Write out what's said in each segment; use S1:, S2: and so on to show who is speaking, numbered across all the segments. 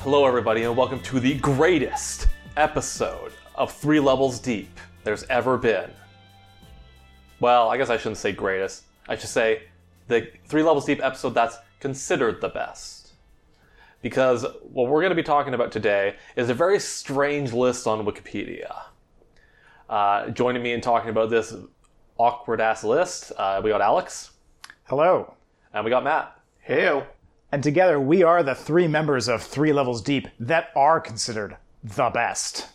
S1: Hello, everybody, and welcome to the greatest episode of Three Levels Deep there's ever been. Well, I guess I shouldn't say greatest. I should say the Three Levels Deep episode that's considered the best. Because what we're going to be talking about today is a very strange list on Wikipedia. Uh, joining me in talking about this awkward ass list, uh, we got Alex
S2: Hello.
S1: and we got Matt.
S3: Hey,
S2: And together we are the three members of Three Levels Deep that are considered the best.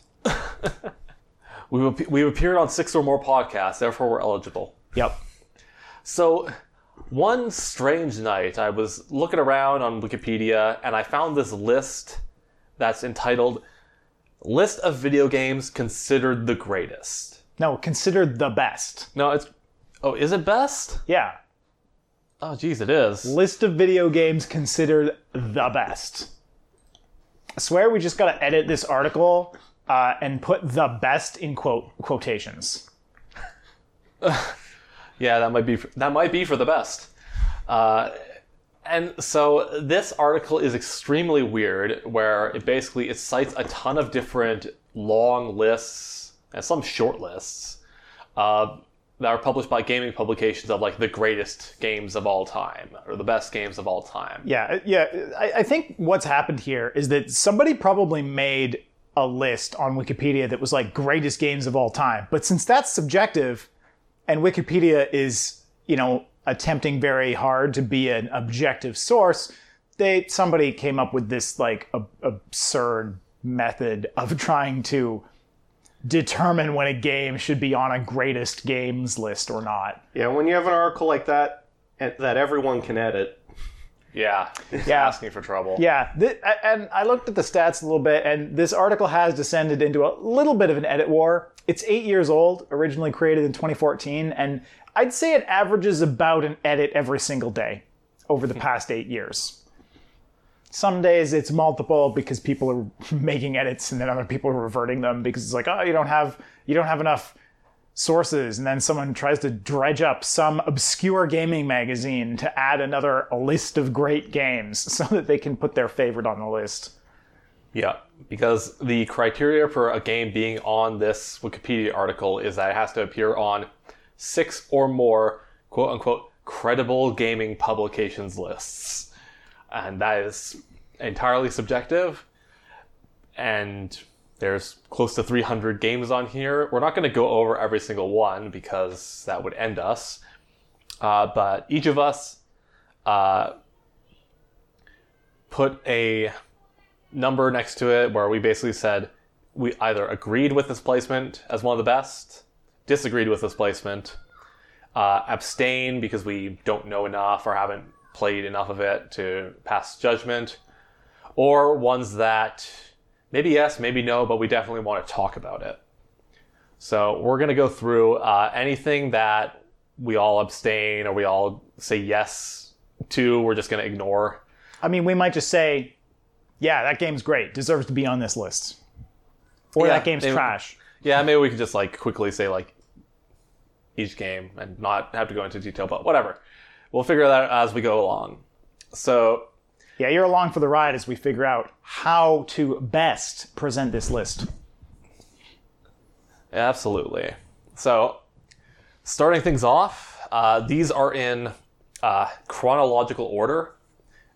S1: We've, ap- we've appeared on six or more podcasts, therefore we're eligible.
S2: Yep.
S1: So, one strange night, I was looking around on Wikipedia and I found this list that's entitled List of Video Games Considered the Greatest.
S2: No, considered the best.
S1: No, it's. Oh, is it best?
S2: Yeah.
S1: Oh, geez, it is.
S2: List of video games considered the best. I swear we just gotta edit this article uh, and put the best in quote quotations.
S1: Yeah, that might be for, that might be for the best. Uh, and so this article is extremely weird, where it basically it cites a ton of different long lists and some short lists uh, that are published by gaming publications of like the greatest games of all time or the best games of all time.
S2: Yeah, uh, yeah. I, I think what's happened here is that somebody probably made a list on Wikipedia that was like greatest games of all time. But since that's subjective, and Wikipedia is, you know, attempting very hard to be an objective source, they somebody came up with this like ab- absurd method of trying to determine when a game should be on a greatest games list or not.
S3: Yeah, when you have an article like that eh, that everyone can edit,
S1: Yeah, it's
S2: Yeah.
S1: asking for trouble.
S2: Yeah, th- a- and I looked at the stats a little bit, and this article has descended into a little bit of an edit war. It's eight years old, originally created in 2014, and I'd say it averages about an edit every single day over the past eight years. Some days it's multiple because people are making edits, and then other people are reverting them because it's like, oh, you don't have you don't have enough sources, and then someone tries to dredge up some obscure gaming magazine to add another list of great games so that they can put their favorite on the list.
S1: Yeah, because the criteria for a game being on this Wikipedia article is that it has to appear on six or more quote unquote credible gaming publications lists. And that is entirely subjective. And there's close to 300 games on here. We're not going to go over every single one because that would end us. Uh, but each of us uh, put a number next to it where we basically said we either agreed with this placement as one of the best, disagreed with this placement, uh, abstain because we don't know enough or haven't played enough of it to pass judgment, or ones that maybe yes, maybe no, but we definitely want to talk about it. So we're going to go through uh, anything that we all abstain or we all say yes to, we're just going to ignore.
S2: I mean, we might just say, yeah, that game's great, deserves to be on this list. Or
S1: Yeah,
S2: that game's
S1: they-
S2: trash.
S1: Yeah, maybe we could just like quickly say like each game and not have to go into detail, but whatever. We'll figure that out as we go along. So
S2: Yeah, you're along for the ride as we figure out how to best present this list.
S1: absolutely. So starting things off, uh, these are in uh, chronological order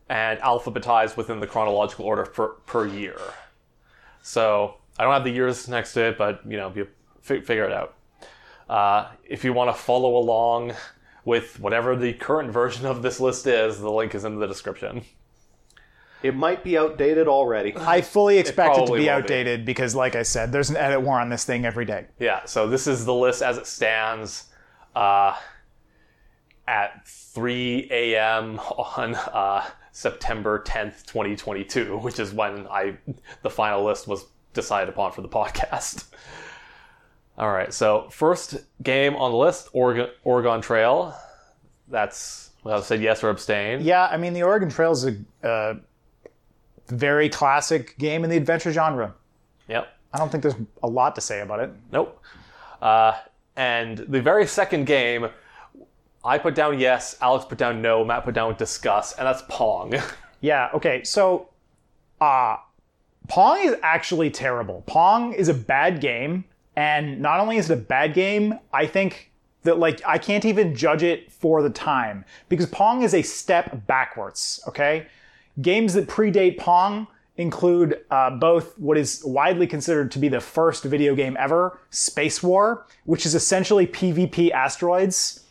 S1: and alphabetized within the chronological order per, per year. So I don't have the years next to it, but you know, you fi- figure it out. Uh, if you want to follow along with whatever the current version of this list is, the link is in the description.
S3: it might be outdated already.
S2: I fully expect it, to
S1: probably will
S2: be
S1: be.
S2: outdated because, like I said, there's an edit war on this thing every day.
S1: Yeah, so this is the list as it stands uh, at 3 a.m. on uh, September 10th, 2022, which is when I the final list was decided upon for the podcast. All right, so first game on the list, Oregon, Oregon Trail. That's well, I said yes or abstain.
S2: Yeah, I mean, the Oregon Trail is a uh, very classic game in the adventure genre.
S1: Yep.
S2: I don't think there's a lot to say about it.
S1: Nope. Uh, and the very second game, I put down yes, Alex put down no, Matt put down discuss, and that's Pong.
S2: Yeah, okay. So uh Pong is actually terrible. Pong is a bad game, and not only is it a bad game, I think that like I can't even judge it for the time because Pong is a step backwards. Okay, games that predate Pong include uh, both what is widely considered to be the first video game ever, Space War, which is essentially PvP asteroids.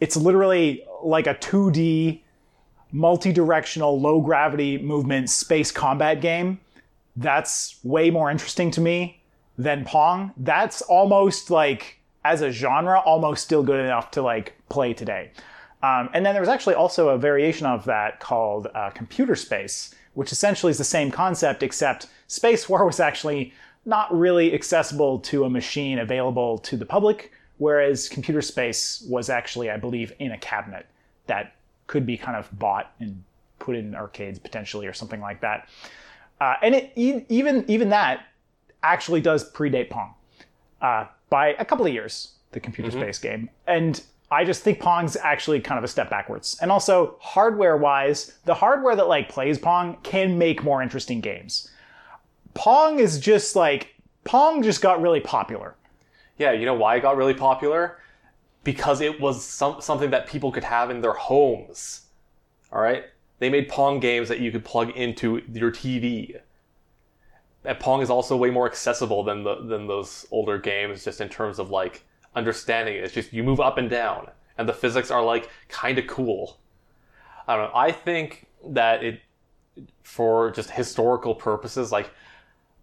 S2: It's literally like a 2D multi-directional low gravity movement space combat game that's way more interesting to me than pong that's almost like as a genre almost still good enough to like play today um, and then there was actually also a variation of that called uh, computer space which essentially is the same concept except space war was actually not really accessible to a machine available to the public whereas computer space was actually i believe in a cabinet that could be kind of bought and put in arcades potentially or something like that. Uh, and it e- even even that actually does predate Pong uh, by a couple of years, the computer space game. And I just think Pong's actually kind of a step backwards. And also hardware wise, the hardware that like plays Pong can make more interesting games. Pong is just like Pong just got really popular.
S1: Yeah, you know why it got really popular? Because it was some, something that people could have in their homes. All right? They made Pong games that you could plug into your TV. And Pong is also way more accessible than the, than those older games just in terms of like understanding it. It's just you move up and down and the physics are like kind of cool. I don't know. I think that it for just historical purposes like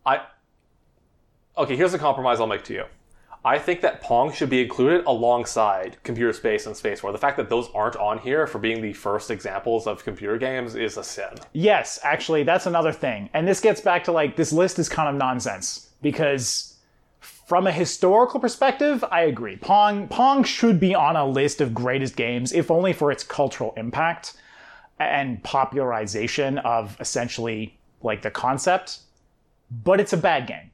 S1: I Okay, here's a compromise I'll make to you. I think that Pong should be included alongside Computer Space and Space War. The fact that those aren't on here for being the first examples of computer games is a sin.
S2: Yes, actually, that's another thing. And this gets back to like this list is kind of nonsense because from a historical perspective, I agree. Pong Pong should be on a list of greatest games if only for its cultural impact and popularization of essentially like the concept, but it's a bad game.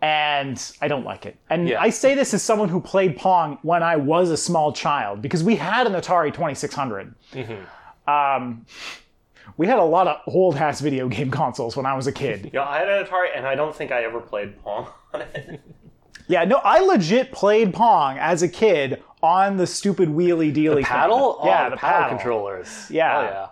S2: And I don't like it. And
S1: Yeah.
S2: I say this as someone who played Pong when I was a small child because we had an Atari 2600 we had a lot of old ass video game consoles when I was a kid.
S4: You know, I had an Atari, and I don't think I ever played Pong on it.
S2: yeah, no, I legit played Pong as a kid on the stupid wheelie dealie. thing.
S1: Paddle? Oh,
S2: yeah,
S1: the,
S2: the
S1: paddle,
S2: paddle.
S1: controllers.
S2: Yeah.
S1: Oh, yeah.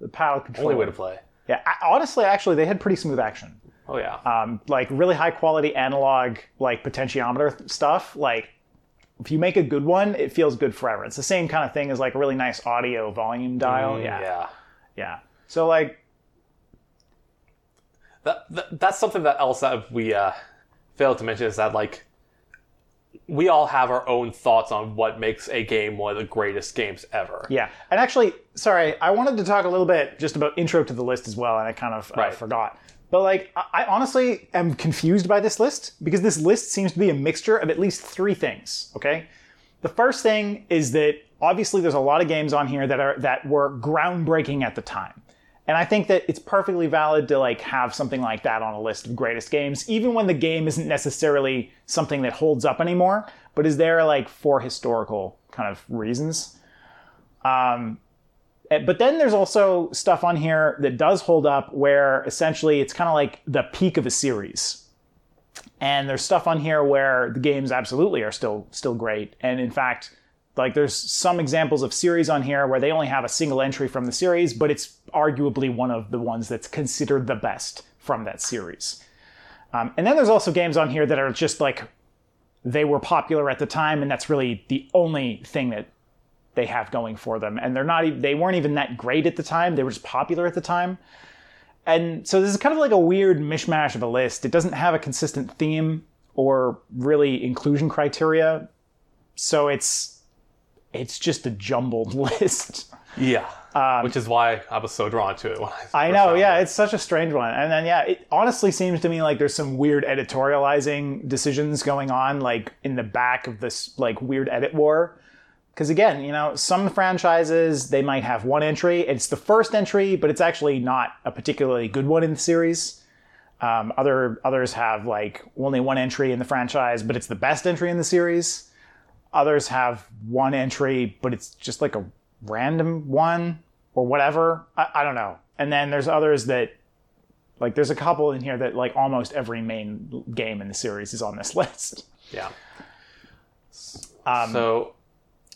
S2: The paddle controller.
S1: Only way to play.
S2: Yeah, I, honestly, actually, they had pretty smooth action.
S1: Oh, yeah.
S2: Um, like really high quality analog, like potentiometer th- stuff. Like if you make a good one, it feels good forever. It's the same kind of thing as like a really nice audio volume dial. yeah, yeah,
S1: Mm, yeah.
S2: So like,
S1: That, that, that's something that else that we uh, failed to mention is that, like, we all have our own thoughts on what makes a game one of the greatest games ever.
S2: Yeah, and actually, sorry, I wanted to talk a little bit just about intro to the list as well, and I kind of uh,
S1: Right.
S2: forgot. But like, I, I honestly am confused by this list because this list seems to be a mixture of at least three things. Okay, the first thing is that obviously there's a lot of games on here that are that were groundbreaking at the time. And I think that it's perfectly valid to like have something like that on a list of greatest games, even when the game isn't necessarily something that holds up anymore, but is there like for historical kind of reasons. Uh, but then there's also stuff on here that does hold up where essentially it's kind of like the peak of a series and there's stuff on here where the games absolutely are still still great and in fact like there's some examples of series on here where they only have a single entry from the series but it's arguably one of the ones that's considered the best from that series um, and then there's also games on here that are just like they were popular at the time and that's really the only thing that they have going for them and they're not e- they weren't even that great at the time they were just popular at the time and so this is kind of like a weird mishmash of a list it doesn't have a consistent theme or really inclusion criteria so it's it's just a jumbled list
S1: Yeah. Which is why I was so drawn to it when I
S2: I know,
S1: found
S2: yeah,
S1: it.
S2: it's such a strange one. And then yeah, it honestly seems to me like there's some weird editorializing decisions going on, like in the back of this like weird edit war. Because again, you know, some franchises they might have one entry. It's the first entry, but it's actually not a particularly good one in the series. Um, other others have like only one entry in the franchise, but it's the best entry in the series. Others have one entry, but it's just like a random one or whatever. I, I don't know. And then there's others that Like there's a couple in here that like almost every main game in the series is on this list.
S1: Yeah.
S2: Um,
S1: so,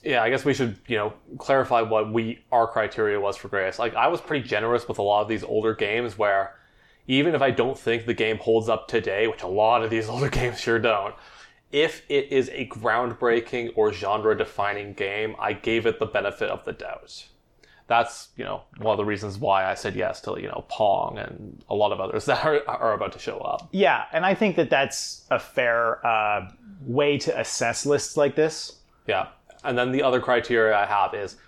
S1: yeah, I guess we should you know clarify what we our criteria was for greatest. Like I was pretty generous with a lot of these older games where. Even if I don't think the game holds up today, which a lot of these older games sure don't, if it is a groundbreaking or genre defining game, I gave it the benefit of the doubt. That's, you know, one of the reasons why I said yes to, you know, Pong and a lot of others that are, are about to show up.
S2: Yeah, and I think that that's a fair uh, way to assess lists like this.
S1: Yeah. And then the other criteria I have is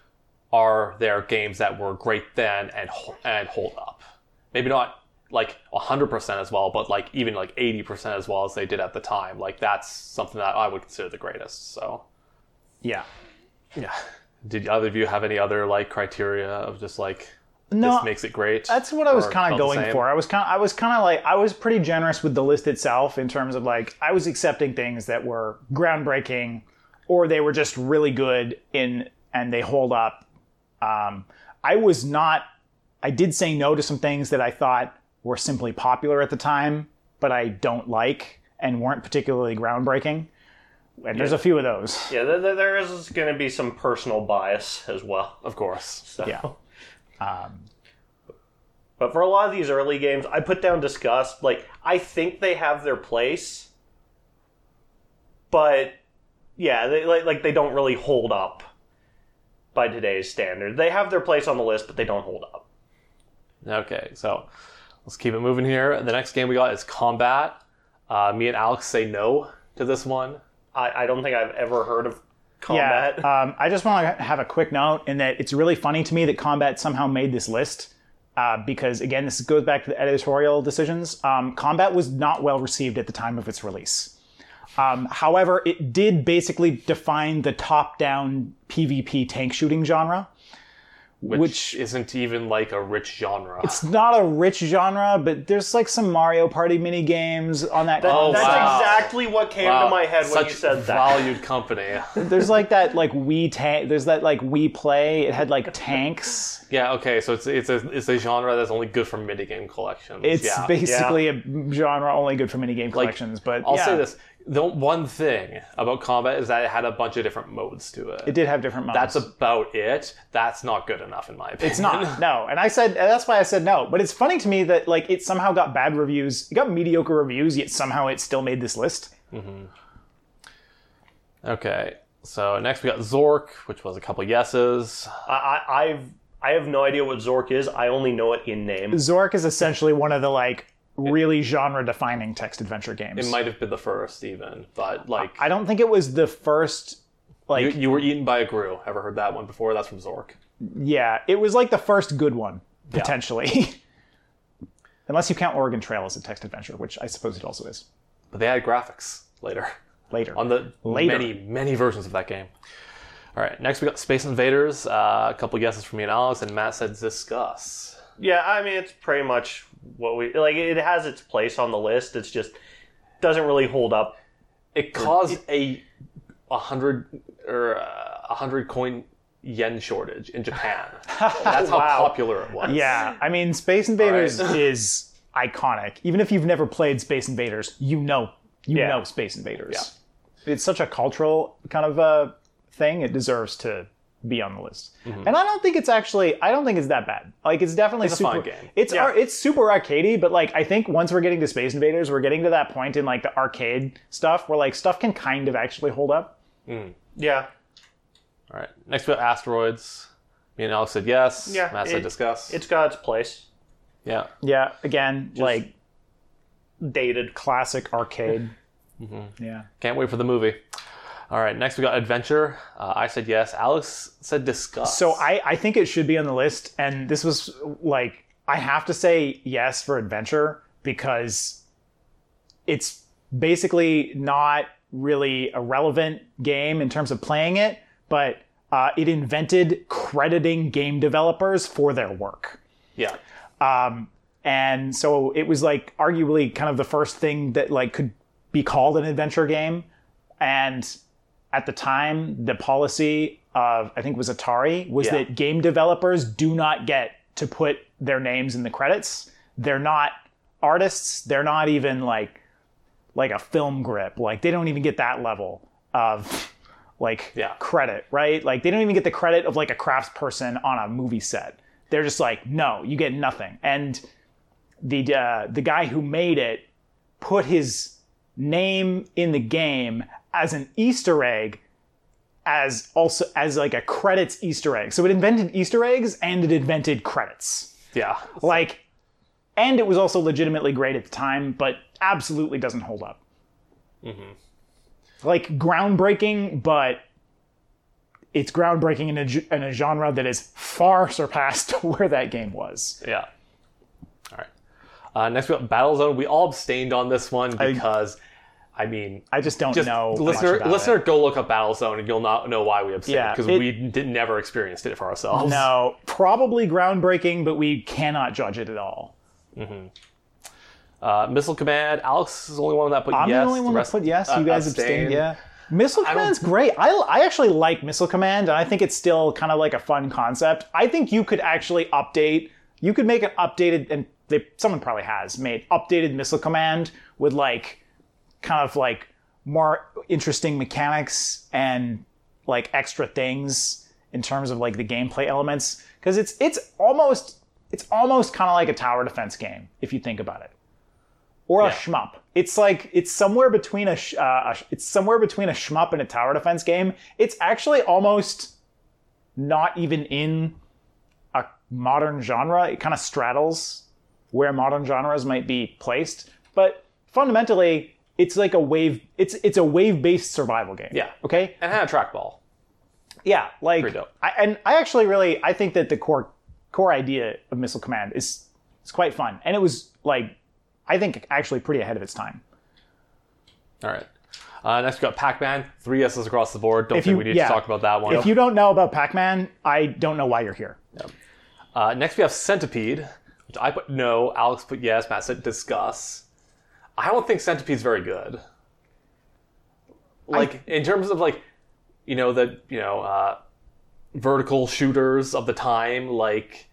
S1: are there games that were great then and ho- and hold up? Maybe not like 100% as well, but like even like 80% as well as they did at the time. Like that's something that I would consider the greatest. So,
S2: Yeah.
S1: yeah. Did either of you have any other like criteria of just like
S2: No,
S1: this makes it great?
S2: that's what I was
S1: or
S2: kind
S1: about
S2: of
S1: the
S2: going
S1: same?
S2: for. I was kind I was kind of like I was pretty generous with the list itself in terms of like I was accepting things that were groundbreaking or they were just really good in and they hold up. Um, I was not I did say no to some things that I thought were simply popular at the time, but I don't like and weren't particularly groundbreaking. And there's a few of those.
S4: Yeah, there, there- there is going to be some personal bias as well.
S1: Of course.
S4: So.
S2: Yeah. Um,
S4: But for a lot of these early games, I put down disgust. Like I think they have their place, but yeah, they like, like they don't really hold up by today's standard. They have their place on the list, but they don't hold up.
S1: Okay, so let's keep it moving here. The next game we got is Combat. Uh, me and Alex say no to this one.
S4: I, I don't think I've ever heard of combat.
S2: Yeah, um, I just want to have a quick note in that it's really funny to me that combat somehow made this list uh, because, again, this goes back to the editorial decisions. Um, combat was not well received at the time of its release. Um, however, it did basically define the top down PvP tank shooting genre.
S1: Which,
S2: Which-
S1: isn't even like a rich genre.
S2: It's not a rich genre, but there's like some Mario Party mini games on that.
S1: Oh,
S4: That's
S1: wow.
S4: exactly what came
S1: Wow,
S4: to my head when
S1: such
S4: you said that.
S1: valued company.
S2: There's like that like Wii tank. There's that like Wii play. It had like tanks.
S1: yeah. Okay. So it's it's a it's a genre that's only good for minigame collections.
S2: It's
S1: yeah.
S2: basically a genre only good for mini game collections. but
S1: I'll
S2: yeah,
S1: say this: the one thing about combat is that it had a bunch of different modes to it.
S2: it did have different modes.
S1: that's about it. That's not good enough in my opinion.
S2: it's not no, and I said and that's why I said no. But it's funny to me that like it somehow got bad reviews, it got mediocre reviews, yet somehow it still made this list.
S1: Okay. So next we got Zork, which was a couple yeses.
S4: I, I, I've I have no idea what Zork is. I only know it in name.
S2: Zork is essentially one of the like really genre defining text adventure games.
S1: It might have been the first even, but like
S2: I don't think it was the
S1: you,
S2: first. Like
S1: you were eaten by a grill. Ever heard that one before? That's from Zork.
S2: yeah, it was like the first good one potentially. Unless you count Oregon Trail as a text adventure, which I suppose it also is
S1: But they had graphics later
S2: later.
S1: on the
S2: Later.
S1: many many versions of that game. All right, next we got Space Invaders. Uh, a couple guesses from me and Alex, and Matt said discuss.
S4: Yeah, I mean it's pretty much what we like. It has its place on the list. It's just doesn't really hold up
S1: It caused a a hundred or uh, a hundred coin yen shortage in Japan. That's how
S4: Wow.
S1: popular it was.
S2: Yeah, I mean, Space Invaders is iconic. Even if you've never played Space Invaders, you know, you
S4: Yeah.
S2: know Space Invaders. It's such a cultural kind of a thing. It deserves to be on the list. And I don't think it's actually. I don't think it's that bad. Like, it's definitely
S1: Mm-hmm. It's a
S2: super.
S1: fun game.
S2: It's ar- it's super arcadey, but like I think once we're getting to Space Invaders, we're getting to that point in like the arcade stuff where like stuff can kind of actually hold up.
S4: Yeah,
S1: All right, next we got Asteroids. Me and Alex said yes.
S4: Yeah,
S1: Matt said
S4: it-
S1: discuss.
S4: it's got its place.
S1: yeah.
S2: Yeah, again, like
S4: Dated.
S2: classic arcade.
S1: Mm-hmm.
S2: Yeah.
S1: Can't wait for the movie. All right, next we got Adventure. Uh, I said yes. Alex said discuss.
S2: So I, I think it should be on the list. And this was like, I have to say yes for adventure because it's basically not really a relevant game in terms of playing it, but uh, it invented crediting game developers for their work.
S1: yeah,
S2: And so it was like arguably kind of the first thing that like could be called an adventure game. And at the time, the policy of I think it was Atari was
S1: Yeah.
S2: that game developers do not get to put their names in the credits. They're not artists, they're not even like like a film grip. Like they don't even get that level of like
S1: Yeah.
S2: credit, right? Like they don't even get the credit of like a craftsperson on a movie set. They're just like, no, you get nothing. And the uh, the guy who made it put his name in the game as an Easter egg, as also as like a credits Easter egg. So it invented Easter eggs and it invented credits
S1: Yeah.
S2: like and it was also legitimately great at the time but absolutely doesn't hold up
S1: Mm-hmm.
S2: like groundbreaking but it's groundbreaking in a, ge- in a genre that is far surpassed where that game was
S1: Yeah. All right. Uh, next we got Battlezone. We all abstained on this one because, I, mean,
S2: i just don't
S1: just
S2: know much
S1: listener,
S2: about
S1: listener,
S2: it.
S1: go look up Battlezone, and you'll not know why we abstained
S2: Yeah,
S1: because
S2: it-
S1: we did, never experienced it for ourselves.
S2: no probably groundbreaking but we cannot judge it at all
S1: Uh, Missile Command. Alex is the only one that put
S2: i'm
S1: yes.
S2: the only one that
S1: rest,
S2: put yes
S1: uh,
S2: you guys abstained,
S1: abstained.
S2: yeah Missile Command's great. I, I actually like Missile Command, and I think it's still kind of like a fun concept. I think you could actually update. You could make an updated, and they, someone probably has made updated Missile Command with like kind of like more interesting mechanics and like extra things in terms of like the gameplay elements because it's it's almost it's almost kind of like a tower defense game if you think about it or a shmup it's like it's somewhere between a, sh- uh, a sh- it's somewhere between a shmup and a tower defense game it's actually almost not even in a modern genre it kind of straddles where modern genres might be placed but fundamentally it's like a wave it's it's a wave based survival game
S1: Yeah.
S2: okay
S1: And had a Eh, trackball.
S2: yeah, like
S1: Pretty dope.
S2: I, and I actually really I think that the core core idea of Missile Command is is quite fun, and it was like I think actually pretty ahead of its time.
S1: All right. Uh, next we got Pac-Man. Three yeses across the board. Don't
S2: If
S1: think
S2: you-
S1: we need
S2: yeah.
S1: to talk about that one.
S2: If you don't know about Pac-Man, I don't know why you're here.
S1: Uh, next, we have Centipede, which I put no, Alex put yes, Matt said discuss. I don't think Centipede's very good. Like in terms of like, you know the you know uh, vertical shooters of the time. Like,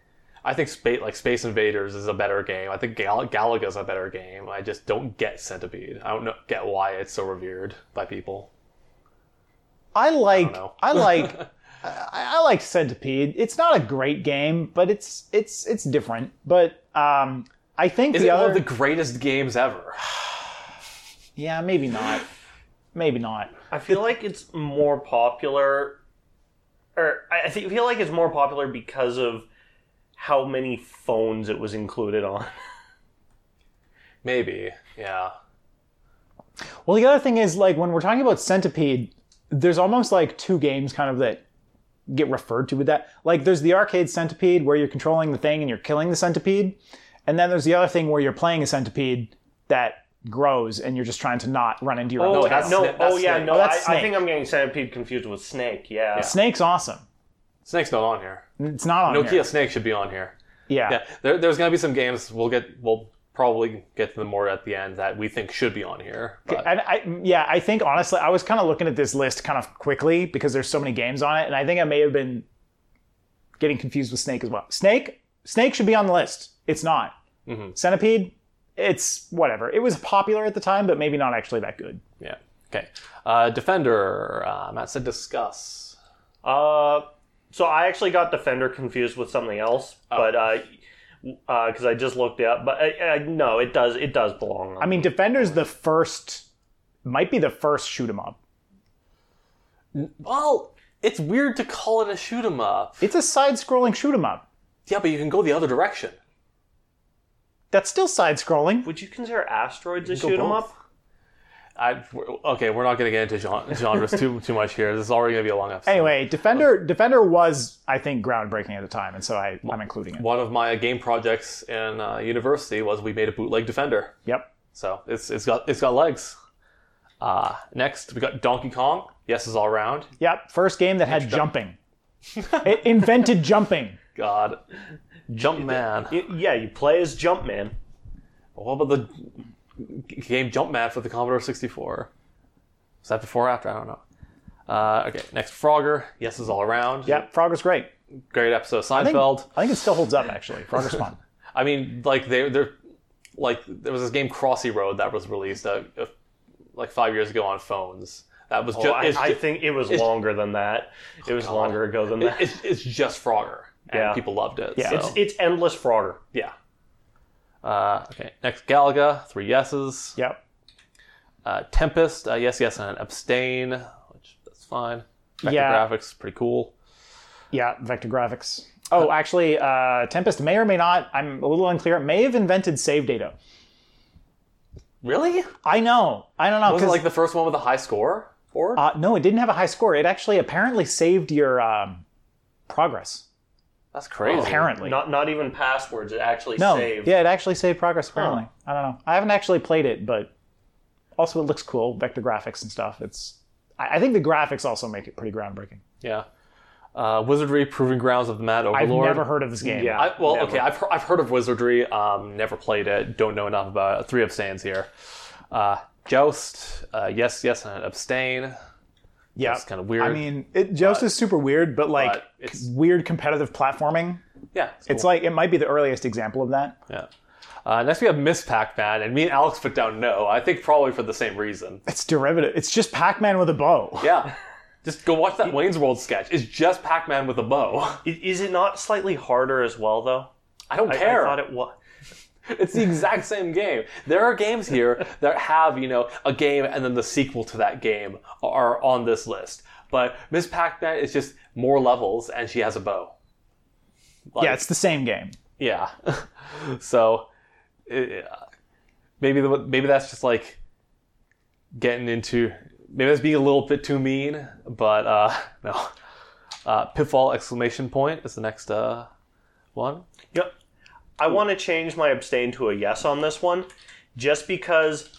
S1: I think space like Space Invaders is a better game. I think Gal- Galaga's a better game. I just don't get Centipede. I don't know, get why it's so revered by people.
S2: I like I,
S1: know.
S2: like I, I like Centipede. It's not a great game, but it's it's it's different. But um, I think
S1: Is
S2: the
S1: it
S2: other
S1: one of the greatest games ever?
S2: yeah maybe not maybe not.
S4: I feel like it's more popular, or I I thi- feel like it's more popular because of how many phones it was included on.
S1: Maybe. Yeah.
S2: Well, the other thing is like when we're talking about Centipede, there's almost like two games kind of that get referred to with that. Like there's the arcade Centipede where you're controlling the thing and you're killing the centipede, and then there's the other thing where you're playing a centipede that grows and you're just trying to not run into your own.
S1: Oh,
S2: tail.
S1: that's
S4: no,
S1: Sna- that's
S4: oh yeah,
S1: Snake.
S4: no,
S2: Oh, that's
S4: I, I
S2: Snake.
S4: think I'm getting Centipede confused with Snake. Yeah,
S2: Snake's awesome.
S1: Snake's not on here.
S2: It's not on
S1: Nokia
S2: here.
S1: Snake should be on here.
S2: Yeah.
S1: Yeah, there, there's going to be some games we'll get. We'll probably get to them more at the end that we think should be on here. But
S2: And I, yeah, I think honestly, I was kind of looking at this list kind of quickly because there's so many games on it, and I think I may have been getting confused with Snake as well. Snake, Snake should be on the list. It's not. Centipede, it's whatever. It was popular at the time, but maybe not actually that good.
S1: yeah, okay. Uh, Defender. Uh, Matt said discuss.
S4: Uh, so I actually got Defender confused with something else, but uh, because I just looked it up. But uh, uh, no, it does it does belong. On
S2: I mean, Defender's the first, might be the first shoot 'em up.
S1: Well, it's weird to call it a shoot 'em up.
S2: It's a side-scrolling shoot 'em up.
S1: Yeah, but you can go the other direction.
S2: That's still side-scrolling.
S4: would you consider asteroids a
S1: go
S4: shoot 'em
S1: both.
S4: up?
S1: I, we're- okay, we're not going to get into gen- genres too too much here. This is already going to be a long episode.
S2: Anyway, Defender, Defender was, I think, groundbreaking at the time, and so I, I'm including it.
S1: One of my game projects in uh, university was we made a bootleg Defender.
S2: Yep.
S1: So it's it's got it's got legs. Uh, next we got Donkey Kong. Yes is all around.
S2: Yep, first game that had jumping. it invented jumping.
S1: God, Jumpman.
S4: Y- yeah, you play as Jumpman.
S1: What about the g- game Jumpman for the Commodore 64? Was that before or after? I don't know. Uh, okay, next Frogger. Yes is all around.
S2: Yep, Frogger's great.
S1: Great episode of
S2: I think,
S1: Seinfeld.
S2: I think it still holds up actually. Frogger's fun.
S1: I mean, like they they're like there was this game Crossy Road that was released uh, uh, like five years ago on phones. That was just,
S4: Oh, I,
S1: it's,
S4: I
S1: ju-
S4: think it was
S1: it's-
S4: longer than that. It was
S1: God.
S4: longer ago than
S1: it-
S4: that.
S1: it's, it's just Frogger, and
S4: Yeah.
S1: people loved it.
S2: Yeah.
S1: so,
S4: It's it's endless Frogger.
S1: yeah. Uh, okay, next Galaga, three yeses.
S2: Yep.
S1: Uh, Tempest, uh, yes, yes, and abstain, which that's fine. Vector
S2: Yeah.
S1: graphics, pretty cool.
S2: Yeah, vector graphics. Oh, actually, uh, Tempest may or may not, I'm a little unclear, may have invented save data.
S1: Really?
S2: I know. I don't know.
S1: Was it
S2: Oh, 'cause-
S1: like the first one with a high score? Or
S2: uh, no, it didn't have a high score. It actually apparently saved your um, progress.
S1: that's crazy.
S2: Apparently.
S4: Not not even passwords. It actually
S2: no.
S4: saved.
S2: Yeah, it actually saved progress, apparently. I don't know. I haven't actually played it, but also it looks cool. Vector graphics and stuff. It's. I I think the graphics also make it pretty groundbreaking.
S1: Yeah. Uh, Wizardry, Proving Grounds of the Mad
S2: I've
S1: Overlord.
S2: never heard of this game.
S4: Yeah.
S1: I, well,
S4: Never.
S1: okay, I've, he- I've heard of Wizardry, um, never played it, don't know enough about it. Three abstains here. Uh, Joust, uh, yes, yes, and abstain.
S2: yeah.
S1: It's kind of weird.
S2: I mean, it, Joust is super weird, but like
S1: but it's-
S2: weird competitive platforming.
S1: yeah, it's,
S2: It's like it might be the earliest example of that.
S1: cool. yeah. Uh, next we have Miss Pac-Man, and me and Alex put down no. I think probably for the same reason.
S2: It's derivative. It's just Pac-Man with a bow.
S1: Yeah, just go watch that Wayne's World sketch. It's just Pac-Man with a bow.
S4: I- Is it not slightly harder as well though?
S1: I don't
S4: I, I
S1: care.
S4: thought it was.
S1: It's the exact same game. There are games here that have, you know, a game and then the sequel to that game are on this list. But Miss Pac-Man is just more levels and she has a bow. Like,
S2: Yeah, it's the same game.
S1: yeah. so it, maybe the, maybe that's just like getting into maybe that's being a little bit too mean, but uh no. Uh, pitfall exclamation point is the next uh one.
S4: Yep. I want to change my abstain to a yes on this one, just because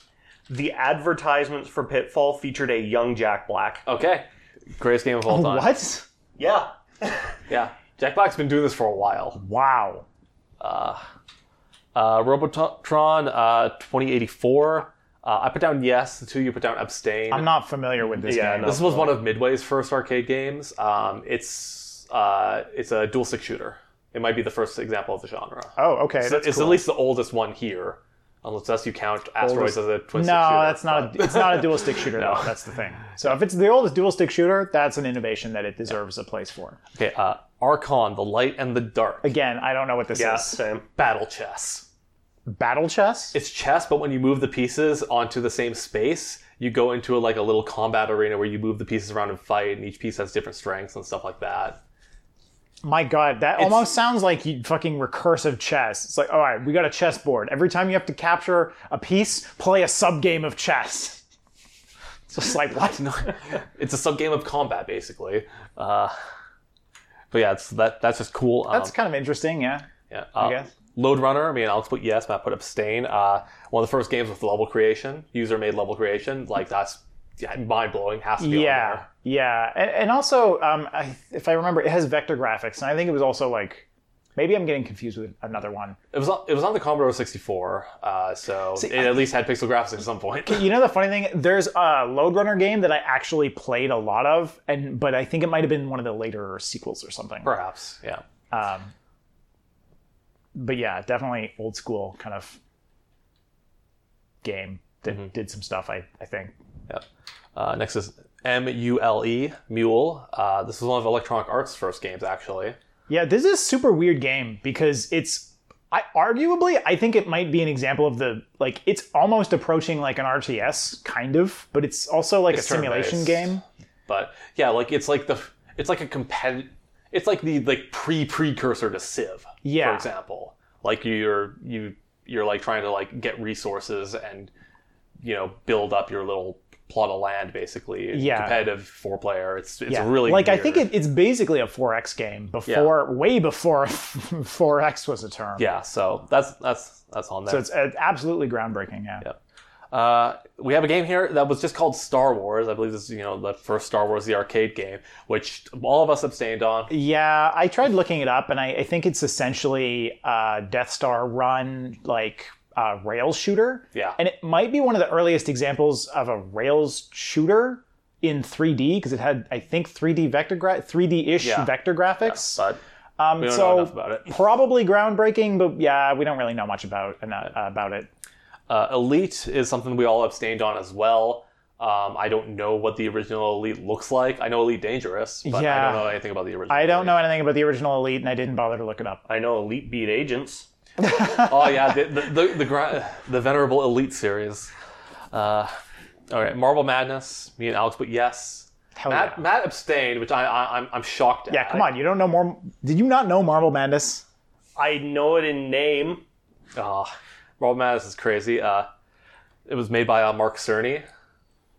S4: the advertisements for Pitfall featured a young Jack Black.
S1: Okay. Greatest game of all time.
S2: What?
S4: Yeah.
S1: Yeah. Jack Black's been doing this for a while.
S2: Wow.
S1: Uh, Robotron uh, 2084. Uh, I put down yes. The two you put down abstain.
S2: I'm not familiar with this
S4: Yeah,
S2: game.
S4: no.
S1: this was one of Midway's first arcade games. Um, it's uh, it's a dual stick shooter. It might be the first example of the genre.
S2: Oh, okay.
S1: it's
S2: that's
S1: it's
S2: cool.
S1: at least the oldest one here, unless that's you count asteroids as a twin stick
S2: no,
S1: shooter.
S2: that's not. A, it's not a dual stick shooter. though. That's the thing. So if it's the oldest dual stick shooter, that's an innovation that it deserves a place for.
S1: Okay, uh, Archon, the light and the dark,
S2: Again, I don't know what this
S4: Yeah,
S2: is.
S4: same.
S1: battle chess.
S2: Battle chess.
S1: It's chess, but when you move the pieces onto the same space, you go into a, like a little combat arena where you move the pieces around and fight, and each piece has different strengths and stuff like that.
S2: My God, that almost sounds like you fucking recursive chess. It's like, all right, we got a chessboard. Every time you have to capture a piece, play a sub game of chess. It's just like what?
S1: No, it's a subgame of combat basically. Uh, but yeah, it's that that's just cool. Um,
S2: That's kind of interesting. Yeah.
S1: yeah, uh,
S2: guess.
S1: Load Runner. I mean, Alex put yes, Matt put abstain. Uh, one of the first games with level creation, user made level creation. Like that's yeah, mind blowing. Has to be on
S2: yeah
S1: there.
S2: yeah and, and also um, I, if i remember it has vector graphics and i think it was also like maybe i'm getting confused with another one
S1: It was on, it was on the Commodore 64, uh, so it at least had pixel graphics at some point.
S2: you know the funny thing there's a load runner game that i actually played a lot of and but i think it might have been one of the later sequels or something Um,
S1: Perhaps, yeah.
S2: but yeah definitely old school kind of game that
S1: Mm-hmm.
S2: did some stuff i, I think
S1: Yep. Uh, next is M U L E Mule. Uh, this was one of Electronic Arts' first games, actually.
S2: Yeah, this is a super weird game because it's I arguably I think it might be an example of the like it's almost approaching like an RTS kind of, but it's also like
S1: It's
S2: a simulation
S1: turn-based.
S2: game.
S1: But yeah, like it's like the it's like a competitive. It's like the like pre precursor to Civ,
S2: Yeah.
S1: for example. Like you're you you're like trying to like get resources and you know build up your little plot of land basically.
S2: Yeah.
S1: competitive four player. It's it's
S2: Yeah.
S1: really
S2: like I
S1: weird.
S2: think it, it's basically a 4X game before way before 4X was a term.
S1: yeah. So that's that's that's on there.
S2: So it's uh, absolutely groundbreaking, yeah.
S1: Uh, we have a game here that was just called Star Wars. I believe this is you know the first Star Wars the arcade game, which all of us abstained on.
S2: Yeah, I tried looking it up, and I, I think it's essentially uh, Death Star run like uh, rail shooter.
S1: Yeah.
S2: and it might be one of the earliest examples of a rails shooter in 3D because it had, I think, 3D vector gra- 3D ish
S1: Yeah.
S2: vector graphics.
S1: But
S2: Um,
S1: We don't
S2: so
S1: know enough about it.
S2: probably groundbreaking, but yeah, we don't really know much about enough, about it.
S1: Uh, elite is something we all abstained on as well. Um, I don't know what the original Elite looks like. I know Elite Dangerous, but I
S2: Yeah.
S1: don't know anything about the original.
S2: I don't know anything about the original Elite, and I didn't bother to look it up.
S4: I know Elite Beat Agents.
S1: oh yeah, the the the, the, gra- the venerable Elite series. Uh, all right, Marble Madness. Me and Alex, but yes,
S2: Hell
S1: Matt,
S2: yeah.
S1: Matt abstained, which I, I I'm I'm shocked.
S2: Yeah,
S1: at.
S2: come on, you don't know more. Did you not know Marvel Madness?
S4: I know it in name.
S1: Oh, Marble Madness is crazy. Uh, it was made by uh, Mark Cerny,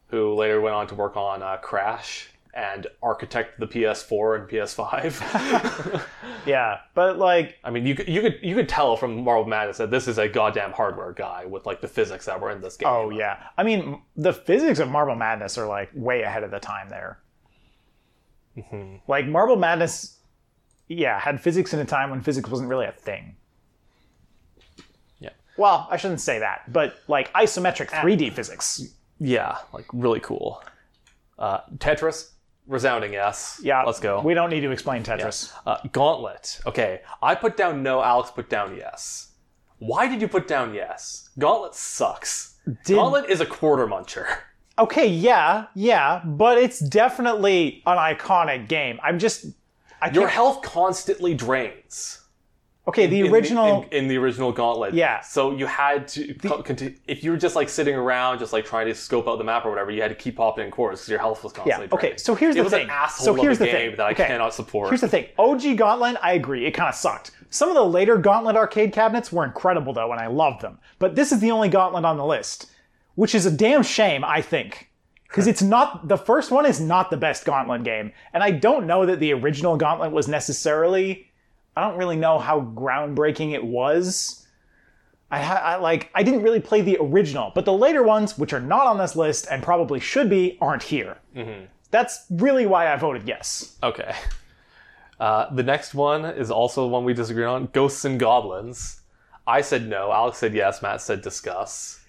S1: who later went on to work on uh, Crash and architect the PS4 and PS5.
S2: Yeah, but like,
S1: I mean, you could you could you could tell from Marble Madness that this is a goddamn hardware guy with like the physics that were in this game.
S2: oh yeah. I mean, the physics of Marvel Madness are like way ahead of the time there.
S1: Mm-hmm.
S2: Like Marvel Madness, yeah, had physics in a time when physics wasn't really a thing.
S1: Yeah. Ah.
S2: Well, I shouldn't say that, but like isometric 3D physics.
S1: yeah, like really cool. Uh, Tetris, resounding yes.
S2: Yeah,
S1: let's go.
S2: We don't need to explain Tetris.
S1: Uh, Gauntlet. Okay, I put down no. Alex put down yes. Why did you put down yes? Gauntlet sucks.
S2: Did-
S1: Gauntlet is a quarter muncher.
S2: Okay, yeah, yeah, but it's definitely an iconic game. I'm just, I
S1: Your
S2: can't.
S1: health constantly drains.
S2: Okay, the
S1: in
S2: original.
S1: in, in the original Gauntlet.
S2: Yeah.
S1: So you had to co- conti- if you were just like sitting around, just like trying to scope out the map or whatever, you had to keep popping in cores because your health was
S2: Yeah.
S1: constantly.
S2: Okay.
S1: draining.
S2: So here's
S1: it
S2: the
S1: was
S2: thing.
S1: an asshole
S2: so
S1: of
S2: here's
S1: a
S2: the
S1: game
S2: thing.
S1: that I
S2: Okay.
S1: cannot support.
S2: Here's the thing. OG Gauntlet, I agree, it kind of sucked. Some of the later Gauntlet arcade cabinets were incredible though, and I loved them. But this is the only Gauntlet on the list, which is a damn shame, I think. Because it's not the first one is not the best Gauntlet game, and I don't know that the original Gauntlet was necessarily. I don't really know how groundbreaking it was. I, ha- I like I didn't really play the original, but the later ones, which are not on this list and probably should be, aren't here. That's really why I voted yes.
S1: Okay. Uh, the next one is also one we disagree on Ghosts and Goblins. I said no. Alex said yes. Matt said discuss.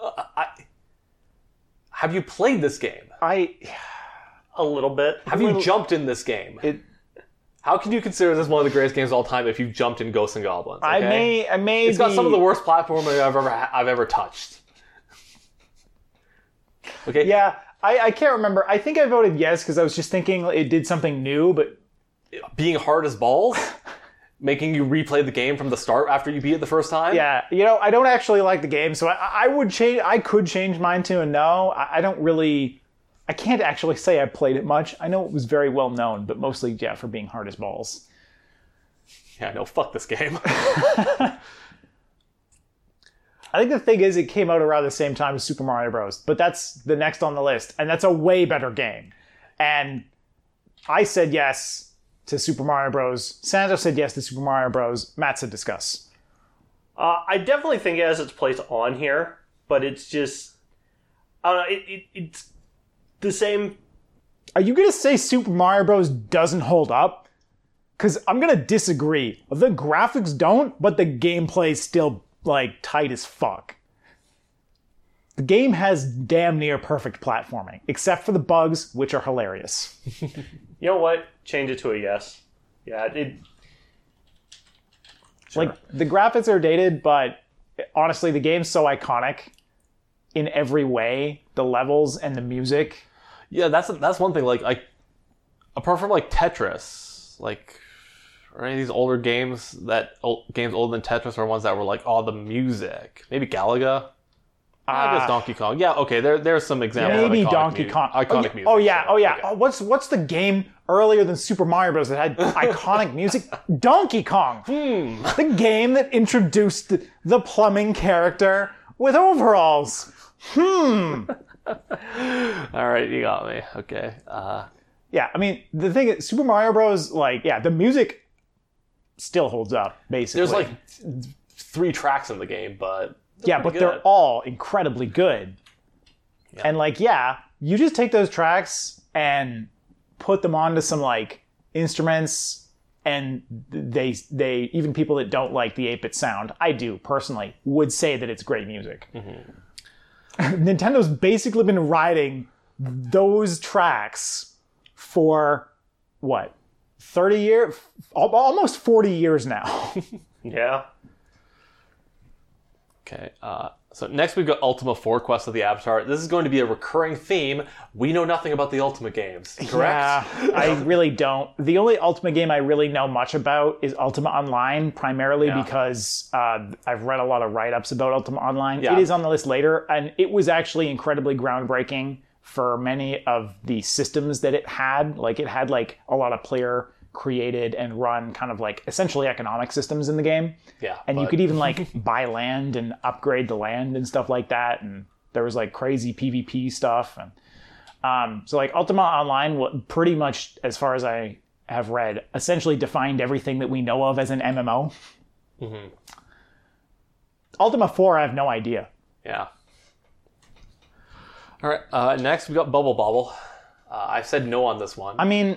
S1: Uh, I, have you played this game?
S2: I
S4: A little bit.
S1: Have you jumped in this game?
S2: It-
S1: How can you consider this one of the greatest games of all time if you've jumped in Ghosts and Goblins?
S2: I
S1: okay?
S2: may I may
S1: It's got some of the
S2: be-
S1: worst platforming I've ever ha- I've ever touched. Okay.
S2: Yeah, I, I can't remember. I think I voted yes because I was just thinking it did something new, but
S1: Being hard as balls, making you replay the game from the start after you beat it the first time.
S2: yeah, you know, I don't actually like the game, so I, I would change. I could change mine to a no. I, I don't really. I can't actually say I played it much. I know it was very well known, but mostly yeah for being hard as balls.
S1: Yeah. No. Fuck this game.
S2: I think the thing is, it came out around the same time as Super Mario Bros. But that's the next on the list, and that's a way better game. And I said yes to Super Mario Bros. Sandra said yes to Super Mario Bros. Matt said discuss.
S4: Uh, I definitely think it has its place on here, but it's just, I don't know. It, it, it's the same.
S2: Are you gonna say Super Mario Bros. doesn't hold up? Cause I'm gonna disagree. The graphics don't, but the gameplay's still like tight as fuck. The game has damn near perfect platforming, except for the bugs, which are hilarious.
S4: You know what? Change it to a yes. Yeah. It,
S2: Like the graphics are dated, but honestly, the game's so iconic in every way. The levels and the music.
S1: Yeah, that's that's one thing. Like, I apart from like Tetris, like or any of these older games that ol games older than Tetris are ones that were like, oh, the music. Maybe Galaga. I guess
S2: Ah.
S1: Donkey Kong. Yeah, okay. There there's some examples. of
S2: Maybe
S1: iconic
S2: Donkey
S1: mu-
S2: Kong.
S1: Iconic
S2: oh, yeah.
S1: music.
S2: Oh yeah.
S1: so,
S2: Oh yeah.
S1: okay.
S2: Oh, what's what's the game earlier than Super Mario Bros that had iconic music? Donkey Kong. Hmm. The game that introduced the plumbing character with overalls. Oh.
S1: All right, you got me. Okay. Uh,
S2: Yeah. I mean, the thing is, Super Mario Bros. Like, yeah, the music still holds up. Basically,
S1: there's like th- three tracks in the game, but
S2: yeah, but
S1: pretty
S2: they're
S1: good.
S2: all incredibly good. And like, yeah, you just take those tracks and put them onto some like instruments, and they they even people that don't like the 8-bit sound, I do personally, would say that it's great music. Nintendo's basically been riding those tracks for what 30 year, al- almost 40 years now.
S4: Yeah.
S1: Okay. Uh, so next we've got Ultima 4 Quest of the Avatar. This is going to be a recurring theme. We know nothing about the Ultima games, correct?
S2: Yeah, I really don't. The only Ultima game I really know much about is Ultima Online, primarily
S1: Yeah.
S2: because uh, I've read a lot of write ups about Ultima Online.
S1: Yeah.
S2: It is on the list later, and it was actually incredibly groundbreaking for many of the systems that it had. Like, it had like a lot of player created and run kind of like essentially economic systems in the game
S1: Yeah.
S2: and you
S1: but-
S2: could even like buy land and upgrade the land and stuff like that and there was like crazy pvp stuff and um, so like ultima online wa- pretty much as far as i have read essentially defined everything that we know of as an mmo ultima 4 i have no idea
S1: Yeah. All right. Uh, next, we got Bubble Bobble. Uh, I said no on this one.
S2: i mean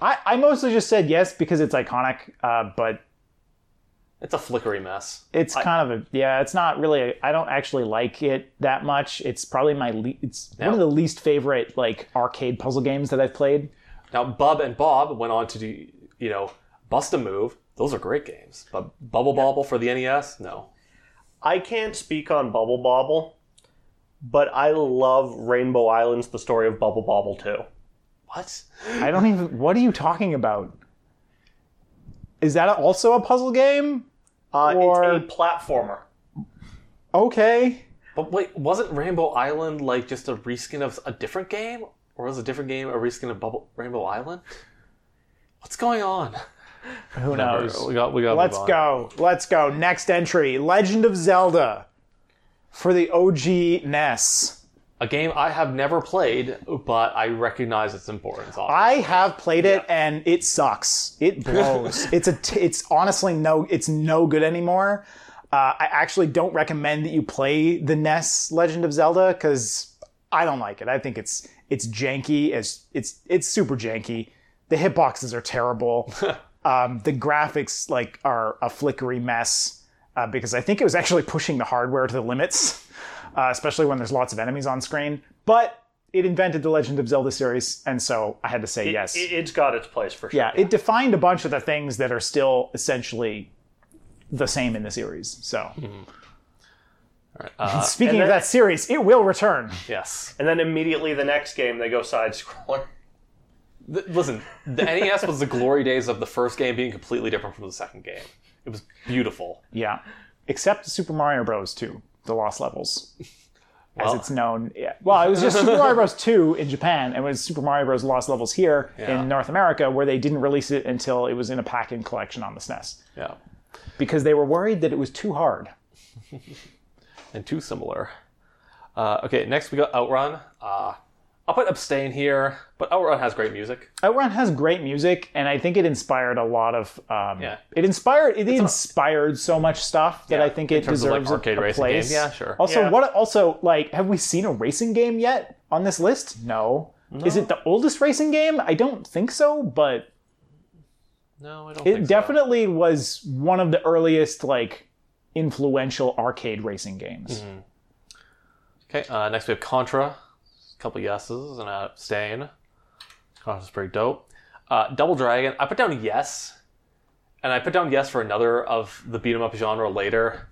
S2: i, I mostly just said yes because it's iconic uh, but
S1: It's a flickery mess.
S2: it's kind of a yeah it's not really a, i don't actually like it that much it's probably my le- it's one of the least favorite like arcade puzzle games that i've played
S1: Now, Bub and Bob went on to do, you know, Bust a Move. Those are great games. But Bubble Bobble for the NES, no.
S4: I can't speak on Bubble Bobble, but I love Rainbow Islands, the story of Bubble Bobble too.
S1: What?
S2: i don't even what are you talking about is that also a puzzle game
S4: Uh,
S2: Or-
S4: It's a platformer.
S2: okay
S1: But wait, wasn't Rainbow Island like just a reskin of a different game, or was a different game a reskin of Bubble Rainbow Island? What's going on?
S2: who knows
S1: We got. We got.
S2: let's go let's go next entry legend of zelda for the og nes
S1: A game I have never played, but I recognize its importance. obviously.
S2: I have played it and it sucks. It blows. it's a. T- it's honestly no. It's no good anymore. Uh, I actually don't recommend that you play the NES Legend of Zelda because I don't like it. I think it's it's janky. As it's it's super janky. The hitboxes are terrible. um, the graphics like are a flickery mess uh, because I think it was actually pushing the hardware to the limits, uh, especially when there's lots of enemies on screen. But it invented the Legend of Zelda series, and so I had to say yes.
S4: It, has got its place for sure.
S2: yeah, it defined a bunch of the things that are still essentially the same in the series. So,
S4: Mm-hmm.
S2: And speaking of
S4: uh, and then-
S2: that series, it will return.
S1: yes.
S4: And then immediately the next game, they go side scroller.
S1: Th- listen, the NES was the glory days of the first game being completely different from the second game. It was beautiful.
S2: Yeah, except Super Mario Bros. Two, the Lost Levels. As
S1: Well-
S2: it's known, yeah. well, it was just Super Mario Bros. 2 in Japan, and it was Super Mario Bros. Lost Levels here
S1: Yeah.
S2: in North America, where they didn't release it until it was in a pack-in collection on the SNES
S1: Yeah,
S2: because they were worried that it was too hard.
S1: and too similar. Uh, okay, next we got Outrun. Uh, I'll put Abstain here, but Outrun has great music.
S2: Outrun has great music, and I think it inspired a lot of. Um,
S1: Yeah.
S2: It inspired it inspired so much stuff that I think it
S1: terms of, like,
S2: deserves a-
S1: arcade
S2: a,
S1: racing
S2: place.
S1: game. Yeah, sure.
S2: Also,
S4: Yeah.
S2: what? Also, like, have we seen a racing game yet on this list? No. Is it the oldest racing game? I don't think so, but
S1: No, I don't.
S2: it
S1: think so.
S2: definitely was one of the earliest like influential arcade racing games.
S1: Mm-hmm. Okay, uh, next we have Contra. A couple yeses and an abstain. Contra's pretty dope. Uh, Double Dragon. I put down yes, and I put down yes for another of the beat 'em up genre later.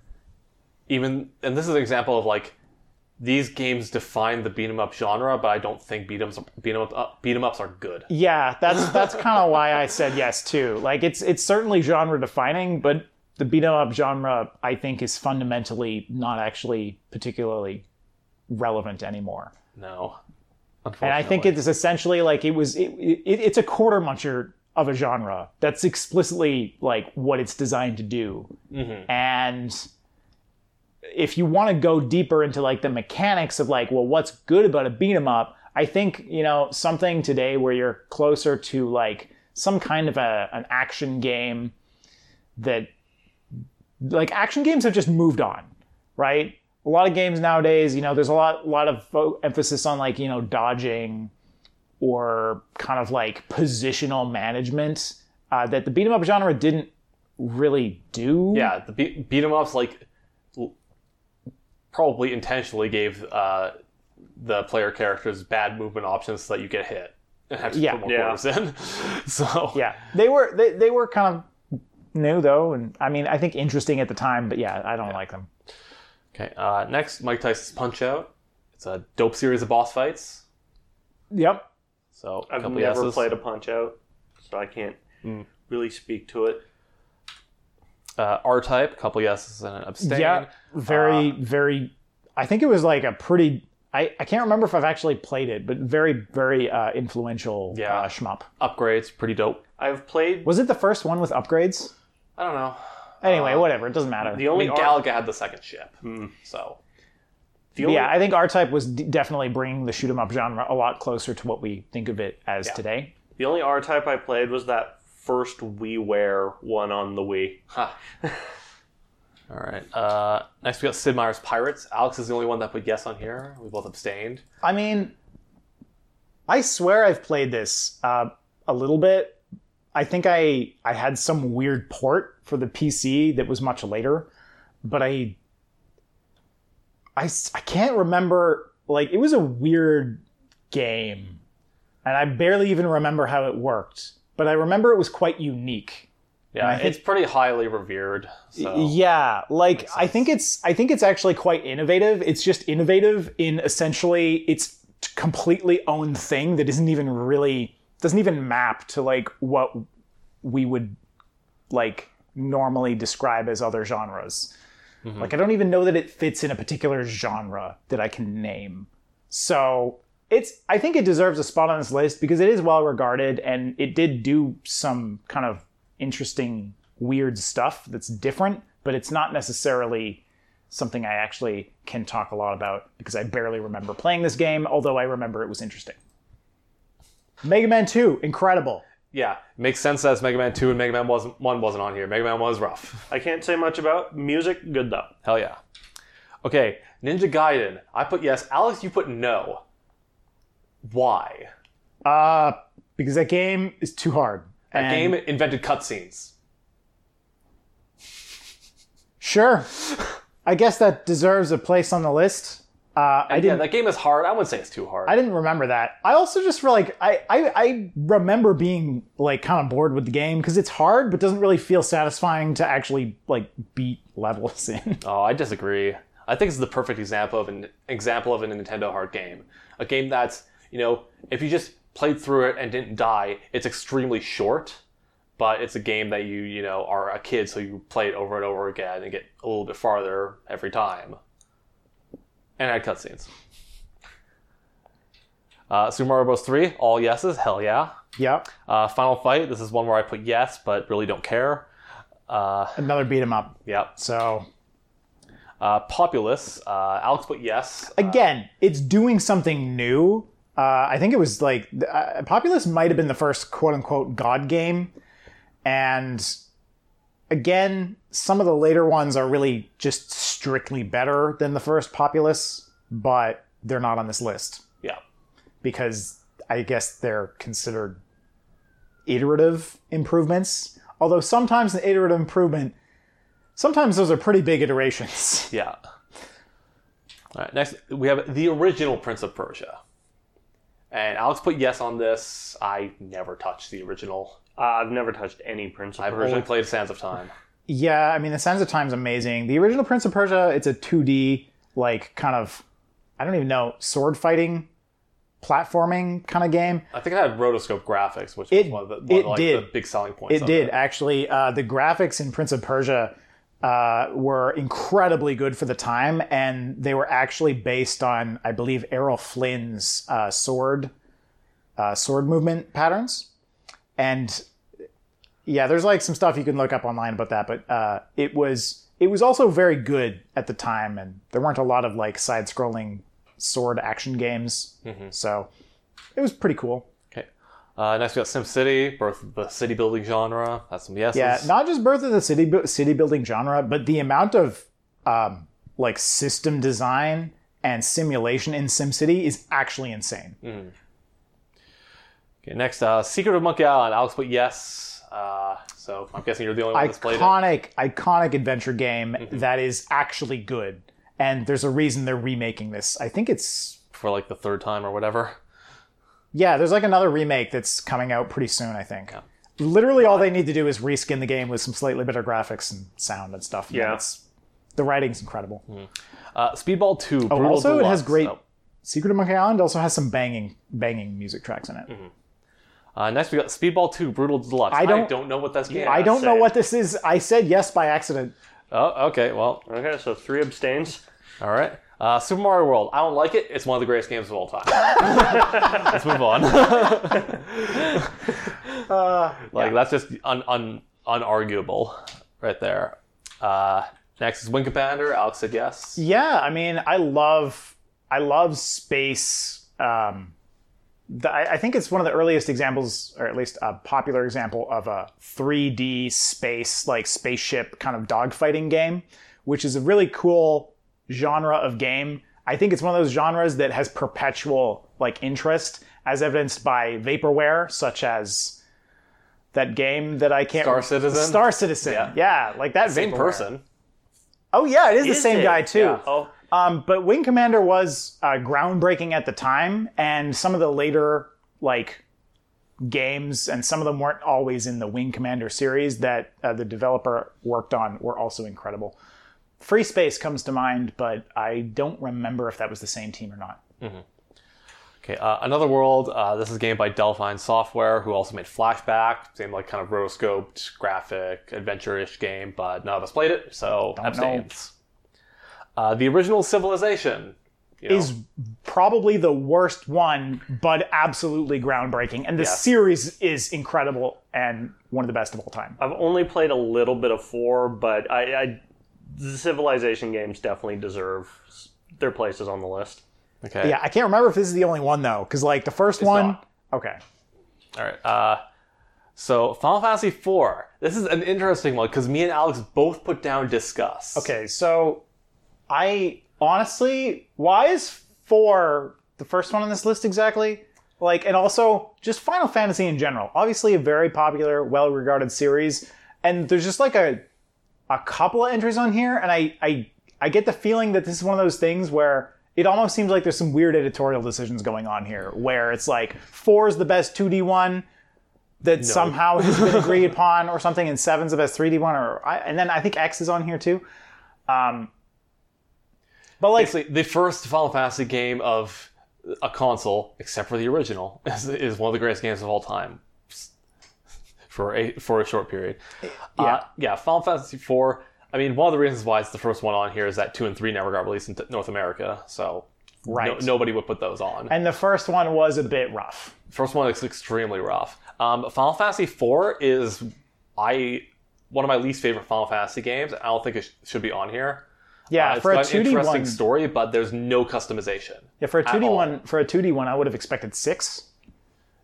S1: Even and this is an example of like these games define the beat 'em up genre, but I don't think beat 'em beat 'em up uh, beat 'em ups are good.
S2: Yeah, that's that's kind of why I said yes too. Like it's it's certainly genre defining, but the beat 'em up genre I think is fundamentally not actually particularly relevant anymore.
S1: No,
S2: And I think it's essentially like it was it, it, it's a quarter muncher of a genre. That's explicitly like what it's designed to do. And if you want to go deeper into like the mechanics of like well what's good about a beat 'em up i think you know something today where you're closer to like some kind of a, an action game that like action games have just moved on right a lot of games nowadays you know there's a lot lot of fo- emphasis on like you know dodging or kind of like positional management uh, that the beat 'em up genre didn't really do
S1: yeah, the beat, beat 'em ups like l- probably intentionally gave uh, the player characters bad movement options so that you get hit and have to
S2: Yeah.
S1: put more
S4: Yeah.
S1: quarters in. so
S2: Yeah, they were they, they were kind of new though, and I mean I think interesting at the time, but yeah, I don't like them.
S1: Okay. Uh, next, Mike Tyson's Punch Out. It's a dope series of boss fights.
S2: Yep.
S1: So a
S4: I've
S1: couple
S4: never
S1: yeses.
S4: played a Punch Out, so I can't
S2: Hmm.
S4: really speak to it.
S1: uh, R Type. Couple yeses and an abstain.
S2: Yeah. Very
S1: Uh,
S2: very. I think it was like a pretty. I, I can't remember if I've actually played it, but very very uh, influential
S1: Yeah.
S2: uh, shmup.
S1: Upgrades. Pretty dope.
S4: I've played
S2: Was it the first one with upgrades?
S1: I don't know.
S2: Anyway, whatever. It doesn't matter.
S4: the
S1: I
S4: only
S1: mean,
S4: R- Hmm.
S1: Galaga had the second ship. So
S4: the
S2: But
S4: only
S2: yeah, I think R Type was d- definitely bringing the shoot 'em up genre a lot closer to what we think of it as today.
S4: the only R type I played was that first WiiWare one on the Wii.
S1: All right. Uh, next, we got Sid Meier's Pirates. Alex is the only one that put yes on here. We both abstained.
S2: I mean, I swear I've played this uh, a little bit. I think I I had some weird port for the PC that was much later, but I I s- I can't remember. Like it was a weird game, and I barely even remember how it worked. But I remember it was quite unique.
S1: Yeah,
S2: I think-
S1: it's pretty highly revered. So
S2: Yeah, like I think it's I think it's actually quite innovative. It's just innovative in essentially its completely own thing that isn't even really doesn't even map to like what we would like normally describe as other genres. Like I don't even know that it fits in a particular genre that I can name. So it's I think it deserves a spot on this list because it is well regarded and it did do some kind of interesting weird stuff that's different, but it's not necessarily something I actually can talk a lot about because I barely remember playing this game, although I remember it was interesting. Mega Man 2, incredible.
S1: yeah, makes sense that it's Mega Man Two and Mega Man wasn't One wasn't on here. Mega Man One was rough.
S4: I can't say much about music. Good though.
S1: Hell yeah. Okay, Ninja Gaiden. I put yes. Alex, you put no. Why?
S2: Uh because that game is too hard.
S1: That game invented cutscenes.
S2: Sure. I guess that deserves a place on the list. Uh, I
S1: Yeah,
S2: didn't.
S1: that game is hard. I wouldn't say it's too hard.
S2: I didn't remember that. I also just feel like I, I, I remember being like kind of bored with the game because it's hard, but doesn't really feel satisfying to actually like beat levels in.
S1: Oh, I disagree. I think it's the perfect example of an example of a Nintendo hard game. A game that's, you know, if you just played through it and didn't die, it's extremely short, but it's a game that you, you know, are a kid so you play it over and over again and get a little bit farther every time. And it had cutscenes. Uh, Super Mario Bros. 3, all yeses, hell yeah.
S2: yep.
S1: Uh, Final Fight, this is one where I put yes, but really don't care. Uh,
S2: Another beat 'em up.
S1: Yep.
S2: So
S1: Uh, Populous, uh, Alex put yes.
S2: again, it's doing something new. Uh, I think it was like uh, Populous might have been the first quote unquote god game, and again, some of the later ones are really just strictly better than the first Populous, but they're not on this list
S1: Yeah.
S2: because I guess they're considered iterative improvements. Although sometimes an iterative improvement, sometimes those are pretty big iterations.
S1: Yeah. All right, next we have the original Prince of Persia. And Alex put yes on this. I never touched the original.
S4: Uh, I've never touched any Prince of
S1: I've
S4: Persia.
S1: only played Sands of Time.
S2: Yeah, I mean, The Sands of Time's amazing. The original Prince of Persia, it's a 2D, like, kind of, I don't even know, sword fighting, platforming kind of game.
S1: I think it had rotoscope graphics, which
S2: It-
S1: was one of the, one of,
S2: it
S1: like, the
S2: did.
S1: big selling points.
S2: It
S1: of
S2: did, actually. Uh, the graphics in Prince of Persia uh, were incredibly good for the time, and they were actually based on, I believe, Errol Flynn's uh, sword, uh, sword movement patterns. And yeah, there's like some stuff you can look up online about that, but uh, it was it was also very good at the time, and there weren't a lot of like side-scrolling sword action games, so it was pretty cool.
S1: Okay. Uh, next we got SimCity, birth of the city building genre. That's some yeses.
S2: Yeah, not just Birth of the City bu- city building genre, but the amount of um, like system design and simulation in SimCity is actually insane.
S1: Mm, okay, next, uh, Secret of Monkey Island. Alex put yes. Uh, so I'm guessing you're the only one that's played it. Mm-hmm.
S2: Iconic, iconic adventure game that is actually good. And there's a reason they're remaking this. I think it's
S1: for like the third time or whatever.
S2: Yeah, there's like another remake that's coming out pretty soon, I think. Literally, all they need to do is reskin the game with some slightly better graphics and sound and stuff. and
S4: Yeah.
S2: it's, the writing's incredible.
S1: Uh, Speedball Two. Brutal
S2: Oh, also, it has
S1: Deluxe.
S2: great-
S1: Oh.
S2: Secret of Monkey Island also has some banging, banging music tracks in it.
S1: Uh, next, we got Speedball Two Brutal Deluxe. I
S2: don't-
S1: know what that's game.
S2: I don't know
S4: same.
S2: what this is. I said yes by accident.
S1: Oh, okay. Well,
S4: Okay, so three abstains.
S1: all right. Uh, Super Mario World. I don't like it. It's one of the greatest games of all time. Let's move on.
S2: Uh,
S1: like that's just un, un, unarguable, right there. Uh, next is Wing Commander. Alex said yes.
S2: Yeah, I mean, I love, I love space. Um, the, I, I think it's one of the earliest examples, or at least a popular example, of a 3D space, like spaceship kind of dogfighting game, which is a really cool genre of game. I think it's one of those genres that has perpetual like interest, as evidenced by vaporware such as that game that I can't
S1: Star Citizen?
S2: Star Citizen, yeah,
S1: Yeah.
S2: like that
S1: Same
S2: vaporware.
S1: person.
S2: Oh yeah, it is, the
S4: Is
S2: same
S4: it?
S2: guy too.
S4: Yeah. Oh,
S2: Um, but Wing Commander was uh, groundbreaking at the time, and some of the later like games, and some of them weren't always in the Wing Commander series that uh, the developer worked on, were also incredible. Free Space comes to mind, but I don't remember if that was the same team or not.
S1: Okay, uh, Another World. Uh, this is a game by Delphine Software, who also made Flashback, same like kind of rotoscoped graphic adventure-ish game, but none of us played it, so
S2: know.
S1: abstains. Uh, the original Civilization you know,
S2: Is probably the worst one, but absolutely groundbreaking, and the series is incredible and one of the best of all time.
S4: I've only played a little bit of four, but I, I the Civilization games definitely deserve s- their places on the list.
S1: okay.
S2: Yeah, I can't remember if this is the only one though, because like the first one,
S1: not.
S2: okay.
S1: All right. Uh, so Final Fantasy IV. This is an interesting one because me and Alex both put down discuss.
S2: Okay, so I honestly, why is four the first one on this list exactly? Like, and also just Final Fantasy in general. Obviously, a very popular, well-regarded series, and there's just like a a couple of entries on here, and I I I get the feeling that this is one of those things where it almost seems like there's some weird editorial decisions going on here, where it's like four is the best 2D one, that somehow has been agreed upon or something, and seven's the best 3D one, or I, and then I think X is on here too. Um, but like,
S1: Basically, the first Final Fantasy game of a console, except for the original, is, is one of the greatest games of all time. For a for a short period. Yeah, uh, yeah. Final Fantasy IV. I mean, one of the reasons why it's the first one on here is that two and three never got released in North America, so no-
S2: right?
S1: nobody would put those on.
S2: And the first one was a bit rough.
S1: First one is extremely rough. Um, Final Fantasy IV is I one of my least favorite Final Fantasy games. I don't think it sh- should be on here.
S2: Yeah,
S1: Uh,
S2: for a
S1: got an
S2: 2D
S1: interesting
S2: one.
S1: story, but there's no customization.
S2: yeah, for a 2D
S1: all.
S2: one. For a 2D one, I would have expected six.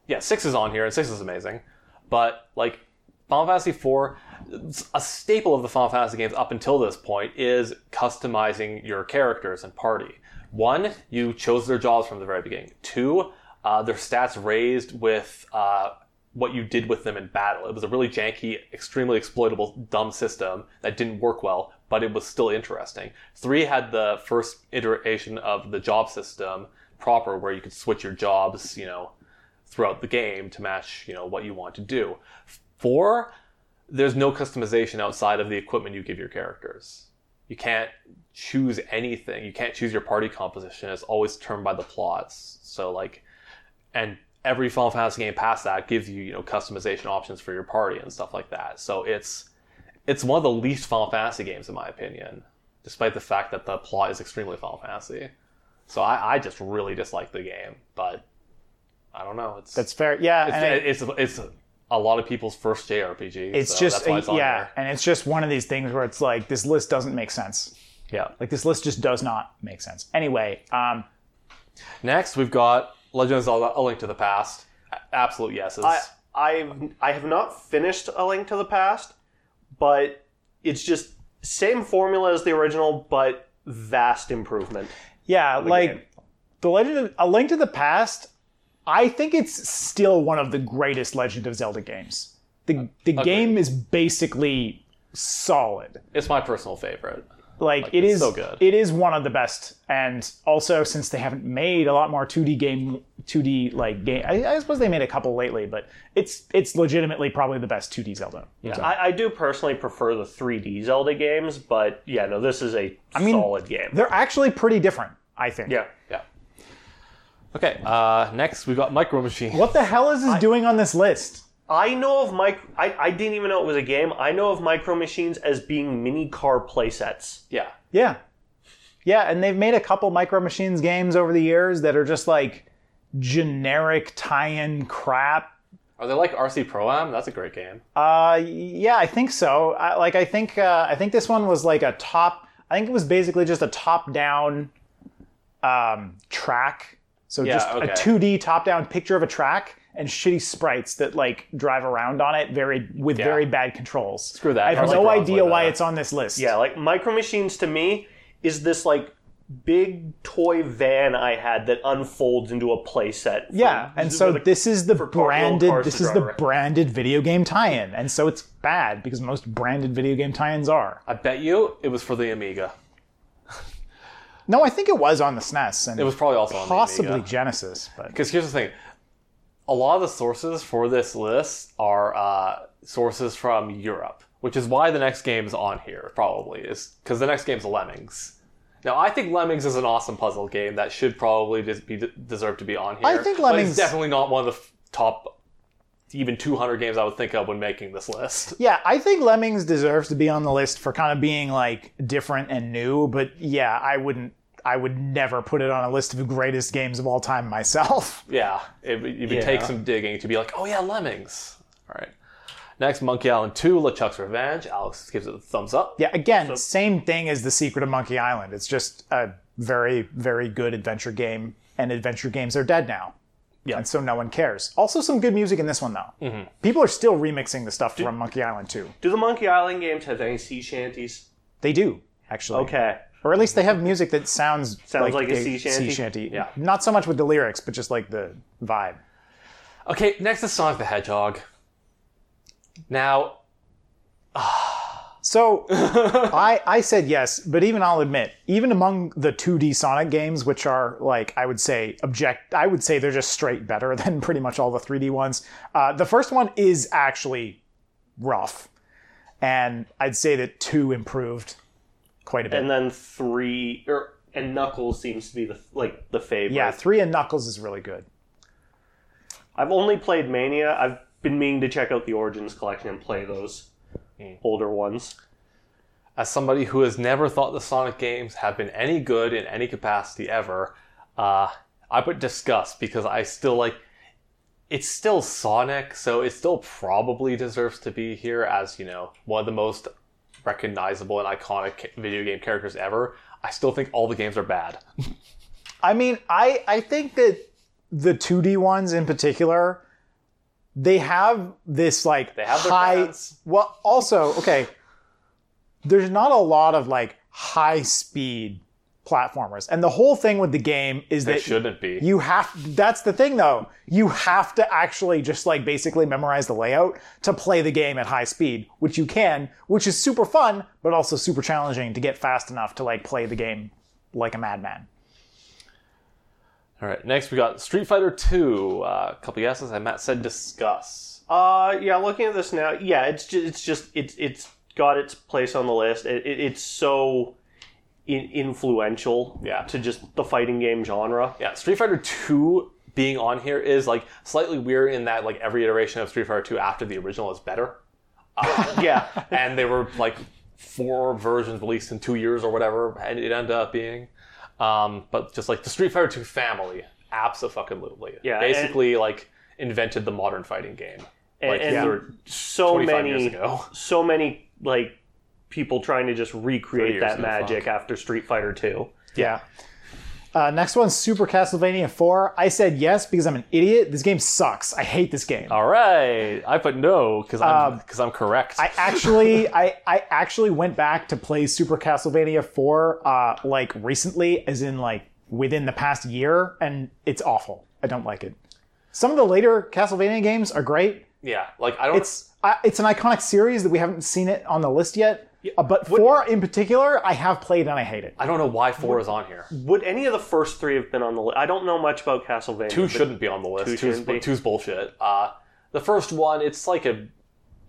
S1: Yeah, six is on here, and six is amazing, but like Final Fantasy IV, it's a staple of the Final Fantasy games up until this point is customizing your characters and party. One, you chose their jobs from the very beginning. Two, uh, their stats raised with uh, what you did with them in battle. It was a really janky, extremely exploitable, dumb system that didn't work well, but it was still interesting. Three had the first iteration of the job system proper, where you could switch your jobs, you know, throughout the game to match, you know, what you want to do. Four, there's no customization outside of the equipment you give your characters. You can't choose anything. You can't choose your party composition. It's always determined by the plots. So like, and every Final Fantasy game past that gives you you know customization options for your party and stuff like that. So it's it's one of the least Final Fantasy games in my opinion, despite the fact that the plot is extremely Final Fantasy. So I, I just really dislike the game, but I don't know. It's
S2: That's fair. Yeah,
S1: it's
S2: and I-
S1: it's, it's a lot of people's first JRPG.
S2: it's
S1: so
S2: just
S1: that's why it's on
S2: yeah,
S1: there.
S2: and it's just one of these things where it's like this list doesn't make sense.
S1: yeah.
S2: Like this list just does not make sense. Anyway, um,
S1: Next, we've got Legend of Zelda: A Link to the Past. A- Absolute yeses.
S4: I-
S3: I've I have not finished A Link to the Past, but it's just same formula as the original, but vast improvement.
S2: Yeah, like the Legend of A Link to the Past, I think it's still one of the greatest Legend of Zelda games. The the game is basically solid.
S1: it's my personal favorite.
S2: Like, it
S1: it's
S2: is
S1: so good.
S2: it is one of the best. And also since they haven't made a lot more 2D game 2D like game. I, I suppose they made a couple lately, but it's it's legitimately probably the best 2D Zelda. So,
S4: I, I do personally prefer the 3D Zelda games, but yeah, no, this is a
S2: mean,
S4: solid game.
S2: they're actually pretty different, I think.
S4: Yeah.
S1: Yeah. Okay. Uh, next, we've got Micro Machine.
S2: What the hell is this doing on this list?
S4: I know of mic. I, I didn't even know it was a game. I know of Micro Machines as being mini car playsets.
S1: Yeah.
S2: Yeah. Yeah, and they've made a couple Micro Machines games over the years that are just like generic tie-in crap.
S1: Are they like RC Pro Am? That's a great game.
S2: Uh, yeah, I think so. I, like, I think uh, I think this one was like a top. I think it was basically just a top-down um, track. So just
S1: okay.
S2: a 2D top-down picture of a track and shitty sprites that like drive around on it very with very bad controls. Screw
S1: that.
S2: I have
S1: Probably
S2: no
S1: problems
S2: idea
S1: with
S2: why
S1: that.
S2: it's on this list.
S4: Yeah, like Micro Machines to me is this like big toy van I had that unfolds into a playset.
S2: Yeah, and so
S4: with a-
S2: this is the
S4: car- little
S2: branded
S4: cars
S2: this
S4: to
S2: is
S4: drive
S2: the
S4: around.
S2: branded video game tie-in, and so it's bad because most branded video game tie-ins are.
S1: I bet you it was for the Amiga.
S2: No, I think it was on the SNES and
S1: It was probably also on the
S2: possibly
S1: Amiga.
S2: Genesis, but
S1: Because here's the thing. A lot of the sources for this list are uh, sources from Europe, which is why the next game's on here, probably, is because the next game's Lemmings. Now, I think Lemmings is an awesome puzzle game that should probably just be deserve to be on here.
S2: I think
S1: but
S2: Lemmings-
S1: it's definitely not one of the f- top, even 200 games I would think of when making this list.
S2: yeah, I think Lemmings deserves to be on the list for kind of being like different and new, but yeah, I wouldn't I would never put it on a list of greatest games of all time myself.
S1: Yeah, it, would- it would take some digging to be like, oh yeah, Lemmings. All right. Next, Monkey Island 2, LeChuck's Revenge. Alex gives it a thumbs up.
S2: Yeah, again, same thing as The Secret of Monkey Island. It's just a very, very good adventure game, and adventure games are dead now. Yeah. And so no one cares. Also, some good music in this one, though. People are still remixing the stuff from Monkey Island 2.
S3: Mm-hmm. Do the Monkey Island games have any sea shanties?
S2: They do, actually.
S3: Okay.
S2: Or at least they have music that sounds,
S3: Sounds like a sea shanty?
S2: Yeah. Not so much with the lyrics, but just like the vibe.
S1: Okay, next is Sonic the Hedgehog. Now,
S2: So I, I said yes, but even I'll admit, even among the 2D Sonic games, which are like I would say object, I would say they're just straight better than pretty much all the 3D ones. Uh, the first one is actually rough, and I'd say that two improved quite a bit.
S4: And then three er,
S3: Or and Knuckles seems to be the like the favorite.
S2: yeah, three and Knuckles is really good.
S4: I've only played Mania. I've been meaning to check out the Origins collection and play those older ones.
S1: as somebody who has never thought the Sonic games have been any good in any capacity ever, uh, I put disgust because I still like it's still Sonic, so it still probably deserves to be here as you know one of the most recognizable and iconic ca- video game characters ever. I still think all the games are bad.
S2: I mean, I I think that the 2D ones in particular, they have this like
S1: They have their
S2: high.
S1: fans.
S2: Well, also okay. There's not a lot of like high speed platformers, and the whole thing with the game is
S1: It
S2: that
S1: shouldn't be.
S2: you have. That's the thing though. You have to actually just like basically memorize the layout to play the game at high speed, which you can, which is super fun, but also super challenging to get fast enough to like play the game like a madman.
S1: all right, next we got Street Fighter Two. Uh, a couple yeses, and Matt said discuss.
S4: Uh, yeah. Looking at this now, yeah, it's just, it's just it's it's got its place on the list. It, it, it's so in, influential,
S1: Yeah.
S4: to just the fighting game genre.
S1: Yeah, Street Fighter 2 being on here is like slightly weird in that like every iteration of Street Fighter 2 after the original is better.
S4: Yeah,
S1: And they were like four versions released in two years or whatever, and it ended up being. Um, but just like the Street Fighter 2 family, absolutely.
S4: Yeah,
S1: Basically, like invented the modern fighting game. Like
S4: and-
S1: they're
S4: so
S1: 25
S4: many
S1: years ago.
S4: so many like people trying to just recreate
S1: years
S4: that
S1: ago,
S4: magic after Street Fighter Two.
S2: Yeah. Uh, next one's Super Castlevania 4. I said yes because I'm an idiot. This game sucks. I hate this game.
S1: All right, I put no because I'm
S4: Um,
S1: because I'm correct.
S2: I actually, I, I actually went back to play Super Castlevania 4 uh, like recently, as in like within the past year, and it's awful. I don't like it. Some of the later Castlevania games are great.
S1: yeah, like I don't.
S2: It's I, it's an iconic series that we haven't seen it on the list yet, Uh, but four in particular, I have played and I hate it.
S1: I don't know why four is on here.
S4: Would any of the first three have been on the list? I don't know much about Castlevania.
S1: Two
S4: but
S1: shouldn't be on the list.
S4: two
S1: two's,
S4: shouldn't be.
S1: two's bullshit. Uh, the first one, it's like a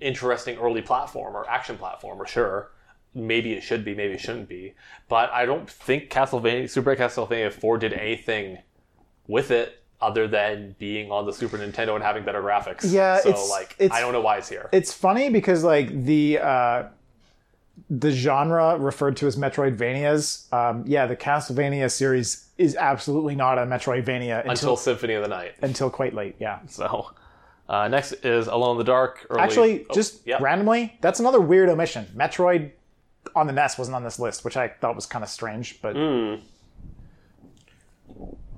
S1: interesting early platformer, action platformer, sure. Maybe it should be, maybe it shouldn't be. But I don't think Castlevania Super Castlevania 4 did anything with it other than being on the Super Nintendo and having better graphics.
S2: Yeah,
S1: so
S2: it's-
S1: like
S2: it's-
S1: I don't know why it's here.
S2: It's funny because like the uh, the genre referred to as Metroidvanias, um, yeah, the Castlevania series is absolutely not a Metroidvania until
S1: until Symphony of the Night.
S2: until quite late. Yeah.
S1: So uh, next is Alone in the Dark. Early...
S2: Actually,
S1: Oh,
S2: just
S1: yeah.
S2: randomly, that's another weird omission. Metroid on the NES wasn't on this list, which I thought was kind of strange, but
S1: Mm.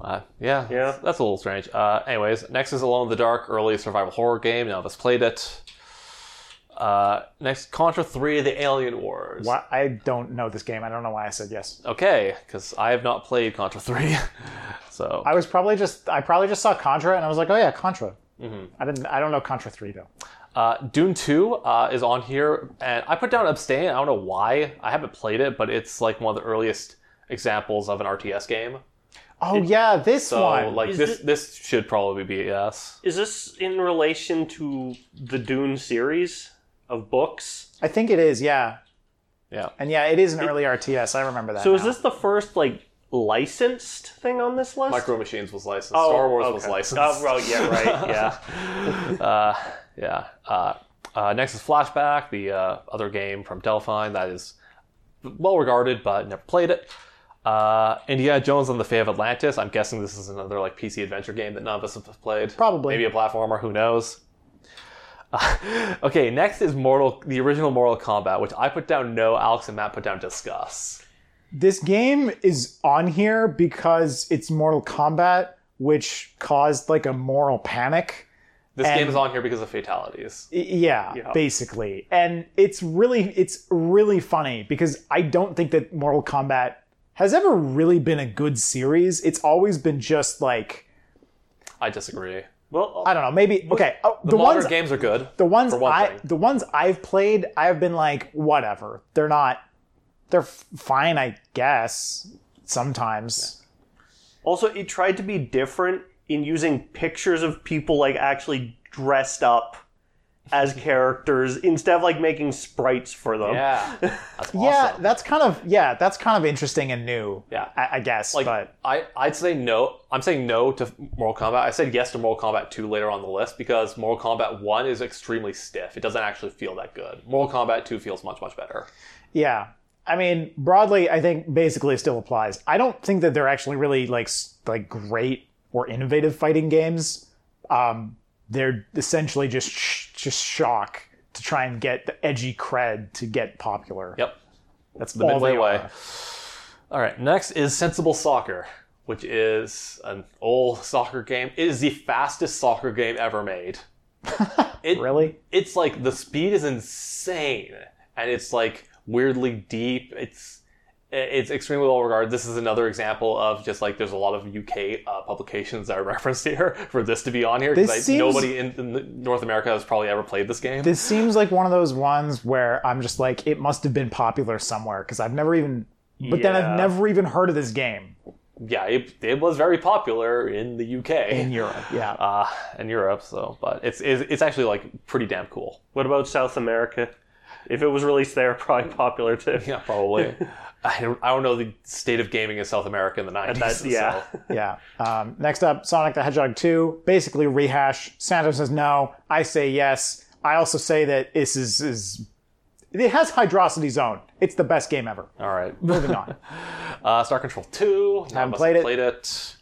S1: Uh, yeah,
S4: Yeah.
S1: that's a little strange. Uh, anyways, next is Alone in the Dark, early survival horror game. None of us played it. Uh, next, Contra 3, The Alien Wars.
S2: why, I don't know this game. I don't know why I said yes.
S1: Okay, because I have not played Contra 3. so,
S2: I was probably just I probably just saw Contra and I was like, oh yeah, Contra.
S1: Mm-hmm.
S2: I didn't. I don't know Contra three though.
S1: uh, Dune 2 uh, is on here, and I put down Abstain. I don't know why. I haven't played it, but it's like one of the earliest examples of an RTS game.
S2: Oh yeah, this
S1: So,
S2: one.
S1: like,
S4: Is
S1: this, this should probably be a yes.
S4: Is this in relation to the Dune series of books?
S2: I think it is. Yeah.
S1: Yeah.
S2: And yeah, it is an early RTS. I remember that.
S4: So is
S2: now.
S4: this the first like licensed thing on this list?
S1: Micro Machines was licensed, Star Wars was
S4: Oh, okay.
S1: licensed.
S4: Oh, well, yeah, right. Yeah.
S1: uh, yeah. Uh, uh, next is Flashback, the uh, other game from Delphine that is well regarded, but never played it. Uh, Indiana Jones and the Fate of Atlantis. I'm guessing this is another like PC adventure game that none of us have played.
S2: Probably.
S1: maybe a platformer. Who knows? Uh, okay, next is Mortal, the original Mortal Kombat, which I put down no. Alex and Matt put down discuss.
S2: this game is on here because it's Mortal Kombat, which caused like a moral panic.
S1: This
S2: And-
S1: game is on here because of fatalities.
S2: Y- Yeah, basically. And it's really it's really funny because I don't think that Mortal Kombat has ever really been a good series. It's always been just like
S1: I disagree.
S4: Well,
S2: I don't know, maybe okay. oh, the
S1: The modern
S2: ones
S1: games are good.
S2: the ones
S1: for one
S2: I
S1: thing.
S2: the ones I've played, I've been like whatever. They're not they're f- fine, I guess. Sometimes.
S4: Also, it tried to be different in using pictures of people like actually dressed up as characters instead of like making sprites for them.
S1: Yeah, that's awesome.
S2: Yeah, that's kind of yeah, that's kind of interesting and new.
S1: Yeah.
S2: I, I guess.
S1: Like
S2: but
S1: I, I'd say no. I'm saying no to Mortal Kombat. I said yes to Mortal Kombat 2 later on the list because Mortal Kombat 1 is extremely stiff. It doesn't actually feel that good. Mortal Kombat 2 feels much much better.
S2: yeah, I mean broadly, I think basically it still applies. I don't think that they're actually really like s- like great or innovative fighting games. Um, they're essentially just sh- just shock to try and get the edgy cred to get popular.
S1: Yep,
S2: That's
S1: the
S2: all
S1: midway
S2: they
S1: way.
S2: are.
S1: All right, next is Sensible Soccer, which is an old soccer game. It is the fastest soccer game ever made. It-
S2: Really?
S1: it's like the speed is insane and it's like weirdly deep it's it's extremely well regarded this is another example of just like there's a lot of uk uh, publications that are referenced here for this to be on here
S2: This
S1: because
S2: seems-
S1: nobody in, in north america has probably ever played this game
S2: This seems like one of those ones where I'm just like, it must have been popular somewhere because I've never even. But then
S4: Yeah.
S2: I've never even heard of this game
S1: yeah it, it was very popular in the uk
S2: in Europe. Yeah.
S1: uh, in europe so but it's, it's it's actually like pretty damn cool
S4: What about South America? If it was released there, probably popular too.
S1: yeah probably I, don't, I don't know the state of gaming in south america in the 90s
S4: That's, yeah.
S1: so-
S2: yeah. Um, next up, Sonic the Hedgehog 2. Basically, rehash. Santa says no. I say yes. I also say that this is. is it has Hydrosity Zone. It's the best game ever.
S1: all right
S2: Moving on.
S1: Uh, Star Control 2. None of us
S2: played it.
S1: Played it.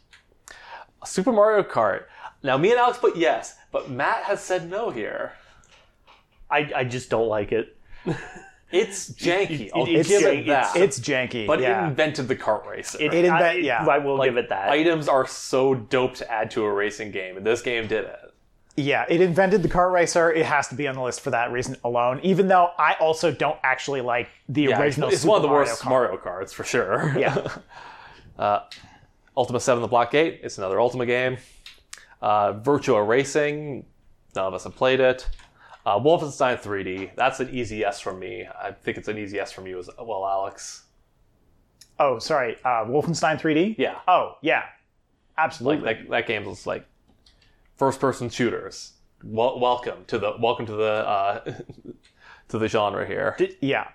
S1: Super Mario Kart. Now, me and Alex put yes, but Matt has said no here.
S4: I, I just don't like it.
S1: It's janky. I'll
S4: it's
S1: give
S4: janky.
S1: it that.
S2: it's janky.
S1: but
S2: yeah.
S1: it invented the kart racer.
S2: It inve-
S4: I,
S2: yeah.
S4: I will give it that.
S1: Items are so dope to add to a racing game, and this game did it.
S2: Yeah, it invented the kart racer. It has to be on the list for that reason alone. Even though I also don't actually like the
S1: Yeah, it's,
S2: original.
S1: it's
S2: Super
S1: one of the
S2: Mario
S1: worst
S2: Kart.
S1: Mario Karts for sure.
S2: Yeah.
S1: Ultima 7 The Black Gate. It's another Ultima game. Uh, Virtua Racing. None of us have played it. Uh, Wolfenstein 3D. That's an easy yes from me. I think it's an easy yes from you as well, Alex.
S2: Oh, sorry. Uh, Wolfenstein 3D?
S1: Yeah.
S2: Oh, yeah.
S1: Like
S2: Absolutely.
S1: that, that game's like first-person shooters. Wel- welcome to the welcome to the uh, to the genre here.
S2: yeah.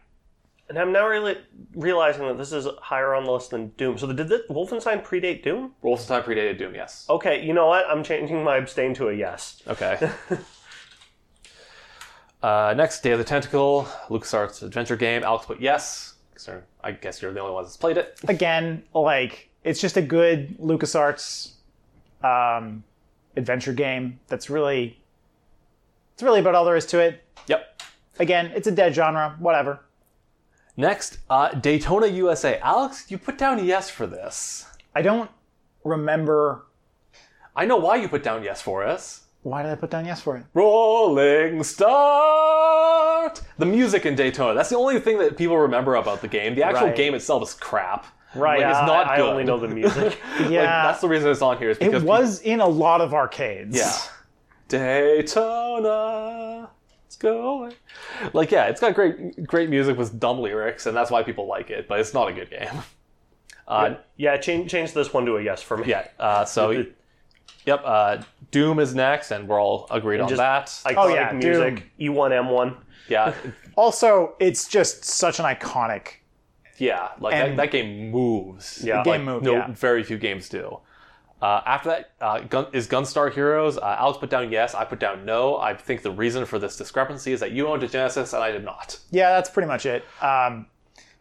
S4: And I'm now really realizing that this is higher on the list than Doom. So did this Wolfenstein predate Doom?
S1: Wolfenstein predated Doom. Yes.
S4: Okay, you know what? I'm changing my abstain to a yes.
S1: Okay. uh, next, Day of the Tentacle, LucasArts adventure game. Alex put yes. 'cause they're- I guess you're the only one that's played it.
S2: Again, like, it's just a good LucasArts um, adventure game that's really. It's really about all there is to it.
S1: Yep.
S2: Again, it's a dead genre. Whatever.
S1: Next, uh, Daytona USA. Alex, you put down yes for this.
S2: I don't remember.
S1: I know why you put down yes for us.
S2: Why did I put down yes for it?
S1: Rolling start. The music in Daytona. That's the only thing that people remember about the game. The actual
S2: Right.
S1: game itself is crap.
S4: Right,
S1: Like, it's not
S4: I,
S1: good.
S4: I only know the music.
S2: Yeah.
S1: Like, that's the reason it's on here. Is because
S2: it was in a lot of arcades.
S1: Yeah. Daytona. Let's go. away. Like yeah, it's got great great music with dumb lyrics, and that's why people like it. But it's not a good game. Uh,
S4: yeah, change change this one to a yes for me.
S1: yeah. Uh, so yep. Uh, Doom is next, and we're all agreed on
S4: just-
S1: that.
S4: Iconic
S2: Oh, yeah,
S4: music. E E1M1.
S1: yeah.
S2: Also, it's just such an iconic
S1: Yeah. Like that,
S2: And-
S1: that game moves.
S4: Yeah.
S1: Like,
S2: game move.
S1: no,
S2: yeah.
S1: very few games do. Uh, after that, uh, Gun- is Gunstar Heroes? Uh, Alex put down yes. I put down no. I think the reason for this discrepancy is that you owned a Genesis and I did not.
S2: Yeah, that's pretty much it. Um,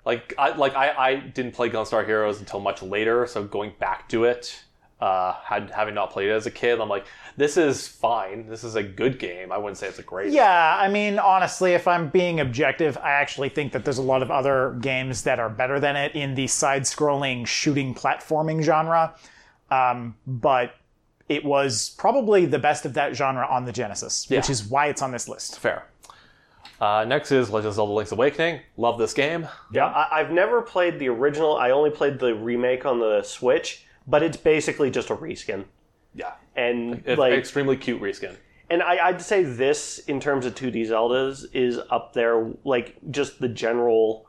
S1: like I like I, I didn't play Gunstar Heroes until much later, so going back to it, uh, had having not played it as a kid, I'm like, this is fine. This is a good game. I wouldn't say it's a great.
S2: yeah, I mean, honestly, if I'm being objective, I actually think that there's a lot of other games that are better than it in the side-scrolling shooting platforming genre. Um, but it was probably the best of that genre on the Genesis, which
S1: Yeah.
S2: is why it's on this list.
S1: fair. Uh, next is Legend of Zelda: Link's Awakening. Love this game.
S4: Yeah, I, I've never played the original. I only played the remake on the Switch, but it's basically just a reskin.
S1: Yeah,
S4: And
S1: It's
S4: like,
S1: extremely cute reskin.
S4: and I, I'd say this in terms of 2D Zeldas is up there. Like just the general,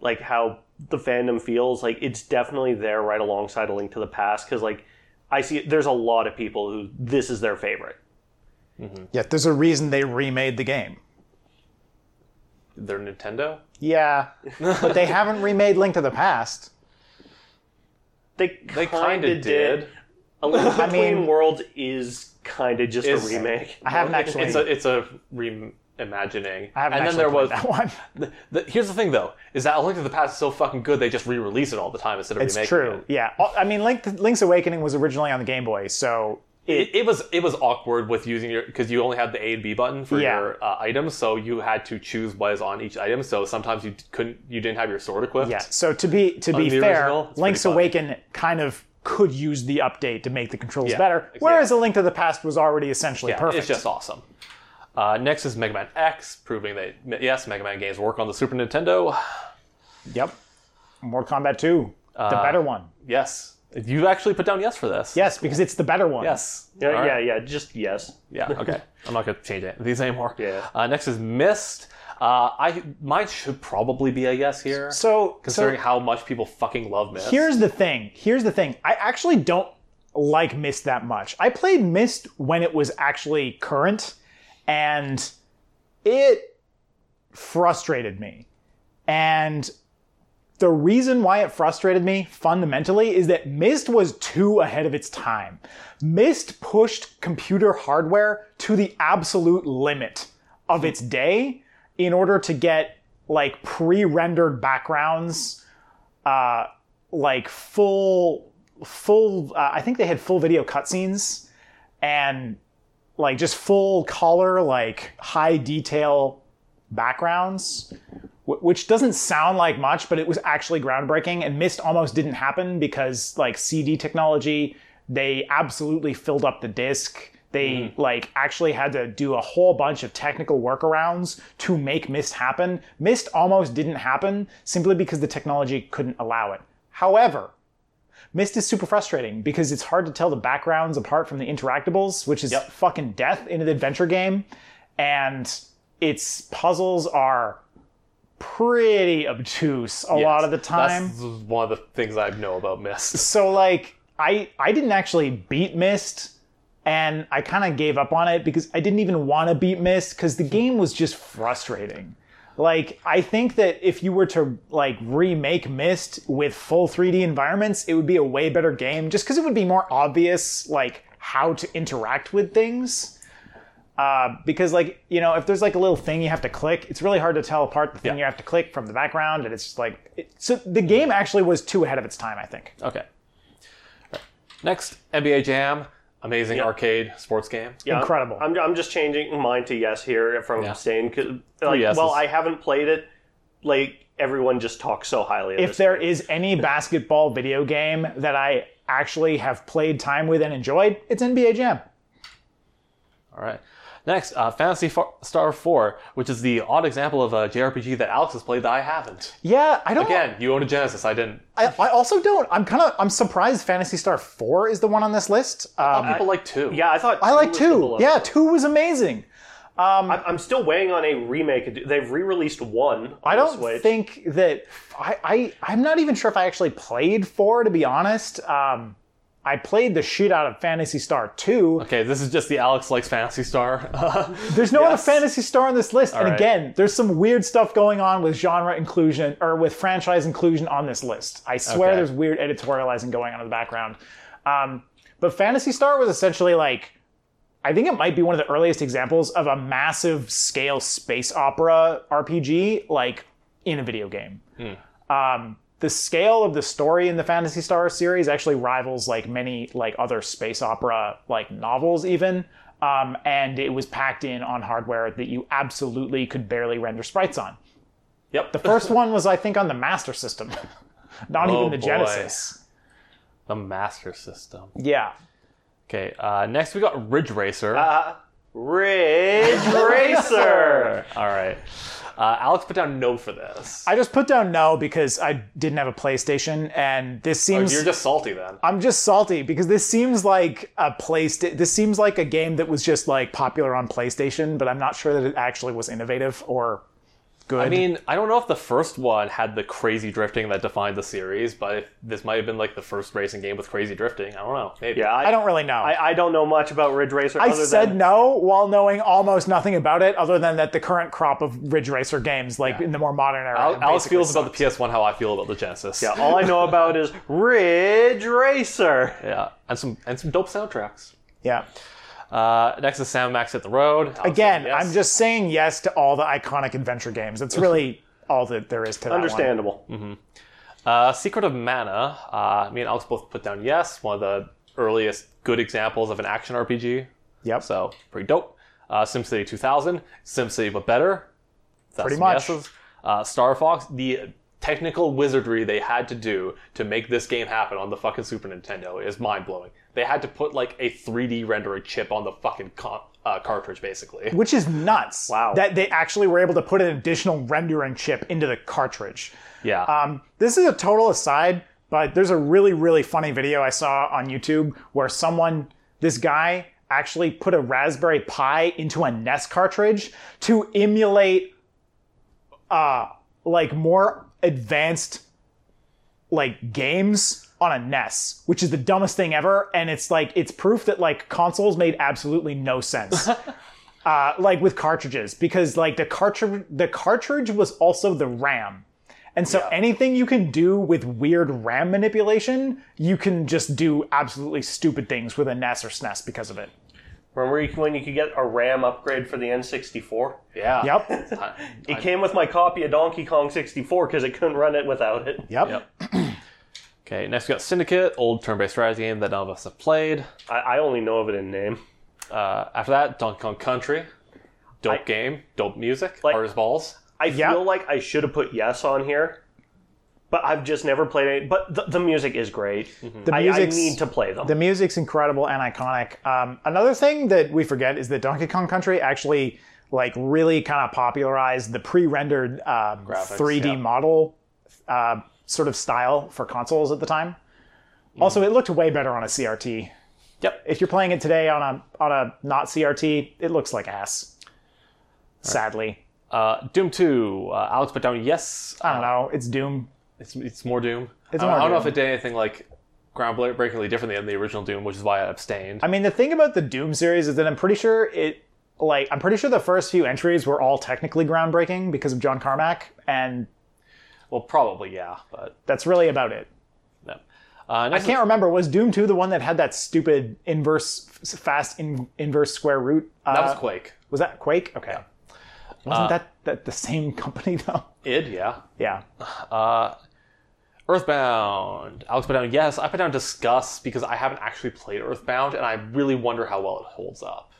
S4: like how the fandom feels. Like it's definitely there, right alongside A Link to the Past, because like I see there's a lot of people who this is their favorite.
S2: Yeah, there's a reason they remade the game.
S1: They're Nintendo.
S2: Yeah, but they haven't remade Link to the Past.
S4: They
S1: They
S4: kind of did.
S1: did.
S4: A Link Between
S2: mean-
S4: Worlds is kind of just
S1: Is-
S4: a remake.
S2: I haven't actually.
S1: It's a it's a reimagining.
S2: I haven't
S1: and then
S2: actually
S1: there was
S2: played that one.
S1: the- here's the thing though is that A Link to the Past is so fucking good they just re-release it all the time instead of
S2: It's
S1: remaking
S2: true.
S1: it.
S2: Yeah, Oh, I mean, Link, Link's Awakening was originally on the Game Boy, so
S1: it, it was it was awkward with using your because you only had the A and B button for
S2: Yeah.
S1: your uh, items, so you had to choose what is on each item. So sometimes you couldn't you didn't have your sword equipped.
S2: yeah. So to be to be
S1: the
S2: fair,
S1: original, it's
S2: Link's
S1: pretty funny.
S2: Awaken kind of could use the update to make the controls
S1: Yeah,
S2: better,
S1: exactly.
S2: whereas A Link to the Past was already essentially
S1: Yeah,
S2: perfect.
S1: it's just awesome. Uh, next is Mega Man X, proving that yes, Mega Man games work on the Super Nintendo.
S2: yep. Mortal Kombat 2, the
S1: Uh,
S2: better one.
S1: Yes, you actually put down yes for this.
S2: Yes, because it's the better one.
S1: Yes.
S4: Yeah,
S1: All
S4: yeah,
S1: right.
S4: yeah. Just yes.
S1: Yeah. Okay. I'm not gonna change it, these anymore.
S4: Yeah.
S1: Uh, next is Mist. Uh, I mine should probably be a yes here,
S2: So
S1: considering
S2: so
S1: how much people fucking love Mist.
S2: here's the thing. Here's the thing. I actually don't like Mist that much. I played Mist when it was actually current, and it frustrated me. And the reason why it frustrated me fundamentally is that Myst was too ahead of its time. Myst pushed computer hardware to the absolute limit of its day in order to get like pre-rendered backgrounds, uh, like full, full. Uh, I think they had full video cutscenes and like just full color, like high detail backgrounds wh- which doesn't sound like much, but it was actually groundbreaking. And Mist almost didn't happen because like CD technology, they absolutely filled up the disc. They like actually had to do a whole bunch of technical workarounds to make Mist happen. Mist almost didn't happen simply because the technology couldn't allow it. However, Mist is super frustrating because it's hard to tell the backgrounds apart from the interactables, which is fucking death in an adventure game. And Its puzzles are pretty obtuse a lot of the time.
S1: That's one of the things I know about Mist.
S2: so like I I didn't actually beat Mist and I kind of gave up on it because I didn't even want to beat Mist cuz the game was just frustrating. Like I think that if you were to like remake Mist with full 3D environments, it would be a way better game just cuz it would be more obvious like how to interact with things. Uh, because like you know if there's like a little thing you have to click it's really hard to tell apart the thing
S1: Yeah.
S2: you have to click from the background and it's just like it, so the game actually was too ahead of its time i think
S1: Okay. All right. Next, NBA Jam, amazing arcade sports game.
S3: Yeah, I'm-
S2: Incredible.
S3: I'm, I'm just changing mine to yes here if I'm
S1: Yeah.
S3: saying 'cause, like,
S1: yeses.
S3: well, I haven't played it. Like everyone just talks so highly. Of
S2: if
S3: this.
S2: there is any basketball video game that I actually have played time with and enjoyed, it's NBA Jam.
S1: All right. Next, uh, Fantasy Fo- Star 4, which is the odd example of a JRPG that Alex has played that I haven't.
S2: Yeah, I don't.
S1: Again, you own a Genesis, I didn't.
S2: I, I also don't. I'm kind of. I'm surprised Fantasy Star Four is the one on this list. Um,
S1: People like two.
S3: yeah, I thought
S2: I like
S3: was the
S2: two.
S3: below.
S2: Yeah, two was amazing.
S3: I'm, I'm still waiting on a remake. They've re-released one. On
S2: I
S3: the
S2: don't
S3: Switch.
S2: think that I, I I'm not even sure if I actually played four to be honest. Um, I played the shit out of Fantasy Star two.
S1: Okay, this is just the Alex likes Fantasy Star.
S2: There's no other fantasy star on this list. and
S1: right.
S2: again, there's some weird stuff going on with genre inclusion or with franchise inclusion on this list. I swear
S1: Okay.
S2: there's weird editorializing going on in the background. Um, but Fantasy Star was essentially like, I think it might be one of the earliest examples of a massive scale space opera RPG, like in a video game. Um, the scale of the story in the Fantasy Star series actually rivals like many like other space opera like novels even. Um, and it was packed in on hardware that you absolutely could barely render sprites on.
S1: yep. The
S2: First one was I think on the Master System, not
S1: Oh,
S2: even the
S1: boy.
S2: Genesis.
S1: The Master System.
S2: Yeah.
S1: Okay, uh, next we got Ridge Racer.
S3: Ridge Racer.
S1: All right. Uh, Alex put down no for this.
S2: I just put down no because I didn't have a PlayStation, and this seems
S1: Oh, You're just salty then.
S2: I'm just salty because this seems like a PlayStation. This seems like a game that was just like popular on PlayStation, but I'm not sure that it actually was innovative or good.
S1: I mean, I don't know if the first one had the crazy drifting that defined the series, but if this might have been like the first racing game with crazy drifting. I don't know. Maybe.
S3: Yeah, I,
S2: I don't really know.
S3: I,
S2: I,
S3: I don't know much about Ridge Racer. other
S2: said
S3: than,
S2: no while knowing almost nothing about it, other than that the current crop of Ridge Racer games, like in the more modern era,
S1: Al- Alex
S2: basically
S1: feels
S2: suck.
S1: about the PS1 how I feel about the Genesis.
S3: Yeah, all I know about is Ridge Racer.
S1: Yeah. And some and some dope soundtracks.
S2: yeah.
S1: Uh, next is Sam Max hit the road. Alex
S2: Again,
S1: said yes.
S2: I'm just saying yes to all the iconic adventure games. That's really all that there is to that. one.
S3: Understandable.
S2: Mm-hmm.
S1: Uh, Secret of Mana. Uh, me and Alex both put down yes. One of the earliest good examples of an action RPG.
S2: Yep.
S1: So pretty dope. Uh, SimCity 2000, SimCity but better. That's
S2: Pretty
S1: some
S2: much.
S1: yeses. Uh, Star Fox, the technical wizardry they had to do to make this game happen on the fucking Super Nintendo is mind blowing. They had to put like a 3D rendering chip on the fucking con- uh, cartridge, basically.
S2: which is nuts.
S3: Wow.
S2: That they actually were able to put an additional rendering chip into the cartridge.
S1: Yeah.
S2: Um, this is a total aside, but there's a really, really funny video I saw on YouTube where someone, this guy, actually put a Raspberry Pi into a NES cartridge to emulate uh, like more advanced like games on a NES, which is the dumbest thing ever. And it's like it's proof that like consoles made absolutely no sense. uh, like with cartridges, because like the cartridge the cartridge was also the RAM. And so anything you can do with weird RAM manipulation, you can just do absolutely stupid things with a NES or SNES because of it.
S3: Remember you- when you could get a RAM upgrade for the N64?
S1: yeah.
S2: Yep.
S1: I-
S3: It came with my copy of Donkey Kong 64 because it couldn't run it without it.
S2: Yep.
S1: okay, next we got Syndicate, old turn based strategy game that none of us have played.
S3: I, I only know of it in name.
S1: Uh, after that, Donkey Kong Country. Dope game, dope music, hard as balls.
S3: I
S2: Yeah.
S3: feel like I should have put yes on here, but I've just never played it. But the, the music is great.
S2: The
S3: I, I
S2: music's-
S3: need to play them.
S2: The music's incredible and iconic. Um, another thing that we forget is that Donkey Kong Country actually like really kind of popularized the pre-rendered um, 3D
S1: yeah.
S2: model uh, sort of style for consoles at the time. Also, it looked way better on a CRT.
S1: Mm. Yep.
S2: If you're playing it today on a on a not CRT, it looks like ass. sadly.
S1: Uh, Doom 2. Uh, Alex put down yes.
S2: I don't know. It's Doom.
S1: It's, it's more Doom.
S2: It's
S1: I, don't- I
S2: more
S1: don't know
S2: Doom.
S1: if it did anything like groundbreakingly different than the original Doom, which is why I abstained.
S2: I mean, the thing about the Doom series is that I'm pretty sure it, like, I'm pretty sure the first few entries were all technically groundbreaking because of John Carmack, and
S1: well, probably yeah, but
S2: that's really about it.
S1: no. Uh,
S2: I can't remember. Was Doom 2 the one that had that stupid inverse, f- fast in, inverse square root? Uh,
S1: That was Uh, Quake.
S2: was that Quake? Okay. Wasn't that, that the same company, though?
S1: Id, yeah.
S2: Yeah.
S1: Earthbound. Alex put down yes. I put down disgust because I haven't actually played Earthbound, and I really wonder how well it holds up,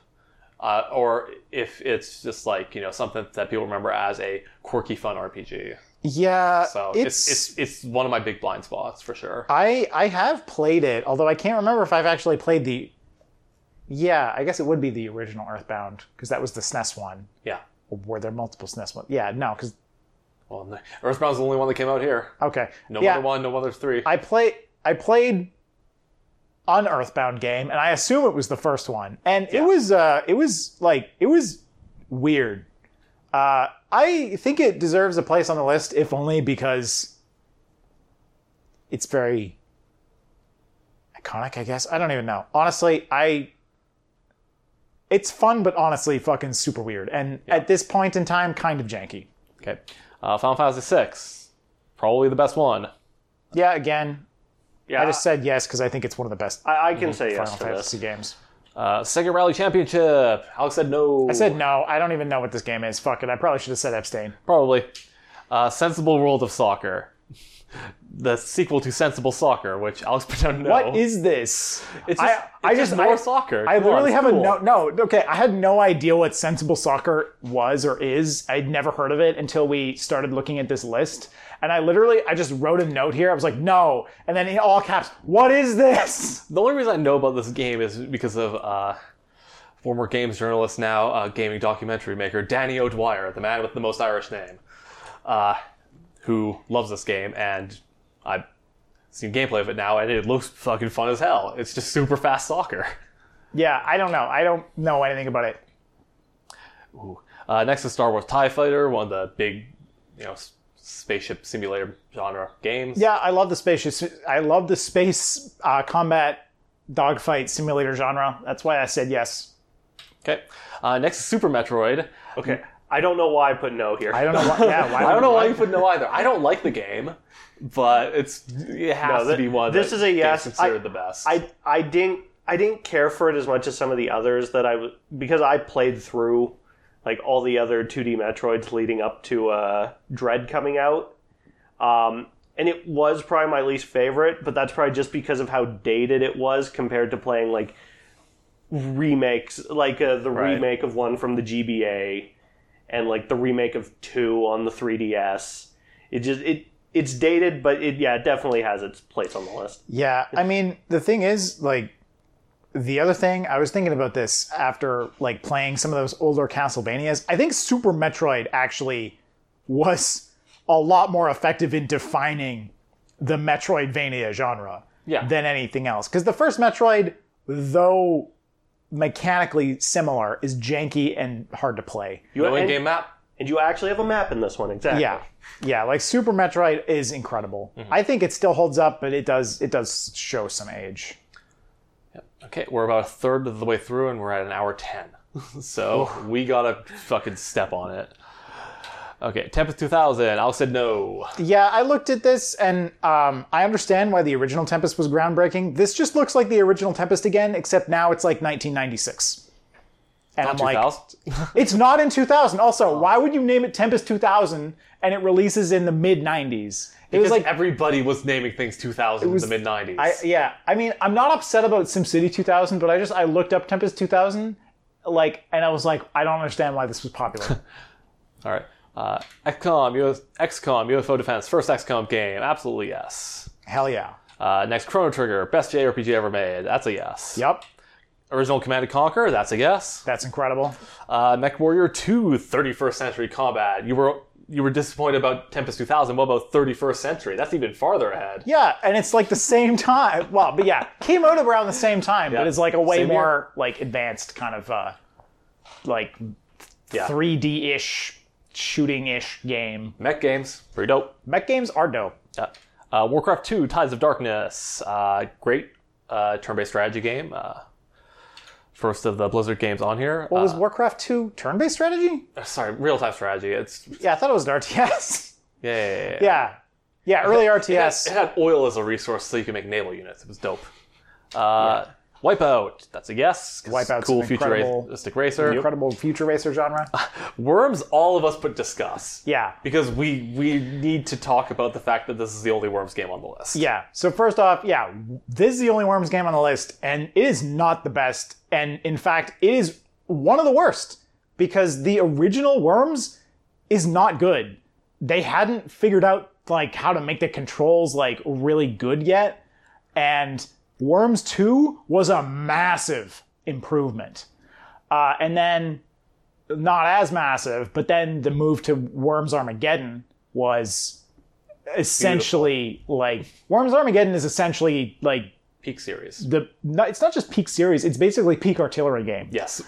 S1: uh, or if it's just like you know something that people remember as a quirky, fun RPG.
S2: Yeah.
S1: So it's it's, it's, one of my big blind spots for sure.
S2: I I have played it, although I can't remember if I've actually played the. Yeah, I guess it would be the original Earthbound because that was the SNES one.
S1: Yeah.
S2: Were there multiple SNES ones? Yeah, no, because
S1: Well, no- Earthbound's the only one that came out here.
S2: okay,
S1: No
S2: yeah,
S1: other one. No other three.
S2: I play I played an Earthbound game, and I assume it was the first one, and it was uh it was like it was weird. Uh, I think it deserves a place on the list, if only because it's very iconic. I guess I don't even know. Honestly, I it's fun, but honestly, fucking super weird, and at this point in time, kind of janky.
S1: okay. Uh, Final Fantasy VI, probably the best one.
S2: Yeah, again,
S4: Yeah,
S2: I just said yes because I think it's one of the best
S4: I, I can say Uh, yes
S2: Final
S4: to
S2: Fantasy
S4: this.
S2: games.
S1: Uh, Sega Rally Championship. Alex said no.
S2: I said no. I don't even know what this game is. Fuck it. I probably should have said abstain.
S1: Probably. Uh, Sensible World of Soccer. the sequel to Sensible Soccer, which Alex put down no.
S2: What is this?
S1: It's just,
S2: I-
S1: it's
S2: I
S1: just
S2: just-
S1: more
S2: I-
S1: soccer.
S2: I
S1: Come on,
S2: literally
S1: it's
S2: have
S1: cool.
S2: a no. No. Okay. I had no idea what sensible soccer was or is. I'd never heard of it until we started looking at this list. And I literally, I just wrote a note here. I was like, no. And then in all caps, what is this?
S1: The only reason I know about this game is because of uh, former games journalist, now uh, gaming documentary maker Danny O'Dwyer, the man with the most Irish name, uh, who loves this game, and I've seen gameplay of it now, and it looks fucking fun as hell. It's just super fast soccer.
S2: Yeah. I don't know. I don't know anything about it.
S1: Uh, next is Star Wars Tie Fighter, one of the big, you know, s- spaceship simulator genre games.
S2: Yeah. I love the space. I love the space uh, combat dogfight simulator genre. That's why I said yes.
S1: Okay. Uh, next is Super Metroid.
S4: Okay, I don't know why I put no here.
S2: I don't know. Why, yeah. Why
S1: I don't know why you put no either. I don't like the game, but it's it has
S4: No,
S1: to
S4: thi-
S1: be one.
S4: this
S1: that
S4: is a
S1: gets
S4: yes.
S1: Considered
S4: I-
S1: the best.
S4: I I didn't I didn't care for it as much as some of the others that I was because I played through like all the other 2D Metroids leading up to uh, Dread coming out, um, and it was probably my least favorite. But that's probably just because of how dated it was compared to playing like remakes, like uh, the
S1: Right.
S4: remake of one from the GBA and like the remake of two on the 3DS. It just it it's dated, but it yeah it definitely has its place on the list.
S2: Yeah, I mean, the thing is, like, the other thing I was thinking about this after like playing some of those older Castlevanias. I think Super Metroid actually was a lot more effective in defining the Metroidvania genre
S1: Yeah.
S2: than anything else. Because the first Metroid, though mechanically similar, is janky and hard to play.
S4: You
S1: no
S4: and-
S1: in-game map.
S4: And you actually have a map in this one, exactly.
S2: Yeah, yeah, like Super Metroid is incredible. I think it still holds up, but it does it does show some age.
S1: Okay, we're about a third of the way through, and we're at an hour ten. so we gotta fucking step on it. Okay, Tempest 2000. Alex said no.
S2: Yeah, I looked at this and um, I understand why the original Tempest was groundbreaking. This just looks like the original Tempest again, except now it's like 1996. And I'm like,
S1: 2000.
S2: it's not in 2000. Also, why would you name it Tempest 2000 and it releases in the mid 90s? It was
S1: Because
S2: like,
S1: everybody was naming things 2000
S2: was-
S1: in the mid 90s.
S2: I, yeah, I mean, I'm not upset about SimCity 2000, but I just I looked up Tempest 2000, like, and I was like, I don't understand why this was popular.
S1: All right. Uh, XCOM, US, XCOM, UFO Defense, first XCOM game. Absolutely yes.
S2: Hell yeah.
S1: Uh, next, Chrono Trigger, best JRPG ever made. That's a yes.
S2: Yep,
S1: Original Command and Conquer. That's a yes.
S2: that's incredible.
S1: Uh, Mech Warrior 2, 31st Century Combat. You were you were disappointed about Tempest 2000. What about 31st Century? That's even farther ahead.
S2: Yeah, and it's like the same time. Well, but yeah, came out around the same time, but it's like a way
S1: Same year.
S2: more like advanced kind of uh like
S1: Yeah.
S2: 3D ish, shooting ish game.
S1: Mech games, pretty dope.
S2: Mech games are dope.
S1: Yeah. Uh, Warcraft 2, Tides of Darkness. Uh, great uh, turn based strategy game. Uh, first of the Blizzard games on here.
S2: What was Warcraft 2 turn based strategy?
S1: Uh, sorry, real time strategy. It's
S2: Yeah, I thought it was an RTS.
S1: yeah, yeah, yeah, yeah.
S2: yeah. Yeah, early
S1: It had-
S2: RTS.
S1: It had oil as a resource so you can make naval units. It was dope. Uh, Wipeout, that's a yes. 'cause
S2: Wipeout's
S1: cool
S2: an
S1: future
S2: incredible-
S1: futuristic racer.
S2: Incredible future racer genre.
S1: Worms, all of us put discuss.
S2: Yeah.
S1: Because we we need to talk about the fact that this is the only Worms game on the list.
S2: Yeah. So first off, yeah, this is the only Worms game on the list, and it is not the best, and in fact, it is one of the worst because the original Worms is not good. They hadn't figured out like how to make the controls like really good yet, and Worms 2 was a massive improvement. Uh, and then not as massive, but then the move to Worms Armageddon was essentially like Worms Armageddon is essentially like
S1: Peak series.
S2: the no, it's not just peak series, it's basically peak artillery game.
S1: Yes.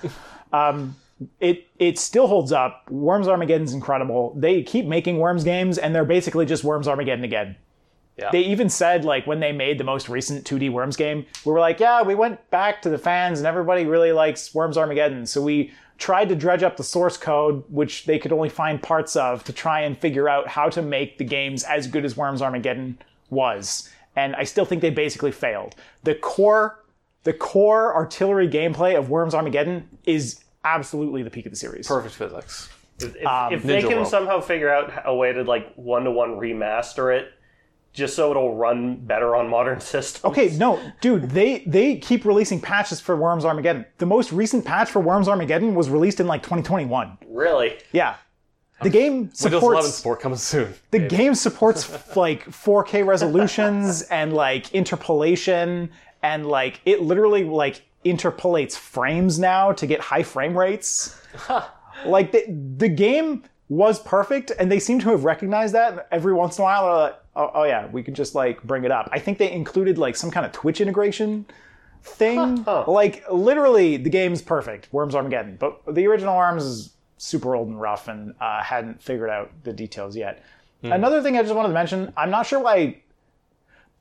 S2: It it still holds up. Worms Armageddon's incredible. They keep making Worms games and they're basically just Worms Armageddon again.
S1: Yeah.
S2: They even said like when they made the most recent 2D Worms game, we were like, yeah, we went back to the fans and everybody really likes Worms Armageddon, so we tried to dredge up the source code which they could only find parts of to try and figure out how to make the games as good as Worms Armageddon was. And I still think they basically failed. The core the core artillery gameplay of Worms Armageddon is absolutely the peak of the series.
S1: Perfect physics.
S4: If, if
S1: Ninja
S4: they can
S1: World.
S4: somehow figure out a way to like one to one remaster it, just so it'll run better on modern systems.
S2: Okay, no, dude, they they keep releasing patches for Worms Armageddon. The most recent patch for Worms Armageddon was released in like 2021.
S4: Really?
S2: Yeah. The game
S1: Windows 11
S2: supports
S1: support coming soon.
S2: the game supports f- like 4K resolutions and like interpolation and like it literally like interpolates frames now to get high frame rates. like the, the game was perfect and they seem to have recognized that and every once in a while they're like oh, oh yeah we can just like bring it up i think they included like some kind of twitch integration thing like literally the game's perfect worms armageddon but the original worms is super old and rough and uh, hadn't figured out the details yet
S1: Hmm.
S2: another thing i just wanted to mention i'm not sure why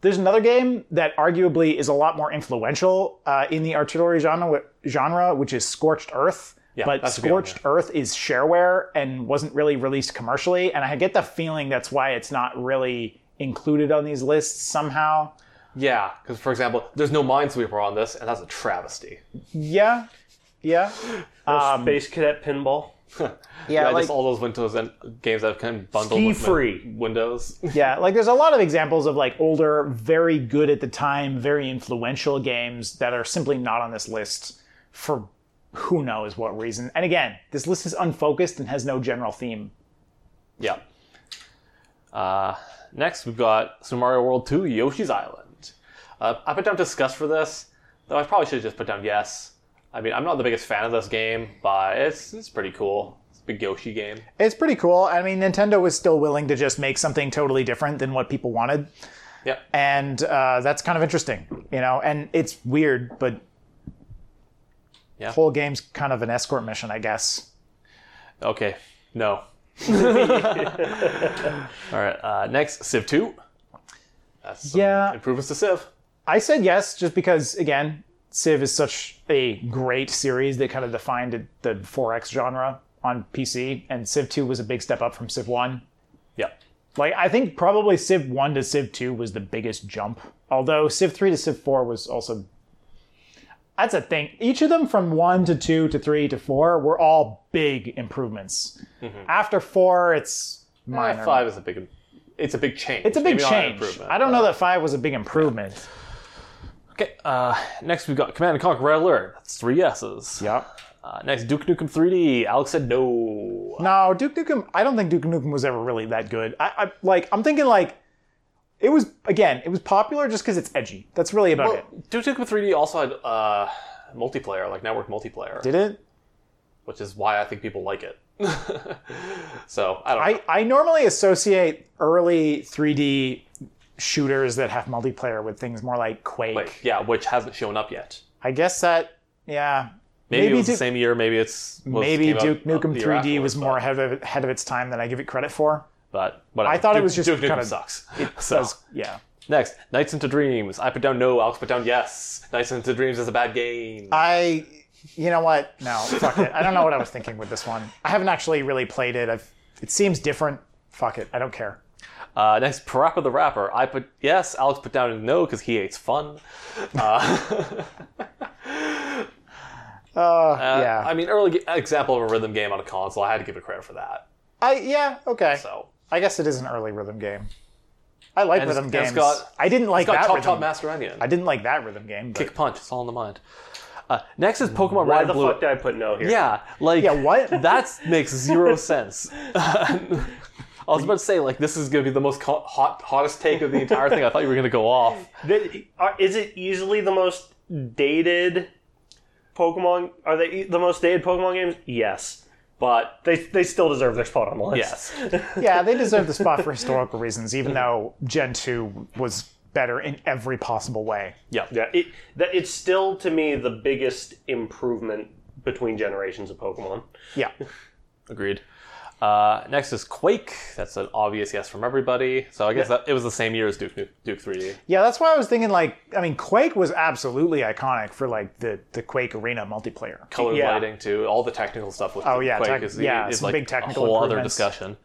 S2: there's another game that arguably is a lot more influential uh, in the artillery genre, genre, which is Scorched Earth. but
S1: that's a good one,
S2: Scorched Earth is shareware and wasn't really released commercially, and I get the feeling that's why it's not really included on these lists somehow.
S1: Yeah, because for example, there's no Minesweeper on this, and that's a travesty.
S2: Yeah, yeah,
S4: Space Cadet Pinball.
S1: Yeah,
S2: like-
S1: just all those Windows and games that have kind of bundled
S4: Ski
S1: with Win-
S4: free.
S1: Windows.
S2: yeah. Like there's a lot of examples of like older, very good at the time, very influential games that are simply not on this list for who knows what reason. And again, this list is unfocused and has no general theme.
S1: yeah. Uh, next, we've got Super Mario World 2 Yoshi's Island. Uh, I put down disgust for this, though I probably should have just put down yes. I mean, I'm not the biggest fan of this game, but it's, it's pretty cool. It's a big Yoshi game.
S2: It's pretty cool. I mean, Nintendo was still willing to just make something totally different than what people wanted,
S1: Yep.
S2: and uh, that's kind of interesting, you know. And it's weird, but
S1: Yeah.
S2: whole game's kind of an escort mission, I guess.
S1: Okay, no. all right, uh, next, Civ 2. That's some
S2: Yeah.
S1: improvements to Civ.
S2: I said yes just because, again, Civ is such a great series that kind of defined the 4X genre on PC, and Civ 2 was a big step up from Civ 1.
S1: Yep.
S2: Like I think probably Civ one to Civ two was the biggest jump. Although Civ three to Civ four was also that's a thing. Each of them from one to two to three to four were all big improvements. After four, it's minor.
S1: Minor. Eh, Five is a big. It's a big change.
S2: It's a big
S1: Maybe not an
S2: change.
S1: improvement.
S2: I don't know that five was a big improvement.
S1: Okay. Uh, next, we've got Command and Conquer Red Alert. That's three yeses.
S2: Yep.
S1: Uh, next, Duke Nukem 3D. Alex said no.
S2: No, Duke Nukem. I don't think Duke Nukem was ever really that good. I, I like. I'm thinking like it was again. It was popular just because it's edgy. That's really about it.
S1: Duke Nukem 3D also had uh, multiplayer, like network multiplayer,
S2: Did it?
S1: which is why I think people like it. so I don't. know.
S2: I, I normally associate early 3D shooters that have multiplayer with things more like Quake.
S1: Like, yeah, which hasn't shown up yet.
S2: I guess that, yeah.
S1: Maybe,
S2: Maybe
S1: it was
S2: Duke-
S1: the same year. Maybe it's was,
S2: Maybe
S1: came out
S2: Duke Nukem
S1: the year
S2: 3D was
S1: afterwards,
S2: more ahead of, ahead of its time than I give it credit for.
S1: But whatever.
S2: I thought it
S1: Duke-
S2: was just
S1: Duke Nukem
S2: kinda-
S1: sucks.
S2: That
S1: so
S2: was- yeah.
S1: next, Nights into Dreams. I put down no. Alex put down yes. Nights into Dreams is a bad game.
S2: Uh, I, you know what? No, fuck it. I don't know what I was thinking with this one. I haven't actually really played it. I've, it seems different. Fuck it. I don't care.
S1: Uh, next, Parappa the Rapper. I put yes. Alex put down no because he hates fun.
S2: Uh,
S1: Uh,
S2: yeah.
S1: I mean, early g- example of a rhythm game on a console. I had to give it credit for that.
S2: I yeah. Okay.
S1: So
S2: I guess it is an early rhythm game. I like
S1: And it's- and
S2: rhythm
S1: it's
S2: games.
S1: got-
S2: I didn't like
S1: got
S2: that
S1: top
S2: rhythm.
S1: top master onion.
S2: I didn't like that rhythm game. But
S1: Kick punch. It's all in the mind. Uh, next is Pokemon
S3: Why
S1: Red
S3: the
S1: and Blue.
S3: fuck did I put no here?
S1: Yeah, like
S2: Yeah, what?
S1: That makes zero sense. I was about to say like this is gonna be the most co- hot hottest take of the entire thing. I thought you were gonna go off.
S3: Th- are- Is it easily the most dated Pokemon? Are they e- the most dated Pokemon games? Yes, but they they still deserve their spot on the list.
S1: Yes,
S2: yeah, they deserve the spot for historical reasons, even though Gen two was better in every possible way.
S3: Yeah, it, that it's still to me the biggest improvement between generations of Pokemon.
S2: Yeah.
S1: agreed. Uh, next is Quake. That's an obvious yes from everybody. So I guess that it was the same year as Duke Nu- Duke 3D.
S2: Yeah, that's why I was thinking like I mean Quake was absolutely iconic for like the the Quake arena multiplayer.
S1: Color
S3: Yeah.
S1: lighting too. All the technical stuff with
S2: Oh, yeah,
S1: Quake
S2: tech-
S1: is, the-
S2: yeah,
S1: is
S2: some
S1: like
S2: big technical
S1: a whole other
S2: improvements.
S1: discussion.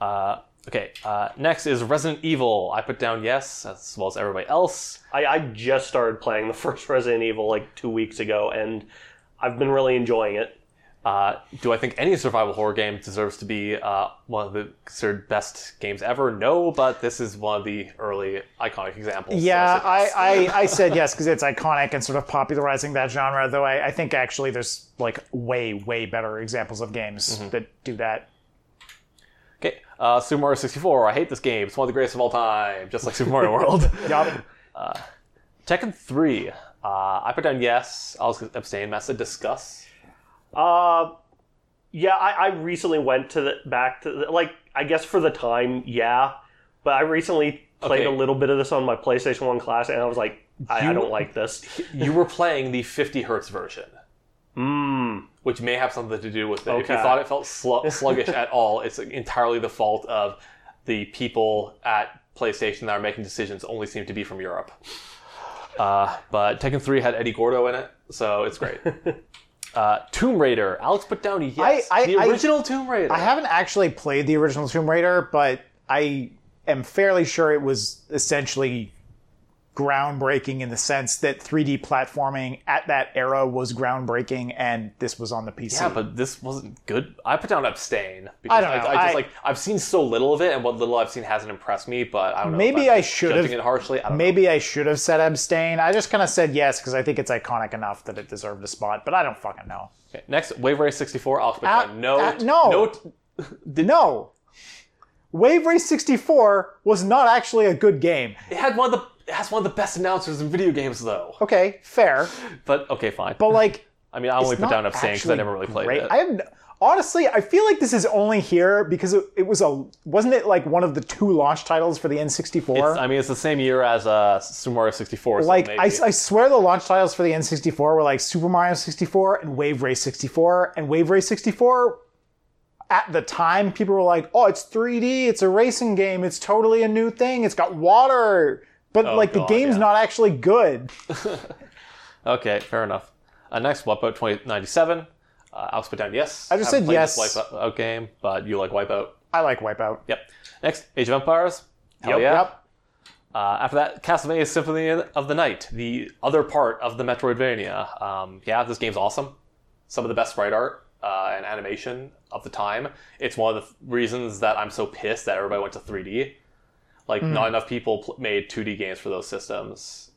S1: Uh, okay. Uh, next is Resident Evil. I put down yes as well as everybody else.
S3: I, I just started playing the first Resident Evil like two weeks ago, and I've been really enjoying it.
S1: Uh, do I think any survival horror game deserves to be uh, one of the considered best games ever? No, but this is one of the early iconic examples.
S2: Yeah,
S1: So
S2: I,
S1: it's-
S2: I, I said yes because it's iconic and sort of popularizing that genre. Though I, I think actually there's like way way better examples of games that do that.
S1: okay. Uh, Super Mario 64. I hate this game. It's one of the greatest of all time, just like Super Mario World.
S2: Yup.
S1: Tekken 3. Uh, I put down yes. I'll abstain. Matt said discuss.
S3: Uh, yeah, I, I recently went to the back to the, like I guess for the time, yeah, but I recently played
S1: Okay.
S3: a little bit of this on my PlayStation One class, and I was like, I, I
S1: You-
S3: don't like this.
S1: You were playing the 50 hertz version,
S2: Hmm.
S3: Mmm.
S1: which may have something to do with it. If you
S3: Okay.
S1: thought it felt slu- sluggish at all, it's entirely the fault of the people at PlayStation that are making decisions only seem to be from Europe. Uh, but Tekken 3 had Eddie Gordo in it, so it's great. Uh, Tomb Raider. Alex put down yes.
S2: I- I-
S1: the
S2: I-
S1: original Tomb Raider.
S2: I haven't actually played the original Tomb Raider, but I am fairly sure it was essentially groundbreaking in the sense that 3D platforming at that era was groundbreaking, and this was on the PC.
S1: yeah, but this wasn't good. I put down abstain because
S2: I don't know.
S1: I, just
S2: I-
S1: like I've seen so little of it, and what little I've seen hasn't impressed me. But I don't know. if
S2: Maybe
S1: I'm
S2: I should
S1: judging
S2: have-
S1: it harshly. I don't know.
S2: Maybe I should have said abstain. I just kind of said yes because I think it's iconic enough that it deserved a spot, but I don't fucking know.
S1: Okay, next, Wave Race 64. I'll put
S2: Ah,
S1: down no.
S2: ah, no.
S1: Note.
S2: No! Wave Race 64 was not actually a good game.
S1: It had one of the it has one of the best announcers in video games though.
S2: Okay, fair.
S1: But okay, fine.
S2: But like,
S1: I mean, I only put
S2: not
S1: down abstain because I
S2: actually
S1: never really played
S2: great.
S1: it.
S2: I have n- honestly, I feel like this is only here because it, it was a wasn't it like one of the two launch titles for the
S1: It's-
S2: N64?
S1: I mean, it's the same year as uh, Super Mario 64. so
S2: like I,
S1: maybe.
S2: I swear the launch titles for the N64 were like Super Mario 64 and Wave Race 64 and Wave Race 64 at the time people were like, "Oh, it's 3D, it's a racing game, it's totally a new thing, it's got water." But like
S1: Oh, God,
S2: the game's
S1: yeah.
S2: not actually good.
S1: okay, fair enough. Uh, next, Wipeout 2097. Uh, I'll put down yes. I
S2: just
S1: haven't
S2: said
S1: played this
S2: yes.
S1: Wipeout game, but you like Wipeout.
S2: I like Wipeout.
S1: Yep. Next, Age of Empires. Hell
S2: Yep,
S1: Oh, yeah.
S2: yep.
S1: Uh, after that, Castlevania Symphony of the Night, the other part of the Metroidvania. Um, yeah, this game's awesome. Some of the best sprite art uh, and animation of the time. It's one of the th- reasons that I'm so pissed that everybody went to 3D. Like, not enough people pl- made 2D games for those systems.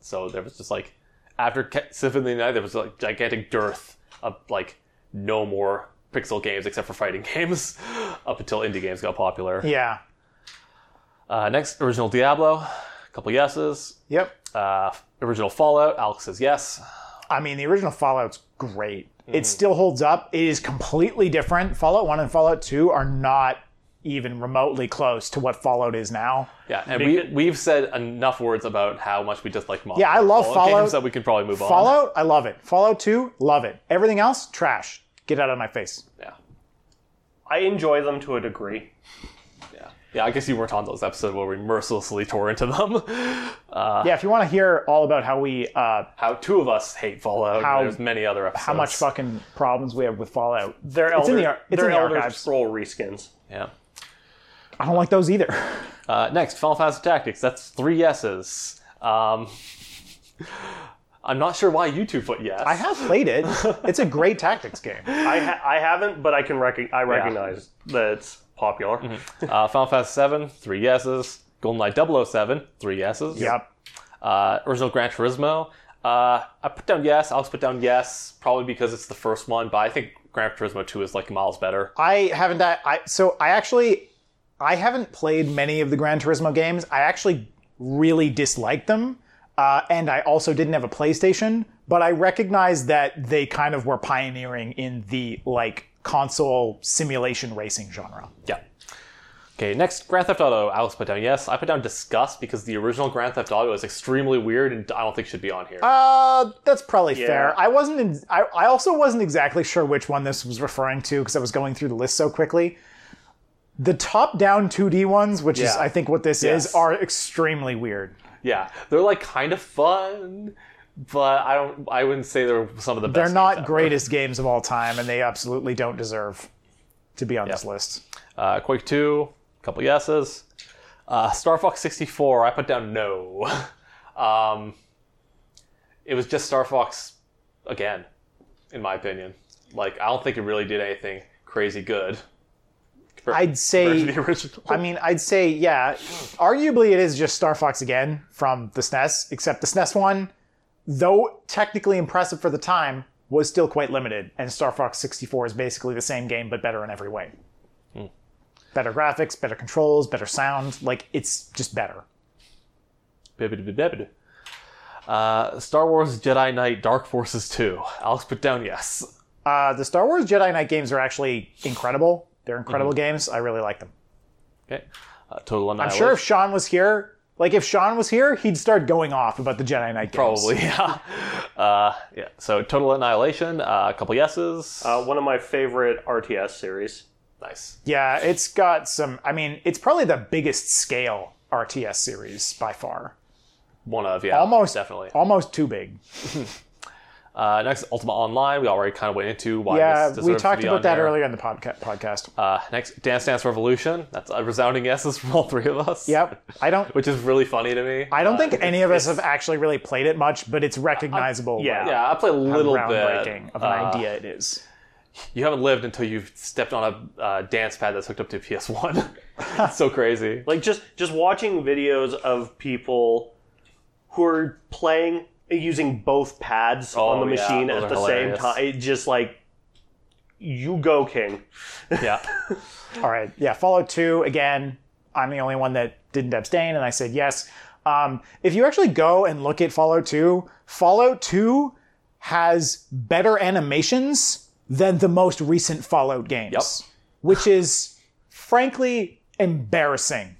S1: So there was just like, after Ca- Symphony of the Night, there was like gigantic dearth of like no more pixel games except for fighting games up until indie games got popular.
S2: Yeah.
S1: Uh, next, original Diablo. A couple yeses.
S2: Yep.
S1: Uh, original Fallout. Alex says yes.
S2: I mean, the original Fallout's
S1: Mm-hmm.
S2: great. It still holds up. It is completely different. Fallout 1 and Fallout 2 are not even remotely close to what Fallout is now.
S1: Yeah, and we we've said enough words about how much we dislike Mothman.
S2: Yeah, I love Fallout.
S1: games that we can probably move on.
S2: Fallout, I love it. Fallout 2, love it. Everything else, trash. Get out of my face.
S1: Yeah,
S4: I enjoy them to a degree.
S1: yeah, yeah. I guess you weren't on those episodes where we mercilessly tore into them.
S2: yeah, if you want to hear all about how we uh,
S1: How two of us hate Fallout.
S2: How-
S1: and there's many other episodes.
S2: how much fucking problems we have with Fallout,
S4: They're
S2: It's in
S4: Elder,
S2: the ar- it's
S4: they're
S2: in the
S4: Elder
S2: archives.
S4: Scroll reskins.
S1: Yeah.
S2: I don't like those either.
S1: Uh, next, Final Fantasy Tactics. That's three yeses. Um, I'm not sure why you two put yes.
S2: I have played it. It's a great tactics game.
S4: I ha- I haven't, but I can rec- I recognize that it's popular.
S2: Mm-hmm.
S1: Uh, Final Fantasy 7, three yeses. GoldenEye 007, three yeses.
S2: Yep.
S1: Uh, original Gran Turismo. Uh, I put down yes. Alex put down yes, probably because it's the first one, but I think Gran Turismo 2 is like miles better.
S2: I haven't. I, I so I actually I haven't played many of the Gran Turismo games. I actually really disliked them, uh, and I also didn't have a PlayStation. But I recognize that they kind of were pioneering in the like console simulation racing genre.
S1: Yeah. Okay, next, Grand Theft Auto. Alex put down yes. I put down disgust because the original Grand Theft Auto is extremely weird and I don't think should be on here.
S2: Uh, that's probably fair. I wasn't. In, I, I also wasn't exactly sure which one this was referring to because I was going through the list so quickly. The top-down 2D ones, which is
S1: Yeah.
S2: I think what this is,
S1: Yes.
S2: are extremely weird.
S1: Yeah, they're like kind of fun, but I don't. I wouldn't say they're some of the best.
S2: They're
S1: games
S2: not
S1: ever.
S2: greatest games of all time, and they absolutely don't deserve to be on this list.
S1: Uh, Quake Two, a couple yeses. Uh, Star Fox sixty four. I put down no. um, it was just Star Fox again, in my opinion. Like I don't think it really did anything crazy good.
S2: I'd
S1: compared
S2: say,
S1: to the original.
S2: I mean, I'd say, yeah, arguably it is just Star Fox again from the SNES, except the SNES one, though technically impressive for the time, was still quite limited, and Star Fox 64 is basically the same game but better in every way. Better graphics, better controls, better sound. Like, it's just better.
S1: Bibbidi-bibbidi. Uh, Star Wars Jedi Knight Dark Forces two. Alex put down yes.
S2: Uh, the Star Wars Jedi Knight games are actually incredible. They're incredible games. I really like them.
S1: Okay. Uh, Total
S2: I'm
S1: Annihilation.
S2: sure if Sean was here, like if Sean was here, he'd start going off about the Jedi Knight games.
S1: Probably, yeah. Uh, yeah. So Total Annihilation, uh, a couple yeses.
S4: Uh, one of my favorite RTS series.
S1: nice.
S2: Yeah, it's got some. I mean, it's probably the biggest scale RTS series by far.
S1: One of, yeah.
S2: Almost
S1: Definitely.
S2: almost too big.
S1: Uh, next, Ultima Online. We already kind of went into why
S2: Yeah,
S1: this deserves
S2: we
S1: to
S2: talked
S1: be
S2: about
S1: on
S2: that
S1: here.
S2: earlier in the podca- podcast.
S1: Uh, next, Dance Dance Revolution. That's a resounding yeses from all three of us.
S2: yep, I don't.
S1: Which is really funny to me.
S2: I don't think any of us have actually really played it much, but it's recognizable.
S4: yeah,
S2: like,
S1: yeah, I play a little
S2: groundbreaking
S1: bit.
S2: of an
S1: Uh,
S2: idea it is.
S1: You haven't lived until you've stepped on a uh, dance pad that's hooked up to a PS1. It's so crazy.
S4: Like just just watching videos of people who are playing using both pads on the
S1: Oh, yeah,
S4: machine
S1: those
S4: at
S1: are
S4: the
S1: hilarious.
S4: same time. It just like you go king.
S1: yeah.
S2: All right. Yeah. Fallout 2, again, I'm the only one that didn't abstain, and I said yes. Um, if you actually go and look at Fallout 2, Fallout 2 has better animations than the most recent Fallout games, which is frankly embarrassing.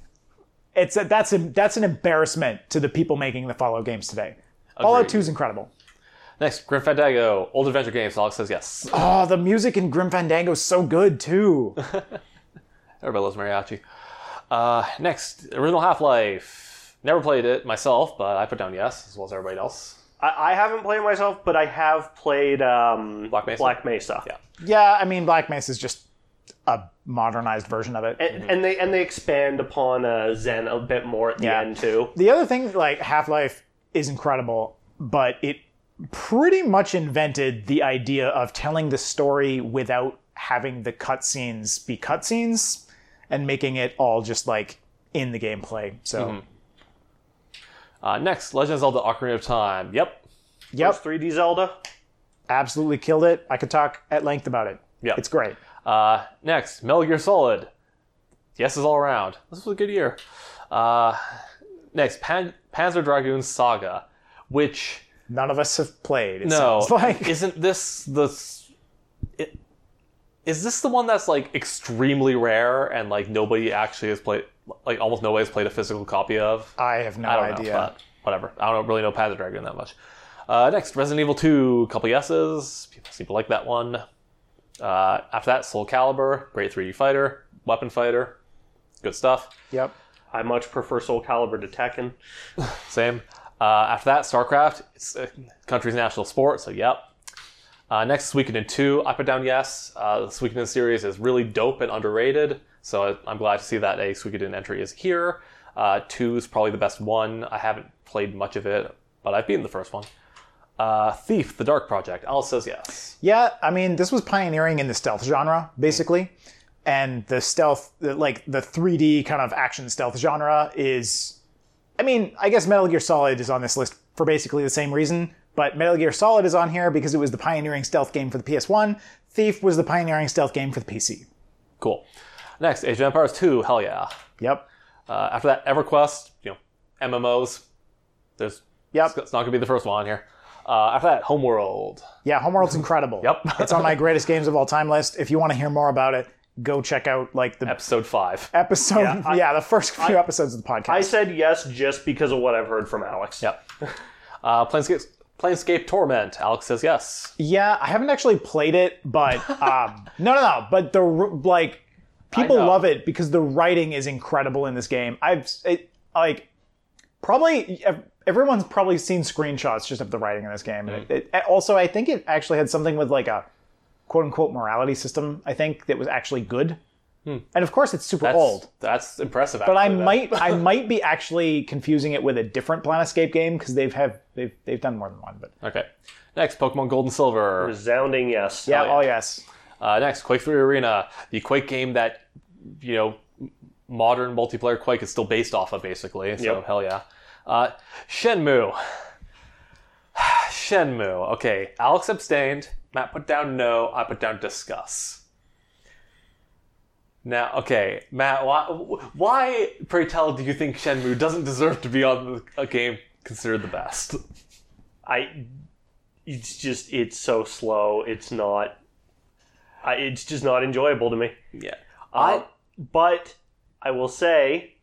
S2: It's a, that's a, that's an embarrassment to the people making the Fallout games today. Fallout
S1: Agreed.
S2: 2 is incredible.
S1: Next, Grim Fandango. Old Adventure Games. Alex says yes.
S2: Oh, the music in Grim Fandango is so good too.
S1: Everybody loves mariachi. Uh, next, original Half Life. Never played it myself, but I put down yes, as well as everybody else.
S4: I, I haven't played myself, but I have played um,
S1: Black Mesa?
S4: Black Mesa.
S1: Yeah.
S2: yeah, I mean Black Mesa is just a modernized version of it.
S4: And,
S1: Mm-hmm.
S4: and they and they expand upon uh, Zen a bit more at the
S2: Yeah.
S4: end too.
S2: The other thing, like Half Life, is incredible, but it pretty much invented the idea of telling the story without having the cutscenes be cutscenes and making it all just like in the gameplay. So,
S1: Mm-hmm. Uh, next, Legend of Zelda Ocarina of Time. Yep.
S2: yep,
S4: 3D Zelda.
S2: absolutely killed it. I could talk at length about it.
S1: Yeah.
S2: It's great.
S1: Uh, next, Metal Gear Solid. Yes is all around. This was a good year. Uh, next, Pan- Panzer Dragoon Saga, which
S2: None of us have played. It
S1: no,
S2: sounds like
S1: isn't this the s- it, Is this the one that's like extremely rare and like nobody actually has played, like almost nobody has played a physical copy of?
S2: I have no
S1: I don't
S2: idea.
S1: know, but whatever. I don't really know Path of the Dragon that much. Uh, next, Resident Evil 2, couple yeses. People seem to like that one. Uh, after that, Soul Calibur, great 3D fighter, weapon fighter, good stuff.
S2: Yep.
S4: I much prefer Soul Calibur to Tekken.
S1: Same. Uh, after that, StarCraft, it's a country's national sport, so yep. Uh, next, Suikoden in 2, I put down yes. Uh, the Suikoden series is really dope and underrated, so I- I'm glad to see that a Suikoden entry is here. Uh, 2 is probably the best one. I haven't played much of it, but I've beaten the first one. Uh, Thief, The Dark Project, Al says yes.
S2: Yeah, I mean, this was pioneering in the stealth genre, basically. And the stealth, the- like the 3D kind of action stealth genre is. I mean, I guess Metal Gear Solid is on this list for basically the same reason, but Metal Gear Solid is on here because it was the pioneering stealth game for the PS1. Thief was the pioneering stealth game for the PC.
S1: Cool. Next, Age of Empires 2, hell yeah.
S2: Yep.
S1: Uh, after that, EverQuest, you know, MMOs. There's
S2: Yep.
S1: it's not gonna be the first one on here. Uh, after that, Homeworld.
S2: Yeah, Homeworld's incredible.
S1: Yep.
S2: it's on my greatest games of all time list. If you want to hear more about it, go check out like the
S1: episode five.
S2: episode. Yeah,
S3: Yeah, I-
S2: the first few episodes of the podcast.
S3: I said yes just because of what I've heard from Alex.
S1: Yep. Uh, Planescape, Planescape Torment. Alex says yes.
S2: Yeah, I haven't actually played it, but um, no, no, no. But the r- like, people
S1: know.
S2: love it because the writing is incredible in this game. I've s- it, like, probably ev- everyone's probably seen screenshots just of the writing in this game.
S1: Mm-hmm.
S2: And It, it, also, I think it actually had something with like a quote unquote morality system. I think that was actually good. And of course, it's super
S1: Hmm. That's,
S2: old.
S1: That's impressive.
S2: But I
S1: actually, that.
S2: might I might be actually confusing it with a different Planescape game because they've have they've they've done more than one. But
S1: Okay. Next, Pokemon Gold and Silver.
S3: Resounding yes.
S2: yeah,
S1: Oh, yeah.
S2: oh yes.
S1: Uh, next, Quake 3 Arena, the Quake game that you know m- modern multiplayer Quake is still based off of, basically. So
S3: Yep.
S1: hell yeah. Uh, Shenmue. Shenmue. Okay, Alex abstained. Matt put down no. I put down discuss. Now, okay, Matt, why, why, pray tell, do you think Shenmue doesn't deserve to be on the, a game considered the best?
S3: I. It's just it's so slow. It's not. I, it's just not enjoyable to me. Uh,
S1: Yeah, I
S3: But I will say,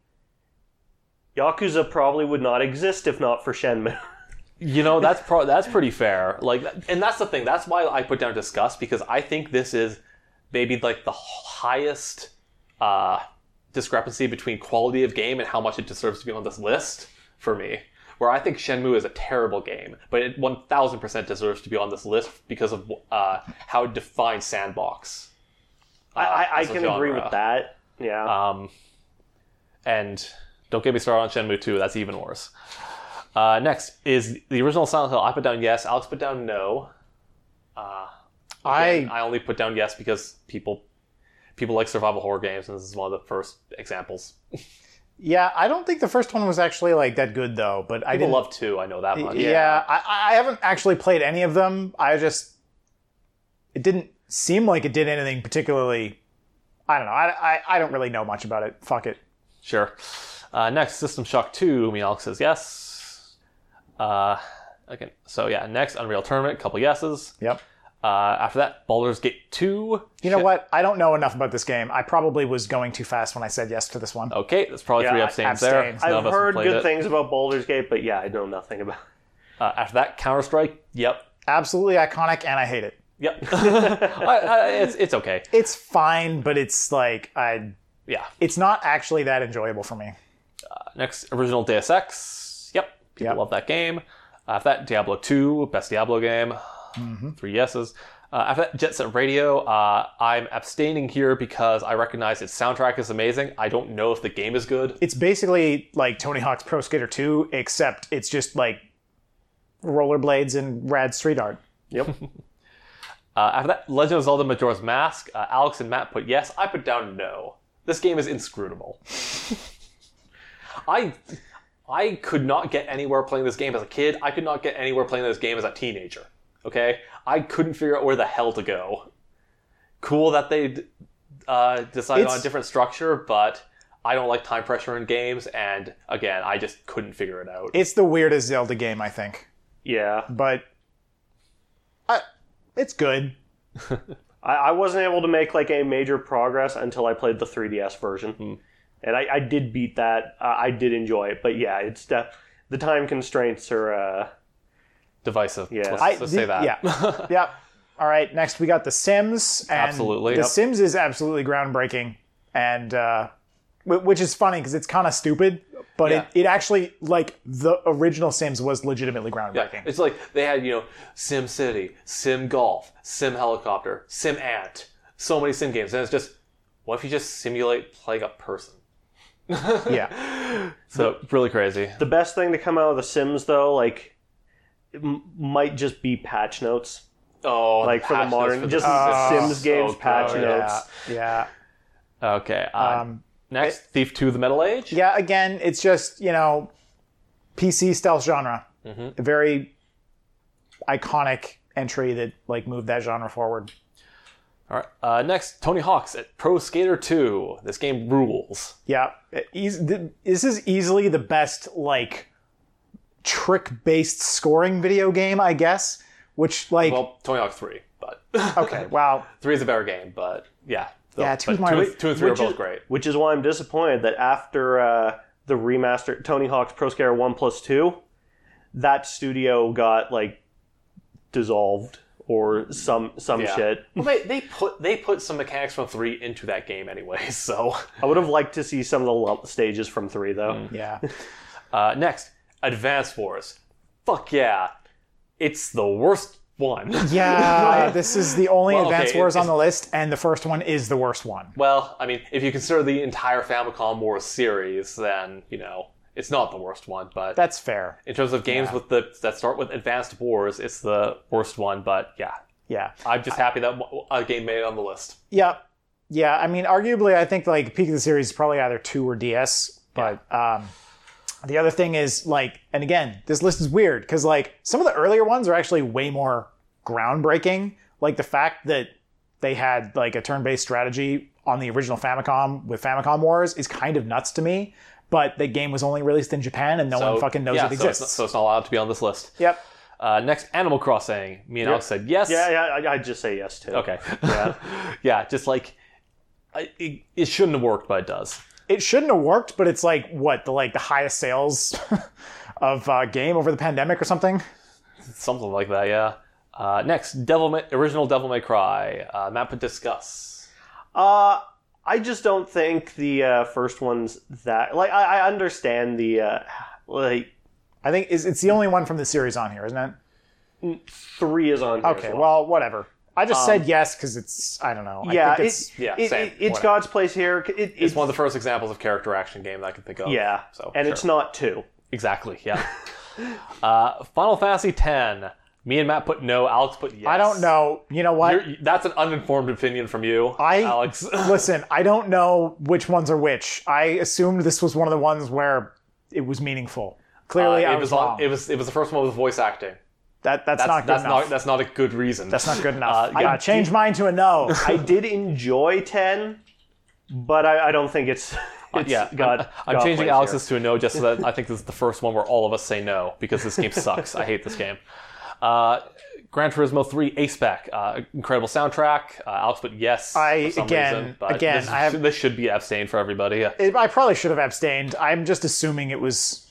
S3: Yakuza probably would not exist if not for Shenmue.
S1: You know, that's pro- that's pretty fair. Like, and that's the thing. That's why I put down disgust because I think this is maybe like the highest uh, discrepancy between quality of game and how much it deserves to be on this list for me. Where I think Shenmue is a terrible game, but it 1000% deserves to be on this list because of uh, how it defines sandbox.
S3: I, I, I
S1: as a
S3: can agree
S1: genre.
S3: with that. Yeah.
S1: Um, and don't get me started on Shenmue 2, that's even worse. Uh, next is the original Silent Hill. I put down yes, Alex put down no.
S2: I
S1: And I only put down yes because people people like survival horror games, and this is one of the first examples.
S2: Yeah, I don't think the first one was actually like that good though. But I
S1: People
S2: didn't.
S1: love 2, I know that much.
S2: yeah, I- I, I haven't actually played any of them. I just it didn't seem like it did anything particularly. I don't know. I, I, I don't really know much about it. Fuck it.
S1: Sure. Uh, next, System Shock 2. Me, Alex says yes. Uh, okay, so yeah, next, Unreal Tournament, couple yeses.
S2: Yep.
S1: Uh, after that, Baldur's Gate 2.
S2: You know what? I don't know enough about this game. I probably was going too fast when I said yes to this one.
S1: Okay, that's probably three
S3: I-
S1: abstains there.
S2: abstains.
S1: None
S3: I've
S1: of us have
S3: heard
S1: played
S3: good
S1: it.
S3: things about Baldur's Gate, but yeah, I know nothing about.
S1: Uh, after that, Counter Strike. Yep,
S2: Absolutely iconic, and I hate it.
S1: yep. I, I, it's it's okay.
S2: It's fine, but it's like I.
S1: Yeah.
S2: It's not actually that enjoyable for me.
S1: Next, original Deus Ex. Yep, people
S2: Yep.
S1: love that game. After that, Diablo Two, best Diablo game. Three yeses. Uh, after that, Jet Set Radio. Uh, I'm abstaining here because I recognize its soundtrack is amazing. I don't know if the game is good.
S2: It's basically like Tony Hawk's Pro Skater 2, except it's just like rollerblades and rad street art.
S1: Uh, after that, Legend of Zelda Majora's Mask. Uh, Alex and Matt put yes. I put down no. This game is inscrutable. I I could not get anywhere playing this game as a kid. I could not get anywhere playing this game as a teenager. Okay, I couldn't figure out where the hell to go. Cool that they uh, decided on
S2: It's-
S1: a different structure, but I don't like time pressure in games, and again, I just couldn't figure it out.
S2: It's the weirdest Zelda game, I think.
S3: Yeah.
S2: uh, But I, it's good.
S4: I, I wasn't able to make like a major progress until I played the 3DS version,
S1: Hmm.
S4: and I, I did beat that. Uh, I did enjoy it, but yeah, it's def- the time constraints are. Uh,
S1: Divisive.
S4: Yeah.
S1: Let's,
S4: I-
S1: let's
S2: the-
S1: say that.
S2: yeah. Yep. All right. Next, we got The Sims. And
S1: Absolutely,
S2: The
S1: yep.
S2: Sims is absolutely groundbreaking, and uh, wh- which is funny because it's kind of stupid, but
S1: Yeah.
S2: it, it actually like the original Sims was legitimately groundbreaking.
S1: It's like they had, you know, Sim City, Sim Golf, Sim Helicopter, Sim Ant, so many sim games. And it's just, what if you just simulate playing a person?
S2: yeah.
S1: So, really crazy.
S4: the best thing to come out of The Sims though, like, it m- might just be patch notes.
S1: Oh,
S4: Like for the
S1: patch notes
S4: modern,
S1: for
S4: just
S2: Oh,
S4: Sims
S1: so
S4: games
S1: good.
S4: patch
S1: Yeah.
S2: Yeah.
S4: notes.
S2: Yeah.
S1: Okay. uh,
S2: Um,
S1: next, Thief 2 The Middle Age.
S2: yeah. Again, it's just you know, PC stealth genre,
S1: Mm-hmm.
S2: a very iconic entry that like moved that genre forward.
S1: All right. Uh, next, Tony Hawk's at Pro Skater 2. This game rules.
S2: Yeah, Eas- th- this is easily the best like trick-based scoring video game, I guess. Which like
S1: Well, Tony Hawk 3, but.
S2: okay, wow,
S1: 3 is a better game, but yeah.
S2: Yeah, two's
S1: but
S2: my-
S1: 2, and- two and 3 are
S4: which
S1: both
S4: is-
S1: great.
S4: Which is why I'm disappointed that after uh, the remaster Tony Hawk's Pro Skater 1 plus 2, that studio got like dissolved or some some
S1: Yeah.
S4: shit.
S1: Well, they, they put they put some mechanics from three into that game anyway. So
S4: I would have liked to see some of the lump stages from 3 though.
S1: Mm.
S2: yeah,
S1: uh, next, Advance Wars. Fuck yeah, it's the worst one.
S2: yeah. this is the only
S1: Well, okay,
S2: Advance Wars
S1: it-
S2: on the list, and the first one is the worst one.
S1: well, I mean, if you consider the entire Famicom Wars series, then you know it's not the worst one. But
S2: That's fair.
S1: in terms of games with the that start with Advanced Wars, it's the worst one. But yeah,
S2: Yeah,
S1: I'm just happy that w- a game made it on the list.
S2: yeah, yeah. I mean, arguably, I think like peak of the series is probably either two or DS, but. um the other thing is like, and again, this list is weird because like some of the earlier ones are actually way more groundbreaking. Like the fact that they had like a turn-based strategy on the original Famicom with Famicom Wars is kind of nuts to me. But the game was only released in Japan, and no
S1: So,
S2: one fucking knows
S1: yeah,
S2: it
S1: so it's
S2: exists.
S1: not- So it's, not allowed to be on this list.
S2: yep.
S1: Uh, next, Animal Crossing. Me and Alex said yes.
S4: Yeah, yeah, I, I'd just say yes to.
S1: Okay. Yeah. yeah, just like I, it, it shouldn't have worked, but it does.
S2: It shouldn't have worked, but it's like what the like the highest sales of uh, game over the pandemic or something.
S1: Something like that, yeah. Uh, next, Devil May, original Devil May Cry. Uh, map and discuss.
S4: Uh I just don't think the uh, first one's that like I, I understand the uh, like
S2: I think it's, it's the only one from the series on here, isn't it?
S4: three is on here as
S2: Okay, well, whatever. I just said yes because it's I don't know. I
S4: yeah,
S2: think it's
S4: it,
S1: Um, yeah,
S4: it,
S1: same,
S4: it- it's
S1: whatever.
S4: God's place here. It, it's,
S1: It's one of the first examples of character action game that I can think of.
S4: yeah,
S1: So,
S4: and it's
S1: sure.
S4: not two.
S1: exactly yeah. uh, Final Fantasy X. Me and Matt put no. Alex put yes.
S2: I don't know. You know what?
S1: You're, that's an uninformed opinion from you,
S2: I
S1: Alex.
S2: listen. I don't know which ones are which. I assumed this was one of the ones where it was meaningful. Clearly,
S1: Uh,
S2: I
S1: it
S2: was,
S1: was
S2: wrong.
S1: on, it was it was the first one with voice acting.
S2: that that's,
S1: That's
S2: not good
S1: that's
S2: enough.
S1: not that's not a good reason.
S2: that's not good enough.
S1: Uh,
S2: I
S1: yeah,
S2: gotta change mine to a no.
S4: I did enjoy ten, but I, I don't think it's, it's
S1: Uh, yeah,
S4: God.
S1: I'm, I'm
S4: God
S1: changing
S4: plays
S1: Alex's to a no just so that I think this is the first one where all of us say no because this game sucks. I hate this game. Uh, Gran Turismo 3 Ace Pack, uh, incredible soundtrack. Uh, Alex, but yes,
S2: I-
S1: for some
S2: again-
S1: reason, but
S2: again,
S1: this,
S2: I have-
S1: this should be abstained for everybody. Yeah,
S2: It- I probably should have abstained. I'm just assuming it was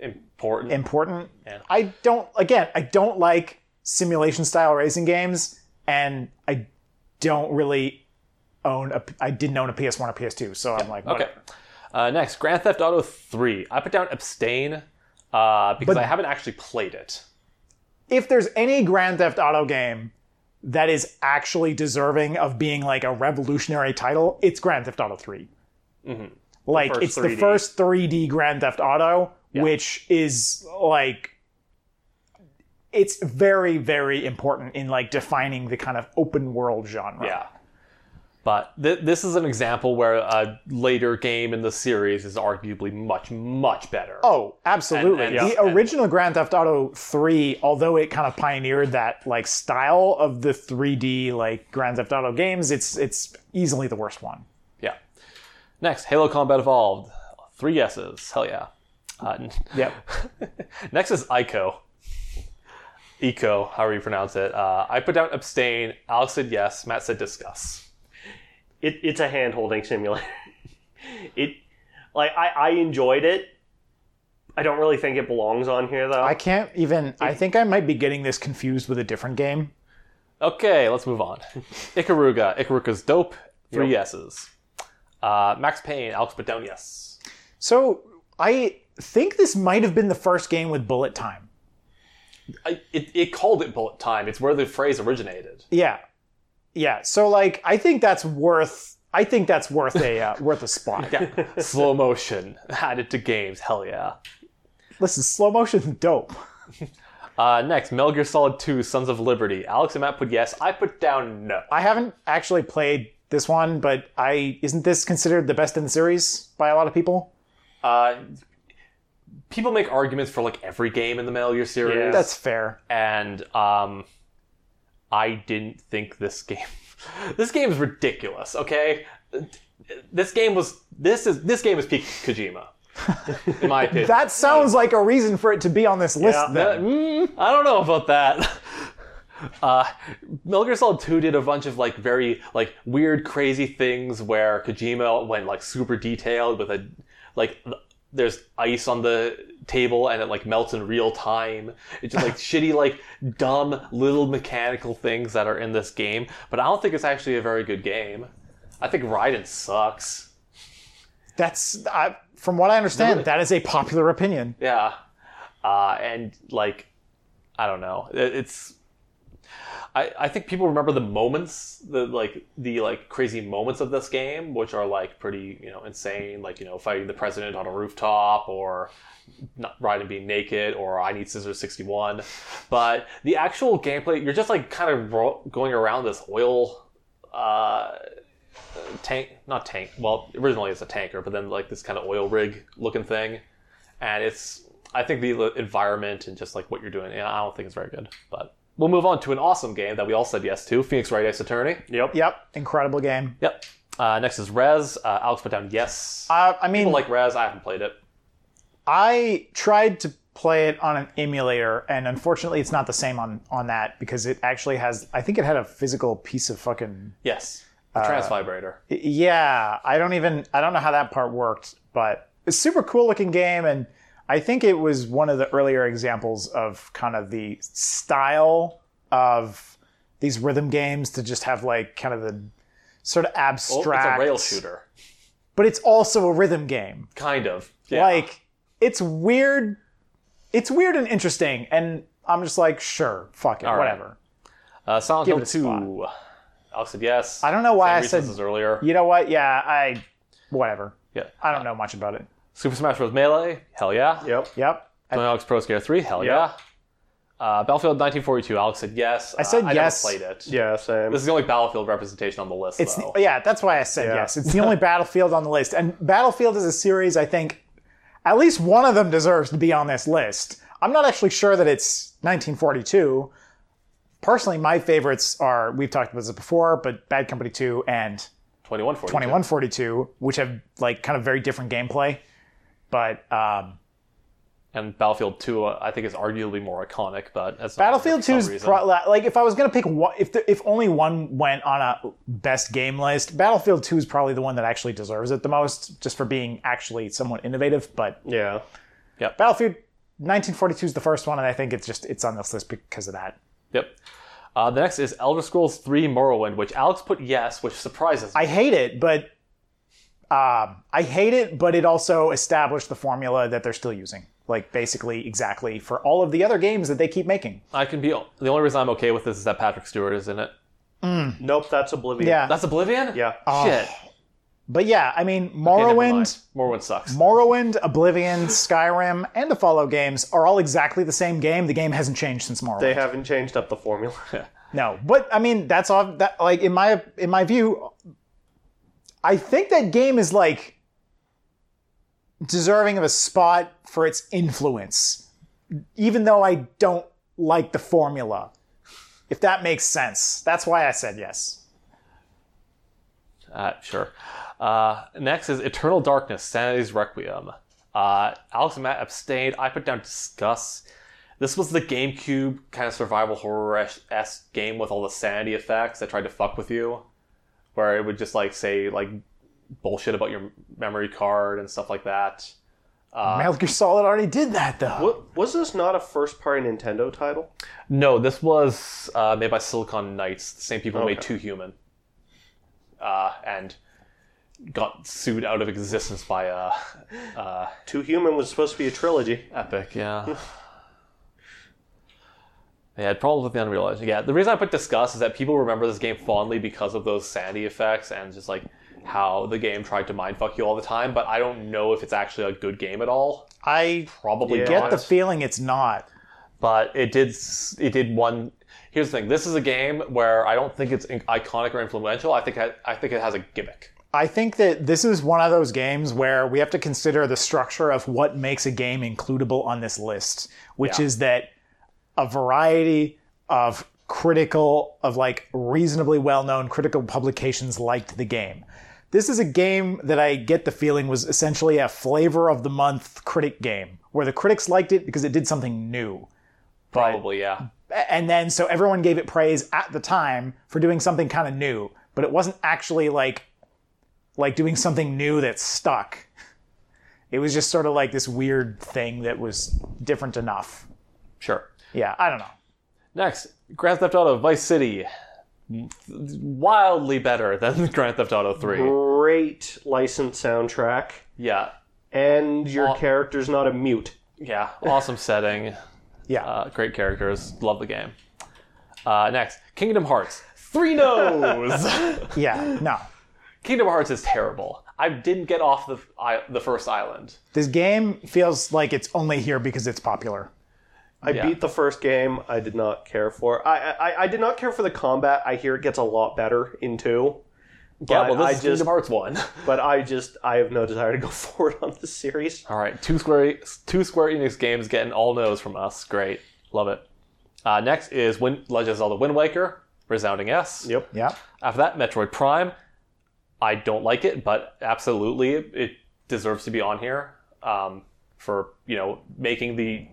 S1: important.
S2: important. I don't. Again, I don't like simulation style racing games, and I don't really own a. I didn't own a PS1 or PS2, so I'm like,
S1: okay. Uh, next, Grand Theft Auto 3. I put down abstain uh, because I haven't actually played it.
S2: if there's any Grand Theft Auto game that is actually deserving of being like a revolutionary title, it's Grand Theft Auto 3. Like,
S4: first
S2: it's the
S4: 3D.
S2: first 3D Grand Theft Auto, which is like. It's very, very important in like defining the kind of open world genre.
S1: Yeah. But th- this is an example where a later game in the series is arguably much, much better.
S2: Oh, absolutely.
S1: And- and-
S2: the original Grand Theft Auto 3, although it kind of pioneered that like style of the 3D like Grand Theft Auto games, it's it's easily the worst one.
S1: Yeah. Next, Halo Combat Evolved. Three yeses. Hell yeah. Uh,
S2: Yep.
S1: next is Ico. Eco, however you pronounce it. Uh, I put down abstain. Alex said yes. Matt said discuss.
S4: It, it's a hand holding simulator. it like I, I enjoyed it. I don't really think it belongs on here though.
S2: I can't even. I think I might be getting this confused with a different game.
S1: Okay, let's move on. Ikaruga. Ikaruga's dope. Three yeses. Uh, Max Payne. Alex put down yes.
S2: So I think this might have been the first game with bullet time.
S1: I, it, it called it bullet time. It's where the phrase originated.
S2: Yeah, yeah. So like, I think that's worth. I think that's worth a uh, worth a spot.
S1: Yeah. Slow motion added to games. Hell yeah.
S2: Listen, slow motion's dope.
S1: Uh, next, Metal Gear Solid 2: Sons of Liberty. Alex and Matt put yes. I put down no.
S2: I haven't actually played this one, but I isn't this considered the best in the series by a lot of people?
S1: Uh, people make arguments for like every game in the Metal Gear series.
S4: Yeah.
S2: That's fair.
S1: and um, I didn't think this game. this game is ridiculous. Okay, this game was this is this game is peak Kojima, in my opinion.
S2: That sounds like a reason for it to be on this list.
S4: Yeah.
S2: then.
S1: Uh, mm, I don't know about that. Uh, Metal Gear Solid 2 did a bunch of like very like weird crazy things where Kojima went like super detailed with a like th- there's ice on the table and it like melts in real time. It's just like shitty like dumb little mechanical things that are in this game, but I don't think it's actually a very good game. I think Raiden sucks.
S2: That's I, from what I understand. That is a popular opinion.
S1: Yeah. Uh, and like, I don't know. It- It's, I, I think people remember the moments, the like the like crazy moments of this game, which are like pretty you know insane, like you know fighting the president on a rooftop or not Ryan being naked or I need scissors sixty one, but the actual gameplay, you're just like kind of ro- going around this oil uh, tank, not tank. Well, originally it's a tanker, but then like this kind of oil rig looking thing, and it's I think the environment and just like what you're doing, yeah, I don't think it's very good. But we'll move on to an awesome game that we all said yes to, Phoenix Wright Ace Attorney.
S4: yep.
S2: Yep, incredible game.
S1: Yep. Uh, next is Rez. Uh, Alex put down yes.
S2: Uh, I mean,
S1: People like Rez. I haven't played it.
S2: I tried to play it on an emulator, and unfortunately, it's not the same on on that because it actually has. I think it had a physical piece of fucking.
S1: Yes. The
S2: Uh,
S1: Trans Vibrator.
S2: Yeah, I don't even. I don't know how that part worked, but it's a super cool looking game, and I think it was one of the earlier examples of kind of the style of these rhythm games to just have like kind of the sort of
S1: Oh, it's
S2: abstract.
S1: a rail shooter.
S2: but it's also a rhythm game.
S1: Kind of. Yeah.
S2: Like it's weird. It's weird and interesting, and I'm just like, sure, fuck it,
S1: All right.
S2: whatever.
S1: uh, Silent
S2: give
S1: Hill
S2: it a spot.
S1: 2. Alex said yes.
S2: I don't know why
S1: Same
S2: I
S1: reasons
S2: said-
S1: as earlier.
S2: You know what? Yeah, I, whatever.
S1: Yeah.
S2: I don't know much about it.
S1: Super Smash Bros. Melee. Hell yeah.
S4: Yep.
S2: Yep. I,
S1: Tony Hawk's Pro Skater 3. Hell yeah. Uh, Battlefield 1942. Alex said yes. I
S2: said
S1: I
S2: yes.
S1: Never played it.
S4: Yeah, same.
S1: This is the only Battlefield representation on the list,
S2: it's
S1: though.
S2: yeah. That's why I said
S4: Yeah.
S2: yes. It's the only Battlefield on the list, and Battlefield is a series. I think at least one of them deserves to be on this list. I'm not actually sure that it's 1942. Personally, my favorites are we've talked about this before, but Bad Company 2 and
S1: 21 42.
S2: 2142, which have like kind of very different gameplay. But um,
S1: And Battlefield 2, uh, I think, is arguably more iconic, but that's not
S2: Battlefield
S1: for
S2: 2
S1: some
S2: is
S1: reason.
S2: pro- li- like if I was gonna pick one, if the, if only one went on a best game list, Battlefield 2 is probably the one that actually deserves it the most, just for being actually somewhat innovative. But
S4: Yeah.
S2: Battlefield 1942 is the first one, and I think it's just it's on this list because of that.
S1: Yep. Uh, the next is Elder Scrolls 3 Morrowind, which Alex put yes, which surprises me.
S2: I hate it, but um, I hate it, but it also established the formula that they're still using, like basically exactly for all of the other games that they keep making.
S1: I can be the only reason I'm okay with this is that Patrick Stewart is in it.
S4: Nope, that's Oblivion.
S2: Uh, Yeah.
S1: That's Oblivion.
S4: Yeah.
S1: Shit.
S2: But yeah, I mean,
S1: Okay, never
S2: Morrowind,
S1: mind. Morrowind sucks.
S2: Morrowind, Oblivion, Skyrim, and the Fallout games are all exactly the same game. The game hasn't changed since Morrowind.
S4: They haven't changed up the formula.
S2: no, but I mean, that's all. That like in my in my view, I think that game is like deserving of a spot for its influence, even though I don't like the formula. If that makes sense, that's why I said yes.
S1: Uh, sure. Uh, next is Eternal Darkness: Sanity's Requiem. Uh, Alex and Matt abstained. I put down discuss. This was the GameCube kind of survival horror esque game with all the sanity effects that tried to fuck with you, where it would just like say like bullshit about your memory card and stuff like that.
S2: Metal Gear Solid already did that though.
S4: Wa- Was this not a first party Nintendo title?
S1: No, this was uh, made by Silicon Knights, the same people who made Two Human, uh, and got sued out of existence by uh,
S4: Two Human was supposed to be a trilogy.
S1: Epic. Yeah. They had problems with the Unreal Engine. Yeah, the reason I put discuss is that people remember this game fondly because of those sandy effects and just like how the game tried to mindfuck you all the time. But I don't know if it's actually a good game at all.
S2: I
S1: Probably
S2: get
S1: not
S2: the feeling it's not.
S1: but it did s- it did one here's the thing this is a game where i don't think it's in- iconic or influential i think I, I think it has a gimmick
S2: I think that this is one of those games where we have to consider the structure of what makes a game includable on this list, which
S1: Yeah.
S2: is that a variety of critical, of like reasonably well known critical publications liked the game. This is a game that I get the feeling was essentially a flavor of the month critic game, where the critics liked it because it did something new.
S1: probably yeah
S2: and then so everyone gave it praise at the time for doing something kind of new but it wasn't actually like like doing something new that stuck it was just sort of like this weird thing that was different enough
S1: sure
S2: yeah i don't know
S1: next grand theft auto vice city wildly better than grand theft auto 3
S4: Great licensed soundtrack,
S1: yeah
S4: and your
S1: Aw-
S4: character's not a mute.
S1: yeah awesome setting
S2: Yeah.
S1: uh, great characters love the game uh, next kingdom hearts three no's
S2: yeah no
S1: kingdom hearts is terrible i didn't get off the, I, the first island
S2: this game feels like it's only here because it's popular
S4: I beat the first game. I did not care for. I, I I did not care for the combat. I hear it gets a lot better in two.
S1: yeah well this
S4: I
S1: is
S4: just-
S1: kingdom hearts 1
S4: but I just I have no desire to go forward on this series.
S1: All right, two square two Square Enix games getting all no's from us. Great, love it. Uh, next is Win- Legend of Zelda: Wind Waker, resounding yes.
S4: Yep.
S2: yeah
S1: After that, Metroid Prime. I don't like it, but absolutely it, it deserves to be on here um, for you know making the.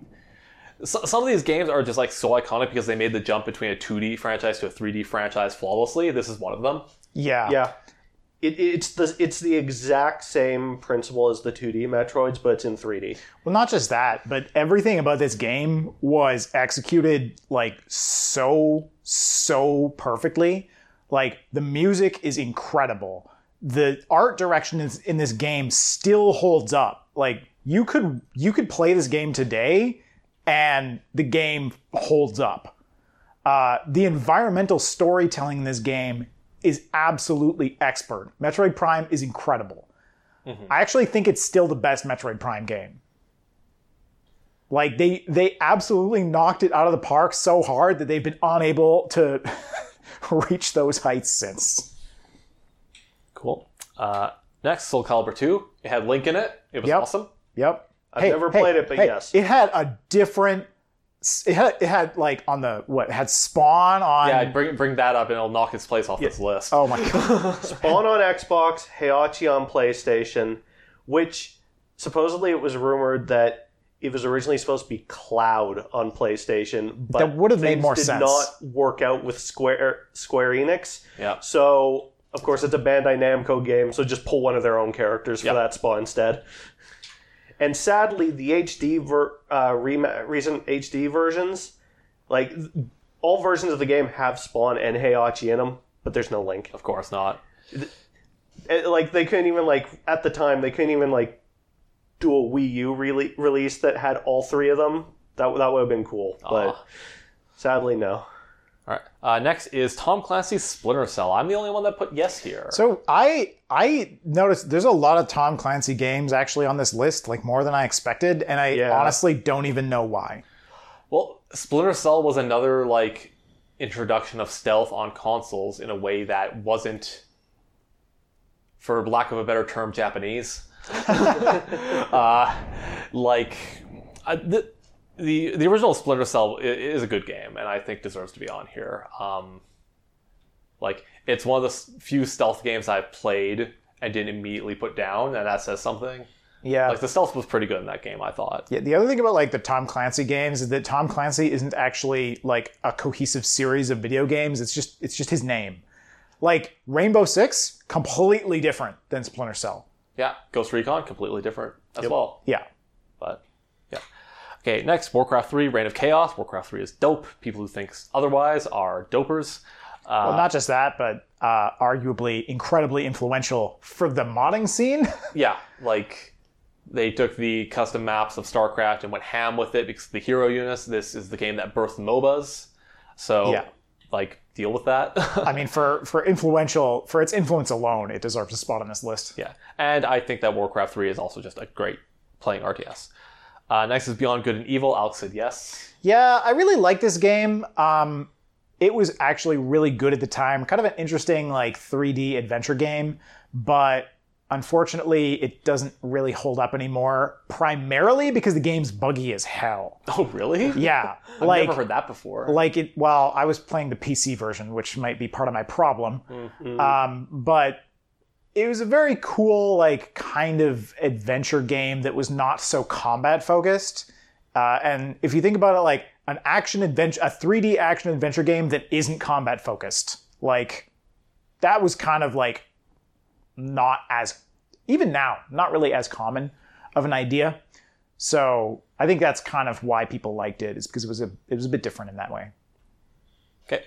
S1: So, some of these games are just like so iconic because they made the jump between a 2D franchise to a 3D franchise flawlessly. This is one of them.
S2: yeah
S4: Yeah. It, it's the it's the exact same principle as the 2D Metroids, but it's in 3D.
S2: Well, not just that, but everything about this game was executed like so, so perfectly. Like the music is incredible. The art direction is, in this game still holds up. Like you could you could play this game today, and the game holds up. Uh, the environmental storytelling in this game is absolutely expert. Metroid Prime is incredible. I actually think it's still the best Metroid Prime game. Like they they absolutely knocked it out of the park so hard that they've been unable to reach those heights since.
S1: Cool. Uh, next, Soul Calibur 2. It had Link in it. It was
S2: Yep.
S1: awesome.
S2: Yep. I've
S4: never played it, but yes.
S2: It had a different it had, it had like on the what it had spawn on
S1: Yeah, bring bring that up and it'll knock its place off this list.
S2: oh my god
S4: Spawn on Xbox, Heihachi on PlayStation, which supposedly it was rumored that it was originally supposed to be Cloud on PlayStation, but
S2: That would have made
S4: things
S2: more
S4: did
S2: sense.
S4: Not work out with Square Square Enix.
S1: Yeah.
S4: So of course it's a Bandai Namco game, so just pull one of their own characters for that spawn instead. And sadly, the HD ver- uh, rema- recent HD versions, like th- all versions of the game, have Spawn and Heihachi in them, but there's no Link
S1: Of course not.
S4: it- like they couldn't even like at the time they couldn't even like do a Wii U rele- release that had all three of them. That that would have been cool,
S1: Aw.
S4: but sadly no.
S1: All right. Uh, next is Tom Clancy's Splinter Cell. I'm the only one that put yes here.
S2: so i i noticed there's a lot of tom clancy games actually on this list like more than i expected and i
S4: Yeah.
S2: honestly don't even know why
S1: well, Splinter Cell was another like introduction of stealth on consoles in a way that wasn't, for lack of a better term, Japanese. uh, like uh, the, the the original Splinter Cell i- is a good game and I think deserves to be on here. Um, like it's one of the s- few stealth games I've played and didn't immediately put down, and that says something.
S2: Yeah.
S1: Like the stealth was pretty good in that game, I thought.
S2: Yeah, the other thing about like the Tom Clancy games is that Tom Clancy isn't actually like a cohesive series of video games. It's just it's just his name. Like Rainbow Six, completely different than Splinter Cell.
S1: Yeah, Ghost Recon completely different as well.
S2: Yeah.
S1: But yeah. Okay, next Warcraft 3 Reign of Chaos. Warcraft 3 is dope. People who think otherwise are dopers.
S2: well, not just that, but uh, arguably incredibly influential for the modding scene.
S1: Yeah, like they took the custom maps of StarCraft and went ham with it because the hero units. This is the game that birthed MOBAs. So
S2: Yeah.
S1: like deal with that.
S2: I mean, for for influential for its influence alone, it deserves a spot on this list.
S1: Yeah, and I think that Warcraft 3 is also just a great playing RTS. Uh, next is Beyond Good and Evil. Alex said yes.
S2: Yeah, I really like this game. Um, it was actually really good at the time, kind of an interesting like 3D adventure game, but unfortunately, it doesn't really hold up anymore. Primarily because the game's buggy as hell.
S1: Oh, really?
S2: Yeah,
S1: I've
S2: like
S1: never heard that before.
S2: like it. Well, I was playing the PC version, which might be part of my problem. Um, but it was a very cool, like kind of adventure game that was not so combat focused. Uh, and if you think about it, like an action adventure, a 3D action adventure game that isn't combat focused, like that was kind of like not as even now not really as common of an idea. So I think that's kind of why people liked it is because it was a it was a bit different in that way.
S1: okay.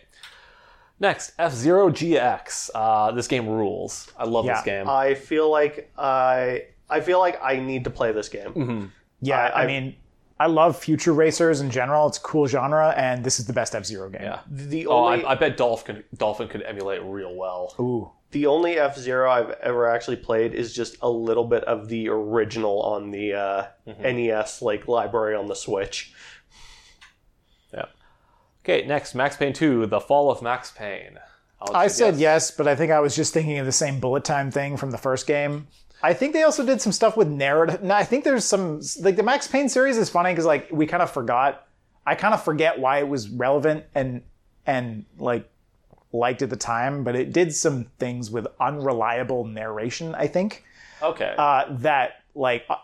S1: Next, F Zero GX. Uh, this game rules. I love
S2: Yeah.
S1: this game.
S4: I feel like I I feel like I need to play this
S1: Mm.
S4: game.
S1: Mm-hmm.
S2: Yeah, I,
S4: I-
S2: mean, I love future racers in general. It's a cool genre, and this is the best F Zero game.
S1: yeah.
S4: The
S1: Oh,
S4: only
S1: I, I bet Dolphin could, Dolphin could emulate real well.
S2: Ooh,
S4: the only F Zero I've ever actually played is just a little bit of the original on the uh,
S1: Mm-hmm.
S4: NES like library on the Switch.
S1: Okay, next, Max Payne 2, The Fall of Max Payne. Alex
S2: I said yes, but I think I was just thinking of the same bullet time thing from the first game. I think they also did some stuff with narrative. No, I think there's some like the Max Payne series is funny because like we kind of forgot. I kind of forget why it was relevant and and like liked at the time, but it did some things with unreliable narration. I think.
S1: Okay.
S2: uh, that like uh,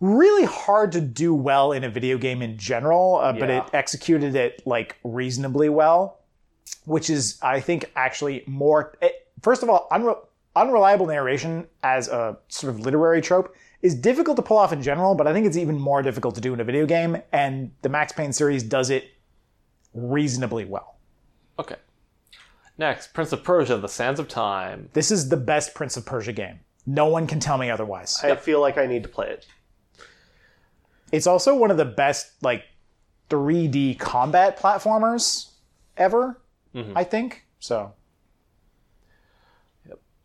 S2: really hard to do well in a video game in general, uh, but
S1: Yeah.
S2: it executed it like reasonably well, which is I think actually more. It, first of all, unre- unreliable narration as a sort of literary trope is difficult to pull off in general, but I think it's even more difficult to do in a video game, and the Max Payne series does it reasonably well.
S1: okay. Next, Prince of Persia, The Sands of Time.
S2: This is the best Prince of Persia game. No one can tell me otherwise.
S4: I feel like I need to play it.
S2: It's also one of the best like 3D combat platformers ever, I think. So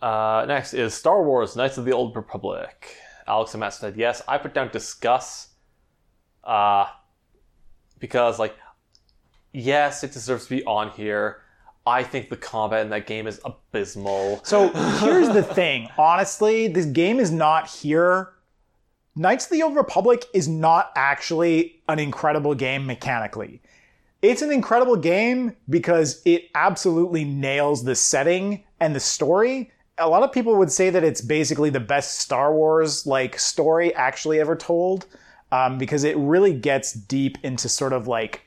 S1: Uh, next is Star Wars Knights of the Old Republic. Alex and Matt said yes. I put down discuss uh, because, like, yes, it deserves to be on here. I think the combat in that game is abysmal.
S2: so here's the thing. Honestly, this game is not here. Knights of the Old Republic is not actually an incredible game mechanically. It's an incredible game because it absolutely nails the setting and the story. A lot of people would say that it's basically the best Star Wars like story actually ever told. um, because it really gets deep into sort of like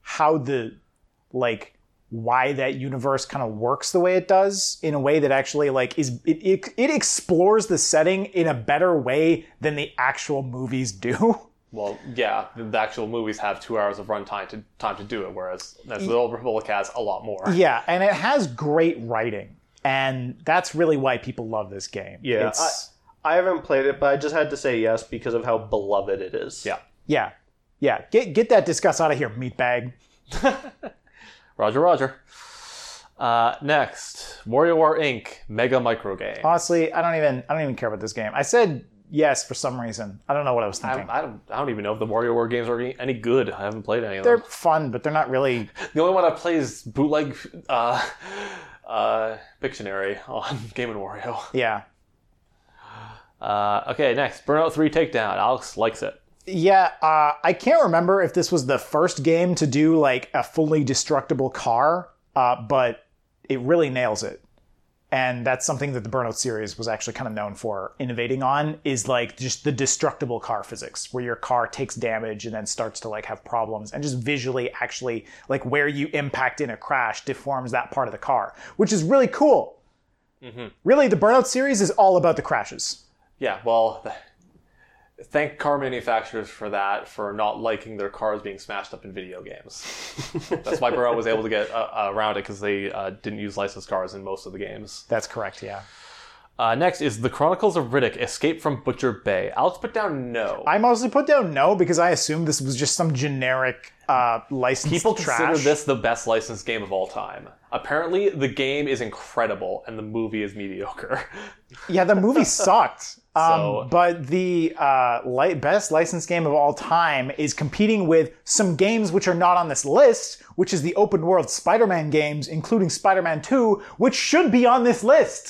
S2: how the like why that universe kind of works the way it does in a way that actually like is it, it it explores the setting in a better way than the actual movies do.
S1: Well, yeah, the, the actual movies have two hours of runtime to time to do it, whereas Knights of the Old Republic has a lot more.
S2: yeah, and it has great writing, and that's really why people love this game.
S4: Yeah,
S2: It's-
S4: I haven't played it, but I just had to say yes because of how beloved it is.
S1: Yeah.
S2: yeah, yeah. Get get that discuss out of here, meatbag.
S1: Roger, Roger. Uh, next, WarioWare Inc. Mega Micro Game.
S2: Honestly, I don't even I don't even care about this game. I said yes for some reason. I don't know what I was
S1: I,
S2: thinking.
S1: I don't, I don't even know if the WarioWare games are any good. I haven't played any of them.
S2: they're fun, but they're not really.
S1: The only one I play is bootleg uh, uh, Pictionary on Game and Wario.
S2: Yeah,
S1: Uh, okay, next Burnout Three Takedown. Alex likes it.
S2: yeah. Uh, I can't remember if this was the first game to do like a fully destructible car, uh, but it really nails it. and that's something that the burnout series was actually kind of known for innovating on is like just the destructible car physics where your car takes damage and then starts to like have problems and just visually actually like where you impact in a crash deforms that part of the car which is really cool really the burnout series is all about the crashes
S1: Yeah, well, th- thank car manufacturers for that, for not liking their cars being smashed up in video games. That's why Burrow was able to get uh, uh, around it because they uh, didn't use licensed cars in most of the games.
S2: that's correct yeah
S1: Uh, next is The Chronicles of Riddick Escape from Butcher Bay. Alex put down no.
S2: i mostly put down no because i assumed this was just some generic uh license
S1: People
S2: trash
S1: consider this the best licensed game of all time. Apparently, the game is incredible and the movie is mediocre.
S2: Yeah, the movie sucked. Um,
S1: So-
S2: But the uh, li- best licensed game of all time is competing with some games which are not on this list, which is the open world Spider Man games, including Spider Man 2, which should be on this list.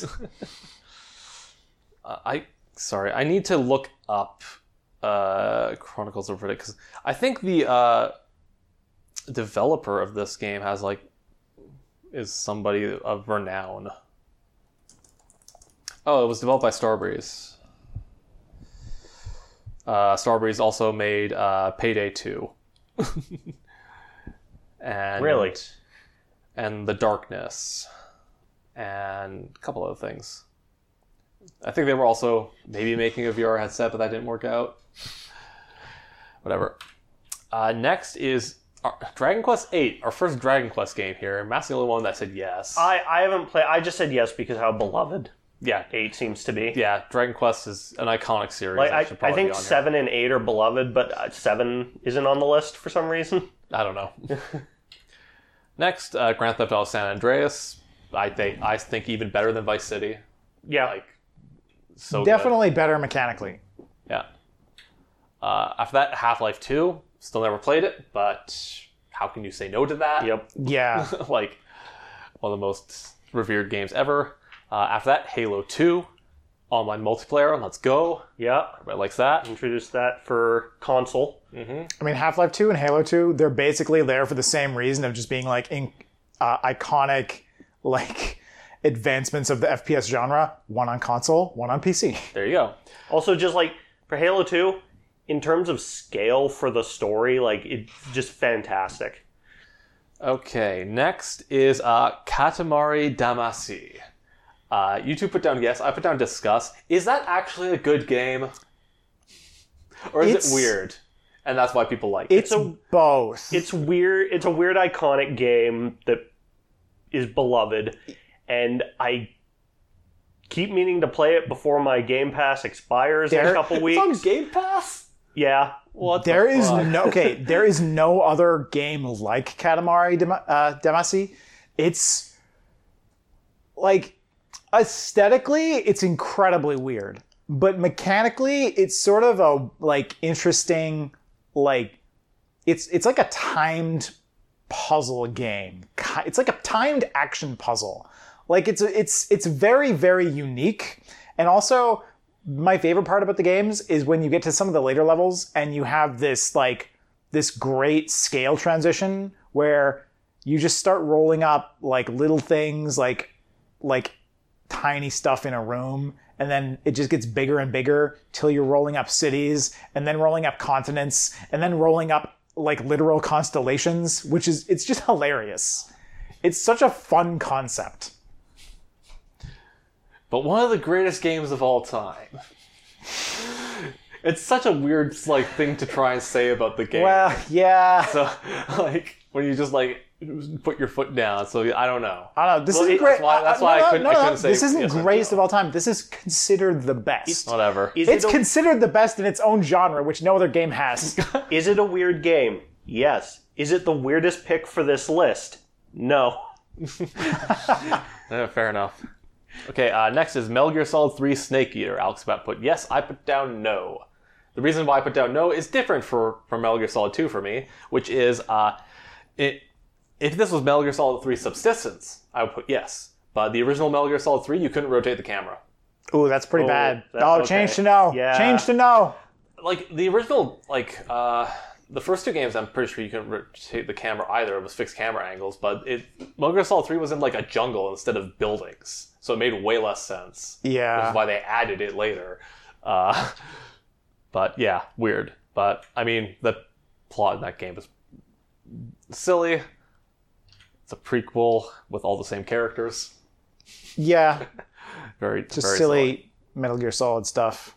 S1: I sorry, I need to look up uh, Chronicles of Riddick because I think the uh, developer of this game has like is somebody of renown. Oh, it was developed by Starbreeze. Uh, Starbreeze also made uh, Payday Two. and
S4: Really?
S1: and The Darkness, and a couple other things. I think they were also maybe making a VR headset, but that didn't work out. Whatever. Uh, next is our- Dragon Quest VIII, our first Dragon Quest game here. And Matt's the only one that said yes.
S4: I, I haven't played. I just said yes because how beloved
S1: yeah,
S4: eight seems to be.
S1: yeah. Dragon Quest is an iconic series.
S4: Like,
S1: that should
S4: I,
S1: probably
S4: I
S1: be
S4: think
S1: on here.
S4: seven and eight are beloved, but uh, seven isn't on the list for some reason.
S1: I don't know. next, uh, Grand Theft Auto San Andreas. I think I think even better than Vice City.
S4: Yeah,
S1: Like so good.
S2: Definitely better mechanically.
S1: Yeah. Uh, after that, Half Life 2. Still never played it, but how can you say no to that?
S4: Yep.
S2: Yeah.
S1: like, one of the most revered games ever. Uh, after that, Halo 2. Online multiplayer. Let's go.
S4: yeah.
S1: Everybody likes that.
S4: Introduced that for console.
S2: I mean, Half Life 2 and Halo 2, they're basically there for the same reason of just being like in, uh, iconic, like advancements of the FPS genre one on console, one on PC.
S1: There you go.
S4: Also, just like for Halo Two, in terms of scale for the story, like it's just fantastic.
S1: Okay, next is uh, Katamari Damacy. Uh, you two put down yes, I put down discuss. Is that actually a good game? Or is
S2: It's-
S1: it weird? And that's why people like it.
S2: It's both.
S4: It's weird. It's a weird, iconic game that is beloved, and I keep meaning to play it before my Game Pass expires in
S2: There-
S4: a couple
S1: It's on
S4: weeks.
S1: Game Pass?
S4: Yeah,
S1: What the
S2: There is
S1: fuck?
S2: no okay. There is no other game like Katamari Dama- uh, Damacy. It's like aesthetically, it's incredibly weird, but mechanically, it's sort of a like interesting like it's it's like a timed puzzle game. Ki- It's like a timed action puzzle. Like it's it's it's very very unique, and also my favorite part about the games is when you get to some of the later levels and you have this like this great scale transition where you just start rolling up like little things like like tiny stuff in a room and then it just gets bigger and bigger till you're rolling up cities and then rolling up continents and then rolling up like literal constellations which is it's just hilarious it's such a fun concept
S1: but one of the greatest games of all time. it's such a weird like thing to try and say about the game.
S2: well yeah
S1: so like when you just like put your foot down. So I don't know.
S2: I don't know. This
S1: Well,
S2: isn't
S1: it- that's
S2: great.
S1: why- that's
S2: uh,
S1: why I
S2: no, no,
S1: couldn't-
S2: no,
S1: I
S2: no.
S1: couldn't say
S2: This isn't
S1: yes or
S2: greatest
S1: no.
S2: of all time. This is considered the best.
S1: Whatever.
S4: is
S2: It's
S4: it a,
S2: considered the best in its own genre, which no other game has.
S4: is it a weird game? Yes. Is it the weirdest pick for this list? No.
S1: Eh, fair enough. Okay, uh, next is Metal Gear Solid 3 Snake Eater. Alex Matt put yes, I put down no. The reason why I put down no is different for, from Metal Gear Solid 2 for me, which is uh, it, if this was Metal Gear Solid 3 Subsistence, I would put yes. But the original Metal Gear Solid 3, you couldn't rotate the camera.
S2: Ooh, that's pretty bad.
S4: that-
S2: oh,
S4: okay.
S2: change to no.
S4: Yeah.
S2: Change to no.
S1: Like, the original, like, uh, the first two games, I'm pretty sure you couldn't rotate the camera either. It was fixed camera angles, but it Metal Gear Solid 3 was in like a jungle instead of buildings, so it made way less sense. Which
S2: Yeah.
S1: is why they added it later. Uh, but yeah, weird. But I mean, the plot in that game is silly. It's a prequel with all the same characters.
S2: yeah.
S1: Very
S2: Just
S1: very
S2: silly Metal Gear Solid stuff.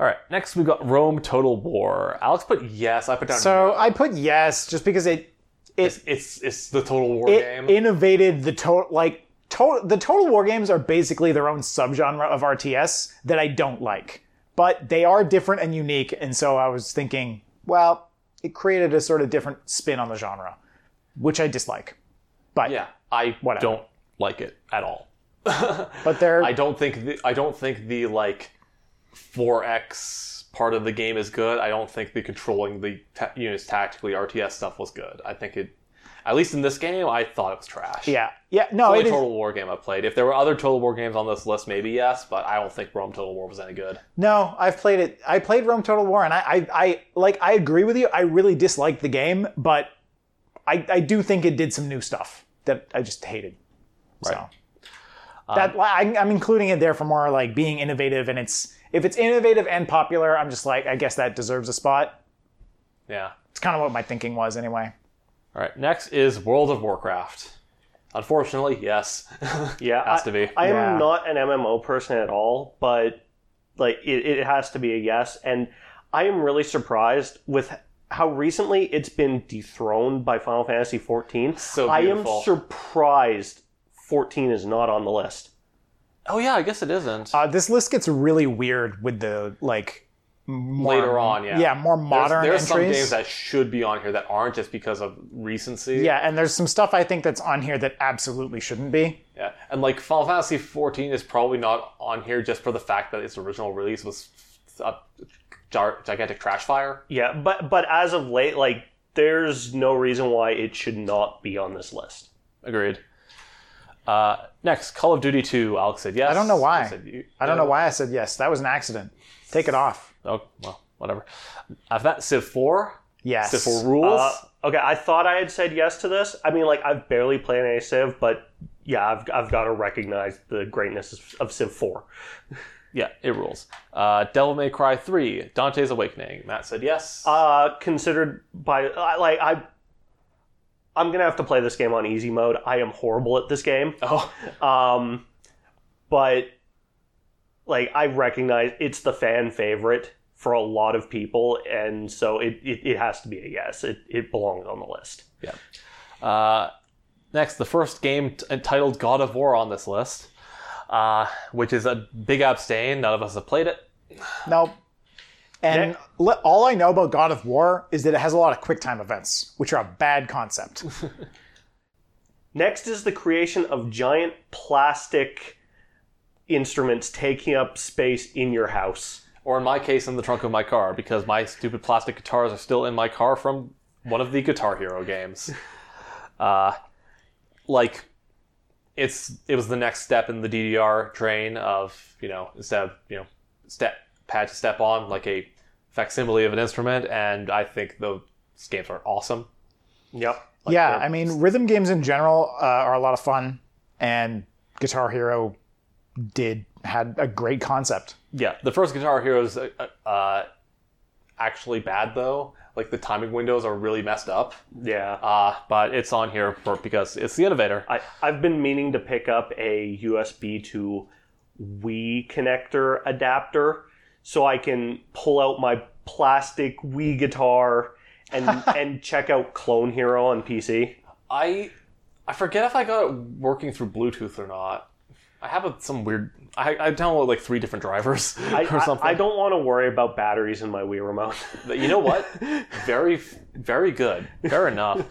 S1: All right, next we've got Rome Total War. Alex put yes. I put down
S2: So
S1: no.
S2: I put yes just because it
S1: it's, it's it's the Total War
S2: it
S1: game.
S2: innovated the total like total the total war games are basically their own subgenre of RTS that I don't like, but they are different and unique, and so I was thinking, well, it created a sort of different spin on the genre, which I dislike.
S1: yeah, I
S2: Whatever.
S1: don't like it at all.
S2: But they're
S1: I don't think the, I don't think the like 4x part of the game is good. I don't think the controlling the ta- units tactically RTS stuff was good. I think it, at least in this game, I thought it was trash.
S2: yeah yeah no
S1: Only
S2: it is,
S1: Total War game I played. If there were other Total War games on this list, maybe yes, but I don't think Rome Total War was any good.
S2: no I've played it I played Rome Total War and I I, I like I agree with you I really dislike the game but I I do think it did some new stuff that I just hated so.
S1: Right. Um,
S2: that I, I'm including it there for more like being innovative, and it's if it's innovative and popular, I'm just like I guess that deserves a spot.
S1: Yeah.
S2: It's kind of what my thinking was anyway.
S1: All right. Next is World of Warcraft. Unfortunately, yes,
S4: Yeah,
S1: has
S4: I,
S1: to be.
S4: I
S2: Yeah.
S4: am not an MMO person at all, but like it, it has to be a yes. And I am really surprised with how recently it's been dethroned by Final Fantasy 14.
S1: So
S4: I am
S1: beautiful.
S4: surprised 14 is not on the list.
S1: oh yeah, I guess it isn't.
S2: Uh, this list gets really weird with the like more,
S1: Later on, yeah.
S2: yeah, more
S1: There's-
S2: modern
S1: there's some
S2: entries.
S1: games that should be on here that aren't just because of recency.
S2: yeah, and there's some stuff I think that's on here that absolutely shouldn't be.
S1: Yeah, and like Final Fantasy 14 is probably not on here just for the fact that its original release was a gi- gigantic trash fire.
S4: Yeah, but but as of late, like there's no reason why it should not be on this list.
S1: Agreed. Uh, next, Call of Duty 2. Alex said yes. I
S2: don't know why.
S1: you,
S2: I don't know why I said yes. That was an accident. Take it off.
S1: Oh well, whatever. After that, Civ 4.
S2: Yes.
S1: Civ 4 rules.
S4: Uh, okay, I thought I had said yes to this. I mean, like I've barely played any Civ, but yeah, I've I've got to recognize the greatness of- of Civ Four.
S1: yeah, it rules. Uh, Devil May Cry 3. Dante's Awakening. Matt said yes.
S4: Uh, considered by I- like I. I'm gonna have to play this game on easy mode. I am horrible at this game.
S1: oh,
S4: Um, but like I recognize it's the fan favorite for a lot of people, and so it, it, it has to be a yes. It it belongs on the list.
S1: Uh, next, the first game t- entitled God of War on this list, uh, which is a big abstain. None of us have played it.
S2: Nope. And le- all I know about God of War is that it has a lot of QuickTime events, which are a bad concept.
S4: Next is the creation of giant plastic instruments taking up space in your house.
S1: Or in my case, in the trunk of my car, because my stupid plastic guitars are still in my car from one of the Guitar Hero games. Uh, like, it's it was the next step in the DDR train of you know instead of you know step pad to step on like a facsimile of an instrument, and I think those games are awesome.
S4: Yep.
S2: yeah, I mean, rhythm games in general uh, are a lot of fun, and Guitar Hero did had a great concept.
S1: Yeah, the first Guitar Hero is uh, uh, actually bad though. Like the timing windows are really messed up.
S4: Yeah.
S1: Uh, but it's on here for, because it's the innovator.
S4: I, I've been meaning to pick up a USB to Wii connector adapter so I can pull out my plastic Wii guitar and and check out Clone Hero on PC.
S1: I I forget if I got it working through Bluetooth or not. I have a, some weird. I, I downloaded like three different drivers
S4: I,
S1: or
S4: I-
S1: something.
S4: I don't want to worry about batteries in my Wii remote.
S1: But you know what? very very good. Fair enough.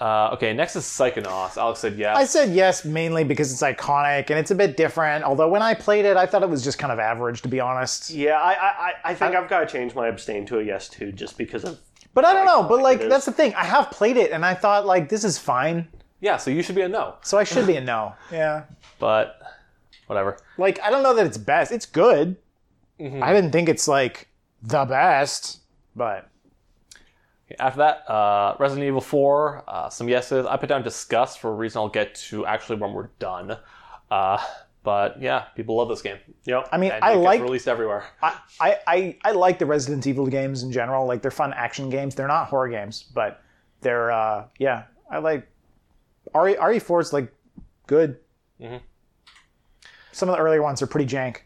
S1: Uh, okay, next is Psychonauts. Alex said yes.
S2: I said yes mainly because it's iconic and it's a bit different. Although when I played it, I thought it was just kind of average, to be honest.
S4: yeah, I, I, I- I think I, have got to change my abstain to a yes too, just because of.
S2: But I don't know. But like
S4: it is.
S2: that's the thing. I have played it, and I thought like this is fine,
S1: yeah, so you should be a no.
S2: so I should be a no. Yeah.
S1: But whatever.
S2: Like I don't know that it's best. It's good. I didn't think it's like the best, but
S1: After that, uh, Resident Evil 4, uh, some yeses. I put down disgust for a reason I'll get to actually when we're done. Uh, but yeah, people love this game.
S3: Yep.
S2: I mean,
S1: And
S2: I
S1: it gets
S2: like
S1: released everywhere.
S2: I, I, I, I like the Resident Evil games in general. Like they're fun action games. They're not horror games, but they're uh, yeah. I like RE RE four is like good. Some of the earlier ones are pretty jank.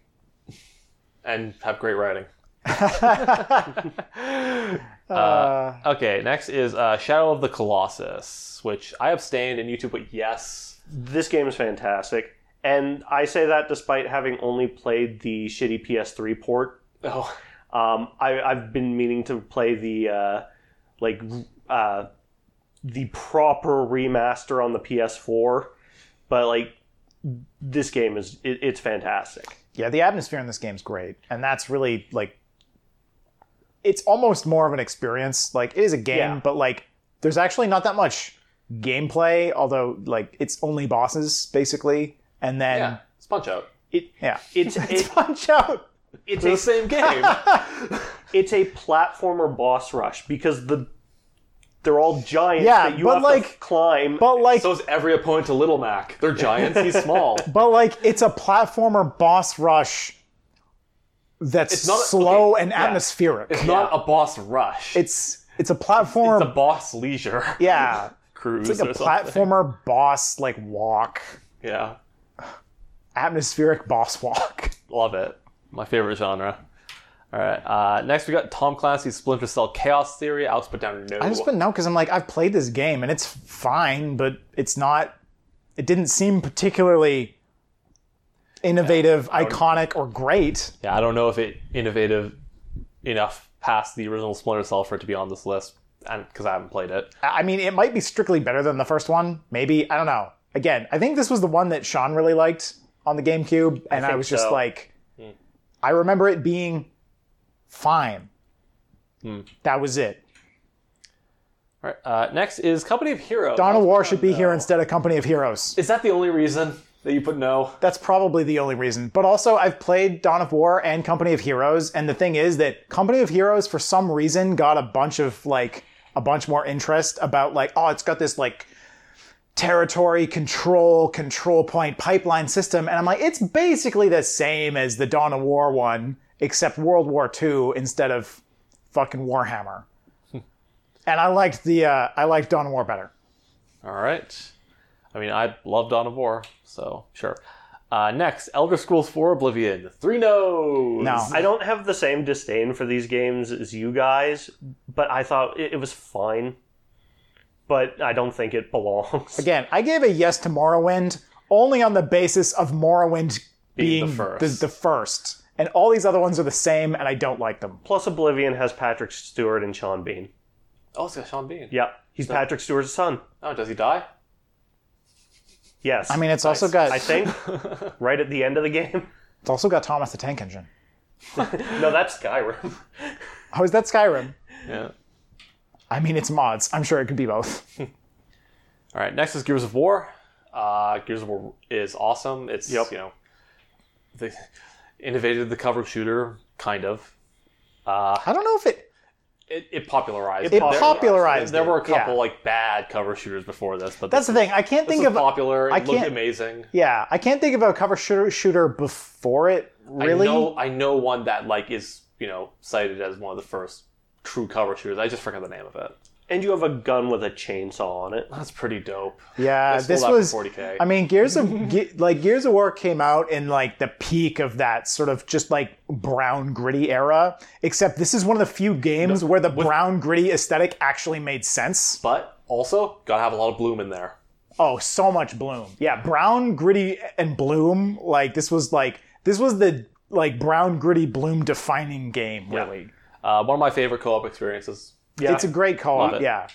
S1: and have great writing. Uh, okay, next is uh, Shadow of the Colossus, which I abstained and YouTube put yes.
S4: This game is fantastic. And I say that despite having only played the shitty PS3 port.
S1: Oh,
S4: Um, I, I've been meaning to play the uh, like uh, the proper remaster on the PS4, but like this game is it, it's fantastic.
S2: Yeah, the atmosphere in this game's great, and that's really like it's almost more of an experience. Like it is a game,
S4: Yeah.
S2: but like there's actually not that much gameplay. Although like it's only bosses basically, and then
S1: yeah. It's Punch Out.
S2: yeah,
S4: It's it,
S2: punch out.
S1: It's
S4: it's a
S1: the same game.
S4: it's a platformer boss rush because the they're all giants
S2: Yeah,
S4: that you
S2: but
S4: have to
S2: like-
S4: f- climb.
S2: But like
S1: so is every opponent to Little Mac. They're giants, he's small.
S2: But like, it's a platformer boss rush that's
S1: It's not a-
S2: slow and atmospheric.
S1: It's not a boss rush.
S2: It's it's a platformer.
S1: It's a boss leisure
S2: yeah,
S1: cruise
S2: it's like a
S1: or something.
S2: platformer boss like walk,
S1: Yeah,
S2: atmospheric boss walk.
S1: love it. My favorite genre. All right. Uh, next, we got Tom Clancy's Splinter Cell Chaos Theory. Alex put down no.
S2: I just put no because I'm like I've played this game and it's fine, but it's not. It didn't seem particularly innovative, iconic, or great.
S1: Yeah, I don't know if it innovative enough past the original Splinter Cell for it to be on this list, and because I haven't played it.
S2: I mean, it might be strictly better than the first one. Maybe I don't know. Again, I think this was the one that Sean really liked on the GameCube, and I,
S4: think
S2: was just
S4: so. Hmm.
S2: like, I remember it being fine.
S4: Hmm.
S2: That was it.
S1: All right. Uh, next is Company of Heroes.
S2: Dawn of War should be here instead of Company of Heroes.
S1: Is that the only reason that you put no?
S2: That's probably the only reason. But also, I've played Dawn of War and Company of Heroes, and the thing is that Company of Heroes, for some reason, got a bunch of like a bunch more interest about like, oh, it's got this like territory control control point pipeline system, and I'm like, it's basically the same as the Dawn of War one, except World War II instead of fucking Warhammer. and I liked the uh, I liked Dawn of War better.
S1: All right. I mean, I love Dawn of War, so sure. Uh, next, Elder Scrolls 4 Oblivion. Three no's.
S2: No,
S4: I don't have the same disdain for these games as you guys, but I thought it, it was fine. But I don't think it belongs.
S2: Again, I gave a yes to Morrowind only on the basis of Morrowind being,
S1: Being the
S2: The,
S1: first.
S2: the first. And all these other ones are the same, and I don't like them.
S4: Plus, Oblivion has Patrick Stewart and Sean Bean.
S1: Oh, it's got Sean Bean.
S4: Yeah, he's Patrick Stewart's son.
S1: Oh, does he die?
S4: Yes,
S2: I mean, it's also got
S4: I think right at the end of the game.
S2: it's also got Thomas the Tank Engine.
S4: No, that's Skyrim.
S2: How is that Skyrim?
S1: Yeah.
S2: I mean, it's mods. I'm sure it could be both.
S1: All right, next is Gears of War. Uh, Gears of War is awesome. It's
S4: Yep.
S1: you know, they innovated the cover shooter kind of.
S2: I don't know if it.
S1: It, it popularized.
S2: It popularized
S1: There,
S2: it,
S1: there were a couple
S2: yeah.
S1: like bad cover shooters before this, but
S2: That's the
S1: this,
S2: thing. I can't
S1: this
S2: think
S1: was
S2: of.
S1: popular. It
S2: I
S1: looked
S2: can't-
S1: amazing.
S2: yeah, I can't think of a cover shooter, shooter before it. Really?
S1: I know, I know one that like is you know cited as one of the first true cover shooters. I just forgot the name of it.
S4: And you have a gun with a chainsaw on it.
S1: That's pretty dope.
S2: Yeah,
S1: That's
S2: Uh, this
S1: sold out for
S2: was
S1: 40K.
S2: I mean, Gears of Ge- like Gears of War came out in like the peak of that sort of just like brown gritty era. Except this is one of the few games where the brown gritty aesthetic actually made sense.
S1: But also gotta have a lot of bloom in there.
S2: Oh, so much bloom. Yeah, brown gritty and bloom. Like this was like this was the like brown gritty bloom defining game. Really,
S1: Uh, one of my favorite co-op experiences.
S4: Yeah,
S2: it's a great co-op.
S1: it.
S2: Yeah.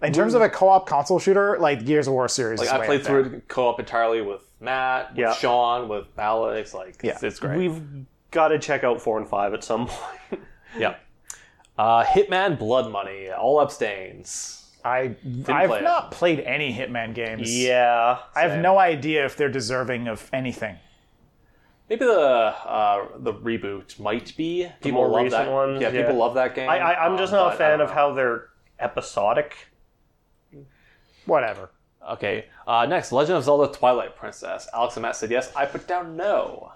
S2: In terms of a co-op console shooter, like Gears of War series,
S1: Like
S2: is way
S1: I
S2: up
S1: played
S2: there.
S1: through it co-op entirely with Matt, with
S4: Yeah.
S1: Sean, with Alex. Like it's,
S2: Yeah.
S1: it's great.
S4: we've got to check out four and five at some point.
S1: yeah. Uh, Hitman Blood Money all abstains.
S2: I I've
S1: play it.
S2: not played any Hitman games.
S4: yeah,
S2: I have no idea if they're deserving of anything.
S1: Maybe the uh, the reboot might be people
S4: more
S1: love
S4: recent
S1: that.
S4: ones,
S1: yeah,
S4: yeah.
S1: people love that game.
S4: I, I, I'm just
S1: um,
S4: not
S1: but
S4: a
S1: I
S4: fan
S1: don't
S4: of
S1: know.
S4: how they're episodic.
S2: Whatever.
S1: Okay. Uh, next, Legend of Zelda: Twilight Princess. Alex and Matt said yes. I put down no.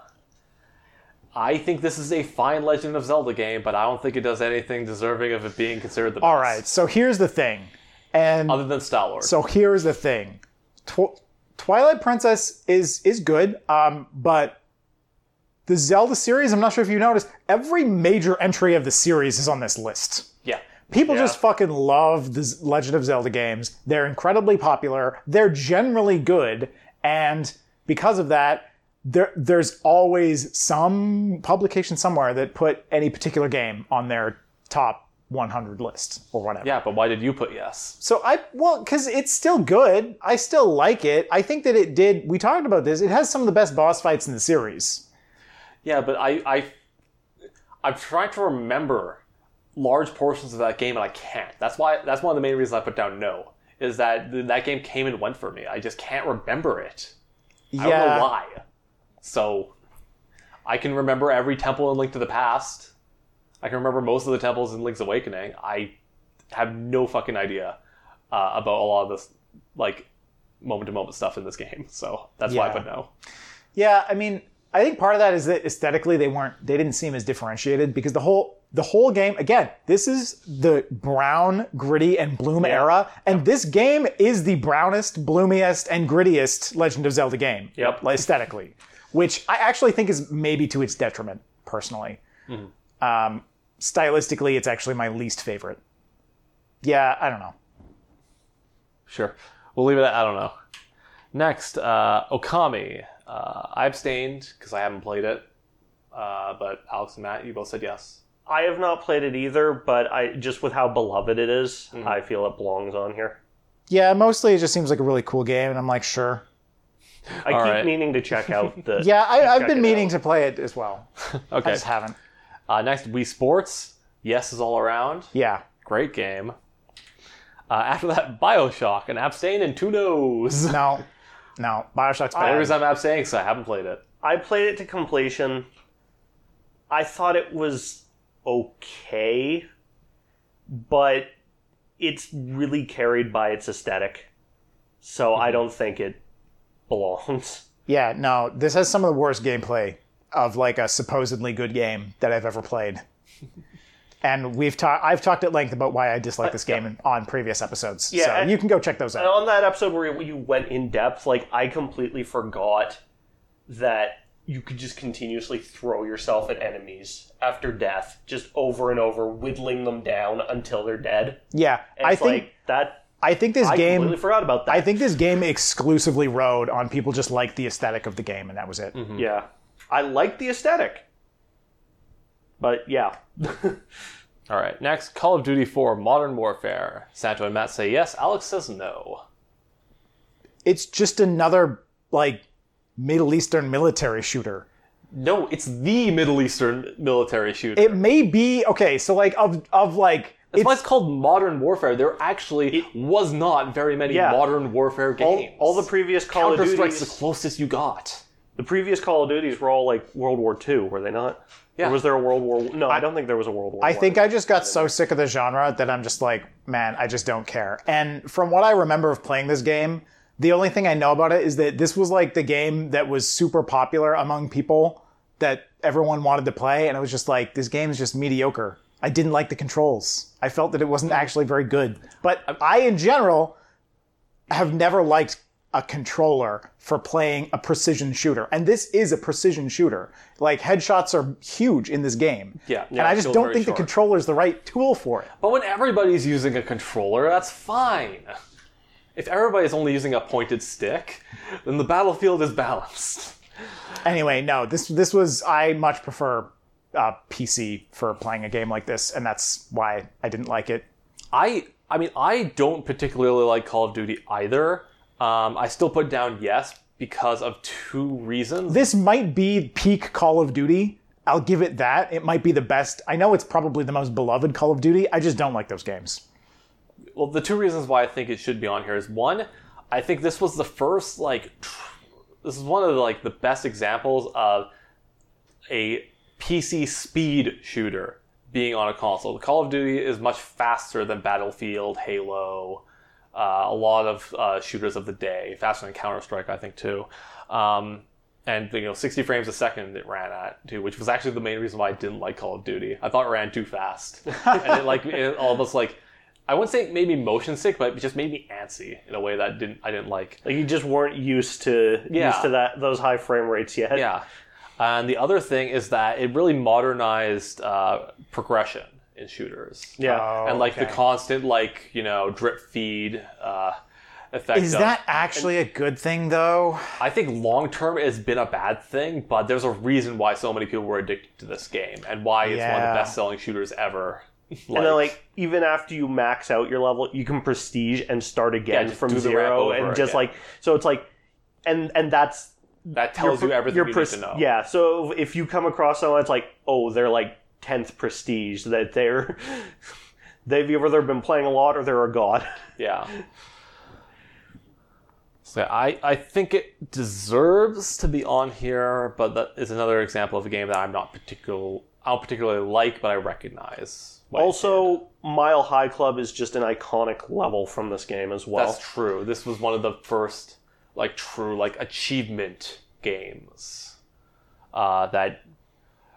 S1: I think this is a fine Legend of Zelda game, but I don't think it does anything deserving of it being considered the best.
S2: All right. So here's the thing, and
S1: Other than Star Wars.
S2: so here's the thing, Tw- Twilight Princess is is good, um, but the Zelda series. I'm not sure if you noticed, every major entry of the series is on this list.
S1: yeah.
S2: People just fucking love the Z- Legend of Zelda games. They're incredibly popular. They're generally good, and because of that, there there's always some publication somewhere that put any particular game on their top 100 list or whatever.
S1: Yeah, but why did you put yes?
S2: So I well, because it's still good. I still like it. I think that it did. We talked about this. It has some of the best boss fights in the series.
S1: Yeah, but I, I, I'm trying to remember large portions of that game, and I can't. That's why. That's one of the main reasons I put down no. Is that th- that game came and went for me. I just can't remember it.
S2: Yeah.
S1: I don't know why. So, I can remember every temple in Link to the Past. I can remember most of the temples in Link's Awakening. I have no fucking idea uh, about a lot of this, like, moment to moment stuff in this game. So that's why I
S2: Yeah.
S1: put no.
S2: Yeah, I mean, I think part of that is that aesthetically they weren't they didn't seem as differentiated because the whole the whole game again, this is the brown, gritty and bloom era and this game is the brownest, bloomiest and grittiest Legend of Zelda game.
S1: Yep.
S2: like, Aesthetically, which I actually think is maybe to its detriment personally. Um stylistically it's actually my least favorite. Yeah, I don't know.
S1: Sure. We'll leave it at I don't know. Next, uh, Okami. Uh, I abstained because I haven't played it. Uh, but Alex and Matt, you both said yes.
S4: I have not played it either, but I just with how beloved it is,
S1: Mm-hmm.
S4: I feel it belongs on here.
S2: Yeah, mostly it just seems like a really cool game and I'm like, sure.
S4: I
S1: All
S4: keep
S1: right.
S4: meaning to check out the
S2: Yeah, I, I've been
S4: it
S2: meaning to play it as well. I
S1: Okay.
S2: just haven't.
S1: Uh, next, Wii Sports. Yes is all around.
S2: Yeah.
S1: Great game. Uh, after that, Bioshock. And abstain and two no's.
S2: No. No. Bioshock's
S1: The only
S2: better.
S1: reason I'm abstaining because I haven't played it.
S4: I played it to completion. I thought it was okay, but it's really carried by its aesthetic. So
S1: Mm-hmm.
S4: I don't think it belongs.
S2: Yeah, no. This has some of the worst gameplay of like a supposedly good game that I've ever played. and we've talked I've talked at length about why I dislike this game in- on previous episodes. so
S4: and-
S2: you can go check those out.
S4: on that episode where you went in depth, like I completely forgot that you could just continuously throw yourself at enemies after death, just over and over, whittling them down until they're dead.
S2: yeah. I
S4: It's
S2: think
S4: like that.
S2: I think this
S4: I
S2: game
S4: completely forgot about that.
S2: I think this game exclusively rode on people just like the aesthetic of the game and that was it.
S4: yeah, I like the aesthetic, but yeah,
S1: All right. Next, Call of Duty 4 Modern Warfare. Santo and Matt say yes. Alex says no.
S2: It's just another like Middle Eastern military shooter.
S1: No, it's the Middle Eastern military shooter.
S2: It may be okay, so like of of like
S1: That's why it's called Modern Warfare. There actually was not very many
S4: Yeah.
S1: Modern Warfare games.
S4: all the previous Call of
S1: Counter Strike's the
S4: Duties,
S1: closest you got.
S4: the previous Call of Duties were all like World War II, were they not?
S1: Yeah.
S4: Or was there a World War? No, I, don't think there was a World War.
S2: I think I just got so sick of the genre that I'm just like, man, I just don't care. And from what I remember of playing this game, the only thing I know about it is that this was like the game that was super popular among people that everyone wanted to play. And I was just like, this game's just mediocre. I didn't like the controls. I felt that it wasn't actually very good. But I, in general, have never liked a controller for playing a precision shooter. And this is a precision shooter. Like headshots are huge in this game.
S1: Yeah.
S2: And
S1: Yeah,
S2: I just
S1: still
S2: don't
S1: very
S2: think
S1: short.
S2: the controller is the right tool for it.
S1: But when everybody's using a controller, that's fine. If everybody's only using a pointed stick, then the battlefield is balanced.
S2: Anyway, no, this this was I much prefer uh, PC for playing a game like this, and that's why I didn't like it.
S1: I I mean I don't particularly like Call of Duty either. Um, I still put down yes because of two reasons.
S2: This might be peak Call of Duty. I'll give it that. It might be the best. I know it's probably the most beloved Call of Duty. I just don't like those games.
S1: well the two reasons why i think it should be on here is one i think this was the first like tr- this is one of the, like the best examples of a pc speed shooter being on a console. Call of Duty is much faster than Battlefield, Halo, uh, a lot of uh, shooters of the day, faster than Counter Strike, I think too. Um, and you know, 60 frames a second it ran at too, which was actually the main reason why I didn't like Call of Duty. I thought it ran too fast, and it like it almost like I wouldn't say it made me motion sick, but it just made me antsy in a way that didn't I didn't like.
S4: Like you just weren't used to
S1: Yeah.
S4: used to that those high frame rates yet.
S1: Yeah. And the other thing is that it really modernized uh, progression in shooters.
S4: Yeah.
S2: Oh,
S1: and like the
S2: okay.
S1: constant like you know drip feed uh, effect.
S2: Is
S1: of-
S2: that actually a good thing though?
S1: I think long term it's been a bad thing, but there's a reason why so many people were addicted to this game and why it's one of
S2: Yeah.
S1: the best selling shooters ever.
S4: And then like even after you max out your level, you can prestige and start again
S1: just
S4: from
S1: do the ramp over
S4: zero and just
S1: again.
S4: like so it's like and and that's
S1: that tells
S4: your-
S1: you everything you
S4: your
S1: need
S4: pres-
S1: to know.
S4: Yeah, so if you come across someone it's like, oh, they're like tenth prestige that they're they've either been playing a lot or they're a god.
S1: Yeah. So I, I think it deserves to be on here, but that is another example of a game that I'm not particular I don't particularly like, but I recognize. why it did.
S4: Also, Mile High Club is just an iconic level from this game as well.
S1: that's true. This was one of the first like true like achievement games uh, that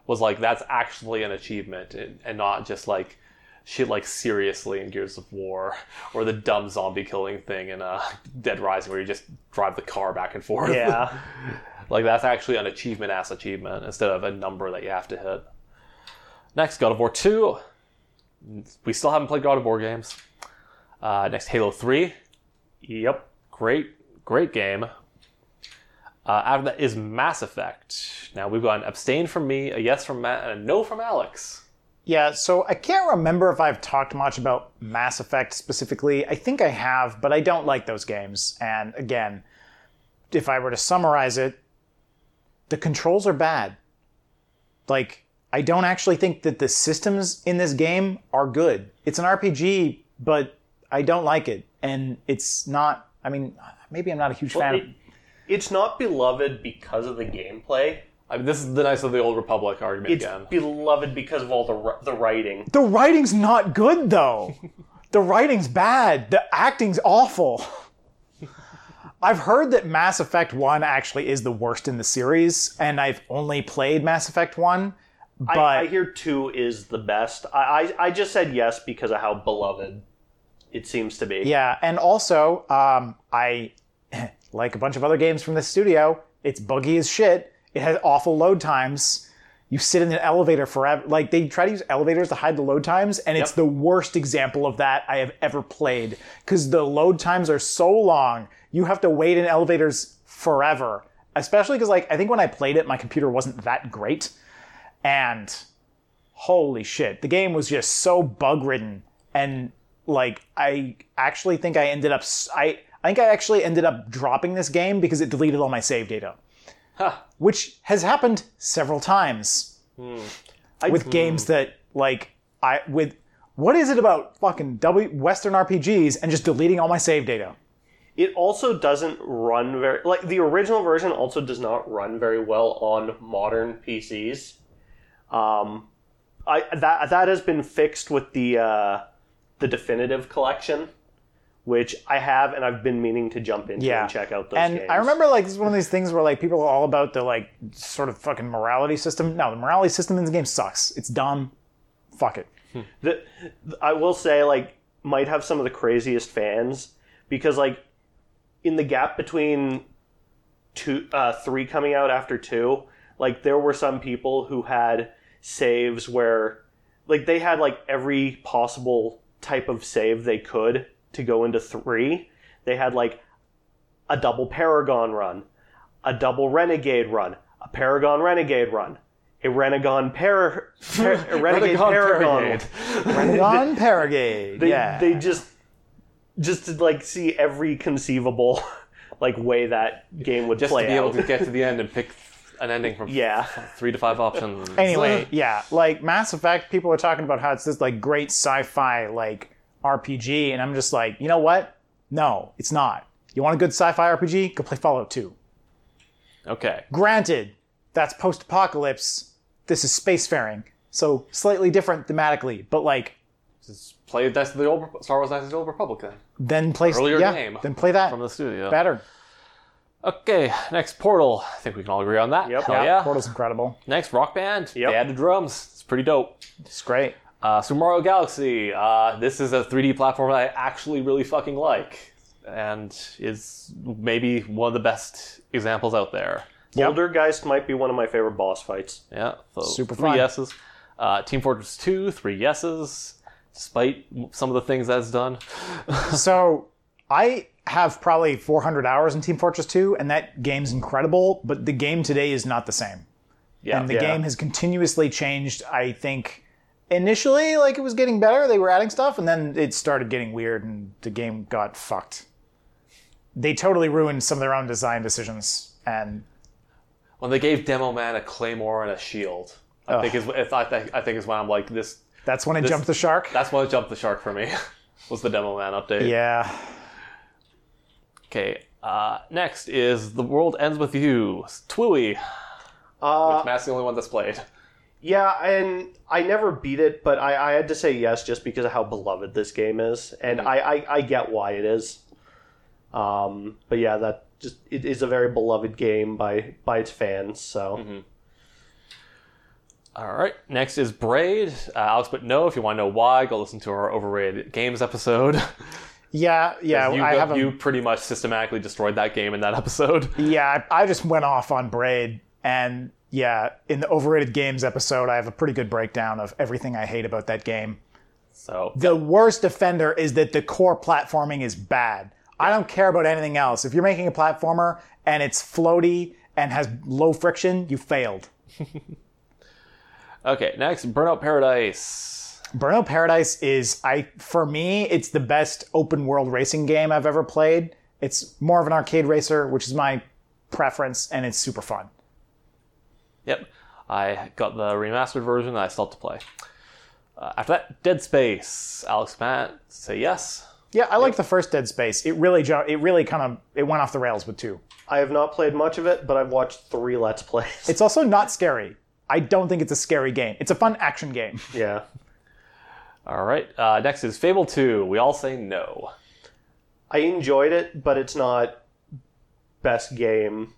S1: was like that's actually an achievement and, and not just like shit like seriously in Gears of War or the dumb zombie killing thing in uh, Dead Rising where you just drive the car back and forth.
S4: yeah.
S1: Like that's actually an achievement ass achievement instead of a number that you have to hit. Next, God of War two. We still haven't played God of War games. Uh, next, Halo three.
S4: yep.
S1: Great, great game. Uh, out of that is Mass Effect. Now we've got an abstain from me, a yes from Matt, and a no from Alex.
S2: Yeah, so I can't remember if I've talked much about Mass Effect specifically. I think I have, but I don't like those games. And again, if I were to summarize it, the controls are bad. Like, I don't actually think that the systems in this game are good. It's an RPG, but I don't like it. And it's not, I mean, maybe I'm not a huge fan of.
S4: it- it's not beloved because of the gameplay.
S1: I mean, this is the Knights of the Old Republic argument
S4: It's
S1: again.
S4: beloved because of all the ri- the writing.
S2: The writing's not good, though. the writing's bad. The acting's awful. I've heard that Mass Effect 1 actually is the worst in the series, and I've only played Mass Effect 1, but
S4: I, I hear two is the best. I, I I just said yes because of how beloved it seems to be.
S2: yeah, and also, um, I, like a bunch of other games from this studio, it's buggy as shit. It has awful load times. You sit in an elevator forever. Like, they try to use elevators to hide the load times, and it's the worst example of that I have ever played because the load times are so long. You have to wait in elevators forever, especially because, like, I think when I played it, my computer wasn't that great. And holy shit, the game was just so bug ridden. And, like, I actually think I ended up, s- I, I think I actually ended up dropping this game because it deleted all my save data, which has happened several times
S4: Hmm.
S2: with games that like I with what is it about fucking W Western RPGs and just deleting all my save data?
S4: It also doesn't run very like the original version also does not run very well on modern PCs. Um, I that that has been fixed with the uh, the definitive collection, which I have and I've been meaning to jump into
S2: Yeah.
S4: and check out those.
S2: And
S4: games.
S2: I remember like this is one of these things where like people are all about the like sort of fucking morality system. No, the morality system in this game sucks. It's dumb. Fuck it.
S4: the, I will say like might have some of the craziest fans because like in the gap between two uh, three coming out after two like there were some people who had saves where like they had like every possible type of save they could to go into three they had like a double paragon run a double renegade run a paragon renegade run a renegon para, par- a renegade
S1: Renegon
S4: paragon
S1: Renegade.
S2: Non Paragade.
S4: they,
S2: Yeah.
S4: they just just to like see every conceivable like way that game would
S1: Just
S4: play
S1: to be
S4: out.
S1: able to get to the end and pick th- an ending from
S4: yeah
S1: three to five options.
S2: anyway, yeah, like Mass Effect, people are talking about how it's this like great sci-fi like RPG, and I'm just like, you know what? No, it's not. You want a good sci-fi RPG? Go play Fallout 2.
S1: Okay.
S2: Granted, that's post apocalypse. This is spacefaring. So slightly different thematically, but like
S1: Just play Knights of the Old Rep- Star Wars Knights of the Old Republic then
S2: then play
S1: Earlier
S2: yeah,
S1: game.
S2: Then play that
S1: from the studio.
S2: better.
S1: Okay, next Portal. I think we can all agree on that.
S4: Yep.
S1: Hell yeah.
S2: Portal's incredible.
S1: Next Rock Band.
S4: Yep.
S1: They added drums. It's pretty dope.
S2: It's great.
S1: Uh, Super Mario Galaxy. Uh, this is a 3D platform I actually really fucking like, and is maybe one of the best examples out there.
S4: Bouldergeist might be one of my favorite boss fights.
S1: Yeah, so
S2: Super
S1: three
S2: fun.
S1: yeses. Uh, Team Fortress 2, three yeses, despite some of the things that's done.
S2: So I have probably 400 hours in Team Fortress 2, and that game's incredible. But the game today is not the same.
S1: Yeah,
S2: and the
S1: yeah.
S2: game has continuously changed. I think initially, like it was getting better, they were adding stuff, and then it started getting weird, and the game got fucked. They totally ruined some of their own design decisions, and
S1: When they gave Demo Man a claymore and a shield, I think is I, think- I think is when I'm like this.
S2: that's when it jumped the shark.
S1: That's when it jumped the shark for me. was the Demo Man update?
S2: yeah,
S1: Okay. Uh, next is the world ends with you, Twiwi.
S4: Uh,
S1: Which Matt's the only one that's played.
S4: yeah, and I never beat it, but I, I had to say yes just because of how beloved this game is, and
S1: Mm-hmm.
S4: I, I I get why it is. Um, but yeah, that just it is a very beloved game by by its fans. So
S1: Mm-hmm. All right. Next is Braid. Uh, Alex, but no. If you want to know why, go listen to our overrated games episode.
S2: yeah, yeah.
S1: you,
S2: I
S1: go-
S2: have a,
S1: you pretty much systematically destroyed that game in that episode.
S2: yeah. I, I just went off on Braid, and yeah, in the overrated games episode, I have a pretty good breakdown of everything I hate about that game.
S1: So
S2: the worst offender is that the core platforming is bad. I don't care about anything else. If you're making a platformer and it's floaty and has low friction, you failed.
S1: okay. Next, Burnout Paradise.
S2: Burnout Paradise is I for me, it's the best open world racing game I've ever played. It's more of an arcade racer, which is my preference, and it's super fun.
S1: Yep. I got the remastered version. that I still have to play. Uh, after that, Dead Space. Alex, Matt, say yes.
S2: Yeah, I like the first Dead Space. It really jo- it really kind of it went off the rails with two.
S4: I have not played much of it, but I've watched three Let's Plays.
S2: It's also not scary. I don't think it's a scary game. It's a fun action game.
S4: yeah,
S1: All right. Uh, next is Fable Two. We all say no.
S4: I enjoyed it, but it's not best game.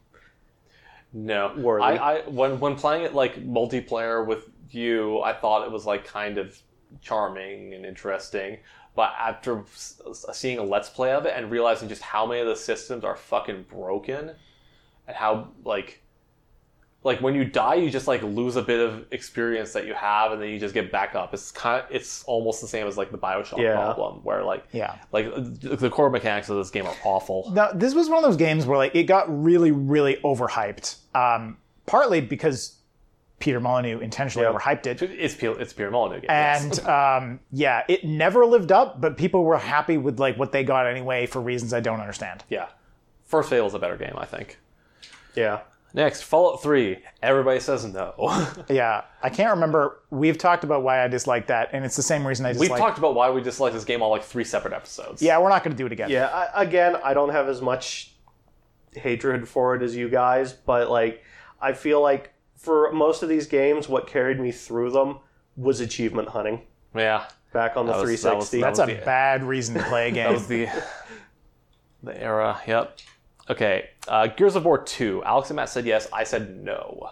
S1: No,
S4: Worthy.
S1: I, I when when playing it like multiplayer with you, I thought it was like kind of charming and interesting. But after s- s- seeing a let's play of it and realizing just how many of the systems are fucking broken, and how like like when you die, you just like lose a bit of experience that you have, and then you just get back up. It's kind of it's almost the same as like the Bioshock
S4: Yeah.
S1: problem, where like
S2: Yeah.
S1: like the the core mechanics of this game are awful.
S2: Now, this was one of those games where like it got really, really overhyped. Um, partly because Peter Molyneux intentionally overhyped it,
S1: It's Pe- it's a Peter Molyneux game. yes.
S2: and um, yeah, it never lived up. But people were happy with like what they got anyway for reasons I don't understand.
S1: Yeah. First Fable is a better game, I think.
S4: Yeah,
S1: Next, Fallout 3. Everybody says no.
S2: Yeah, I can't remember. We've talked about why I dislike that, and it's the same reason I
S1: We've
S2: dislike.
S1: talked about why we dislike this game on like three separate episodes.
S2: yeah, we're not going to do it again.
S4: yeah. I, again, I don't have as much hatred for it as you guys, but like, I feel like for most of these games, what carried me through them was achievement hunting
S1: Yeah.
S4: back on the
S1: That was- that was-
S4: 360.
S1: that
S2: that's
S1: was
S2: a
S1: the-
S2: bad reason to play a
S1: That
S2: game.
S1: was the the era. Yep. Okay. Uh, Gears of War 2. Alex and Matt said yes. I said no.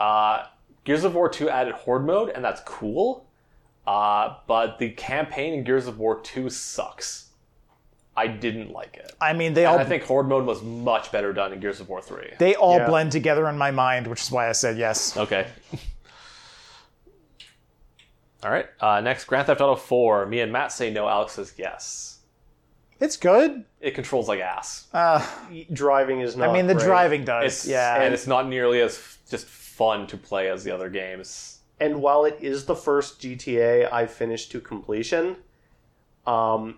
S1: Uh, Gears of War 2 added Horde mode, and that's cool. Uh, but the campaign in Gears of War 2 sucks. I didn't like it.
S2: I mean, they all
S1: And I think Horde mode was much better done in Gears of War 3.
S2: they all
S4: Yeah.
S2: blend together in my mind, which is why I said yes.
S1: Okay. All right. Uh, next, Grand Theft Auto 4. Me and Matt say no. Alex says yes.
S2: It's good.
S1: It controls like ass.
S2: Uh,
S4: driving is not.
S2: I mean, the
S4: great.
S2: driving does.
S1: Oh, It's,
S2: yeah,
S1: and it's not nearly as f- just fun to play as the other games.
S4: And while it is the first GTA I finished to completion, um,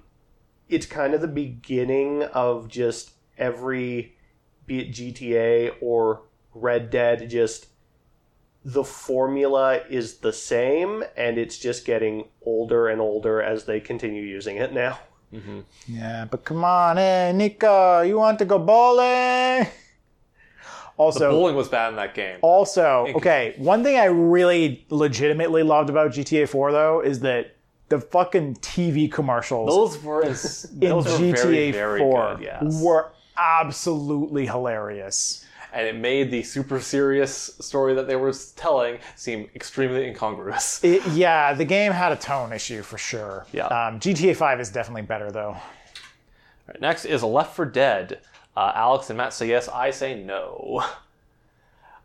S4: it's kind of the beginning of just every, be it GTA or Red Dead, just the formula is the same, and it's just getting older and older as they continue using it now.
S2: eh, Yeah, but come on, hey, Nico, you want to go bowling? Also,
S1: Bowling was bad in that game.
S2: Also, okay, one thing I really legitimately loved about GTA 4 though is that the fucking TV commercials
S1: Those were ins-
S2: in
S1: those were
S2: GTA
S1: very, very
S2: 4
S1: good, yes.
S2: were absolutely hilarious.
S1: and it made the super serious story that they were telling seem extremely incongruous.
S2: It, yeah, the game had a tone issue for sure.
S1: Yeah.
S2: Um, GTA 5 is definitely better though.
S1: Alright, next is Left for Dead. Uh, Alex and Matt say yes. I say no.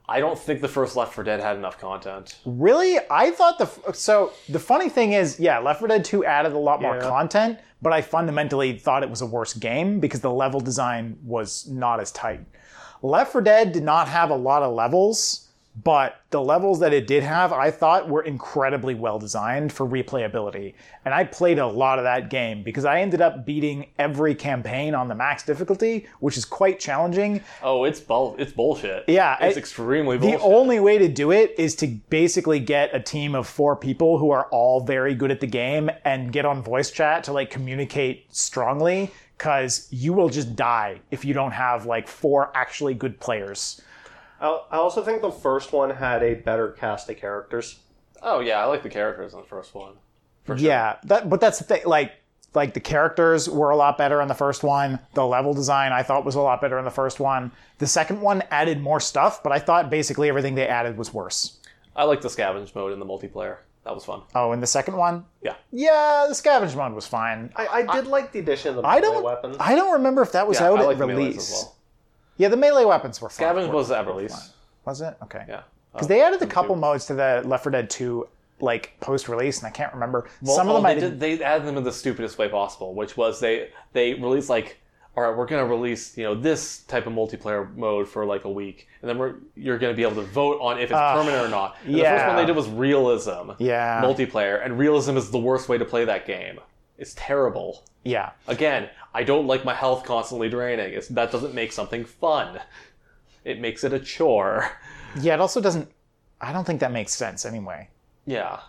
S1: I don't think the first Left for Dead had enough content.
S2: Really? I thought the f- so the funny thing is, yeah, Left 4 Dead 2 added a lot more
S3: Yeah.
S2: content, but I fundamentally thought it was a worse game because the level design was not as tight. Left 4 Dead did not have a lot of levels, but the levels that it did have, I thought were incredibly well designed for replayability. And I played a lot of that game because I ended up beating every campaign on the max difficulty, which is quite challenging.
S1: Oh, it's bull. It's bullshit.
S2: Yeah,
S1: it's
S2: I-
S1: extremely
S2: The
S1: bullshit.
S2: only way to do it is to basically get a team of four people who are all very good at the game and get on voice chat to like communicate strongly because you will just die if you don't have like four actually good players.
S3: I I also think the first one had a better cast of characters.
S1: oh yeah, I like the characters in the first one.
S2: Yeah, that, but that's the thing. Like, like the characters were a lot better in the first one. The level design I thought was a lot better in the first one. The second one added more stuff, but I thought basically everything they added was worse.
S1: I like the scavenge mode in the multiplayer. That was fun.
S2: Oh, and the second one,
S1: Yeah.
S2: yeah, the scavenge mode was fine.
S3: I, I did like the addition of the melee
S2: I don't.
S3: weapon.
S2: I don't remember if that was
S1: Yeah,
S2: out
S1: I like
S2: at
S1: the melees
S2: release.
S1: as well.
S2: Yeah, the melee weapons were fun.
S1: Scavenge was at release.
S2: was it? Okay.
S1: Yeah.
S2: Because they added a couple modes to the Left 4 Dead 2 like post release, and I can't remember. Some of
S1: Oh,
S2: them I
S1: they
S2: did.
S1: They added them in the stupidest way possible, which was they they released like, all right, we're gonna release you know this type of multiplayer mode for like a week, and then we're you're gonna be able to vote on if it's permanent or not. And The first
S2: Ah, yeah.
S1: one they did was realism.
S2: Yeah.
S1: Multiplayer and realism is the worst way to play that game. It's terrible.
S2: yeah.
S1: Again, I don't like my health constantly draining. It's, that doesn't make something fun. It makes it a chore.
S2: Yeah. It also doesn't. I don't think that makes sense anyway.
S1: Yeah.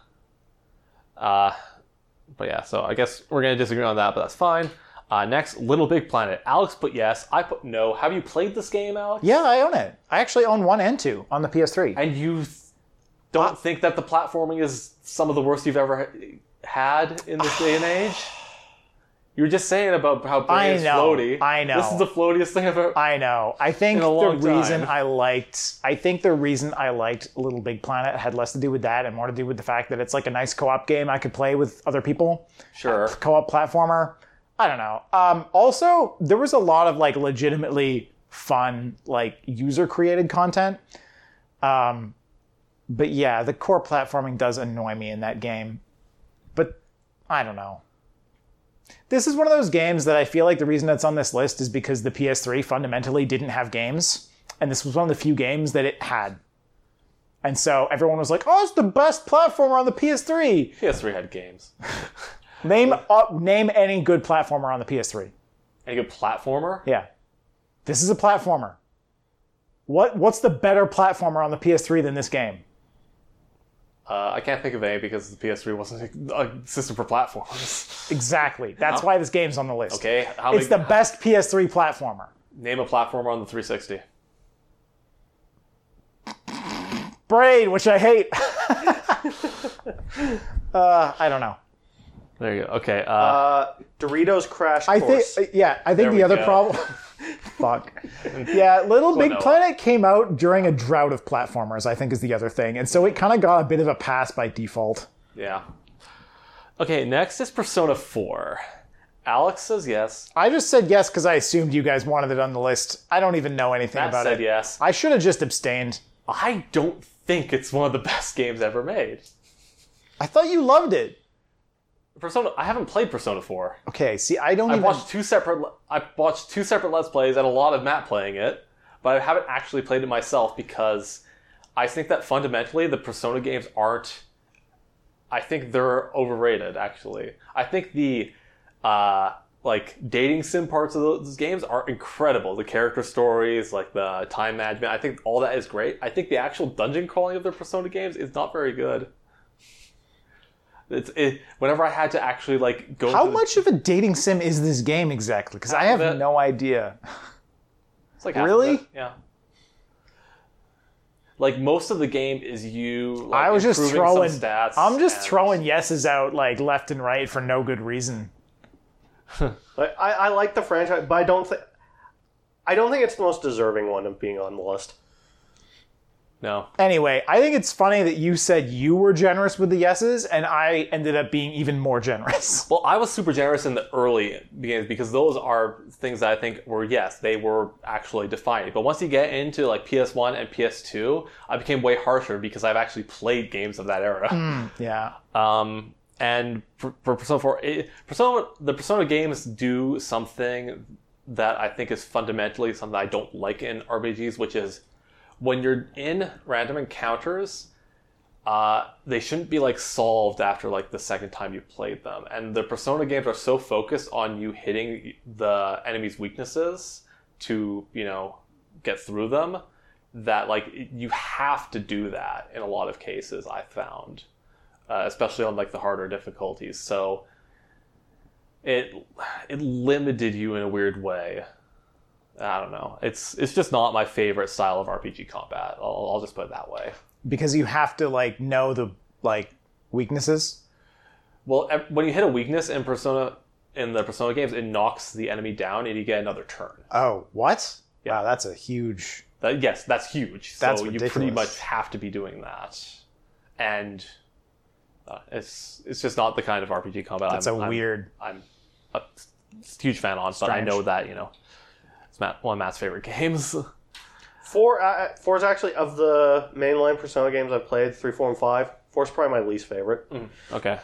S1: Uh, but yeah, so I guess we're gonna disagree on that, but that's fine. Uh, next, Little Big Planet. Alex put yes. I put no. Have you played this game, Alex?
S2: Yeah, I own it. I actually own one and two on the PS3.
S1: And you th- don't think that the platforming is some of the worst you've ever ha- had in this day and age? You were just saying about how
S2: I
S1: Bray is
S2: know,
S1: floaty.
S2: I know.
S1: This is the floatiest thing I've ever.
S2: I know. I think
S1: In a
S2: the
S1: long time.
S2: reason I liked I think the reason I liked Little Big Planet had less to do with that and more to do with the fact that it's like a nice co-op game I could play with other people.
S1: Sure.
S2: co-op platformer. I don't know. Um, also, there was a lot of like legitimately fun, like user created content. Um, but yeah, the core platforming does annoy me in that game. But I don't know. This is one of those games that I feel like the reason it's on this list is because the PS3 fundamentally didn't have games, and this was one of the few games that it had. And so everyone was like, "Oh, it's the best platformer on the PS3."
S1: PS3 had games.
S2: Name uh, name any good platformer on the PS3.
S1: Any good platformer?
S2: Yeah, this is a platformer. What what's the better platformer on the PS3 than this game?
S1: Uh, I can't think of any because the PS3 wasn't a a system for platforms.
S2: Exactly. That's why this game's on the list.
S1: Okay, how
S2: It's the
S1: many-
S2: best PS3 platformer.
S1: Name a platformer on the 360.
S2: Braid, which I hate. uh, I don't know.
S1: There you go. Okay. Uh,
S3: Uh, Doritos Crash
S2: I think
S3: Course.
S2: yeah. I think
S1: There
S2: the
S1: we
S2: other
S1: go.
S2: problem. Fuck. Yeah, Little Big
S1: Noah.
S2: Planet came out during a drought of platformers. I think is the other thing, and so it kind of got a bit of a pass by default.
S1: yeah. Okay. Next is Persona 4. Alex says yes.
S2: I just said yes because I assumed you guys wanted it on the list. I don't even know anything
S1: Matt
S2: about
S1: said
S2: it.
S1: yes.
S2: I should have just abstained.
S1: I don't think it's one of the best games ever made.
S2: I thought you loved it.
S1: Persona. I haven't played Persona 4.
S2: Okay, see, I don't
S1: I
S2: even.
S1: watched two separate. le- I watched two separate Let's Plays and a lot of Matt playing it, but I haven't actually played it myself because I think that fundamentally the Persona games aren't. I think they're overrated. Actually, I think the uh, like dating sim parts of those games are incredible. The character stories, like the time management, I think all that is great. I think the actual dungeon crawling of the Persona games is not very good. It's it, whenever I had to actually like go.
S2: How
S1: to the-
S2: much of a dating sim is this game exactly? Because I have
S1: of it.
S2: no idea.
S1: It's like half of
S2: Really?
S1: it, Yeah. Like most of the game is you. Like,
S2: I was just
S1: improving some
S2: throwing
S1: stats.
S2: I'm just
S1: and-
S2: throwing yeses out like left and right for no good reason.
S3: But I, I like the franchise, but I don't think I don't think it's the most deserving one of being on the list.
S1: No,
S2: Anyway, I think it's funny that you said you were generous with the yeses, and I ended up being even more generous.
S1: Well, I was super generous in the early beginnings because those are things that I think were yes, they were actually defining. But once you get into like PS1 and PS2, I became way harsher because I've actually played games of that
S2: Hmm.
S1: era.
S2: Yeah.
S1: Um, and for, for Persona 4, it, Persona, the Persona games do something that I think is fundamentally something I don't like in RPGs, which is when you're in random encounters, uh, they shouldn't be like solved after like the second time you played them. And the Persona games are so focused on you hitting the enemy's weaknesses to you know get through them that like you have to do that in a lot of cases. I found uh, especially on like the harder difficulties. So it it limited you in a weird way. I don't know. It's it's just not my favorite style of RPG combat. I'll, I'll just put it that way.
S2: Because you have to like know the like weaknesses.
S1: Well, ev- when you hit a weakness in Persona in the Persona games, it knocks the enemy down and you get another turn.
S2: Oh, what?
S1: Yeah.
S2: Wow, that's a huge
S1: That, yes, that's huge.
S2: That's
S1: so you pretty
S2: ridiculous.
S1: much have to be doing that, and uh, it's it's just not the kind of RPG combat.
S2: that's
S1: I'm,
S2: a
S1: I'm-
S2: weird
S1: I'm a huge fan on, but I
S2: Strange.
S1: know that you know it's Matt, one of Matt's favorite games.
S3: Four uh, four is actually of the mainline Persona games I've played, three, four, and five. Four's probably my least favorite.
S1: Mm. okay.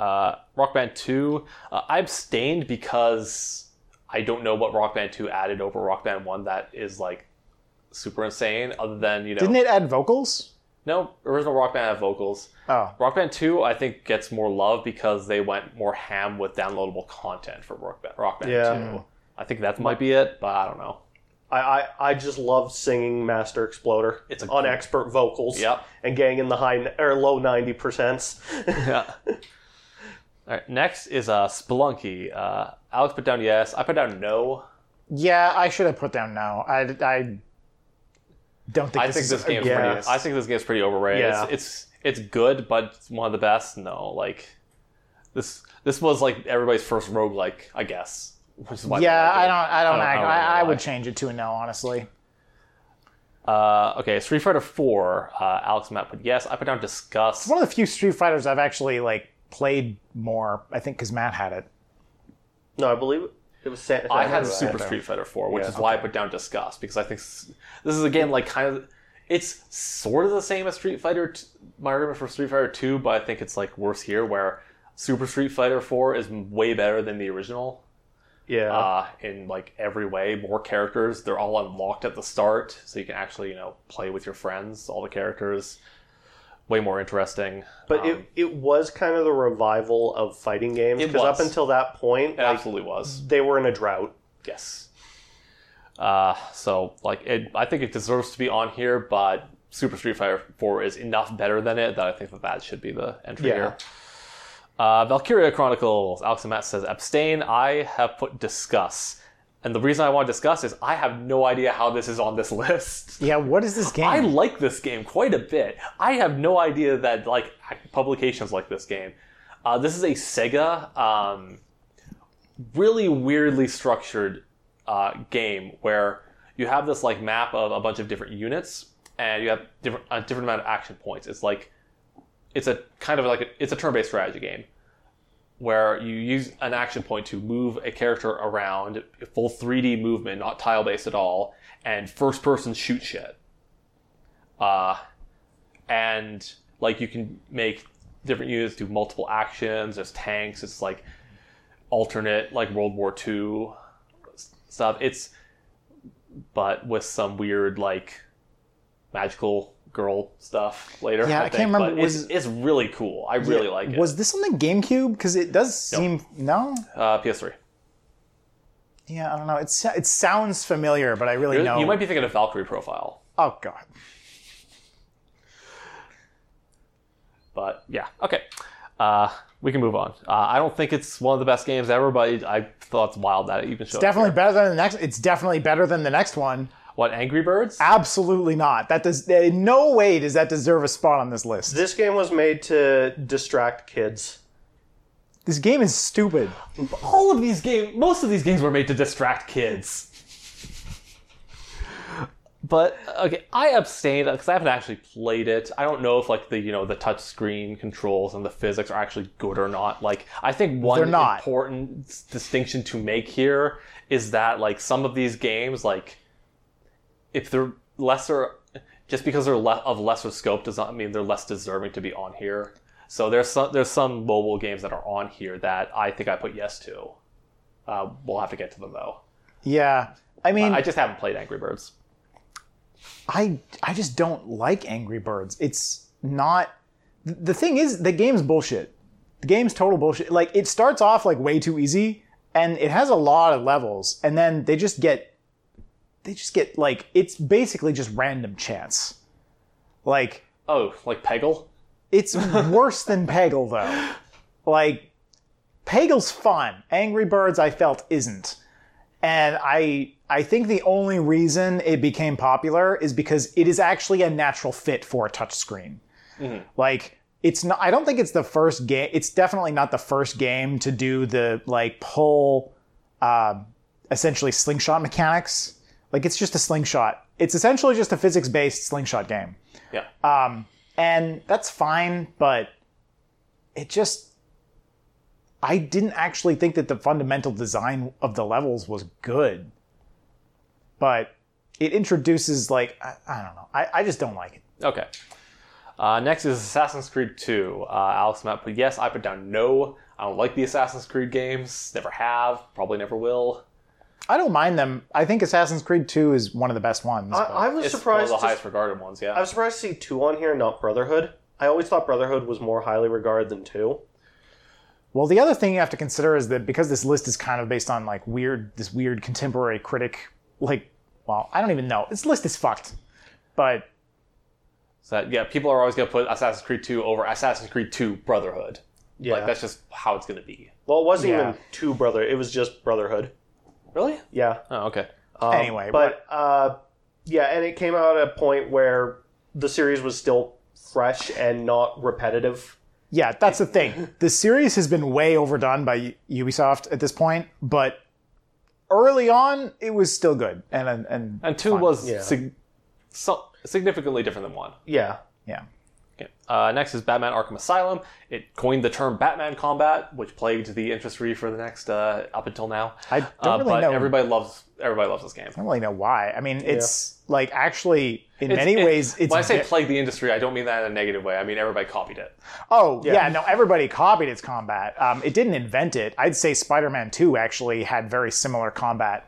S1: Uh, Rock Band Two. Uh, I abstained because I don't know what Rock Band Two added over Rock Band One that is like super insane. Other than you know,
S2: Didn't it add vocals?
S1: no original Rock Band had vocals.
S2: Oh.
S1: Rock Band 2, I think, gets more love because they went more ham with downloadable content for Rock Band, Rock Band
S3: Yeah.
S1: 2. I think that might be it, but I don't know.
S3: I, I, I just love singing Master Exploder
S1: It's a-
S3: on expert vocals
S1: Yep.
S3: and getting in the high or low ninety percents.
S1: Yeah. All right. Next is uh, Spelunky. Uh, Alex put down yes. I put down no.
S2: Yeah, I should have put down no. I, I don't think
S1: I
S2: this
S1: think
S2: is
S1: this
S2: a
S1: game's
S2: good
S1: pretty.
S2: list.
S1: I think this game's pretty overrated.
S3: Yeah.
S1: It's, it's it's good, but it's one of the best. No, like this this was like everybody's first roguelike, I guess. Which is why they
S2: yeah,
S1: like Oh, it.
S2: I don't. I don't.
S1: I don't-
S2: act-
S1: I
S2: I,
S1: don't
S2: I,
S1: know why.
S2: would change it to a no, honestly.
S1: Uh, okay, Street Fighter Four. Uh, Alex and Matt put yes. I put down disgust.
S2: It's one of the few Street Fighters I've actually like played more. I think because Matt had it.
S3: No, I believe it was Santa.
S1: I had
S3: Fe.
S1: Super Street Fighter 4, which is why I put down Disgust, because I think s- this is a game like kind of. It's sort of the same as Street Fighter. T- my argument for Street Fighter 2, but I think it's like worse here, where Super Street Fighter 4 is m- way better than the original
S3: Yeah,
S1: uh, in like every way. More characters, they're all unlocked at the start, so you can actually you know play with your friends, all the characters. Way more interesting.
S3: but
S1: um,
S3: it it was kind of the revival of fighting games
S1: It
S3: because up
S1: was.
S3: until that point,
S1: It
S3: like,
S1: absolutely was.
S3: they were in a drought.
S1: Yes. Uh, so like it, I think it deserves to be on here, but Super Street Fighter Four is enough better than it that I think that that should be the entry
S3: Yeah.
S1: here. Uh, Valkyria Chronicles. Alex and Matt says abstain. I have put discuss, and the reason I want to discuss is I have no idea how this is on this list.
S2: Yeah, what is this game?
S1: I like this game quite a bit. I have no idea that like publications like this game. Uh, this is a Sega, um, really weirdly structured uh, game where you have this like map of a bunch of different units and you have different a different amount of action points. It's like it's a kind of like a, it's a turn-based strategy game where you use an action point to move a character around, full 3D movement, not tile-based at all, and first-person shoot shit uh, and like you can make different units do multiple actions there's tanks it's like alternate like world war ii s- stuff it's but with some weird like magical girl stuff later
S2: Yeah,
S1: i,
S2: I can't
S1: think,
S2: remember,
S1: but
S2: was-
S1: it's, it's really cool i really like it
S2: Was this on the GameCube? Because it does
S1: Nope.
S2: seem no.
S1: uh, ps3
S2: Yeah, I don't know. It's it sounds familiar, but I really
S1: you
S2: know.
S1: you might be thinking of valkyrie profile
S2: Oh god.
S1: but yeah okay uh, we can move on uh, i don't think it's one of the best games ever but i thought it's wild that it even showed up here.
S2: Definitely better than the next. It's definitely better than the next one.
S1: What Angry Birds?
S2: Absolutely not. That does eh, in no way does that deserve a spot on this list.
S3: This game was made to distract kids.
S2: This game is stupid.
S1: All of these games, most of these games were made to distract kids. But okay, I abstained because I haven't actually played it. I don't know if like the you know the touch screen controls and the physics are actually good or not. Like I think
S2: They're
S1: one
S2: not.
S1: important s- distinction to make here is that like some of these games like if they're lesser, just because they're le- of lesser scope does not mean they're less deserving to be on here. So there's some there's some mobile games that are on here that I think I put yes to. Uh, we'll have to get to them though.
S2: Yeah. I mean,
S1: I just haven't played Angry Birds.
S2: I I just don't like Angry Birds. It's not th- the thing is the game's bullshit. The game's total bullshit. Like it starts off like way too easy and it has a lot of levels and then they just get they just get like it's basically just random chance. Like
S1: Oh, like Peggle?
S2: it's worse than Peggle though. Like Peggle's fun. Angry Birds I felt isn't. And I I think the only reason it became popular is because it is actually a natural fit for a touchscreen. Like it's not I don't think it's the first game it's definitely not the first game to do the like pull um essentially slingshot mechanics. Like it's just a slingshot. It's essentially just a physics-based slingshot game
S1: Yeah.
S2: and that's fine but it just i didn't actually think that the fundamental design of the levels was good but it introduces like i, I don't know I, I just don't like it
S1: okay. Uh, next is Assassin's Creed 2. Uh, Alex Matt put yes, I put down no. I don't like the Assassin's Creed games. Never have. Probably never will.
S2: i don't mind them i think assassin's creed 2 is one of the best ones
S3: I,
S2: but-
S3: I was
S1: It's
S3: surprised.
S1: one of
S3: to-
S1: the highest regarded ones, yeah.
S3: I was surprised to see two on here, not Brotherhood. I always thought Brotherhood was more highly regarded than two.
S2: well the other thing you have to consider is that because this list is kind of based on like weird this weird contemporary critic like well i don't even know this list is fucked but
S1: so that, yeah, people are always going to put Assassin's Creed 2 over Assassin's Creed 2 Brotherhood.
S3: Yeah.
S1: Like, that's just how it's going to be.
S3: well, it wasn't
S2: Yeah.
S3: even two brother. It was just Brotherhood.
S1: Really?
S3: Yeah.
S1: Oh, okay.
S3: Um,
S2: Anyway,
S3: but uh, yeah, and it came out at a point where the series was still fresh and not repetitive.
S2: Yeah, that's the thing. The series has been way overdone by U- Ubisoft at this point, but early on it was still good. And and, and
S1: And 2 was
S3: yeah.
S1: sig- so, significantly different than 1.
S3: Yeah.
S2: yeah.
S1: Okay. Uh, next is Batman Arkham Asylum. It coined the term Batman combat, which plagued the industry for the next uh, up until now.
S2: I don't
S1: Uh,
S2: really
S1: but
S2: know.
S1: everybody loves everybody loves this game.
S2: I don't really know why. I mean, it's like actually in many
S1: It's- it-
S2: ways it's
S1: when I say
S2: ve-
S1: plague the industry, I don't mean that in a negative way. I mean everybody copied it.
S2: Oh, yeah. no, everybody copied its combat. Um, it didn't invent it. I'd say Spider-Man 2 actually had very similar combat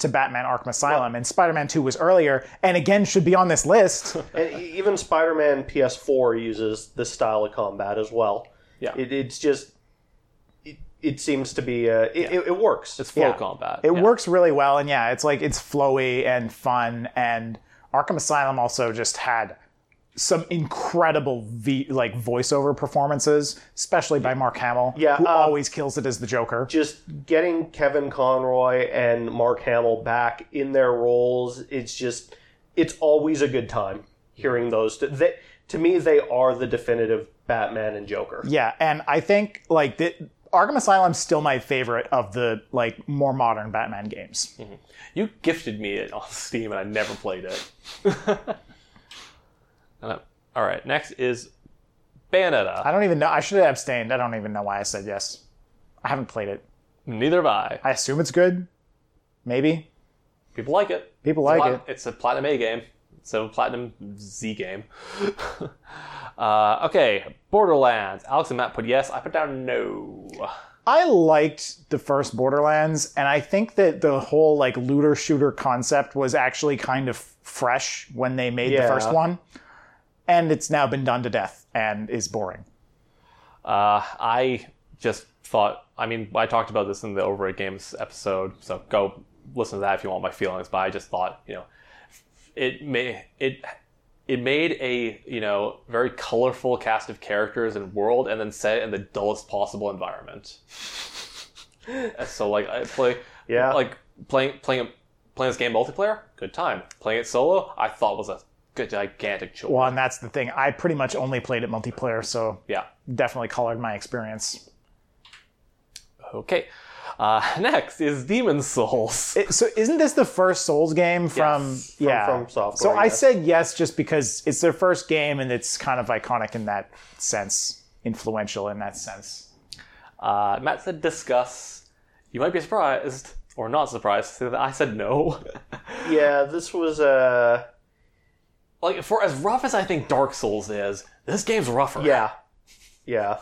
S2: to Batman Arkham Asylum and Spider-Man 2 was earlier and again should be on this list.
S3: And e- even Spider Man PS4 uses this style of combat as well.
S1: Yeah.
S3: It, it's just. It, it seems to be. Uh, it, it, it works.
S1: It's flow
S2: Yeah.
S1: combat.
S2: It
S1: Yeah.
S2: works really well, and yeah, it's like it's flowy and fun. And Arkham Asylum also just had some incredible v- like voiceover performances, especially by Mark Hamill,
S3: Yeah,
S2: who
S3: uh,
S1: um,
S2: always kills it as the Joker.
S3: just getting Kevin Conroy and Mark Hamill back in their roles, it's just it's always a good time hearing those. Two. They, to me, they are the definitive Batman and Joker.
S2: yeah, and I think like the, Arkham Asylum's still my favorite of the like more modern Batman games.
S1: You gifted me it on Steam, and I never played it. Uh, all right. Next is Bayonetta.
S2: I don't even know. I should have abstained. I don't even know why I said yes. I haven't played it.
S1: Neither have I.
S2: I assume it's good. Maybe
S1: People like it.
S2: people like
S1: Plat-
S2: it.
S1: It's a platinum A game. It's a platinum Z game. uh, okay, Borderlands. Alex and Matt put yes. I put down no.
S2: I liked the first Borderlands, and I think that the whole like looter shooter concept was actually kind of fresh when they made the
S3: Yeah.
S2: first one, and it's now been done to death and is boring.
S1: Uh, I just thought. I mean, I talked about this in the Over It Games episode, so go listen to that if you want my feelings. But I just thought, you know, it may it it made a you know very colorful cast of characters and world, and then set it in the dullest possible environment. so like I play
S3: Yeah.
S1: like playing playing Playing this game multiplayer, good time. Playing it solo, I thought was a good gigantic chore.
S2: Well, and that's the thing. I pretty much only played it multiplayer, so
S1: Yeah.
S2: definitely colored my experience.
S1: Okay. Uh, next is Demon Souls.
S2: It- so isn't this the first Souls game from
S1: Yes,
S2: yeah
S3: From Software.
S2: So I
S3: yes.
S2: said yes just because it's their first game and it's kind of iconic in that sense, influential in that sense.
S1: Uh, Matt said discuss. You might be surprised or not surprised that I said no.
S3: Yeah, this was uh
S1: like for as rough as I think Dark Souls is, this game's rougher.
S3: yeah. Yeah.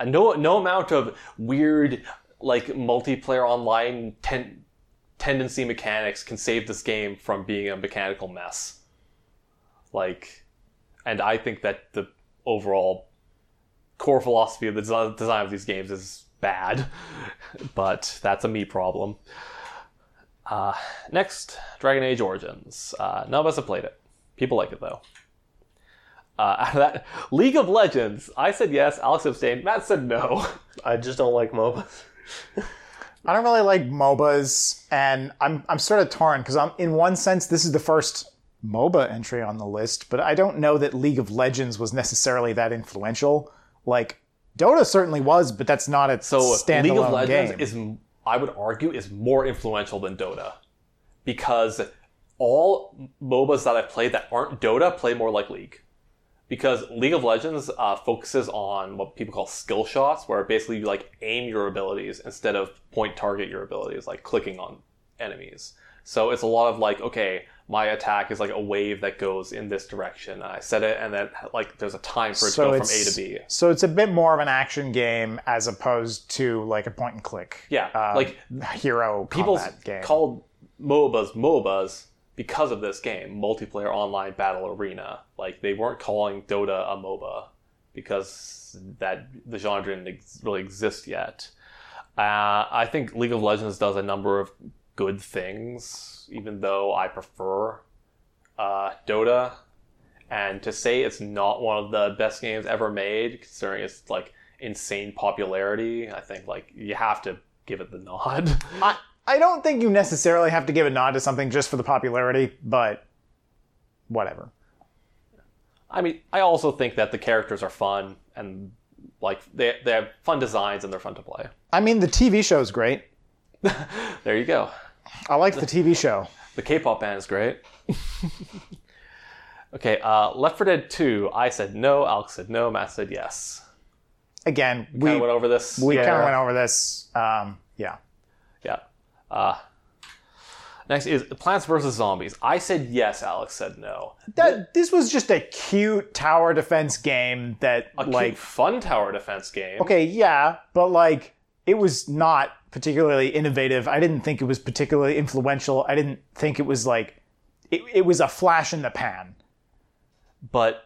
S1: And No, no amount of weird like multiplayer online ten- tendency mechanics can save this game from being a mechanical mess. Like, and I think that the overall core philosophy of the desi- design of these games is bad, but that's a me problem. Uh, next, Dragon Age Origins. Uh, none of us have played it. People like it though. Uh, out of that, League of Legends. I said yes. Alex abstained. Matt said no.
S3: I just don't like MOBAs.
S2: I don't really like MOBAs, and I'm I'm sort of torn because I'm in one sense this is the first MOBA entry on the list, but I don't know that League of Legends was necessarily that influential. Like Dota certainly was, but that's not its
S1: So
S2: standalone
S1: League of Legends
S2: game.
S1: is, I would argue, is more influential than Dota, because all MOBAs that I play that aren't Dota play more like League, because League of Legends uh, focuses on what people call skill shots, where basically you like aim your abilities instead of point target your abilities, like clicking on enemies. So it's a lot of like, okay, my attack is like a wave that goes in this direction. I set it, and then like there's a time for it to go from A to B.
S2: So it's a bit more of an action game as opposed to like a point and click.
S1: Yeah,
S2: um,
S1: like
S2: hero
S1: people
S2: combat game.
S1: called MOBAs MOBAs because of this game, multiplayer online battle arena. Like they weren't calling Dota a MOBA because that the genre didn't ex- really exist yet. Uh, I think League of Legends does a number of good things, even though I prefer uh, Dota. And to say it's not one of the best games ever made, considering its like insane popularity, I think like you have to give it the nod.
S2: I, I don't think you necessarily have to give a nod to something just for the popularity, but whatever.
S1: I mean, I also think that the characters are fun and like they they have fun designs and they're fun to play.
S2: I mean, the TV show's great.
S1: There you go.
S2: I like the TV show.
S1: The K-pop band is great. okay, uh, Left 4 Dead 2. I said no. Alex said no. Matt said yes.
S2: Again,
S1: We
S2: we
S1: went over this.
S2: we
S3: yeah.
S2: kind of went over this. Um, yeah,
S1: yeah. Uh, next is Plants vs Zombies. I said yes. Alex said no.
S2: that this was just a cute tower defense game that
S1: A cute,
S2: like
S1: fun tower defense game.
S2: okay, yeah, but like it was not particularly innovative. I didn't think it was particularly influential. I didn't think it was like it, it was a flash in the pan.
S1: but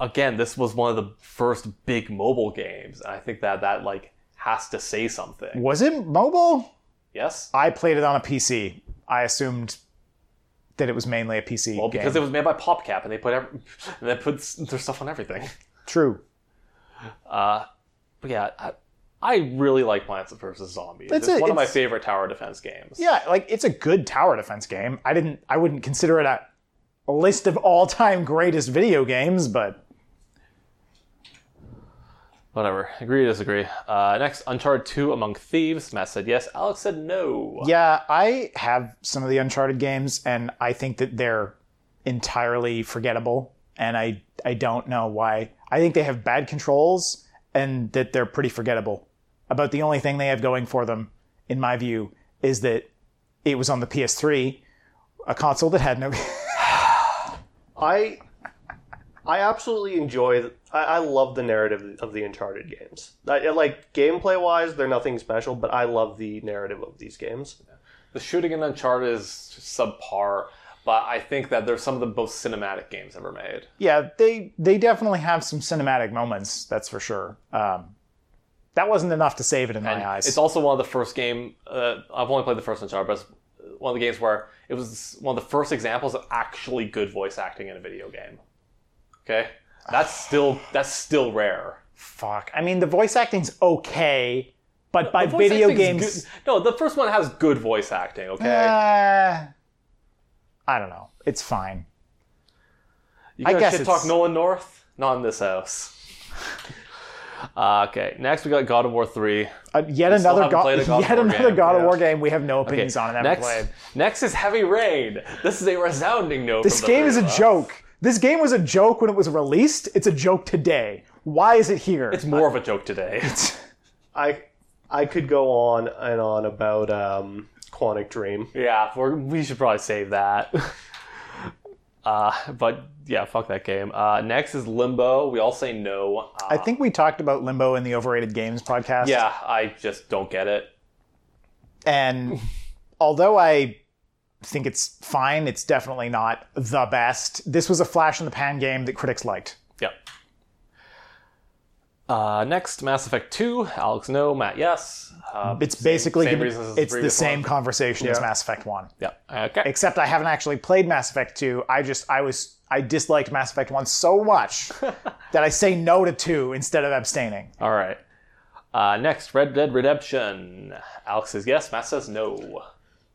S1: again this was one of the first big mobile games and i think that that like has to say something
S2: Was it mobile?
S1: yes
S2: I played it on a PC. I assumed that it was mainly a PC
S1: well
S2: game.
S1: because it was made by popcap and they put every, and they put s- their stuff on everything
S2: True.
S1: but yeah i, I really like plants vs zombies
S2: It's
S1: it's,
S2: a-
S1: one of my
S2: it's-
S1: favorite tower defense games
S2: Yeah, like it's a good tower defense game. I didn't. I wouldn't consider it a, a list of all-time greatest video games, but
S1: whatever agree or disagree uh, next uncharted 2 among thieves matt said yes alex said no
S2: yeah, I have some of the Uncharted games, and I think that they're entirely forgettable. And I I don't know why. I think they have bad controls, and that they're pretty forgettable. About the only thing they have going for them, in my view, is that it was on the PS3, a console that had no.
S3: I I absolutely enjoy. th- I, I love the narrative of the Uncharted games. I, I like gameplay wise, they're nothing special, but I love the narrative of these games.
S1: the shooting in uncharted is subpar but i think that they're some of the most cinematic games ever made
S2: yeah, they they definitely have some cinematic moments. That's for sure. Um, that wasn't enough to save it in my
S1: And
S2: eyes.
S1: It's also one of the first game. Uh, I've only played the first Uncharted, but it's one of the games where it was one of the first examples of actually good voice acting in a video game. Okay, that's still that's still rare.
S2: Fuck. I mean, the voice acting's okay, But by
S1: The voice
S2: video
S1: acting's
S2: games,
S1: good- No, the first one has good voice acting. Okay,
S2: uh, I don't know. It's fine.
S1: you
S2: I
S1: guys
S2: guess
S1: should
S2: it's-
S1: talk Nolan North, not in this house. Uh, okay, next we got God of War three.
S2: Uh, yet
S1: still
S2: another
S1: haven't played
S2: God,
S1: a God of
S2: yet
S1: War
S2: another
S1: game,
S2: God of
S1: yeah.
S2: War game. We have no
S1: Okay,
S2: opinions on and haven't
S1: next,
S2: played.
S1: next is Heavy Rain. This is a resounding no.
S2: This
S1: from the
S2: game
S1: three
S2: is a
S1: of us.
S2: joke. This game was a joke when it was released. It's a joke today. Why is it here?
S1: It's more of a joke today.
S3: I I could go on and on about um, Quantic Dream.
S1: Yeah, we're, we should probably save that. uh, but yeah, fuck that game. Uh, next is Limbo. We all say no. Uh,
S2: I think we talked about Limbo in the Overrated Games podcast.
S1: yeah, I just don't get it.
S2: And although I think it's fine, it's definitely not the best. This was a flash in the pan game that critics liked.
S1: Yep. Uh, next, Mass Effect 2. Alex, no. Matt, yes. Uh,
S2: It's basically
S1: same
S2: gonna-
S1: reasons as the
S2: it's the,
S1: previous
S2: same
S1: one.
S2: conversation as Mass Effect 1.
S1: yeah. Okay.
S2: Except I haven't actually played Mass Effect 2. I just I was I disliked Mass Effect 1 so much that I say no to 2 instead of abstaining.
S1: all right. Uh, next, Red Dead Redemption. Alex says yes. Matt says no.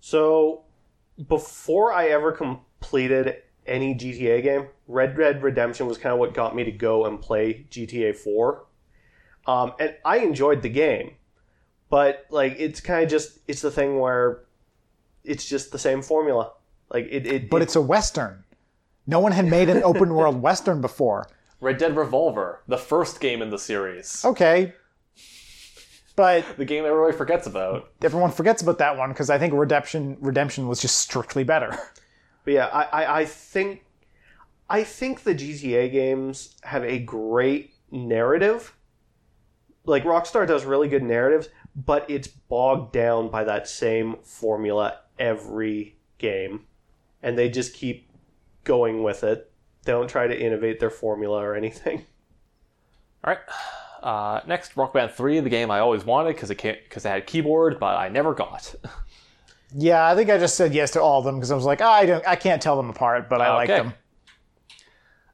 S3: So before I ever completed any GTA game, Red Dead Redemption was kind of what got me to go and play GTA 4. Um, and I enjoyed the game, but like it's kind of just it's the thing where it's just the same formula. Like it, it
S2: But
S3: it-
S2: it's a western. No one had made an open world western before.
S1: Red Dead Revolver, the first game in the
S2: Oh.
S1: series.
S2: Okay. But
S1: The game everybody forgets about.
S2: everyone forgets about that one because I think Redemption Redemption was just strictly better.
S3: But yeah, I, I, I think I think the GTA games have a great narrative. Like Rockstar does really good narratives, but it's bogged down by that same formula every game. And they just keep going with it. They don't try to innovate their formula or anything.
S1: All right. Uh, next, Rock Band 3, the game I always wanted because it because it had keyboard, but I never got.
S2: yeah, I think I just said yes to all of them because I was like, "Ah, I don't, I can't tell them apart, but I like
S1: Okay.
S2: them.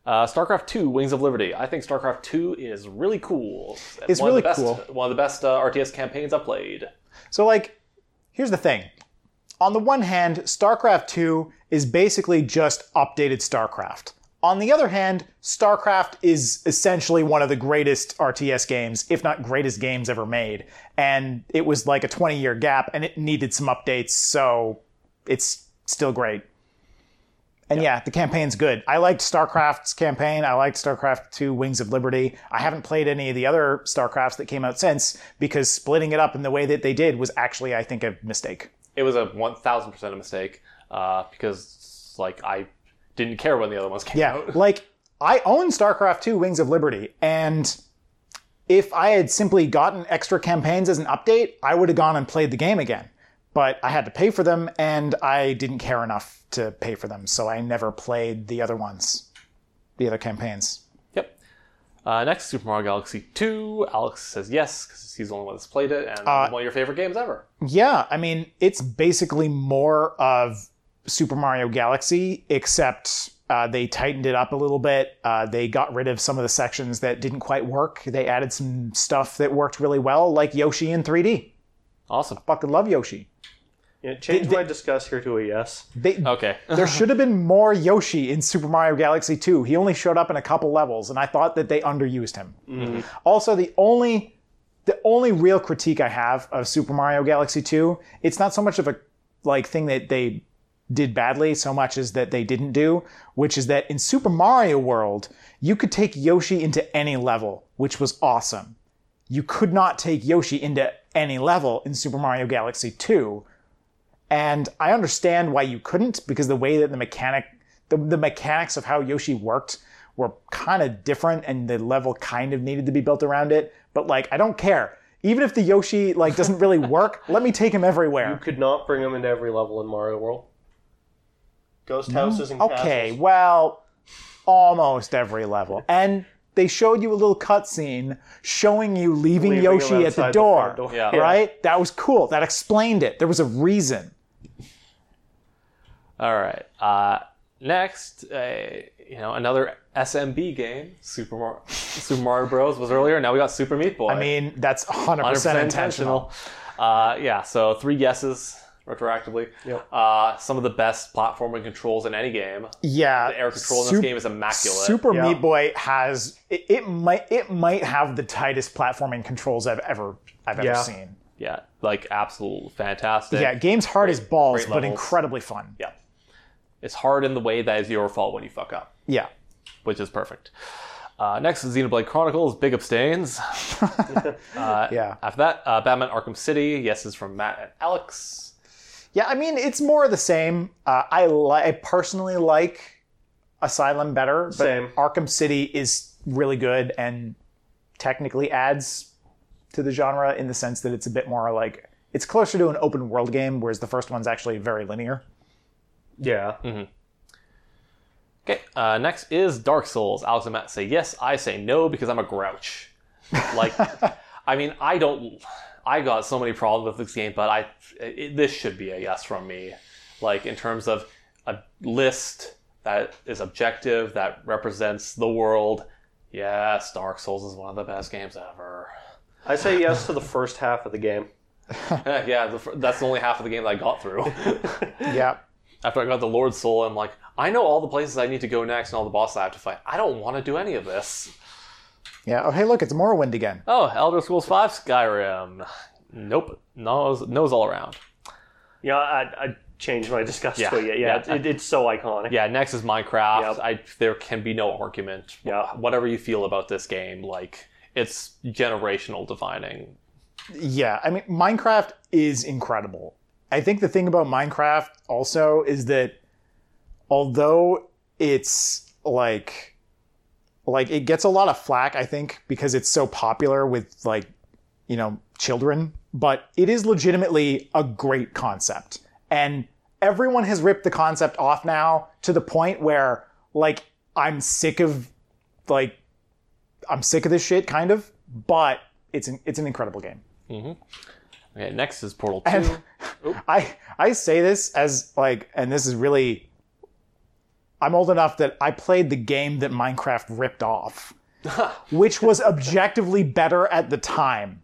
S1: Uh, StarCraft 2, Wings of Liberty. I think StarCraft 2 is really cool.
S2: It's
S1: one of
S2: really
S1: the best,
S2: cool.
S1: One of the best uh, RTS campaigns I've played.
S2: So like, here's the thing. On the one hand, StarCraft 2 is basically just updated StarCraft. On the other hand, StarCraft is essentially one of the greatest RTS games, if not greatest games ever made. And it was like a 20 year gap and it needed some updates, so it's still great. And yeah, the campaign's good. I liked StarCraft's campaign. I liked StarCraft 2 Wings of Liberty. I haven't played any of the other StarCrafts that came out since because splitting it up in the way that they did was actually, I think, a mistake.
S1: It was a 1,000% a mistake uh, because like I didn't care when the other ones came
S2: Yeah,
S1: out.
S2: like I own StarCraft 2 Wings of Liberty and if I had simply gotten extra campaigns as an update, I would have gone and played the game again. But I had to pay for them and I didn't care enough to pay for them, so I never played the other ones, the other campaigns.
S1: Yep. Uh, next, Super Mario Galaxy 2. Alex says yes because he's the only one that's played it and
S2: Uh,
S1: one of your favorite games ever.
S2: Yeah, I mean, it's basically more of Super Mario Galaxy, except uh, they tightened it up a little bit. Uh, they got rid of some of the sections that didn't quite work. They added some stuff that worked really well, like Yoshi in 3D.
S1: Awesome.
S2: Fucking love Yoshi.
S3: You know, change my discuss here to a yes.
S2: They,
S1: Okay.
S2: there should have been more Yoshi in Super Mario Galaxy 2. He only showed up in a couple levels, and I thought that they underused him. Also, the only the only real critique I have of Super Mario Galaxy 2, it's not so much of a like thing that they did badly so much as that they didn't do, which is that in Super Mario World, you could take Yoshi into any level, which was awesome. You could not take Yoshi into any level in Super Mario Galaxy 2, and I understand why you couldn't because the way that the mechanic, the, the mechanics of how Yoshi worked were kind of different, and the level kind of needed to be built around it. But like, I don't care. Even if the Yoshi like doesn't really work, let me take him everywhere.
S3: Could not bring them into every level in Mario World. Ghost houses and
S2: Okay,
S3: castles.
S2: well, almost every level, and they showed you a little cutscene showing you leaving,
S3: Leaving them
S2: Yoshi at
S3: outside
S2: the
S3: the
S2: door.
S3: front door.
S1: Yeah.
S2: Right? That was cool. That explained it. There was a reason.
S1: All right. Uh, next, uh, you know, another SMB game, Super Mario, Super Mario Bros. was earlier. Now we got Super Meat Boy.
S2: I mean, that's 100%,
S1: 100%
S2: intentional.
S1: intentional. Uh, yeah, so three guesses retroactively. Uh, some of the best platforming controls in any game.
S2: Yeah.
S1: The air control in this
S2: Sup-
S1: game is immaculate.
S2: Super
S3: Yeah.
S2: Meat Boy has it, it might it might have the tightest platforming controls I've ever I've
S3: Yeah.
S2: ever seen.
S1: yeah, like absolute fantastic.
S2: Yeah, game's hard as balls,
S1: great
S2: but
S1: levels.
S2: incredibly fun.
S1: yeah. It's hard in the way that is your fault when you fuck up,
S2: Yeah.
S1: which is perfect. Uh, next is Xenoblade Chronicles, Big Abstains.
S2: Yeah.
S1: After that, uh, Batman Arkham City, yeses from Matt and Alex.
S2: Yeah, I mean, it's more of the same. Uh, I li- I personally like Asylum better, but
S3: Same.
S2: Arkham City is really good and technically adds to the genre in the sense that it's a bit more like it's closer to an open world game, whereas the first one's actually very linear.
S3: Yeah.
S1: Okay, uh, next is Dark Souls. Alex and Matt say yes, I say no because I'm a grouch. Like, I mean, I don't. I got so many problems with this game, but I it, this should be a yes from me. Like in terms of a list that is objective that represents the world. Yes, Dark Souls is one of the best games ever.
S3: I say yes to the first half of the game.
S1: yeah, the, fir- that's the only half of the game that I got through.
S2: Yeah.
S1: after I got the Lord's Soul, I'm like, I know all the places I need to go next and all the bosses I have to fight. I don't want to do any of this.
S2: Yeah. Oh, hey, look, it's Morrowind again.
S1: Oh, Elder Scrolls V Skyrim. Nope. Nose, nose all around.
S4: Yeah, I, I changed my disgust
S1: Yeah,
S4: to it. Yeah,
S1: yeah.
S4: yeah, It, it's so iconic.
S1: Yeah, next is Minecraft.
S4: Yep.
S1: I, there can be no argument.
S4: Yeah.
S1: Whatever you feel about this game, like, it's generational defining.
S2: Yeah, I mean, Minecraft is incredible. I think the thing about Minecraft also is that although it's like like it gets a lot of flack, I think, because it's so popular with like, you know, children, but it is legitimately a great concept. And everyone has ripped the concept off now to the point where like I'm sick of like I'm sick of this shit kind of, but it's an it's an incredible game.
S1: Okay, next is Portal 2.
S2: And I I say this as like, and this is really. I'm old enough that I played the game that Minecraft ripped off, which was objectively better at the time,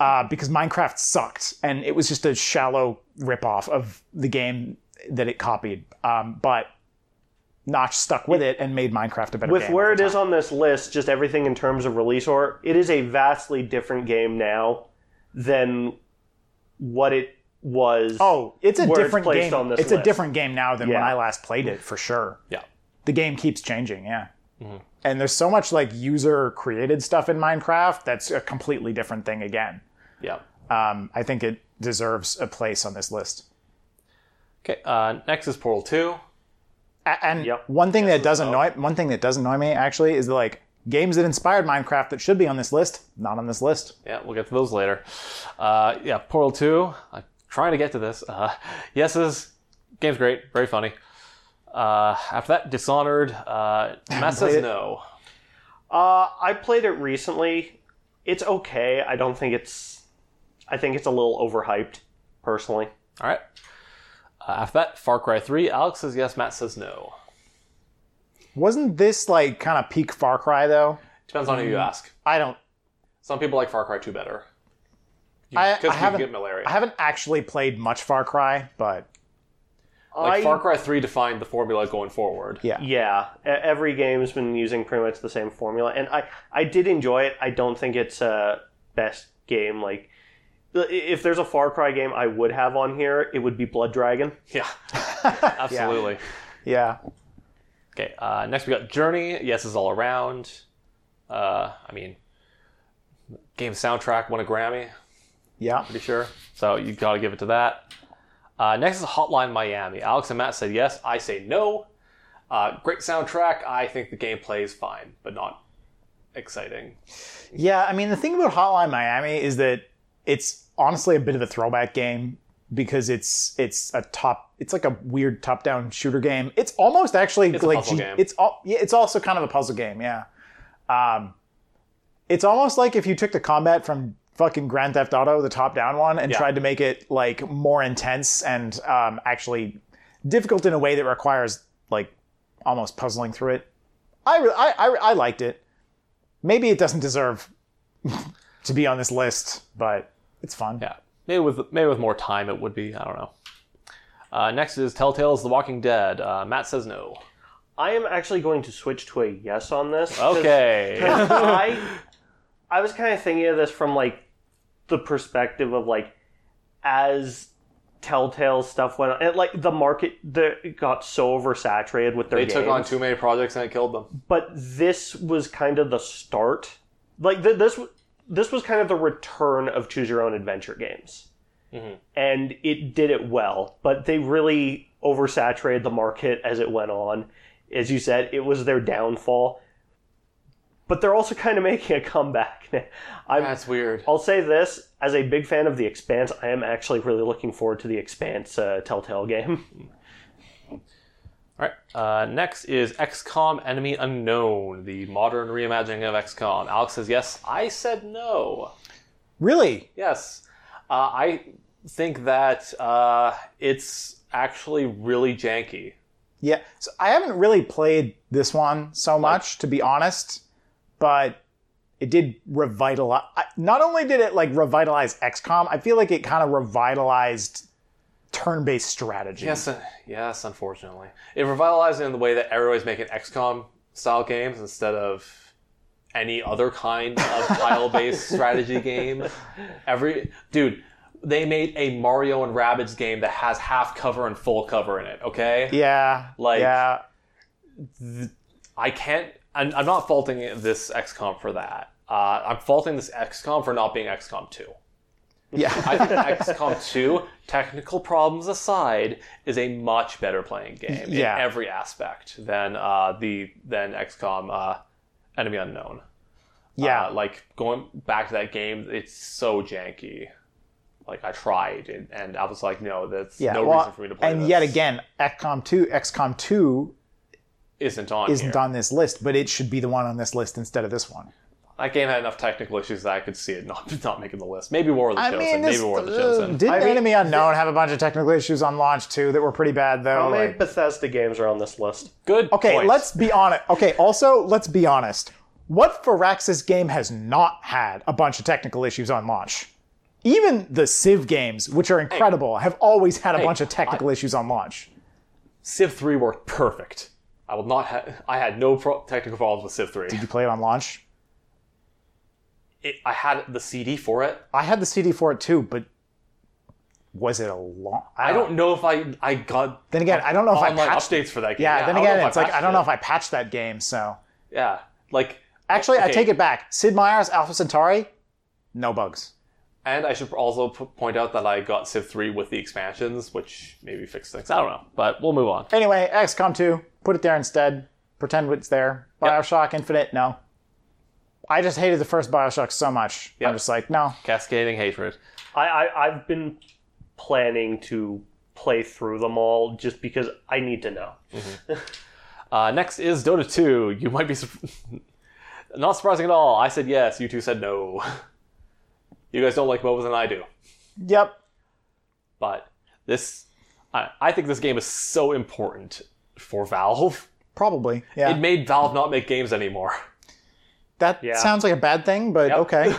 S2: uh, because Minecraft sucked and it was just a shallow ripoff of the game that it copied. Um, but Notch stuck with it and made Minecraft a better
S4: With
S2: game.
S4: where it is on this list, just everything in terms of release order, it is a vastly different game now than what it was.
S2: oh, it's a
S4: where it's
S2: different
S4: placed
S2: game.
S4: on this
S2: it's a
S4: list.
S2: different game now than when
S4: Yeah.
S2: I last played it for sure.
S1: yeah.
S2: the game keeps changing yeah
S4: Mm-hmm.
S2: and there's so much like user created stuff in minecraft that's a completely different thing again
S1: Yeah.
S2: um, i think it deserves a place on this list
S1: Okay, uh, next is Portal 2.
S2: A- and
S4: Yep.
S2: one thing that does annoy one thing that does annoy me actually is like games that inspired minecraft that should be on this list not on this list
S1: Yeah, we'll get to those later. Uh, yeah, Portal 2. I'm trying to get to this. Uh, yeses. Game's great. Very funny. Uh, after that, Dishonored. Uh, Matt says
S2: played it.
S1: no.
S4: Uh, I played it recently. It's okay. I don't think it's. I think it's a little overhyped, personally.
S1: All right. Uh, after that, Far Cry 3. Alex says yes. Matt says no.
S2: wasn't this like kind of peak far cry though
S1: Depends on who you
S2: Mm.
S1: ask.
S2: i don't
S1: Some people like Far Cry 2 better.
S2: I- I
S1: Because you
S2: haven't-
S1: get malaria.
S2: i haven't actually played much far cry but
S1: like
S4: I-
S1: Far Cry 3 defined the formula going forward.
S2: yeah
S4: Yeah, e- every game's been using pretty much the same formula, and I I did enjoy it. I don't think it's a best game. Like, i- if there's a Far Cry game I would have on here, it would be Blood Dragon.
S1: Yeah. Absolutely.
S2: yeah
S1: Okay, uh, next we got Journey. Yes is all around. Uh, I mean, game soundtrack won a Grammy,
S2: yeah
S1: pretty sure. So you gotta give it to that. Uh, next is Hotline Miami. Alex and Matt said yes. I say no. Uh, great soundtrack. I think the gameplay is fine, but not exciting.
S2: Yeah, I mean, the thing about Hotline Miami is that it's honestly a bit of a throwback game because it's it's a top it's like a weird top-down shooter game. It's almost actually
S1: a
S2: like
S1: puzzle game.
S2: it's all yeah, it's also kind of a puzzle game, yeah. Um it's almost like if you took the combat from fucking Grand Theft Auto, the top-down one and
S1: Yeah.
S2: tried to make it like more intense and um actually difficult in a way that requires like almost puzzling through it. I re- I, I I liked it. Maybe it doesn't deserve to be on this list, but it's fun.
S1: Yeah, maybe with maybe with more time it would be. I don't know. Uh, next is Telltale's The Walking Dead. Uh, Matt says no.
S4: I am actually going to switch to a yes on this. 'cause
S1: Okay.
S4: I I was kind of thinking of this from like the perspective of like as Telltale stuff went on, and like the market the, got so oversaturated with their
S1: they took on
S4: games.
S1: too many projects and it killed them.
S4: but this was kind of the start. Like th- this, w- this was kind of the return of choose your own adventure games, and it did it well. But they really oversaturated the market as it went on. As you said, it was their downfall. But they're also kind of making a comeback. now. I'm,
S1: That's weird.
S4: I'll say this as a big fan of The Expanse, I am actually really looking forward to The Expanse uh, Telltale game.
S1: All right. Uh, next is XCOM Enemy Unknown, the modern reimagining of XCOM. Alex says yes. I said no.
S2: Really?
S1: Yes. Uh, I think that uh, it's actually really janky.
S2: Yeah. So I haven't really played this one so much, to be honest, but it did revitalize. I, not only did it like revitalize XCOM, I feel like it kind of revitalized turn-based strategy.
S1: Yes, uh, yes, unfortunately. It revitalized it in the way that everybody's making XCOM style games instead of any other kind of tile based strategy game. Every dude, they made a Mario and Rabbids game that has half cover and full cover in it, okay?
S2: Yeah.
S1: Like-
S2: yeah.
S1: I can't. I'm, I'm not faulting this XCOM for that. Uh, I'm faulting this XCOM for not being XCOM 2.
S2: Yeah.
S1: I uh, think XCOM 2, technical problems aside, is a much better playing game
S2: Yeah.
S1: in every aspect than uh, the than XCOM uh, Enemy Unknown.
S2: yeah.
S1: Uh, like going back to that game, it's so janky. Like I tried, and, and I was like, no, that's no
S2: well,
S1: reason for me to play.
S2: And
S1: this.
S2: yet again, XCOM two, XCOM two
S1: isn't on
S2: isn't
S1: here.
S2: on this list, but it should be the one on this list instead of this one.
S1: That game had enough technical issues that I could see it not not making the list. Maybe War of the
S2: I
S1: Chosen.
S2: mean, this,
S1: Maybe War of the
S2: uh,
S1: Chosen.
S2: didn't
S3: I mean,
S2: Enemy Unknown have a bunch of technical issues on launch too that were pretty bad though?
S3: How many
S2: Like-
S3: Bethesda games are on this list?
S1: Good.
S2: okay,
S1: point.
S2: let's be honest. Okay, also let's be honest. What Firaxis game has not had a bunch of technical issues on launch? Even the Civ games, which are incredible, have always had a bunch of technical issues on launch.
S1: Civ three worked perfect. I will not. Ha- I had no pro- technical problems with Civ three.
S2: Did you play it on launch?
S1: it, I had the CD for it.
S2: I had the CD for it too, but was it a launch?
S1: I don't know if I I got
S2: Then again, I don't know Uh, if I
S1: online
S2: patched.
S1: updates for that game.
S2: Yeah, then again, it's like I
S1: patched
S2: don't know
S1: it.
S2: if I patched that game. So
S1: Yeah, like
S2: actually, I
S1: okay,
S2: take it back. Sid Meier's Alpha Centauri, no bugs.
S1: And I should also p- point out that I got Civ three with the expansions, which maybe fixed things. I don't know, but we'll move on.
S2: Anyway, XCOM 2, put it there instead. Pretend it's there. Bioshock Infinite, no. I just hated the first Bioshock so much.
S1: Yep.
S2: I'm just like, no.
S1: Cascading hatred.
S4: I, I I've been planning to play through them all just because I need to know.
S1: Uh, next is Dota two. You might be sur- not surprising at all. I said yes. You two said no. you guys don't like MOBAs, and I do.
S2: Yep.
S1: But this, I, I think this game is so important for Valve.
S2: Probably. Yeah.
S1: It made Valve not make games anymore.
S2: that
S4: Yeah.
S2: sounds like a bad thing, but
S1: Yep.
S2: okay.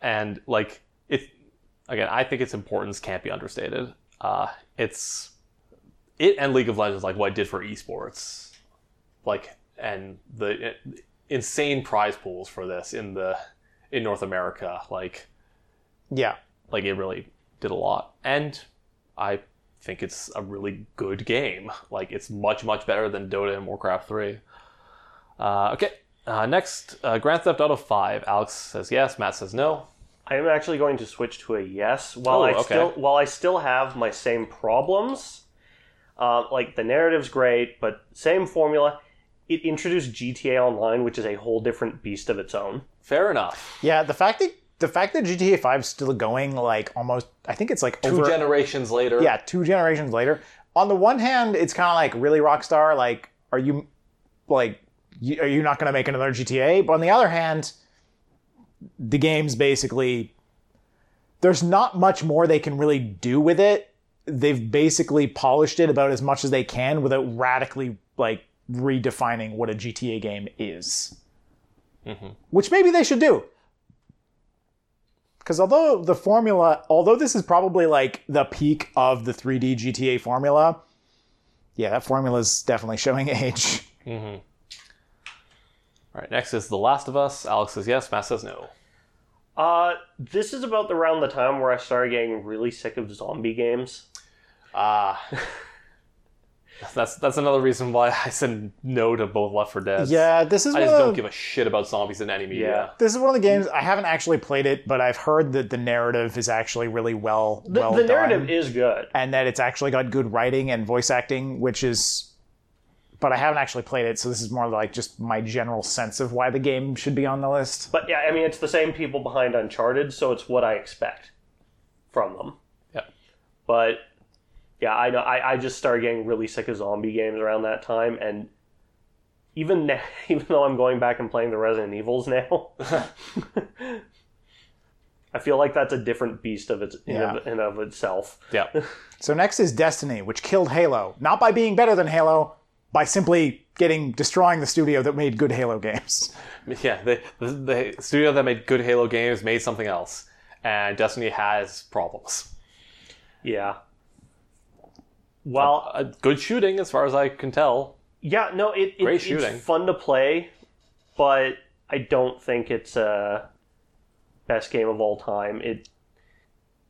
S1: and like it again i think its importance can't be understated uh it's it and league of legends like what it did for esports like and the uh, insane prize pools for this in the in north america like
S2: Yeah.
S1: like it really did a lot and i think it's a really good game like it's much much better than dota and warcraft 3 uh, okay uh, next uh, grand theft auto 5 alex says yes matt says no
S4: I am actually going to switch to a yes while
S1: Oh,
S4: I
S1: okay.
S4: still while I still have my same problems. Uh, like the narrative's great, but same formula. It introduced GTA Online, which is a whole different beast of its own.
S1: fair enough
S2: Yeah, the fact that the fact that GTA 5 is still going like almost I think it's like
S1: two
S2: over
S1: generations later
S2: yeah, two generations later. On the one hand, it's kind of like really Rockstar, like are you like you, are you not going to make another GTA? But on the other hand, the game's basically there's not much more they can really do with it they've basically polished it about as much as they can without radically like redefining what a GTA game is. Which maybe they should do. Because although the formula, although this is probably like the peak of the 3D GTA formula, yeah, that formula is definitely showing age.
S1: All right, next is The Last of Us. Alex says yes, Matt says no.
S4: Uh, this is about around the time where I started getting really sick of zombie games.
S1: Ah. that's that's another reason why I said no to both Left 4 Dead.
S2: Yeah, this is
S1: I
S2: one
S1: just
S2: of
S1: don't
S2: the-
S1: give a shit about zombies in any media.
S2: this is one of the games I haven't actually played it, but I've heard that the narrative is actually really well
S4: The,
S2: well
S4: the
S2: done,
S4: narrative is good.
S2: and that it's actually got good writing and voice acting, which is. But I haven't actually played it, so this is more like just my general sense of why the game should be on the list.
S4: But yeah, I mean, it's the same people behind Uncharted, so it's what I expect from them.
S1: Yeah.
S4: But yeah, I know. I, I just started getting really sick of zombie games around that time, and even now, even though I'm going back and playing the Resident Evils now, I feel like that's a different beast of its in, of, in of itself.
S1: Yeah. Yeah.
S2: So next is Destiny, which killed Halo, not by being better than Halo, by simply getting destroying the studio that made good Halo games.
S1: Yeah, the, the, the studio that made good Halo games made something else, and Destiny has problems.
S4: Yeah. Well,
S1: Uh, good shooting, as far as I can tell.
S4: yeah, no, it, it
S1: Great
S4: it's
S1: shooting.
S4: fun to play, but I don't think it's a best game of all time. It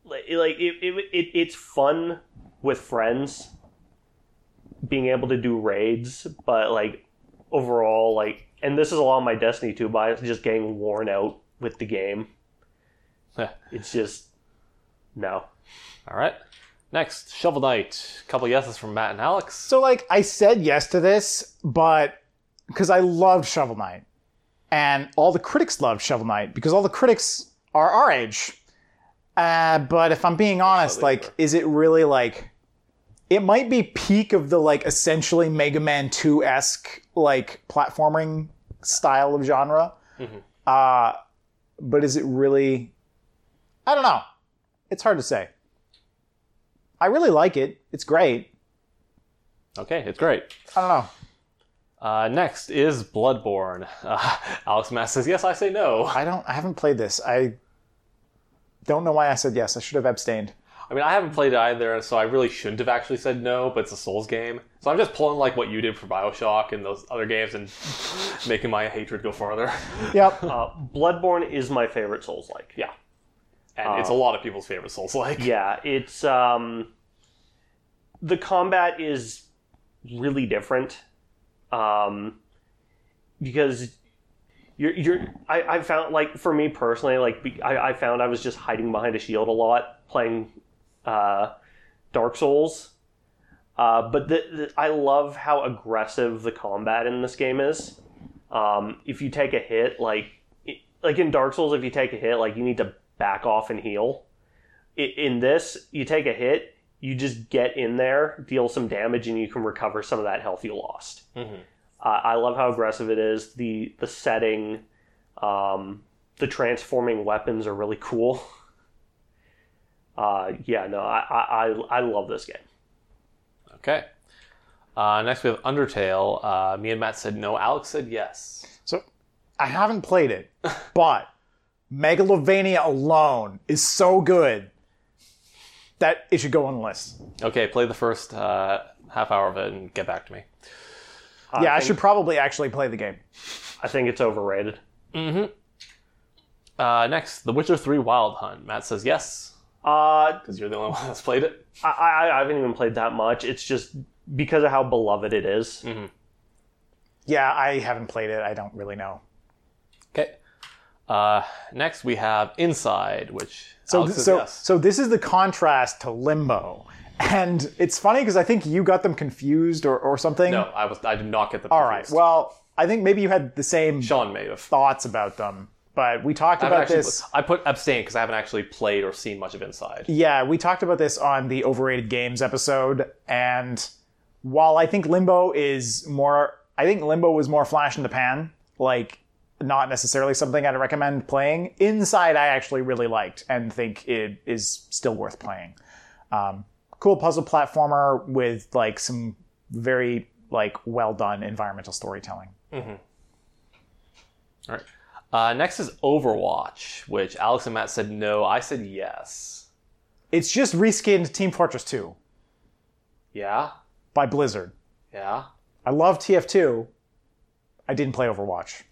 S4: like like, it, it, it it's fun with friends, being able to do raids, but like overall, like, and this is a lot of my Destiny too, but I'm just getting worn out with the game.
S1: Yeah.
S4: It's just no.
S1: All right. Next, Shovel Knight. couple yeses from Matt and Alex.
S2: So like I said yes to this, but because I loved Shovel Knight, and all the critics loved Shovel Knight because all the critics are our age. Uh, but if I'm being honest,
S1: they
S2: like,
S1: were.
S2: is it really like? It might be peak of the like essentially Mega Man Two esque like platforming style of genre.
S1: Mm-hmm.
S2: Uh, but is it really? I don't know. It's hard to say. I really like it. It's great.
S1: Okay, it's great.
S2: I don't know.
S1: Uh, next is Bloodborne. Uh, Alex Matt says yes, I say no.
S2: I don't. I haven't played this. I don't know why I said yes. I should have abstained.
S1: I mean, I haven't played it either, so I really shouldn't have actually said no, but it's a Souls game. So I'm just pulling like what you did for Bioshock and those other games and making my hatred go farther.
S2: Yep.
S4: Uh, Bloodborne is my favorite Souls like.
S1: Yeah. And it's a lot of people's favorite Souls like.
S4: yeah it's um the combat is really different um because you're you're i, I found like for me personally like be- I, I found i was just hiding behind a shield a lot playing uh dark souls uh, but the, the, I love how aggressive the combat in this game is. Um, if you take a hit, like it, like in Dark Souls, if you take a hit, like you need to back off and heal i- in this, you take a hit, you just get in there, deal some damage, and you can recover some of that health you lost.
S1: Mhm.
S4: Uh, I love how aggressive it is. The the setting, um, the transforming weapons are really cool. Uh, yeah, no, I, I I- I love this game.
S1: Okay. Uh, next we have Undertale. Uh, me and Matt said no. Alex said yes.
S2: So I haven't played it, but Megalovania alone is so good that it should go on the list.
S1: Okay, play the first uh, half hour of it and get back to me.
S2: yeah, I
S4: think-
S2: should probably actually play the game.
S4: I think it's overrated.
S1: Uh, next, The Witcher 3 Wild Hunt. Matt says yes,
S4: Uh,
S1: because you're the only one that's played it.
S4: I, I I haven't even played that much. It's just because of how beloved it is.
S2: Yeah, I haven't played it. I don't really know.
S1: Okay. Uh, next, we have Inside, which
S2: So,
S1: Alex
S2: th-
S1: says
S2: so,
S1: yes.
S2: so this is the contrast to Limbo, and it's funny because I think you got them confused or, or something.
S1: no, I was I did not get the.
S2: All right. Well, I think maybe you had the same
S1: Sean may have.
S2: thoughts about them, but we talked
S1: I haven't
S2: about
S1: actually-
S2: this.
S1: I put abstain because I haven't actually played or seen much of Inside.
S2: Yeah, we talked about this on the overrated games episode, and while I think Limbo is more, I think Limbo was more flash in the pan, like not necessarily something I'd recommend playing. Inside, I actually really liked and think it is still worth playing. Um, cool puzzle platformer with like some very like well done environmental storytelling.
S1: All right. Uh, next is Overwatch, which Alex and Matt said no. I said yes.
S2: It's just reskinned Team Fortress 2
S1: Yeah.
S2: by Blizzard.
S1: Yeah.
S2: I love TF2. I didn't play Overwatch.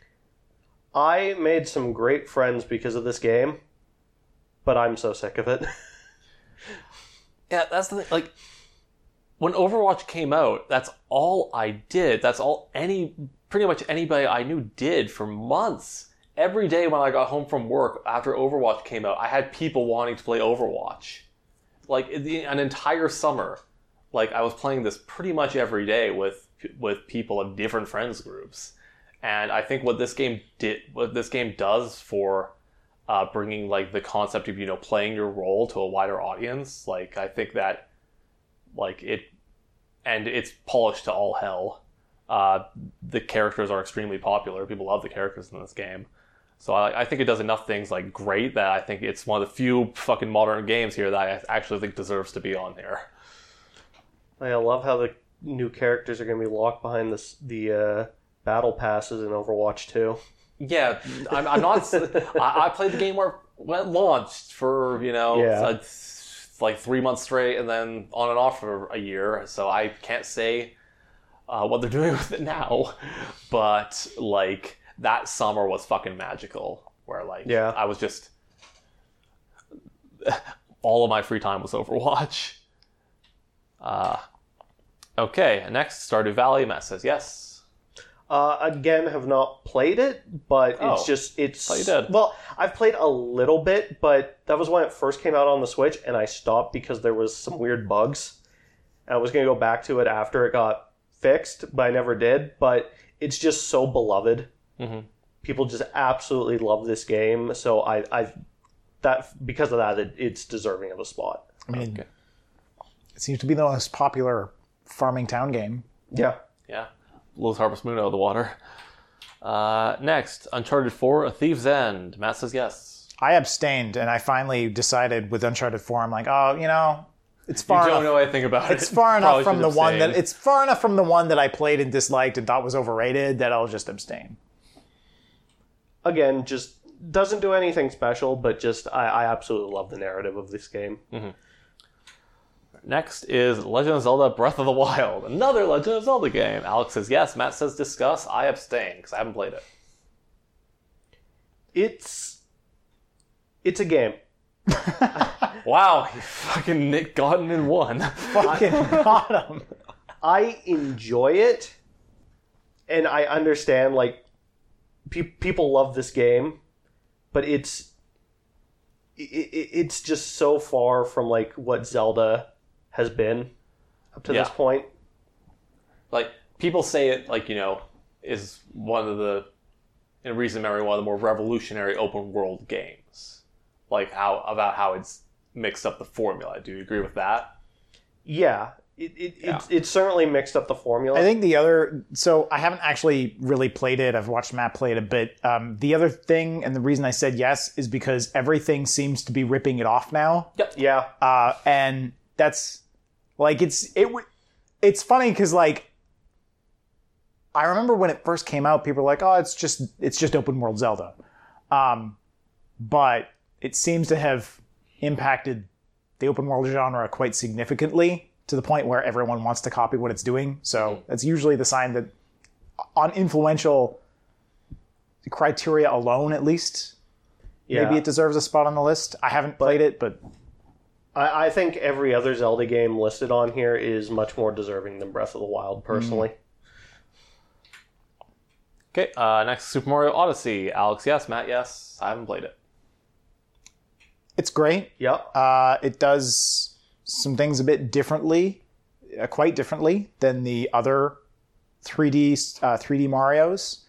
S4: I made some great friends because of this game, but I'm so sick of it.
S1: Yeah, that's the thing. Like, when Overwatch came out, that's all I did. That's all any, pretty much anybody I knew did for months. Every day when I got home from work after Overwatch came out, I had people wanting to play Overwatch. Like the, an entire summer, like I was playing this pretty much every day with with people of different friends groups. And I think what this game did, what this game does for uh, bringing like the concept of you know playing your role to a wider audience like i think that like it and it's polished to all hell uh, the characters are extremely popular people love the characters in this game so I, I think it does enough things like great that i think it's one of the few fucking modern games here that i actually think deserves to be on here
S4: I love how the new characters are going to be locked behind this, the uh, battle passes in Overwatch 2.
S1: yeah i'm, I'm not I, I played the game where when it launched for you know
S4: Yeah.
S1: like, like three months straight and then on and off for a year so i can't say uh, what they're doing with it now but like that summer was fucking magical where like
S4: Yeah.
S1: i was just all of my free time was overwatch uh, okay next stardew valley matt says yes
S4: Uh, again, have not played it, but
S1: Oh.
S4: it's just it's.
S1: Oh, you did.
S4: Well, I've played a little bit, but that was when it first came out on the Switch, and I stopped because there was some weird bugs. And I was going to go back to it after it got fixed, but I never did. But it's just so beloved.
S1: Mhm.
S4: People just absolutely love this game, so I, I that because of that, it, it's deserving of a spot.
S2: I mean,
S1: Okay.
S2: it seems to be the most popular farming town game.
S4: Yeah.
S1: Yeah. Blows Harvest Moon out of the water. Uh, next, Uncharted 4, A Thief's End. Matt says yes.
S2: I abstained, and I finally decided with Uncharted Four, I'm like, oh, you know, it's far
S1: you
S2: enough.
S1: don't know anything about it.
S2: it's far
S1: Probably
S2: enough from
S1: should
S2: the one that
S1: abstain.
S2: it's far enough from the one that I played and disliked and thought was overrated that I'll just abstain.
S4: Again, just doesn't do anything special, but just I, I absolutely love the narrative of this game.
S1: Next is Legend of Zelda Breath of the Wild. Another Legend of Zelda game. Alex says yes. Matt says discuss. I abstain because I haven't played it.
S4: it's it's a game.
S1: Wow, you fucking Nick Gotten in one.
S2: Fucking bottom.
S4: I enjoy it, and I understand like pe- people love this game, but it's i i- it's just so far from like what Zelda has been up to this
S1: Yeah.
S4: point.
S1: like people say it like you know is one of the in recent memory one of the more revolutionary open world games like how about how it's mixed up the formula do you agree with that
S4: Yeah, it, it, It's, it's certainly mixed up the formula.
S2: I think the other so I haven't actually really played it. I've watched Matt play it a bit. Um, the other thing, and the reason I said yes is because everything seems to be ripping it off now.
S4: yeah,
S2: uh, and that's like it's it. w- It's funny because like I remember when it first came out, people were like, "Oh, it's just it's just open world Zelda," um, but it seems to have impacted the open world genre quite significantly to the point where everyone wants to copy what it's doing. So that's usually the sign that on influential criteria alone, at least,
S4: yeah.
S2: maybe it deserves a spot on the list. I haven't played it, but
S4: I, I think every other Zelda game listed on here is much more deserving than Breath of the Wild, personally.
S1: okay uh, next super mario odyssey alex yes matt yes i haven't played it
S2: it's great.
S4: Yep.
S2: Uh, it does some things a bit differently, uh, quite differently than the other 3D uh, 3D Mario's.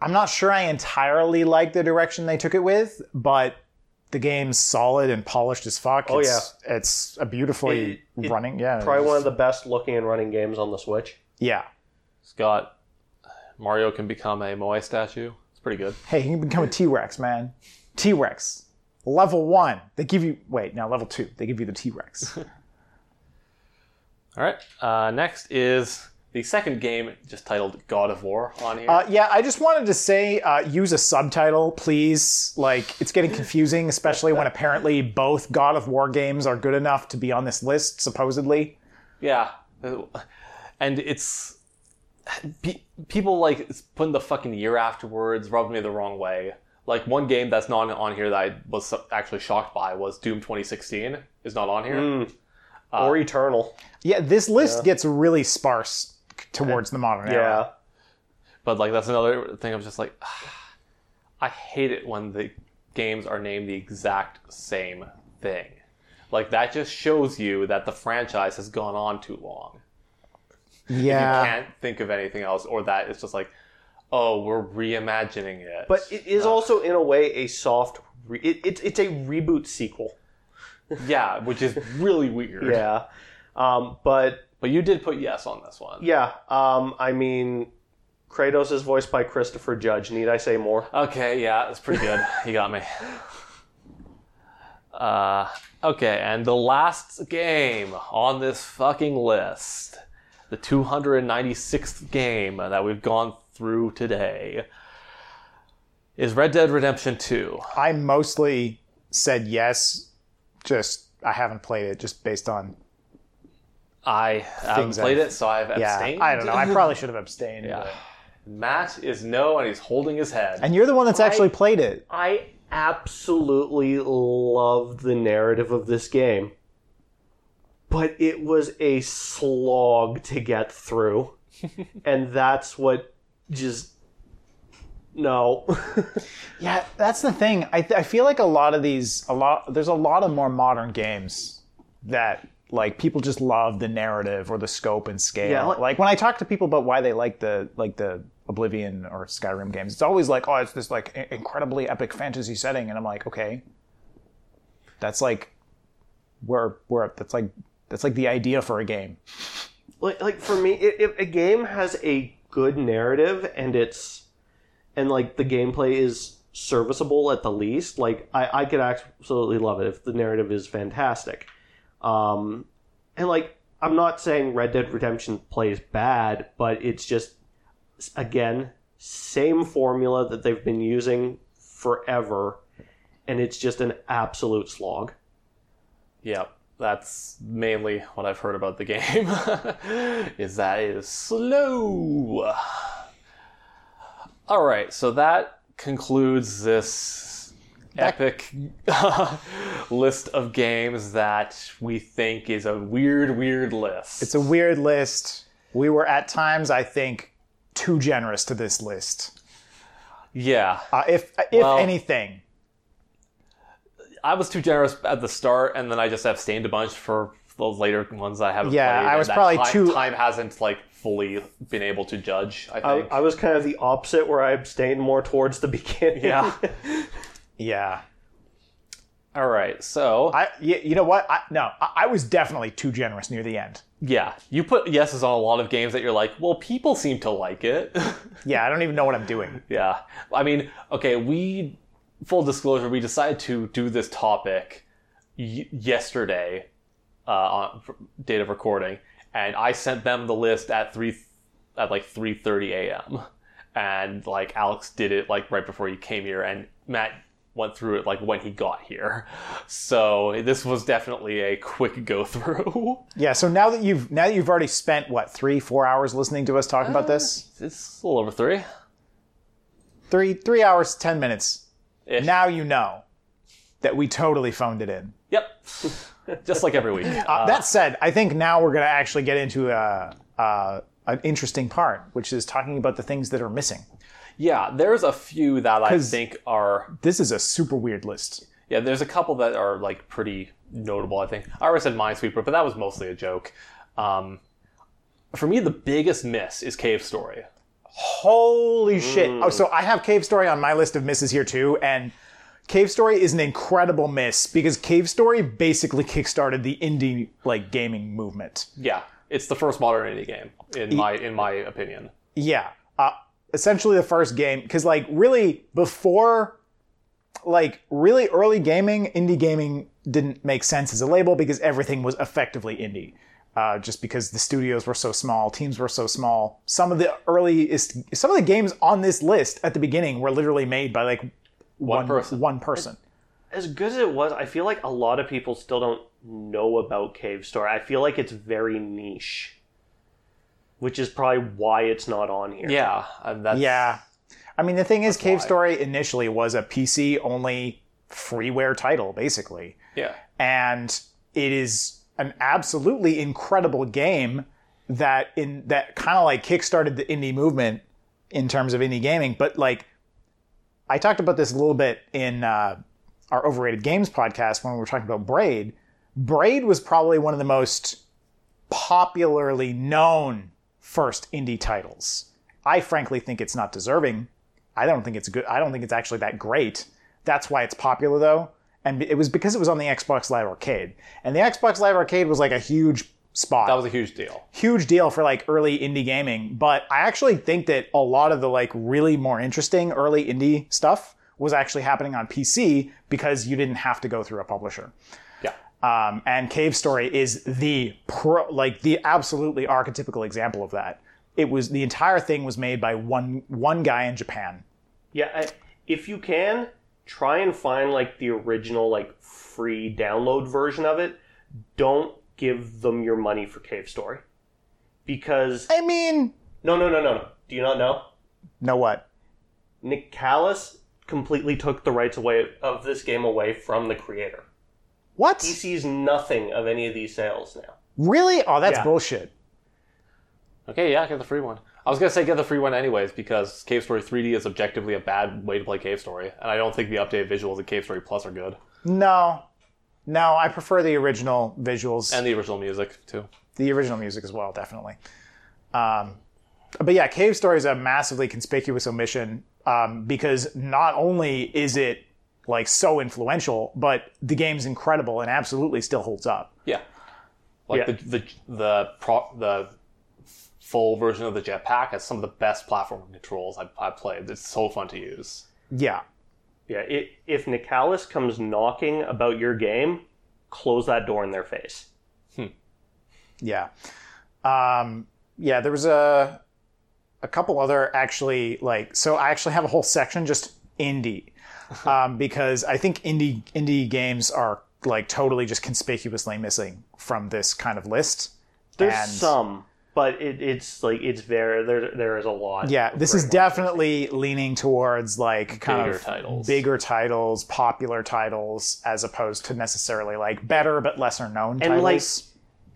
S2: I'm not sure I entirely like the direction they took it with, but the game's solid and polished as fuck.
S4: Oh,
S2: it's, yeah, it's a beautifully
S4: It- it-
S2: running. Yeah,
S4: Probably one of the best looking and running games on the Switch.
S2: yeah.
S1: it's got mario can become a moai statue it's pretty good
S2: Hey, he can become a T Rex, man. T Rex, Level one, they give you wait now level two, they give you the T Rex.
S1: All right. Uh, next is the second game, just titled God of War on here.
S2: uh, yeah, I just wanted to say, uh, use a subtitle, please. Like it's getting confusing, especially when apparently both God of War games are good enough to be on this list, supposedly.
S1: yeah, and it's pe- people like it's putting the fucking year afterwards rubbed me the wrong way. Like one game that's not on here that I was so- actually shocked by was Doom 2016 is not on here.
S4: Mm. Hmm. or Eternal.
S2: Yeah, this list gets really sparse towards the modern era.
S4: Yeah.
S1: But like that's another thing. I'm just like, ah, I hate it when the games are named the exact same thing. Like that just shows you that the franchise has gone on too long.
S2: Yeah.
S1: you can't think of anything else, or that it's just like, oh, we're reimagining it.
S4: But it is also in a way a soft. Re- it, it's it's a reboot sequel.
S1: yeah, which is really weird.
S4: Yeah. Um, but
S1: But you did put yes on this one.
S4: yeah, um, I mean, Kratos is voiced by Christopher Judge. Need I say more?
S1: Okay, yeah, that's pretty good. you got me. Uh, okay, and the last game on this fucking list, the 296th game that we've gone through today, is Red Dead Redemption 2.
S2: I mostly said yes. Just I haven't played it just based on
S1: I haven't
S2: Things
S1: played
S2: I've-
S1: it, so I've
S2: yeah.
S1: abstained.
S2: I don't know. I probably should have abstained.
S1: Yeah.
S2: but-
S1: Matt is no, and he's holding his head.
S2: And you're the one that's actually played it.
S4: I absolutely loved the narrative of this game, but it was a slog to get through, and that's what just no.
S2: Yeah, that's the thing. I, th- I feel like a lot of these, a lot there's a lot of more modern games that like people just love the narrative or the scope and scale.
S4: Yeah,
S2: like,
S4: like-
S2: when I talk to people about why they like the like the Oblivion or Skyrim games, it's always like, oh, it's this like i- incredibly epic fantasy setting, and I'm like, okay, that's like where where that's like that's like the idea for a game.
S4: like, like for me, i- if a game has a good narrative and it's and like the gameplay is serviceable at the least, like I, I could absolutely love it if the narrative is fantastic. Um, and like I'm not saying Red Dead Redemption plays bad, but it's just s- again same formula that they've been using forever, and it's just an absolute slog.
S1: Yeah, that's mainly what I've heard about the game. is that it is slow. All right, so that concludes this epic list of games that we think is a weird, weird list.
S2: It's a weird list. We were at times, I think, too generous to this list.
S1: yeah,
S2: Uh, if if
S1: Well-
S2: anything.
S1: I was too generous at the start, and then I just abstained a bunch for those later ones I haven't
S2: Yeah,
S1: played.
S2: I
S1: and
S2: was
S1: that
S2: probably
S1: time,
S2: too-
S1: Time hasn't like fully been able to judge. I
S2: Oh,
S4: I,
S2: uh,
S1: think.
S4: I was kind of the opposite, where I abstained more towards the beginning.
S1: yeah.
S2: Yeah.
S1: All right. So
S2: I, y- you know what? I, no, I, I was definitely too generous near the end.
S1: Yeah, you put yeses on a lot of games that you're like, well, people seem to like it.
S2: Yeah, I don't even know what I'm doing.
S1: yeah, I mean, okay, we full disclosure, we decided to do this topic y- yesterday uh, on f- date of recording, and I sent them the list at three at like three thirty a.m. and like Alex did it like right before he came here, and Matt went through it like when he got here. So this was definitely a quick go through.
S2: Yeah, so now that you've now that you've already spent what three, four hours listening to us talking about this,
S1: it's a little over three.
S2: three, three hours, ten minutes.
S1: Ish.
S2: Now you know that we totally phoned it in.
S1: Yep. Just like every week. Uh,
S2: that said, I think now we're going to actually get into uh uh an interesting part, which is talking about the things that are missing.
S1: yeah, there's a few that I
S2: 'Cause-
S1: think are.
S2: This is a super weird list.
S1: Yeah, there's a couple that are like pretty notable, I think. I already said Minesweeper, but that was mostly a joke. Um, for me, the biggest miss is Cave Story.
S2: Holy shit. Oh, so I have Cave Story on my list of misses here too, and Cave Story is an incredible miss because Cave Story basically kickstarted the indie like gaming movement.
S1: Yeah, it's the first modern indie game, in my in my opinion.
S2: Yeah. Uh, essentially the first game cuz like really before like really early gaming, indie gaming didn't make sense as a label because everything was effectively indie. Uh, just because the studios were so small, teams were so small. Some of the earliest, some of the games on this list at the beginning were literally made by like one,
S1: person.
S2: One person.
S4: as good as it was, I feel like a lot of people still don't know about Cave Story. I feel like it's very niche, which is probably why it's not on here.
S1: Yeah, uh, that's
S2: Yeah. I mean, the thing is, Cave
S1: why.
S2: Story initially was a PC only freeware title, basically.
S1: yeah.
S2: and it is an absolutely incredible game that in that kind of like kickstarted the indie movement in terms of indie gaming but like i talked about this a little bit in uh, our overrated games podcast when we were talking about braid braid was probably one of the most popularly known first indie titles i frankly think it's not deserving i don't think it's good i don't think it's actually that great that's why it's popular though and it was because it was on the xbox live arcade and the xbox live arcade was like a huge spot
S1: That was a huge deal.
S2: huge deal for like early indie gaming, but I actually think that a lot of the like really more interesting early indie stuff was actually happening on PC because you didn't have to go through a publisher.
S1: Yeah.
S2: Um, and Cave Story is the pro, like the absolutely archetypical example of that. It was the entire thing was made by one one guy in Japan.
S4: yeah. I, if you can, try and find like the original like free download version of it. Don't give them your money for Cave Story, because
S2: I mean,
S4: no, no, no, no, no. Do you not know?
S2: know what?
S4: Nick Callis completely took the rights away of this game away from the creator.
S2: What?
S4: He sees nothing of any of these sales now.
S2: Really? Oh, that's
S4: Yeah.
S2: bullshit.
S1: Okay, yeah, get the free one. I was gonna say get the free one anyways because Cave Story 3D is objectively a bad way to play Cave Story, and I don't think the updated visuals in Cave Story Plus are good,
S2: No. No, I prefer the original visuals.
S1: and the original music too.
S2: the original music as well, definitely. Um, but yeah, Cave Story is a massively conspicuous omission um, because not only is it like so influential, but the game's incredible and absolutely still holds up.
S1: Yeah, like the
S4: Yeah.
S1: the the pro, the full version of the jetpack has some of the best platform controls I've, I've played. It's so fun to use.
S2: Yeah,
S4: Yeah, i if Nicalis comes knocking about your game, close that door in their face.
S2: yeah, um, yeah. There was a a couple other actually like so. I actually have a whole section just indie um, because I think indie indie games are like totally just conspicuously missing from this kind of list.
S4: There's
S2: And-
S4: some, but it, it's like it's there. There, there is a lot.
S2: Yeah, this is definitely leaning towards like kind
S1: Bigger
S2: of
S1: titles.
S2: bigger titles, popular titles, as opposed to necessarily like better but lesser known
S4: And, like-
S2: titles.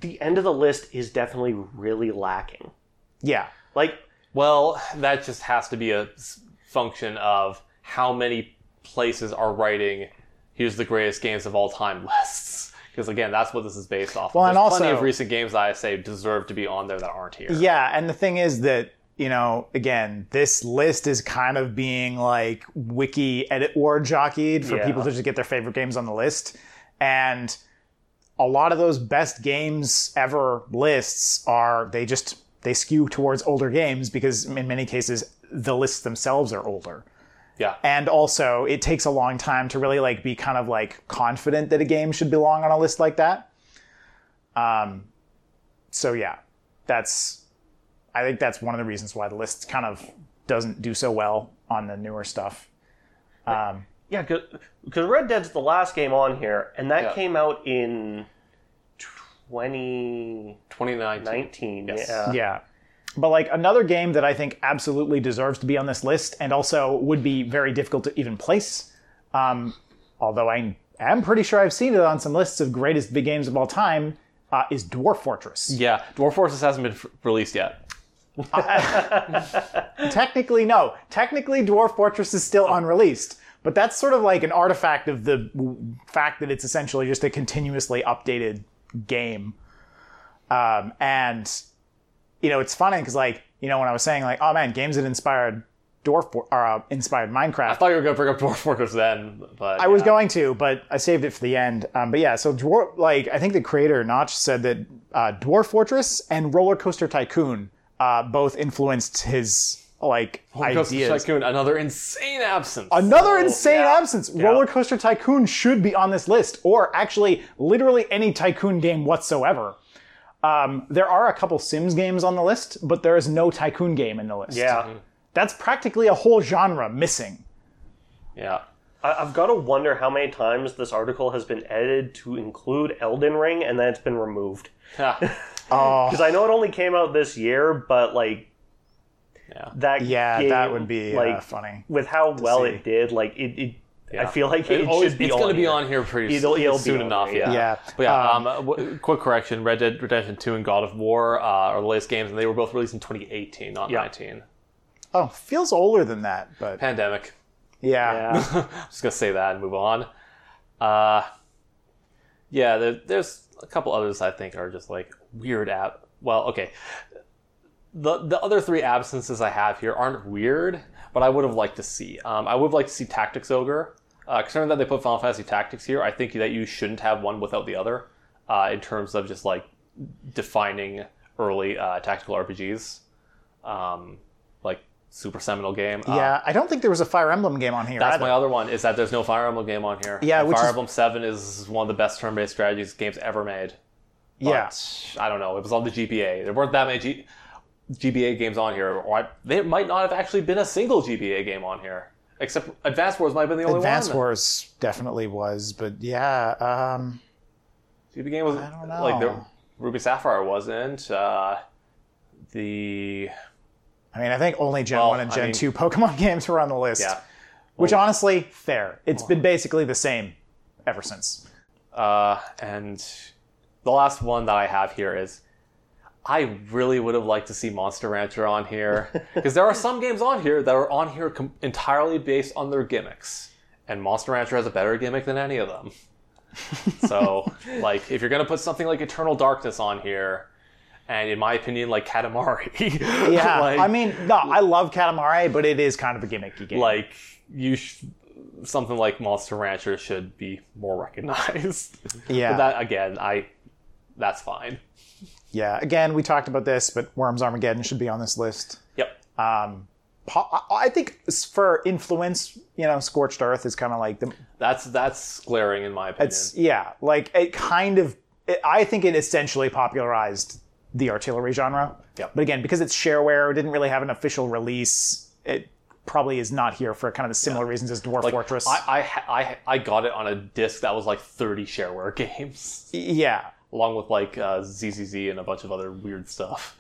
S4: The end of the list is definitely really lacking.
S2: yeah,
S4: Like,
S1: Well, that just has to be a s- function of how many places are writing here's the greatest games of all time lists. Because again, that's what this is based off.
S2: Well,
S1: of.
S2: and
S1: There's plenty
S2: also-
S1: of recent games that I say deserve to be on there that aren't here.
S2: yeah. And the thing is that you know, again, this list is kind of being like wiki edit war jockeyed for
S4: Yeah.
S2: people to just get their favorite games on the list, and a lot of those best games ever lists are they just they skew towards older games because in many cases the lists themselves are older.
S1: Yeah.
S2: and also it takes a long time to really like be kind of like confident that a game should belong on a list like that um so yeah that's i think that's one of the reasons why the list kind of doesn't do so well on the newer stuff um
S4: yeah, because Red Dead's the last game on here, and that
S1: Yeah.
S4: came out in 2019.
S1: 2019. Yes.
S4: Yeah.
S2: yeah but like another game that i think absolutely deserves to be on this list and also would be very difficult to even place um although i am pretty sure i've seen it on some lists of greatest big games of all time uh, is dwarf fortress
S1: Yeah, Dwarf Forces hasn't been f- released yet.
S2: Technically, no. Technically, Dwarf Fortress is
S1: Oh.
S2: still unreleased, but that's sort of like an artifact of the w- fact that it's essentially just a continuously updated game. Um, and you know, it's funny because like you know when I was saying like, oh man, games that inspired Dwarf Fo- or uh, inspired Minecraft.
S1: I thought you were going to bring up Dwarf Fortress then, but
S2: I was going to, but I saved it for the end. Um, but yeah, so dwarf, like I think the creator Notch said that uh, Dwarf Fortress and Roller Coaster Tycoon uh, both influenced his like
S1: Roller Coaster
S2: ideas.
S1: Tycoon, another insane absence.
S2: Another insane
S4: yeah.
S2: absence. Roller Coaster Tycoon should be on this list, or actually, literally any tycoon game whatsoever. Um, there are a couple Sims games on the list, but there is no tycoon game in the list.
S4: Yeah.
S2: That's practically a whole genre missing.
S1: yeah.
S4: I, I've got to wonder how many times this article has been edited to include Elden Ring and then it's been removed.
S1: Ha.
S2: Oh,
S4: Because I know it only came out this year, but like
S1: Yeah.
S4: that
S2: yeah,
S4: game,
S2: that would be
S4: like
S2: uh, funny.
S4: with how well
S2: see.
S4: it did. Like it, it
S1: Yeah.
S4: I feel like it,
S1: It always-
S4: should be.
S1: it's
S4: on
S1: gonna be
S4: here.
S1: on here pretty
S4: It'll- it'll be
S1: soon
S4: on
S1: enough.
S4: here,
S1: Yeah.
S2: Yeah.
S1: But yeah, um, w- quick correction: Red Dead Redemption Two and God of War uh, are the latest games, and they were both released in 2018, not
S4: Yeah.
S1: 19.
S2: Oh, feels older than that, but
S1: Pandemic.
S2: yeah.
S4: Yeah.
S1: I'm just gonna say that and move on. Uh, yeah, there, there's a couple others I think are just like weird ab. Well, okay, the the other three absences I have here aren't weird, but I would have liked to see. Um, I would have liked to see Tactics Ogre. Uh, concerned that they put Final Fantasy Tactics here, I think that you shouldn't have one without the other. Uh, in terms of just like defining early uh, tactical RPGs, um, like super seminal game. Uh,
S2: Yeah, I don't think there was a Fire Emblem game on here.
S1: that's
S2: either.
S1: my other one is that there's no Fire Emblem game on here.
S2: Yeah,
S1: And
S2: which
S1: Fire
S2: is-
S1: Emblem Seven is one of the best turn-based strategies games ever made.
S2: yeah.
S1: I don't know. It was on the GBA. There weren't that many G- GBA games on here, or I, there might not have actually been a single GBA game on here, except Advance Wars might have been the only
S2: Advance
S1: one.
S2: Wars definitely was, but yeah, um,
S1: GBA game was I
S2: don't know.
S1: like the Ruby Sapphire wasn't. Uh, the
S2: I mean, I think only Gen
S1: Well,
S2: 1 and
S1: I
S2: Gen
S1: mean-
S2: 2 Pokemon games were on the list.
S1: yeah.
S2: Which honestly, fair. It's been basically the same ever since.
S1: Uh, and the last one that I have here is I really would have liked to see Monster Rancher on here because there are some games on here that are on here com- entirely based on their gimmicks, and Monster Rancher has a better gimmick than any of them. so, like, if you're gonna put something like Eternal Darkness on here, and in my opinion, like Katamari,
S2: Yeah,
S1: like,
S2: I mean, no, I love Katamari, but it is kind of a gimmicky game.
S1: like you, sh- something like Monster Rancher should be more recognized.
S2: yeah,
S1: But that again, I, that's fine.
S2: yeah. Again, we talked about this, but Worms Armageddon should be on this list.
S1: Yep.
S2: Um, po- I I think s- for influence, you know, Scorched Earth is kind of like the
S1: That's that's glaring in my opinion.
S2: It's yeah, like it kind of. It, I think it essentially popularized the artillery genre.
S1: Yep.
S2: But again, because it's shareware, it didn't really have an official release. It probably is not here for kind of the similar reasons as Dwarf
S1: like,
S2: Fortress.
S1: I, I ha- I ha- I got it on a disc that was like 30 shareware games,
S2: yeah,
S1: along with like uh, ZZZ and a bunch of other weird stuff.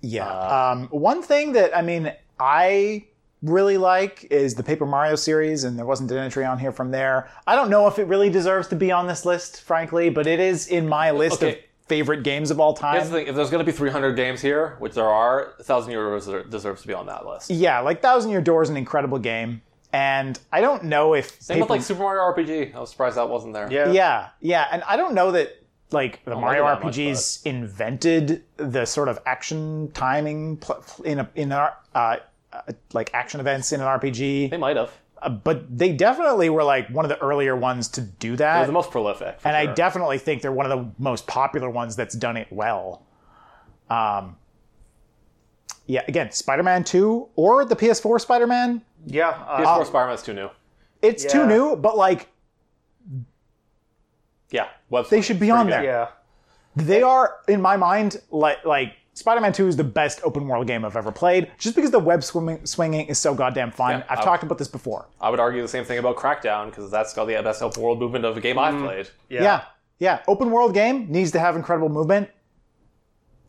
S2: yeah.
S1: Uh.
S2: um, one thing that I mean, I really like is the Paper Mario series, and there wasn't an entry on here from there. I don't know if it really deserves to be on this list, frankly, but it is in my list of
S1: Okay.
S2: favorite games of all time.
S1: Here's the thing: if there's going to be 300 games here, which there are, Thousand Year Door deser- deserves to be on that list.
S2: Yeah, like Thousand Year Door is an incredible game, and I don't know if
S1: Same with like Super Mario RPG. I was surprised that wasn't there.
S4: Yeah.
S2: yeah, yeah, and I don't know that like the Mario
S1: like that much,
S2: RPGs invented the sort of action timing pl- in a in our uh, uh, like action events in an
S1: they
S2: RPG,
S1: might have.
S2: uh, but they definitely were like one of the earlier ones to do that,
S1: They're the most prolific. for
S2: and I
S1: sure.
S2: definitely think they're one of the most popular ones that's done it well. Um. Yeah, again, Spider-Man 2 or the PS4 Spider-Man,
S3: Yeah, uh,
S1: PS4 Spider-Man's too new.
S2: it's too
S3: Yeah.
S2: new, but like
S1: Yeah, website.
S2: they should be on there.
S3: yeah.
S2: They are, in my mind, like like Spider-Man Two is the best open world game I've ever played, just because the web swimming, swinging is so goddamn fun.
S1: Yeah,
S2: I've
S1: I-
S2: talked about this before.
S1: I would argue the same thing about Crackdown because that's got the best open world movement of a game
S2: Mm.
S1: I've played.
S2: Yeah. yeah, open world game needs to have incredible movement,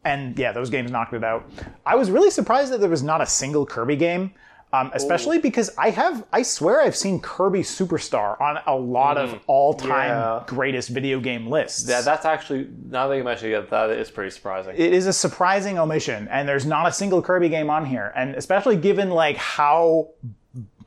S2: and yeah, those games knocked it out. I was really surprised that there was not a single Kirby game. Um, especially because I have, I swear I've seen Kirby Superstar on a lot of all time
S3: Yeah.
S2: greatest video game lists.
S1: Yeah, that's actually now that you mention it, that is pretty surprising.
S2: it is a surprising omission and there's not a single kirby game on here and especially given like how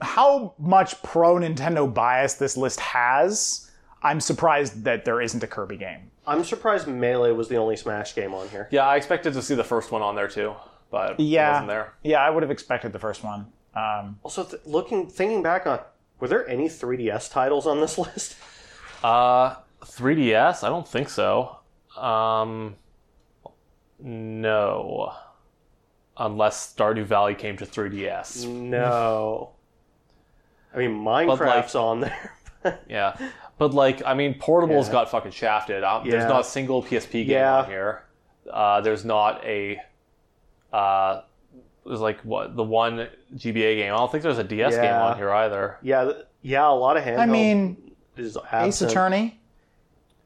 S2: how much pro nintendo bias this list has i'm surprised that there isn't a kirby game
S3: I'm surprised Melee was the only Smash game on here.
S1: Yeah, I expected to see the first one on there too, but
S2: Yeah.
S1: it wasn't there.
S2: yeah i would have expected the first one um,
S3: Also, th- looking, thinking back on, were there any 3DS titles on this list?
S1: Uh, 3DS? I don't think so. Um, no. unless Stardew Valley came to 3DS.
S3: Mm.
S4: No.
S3: I mean, Minecraft's
S1: like-
S3: on there.
S1: Yeah. But like, I mean, portables
S3: Yeah.
S1: got fucking shafted. Um,
S3: Yeah.
S1: There's not a single PSP game
S3: Yeah.
S1: on here. Uh, there's not a. Uh, there's like what the one GBA game. I don't think there's a DS game
S3: Yeah.
S1: on here either.
S3: yeah, th- yeah, a lot of handheld.
S2: I mean,
S3: is
S2: Ace
S3: absent.
S2: Attorney,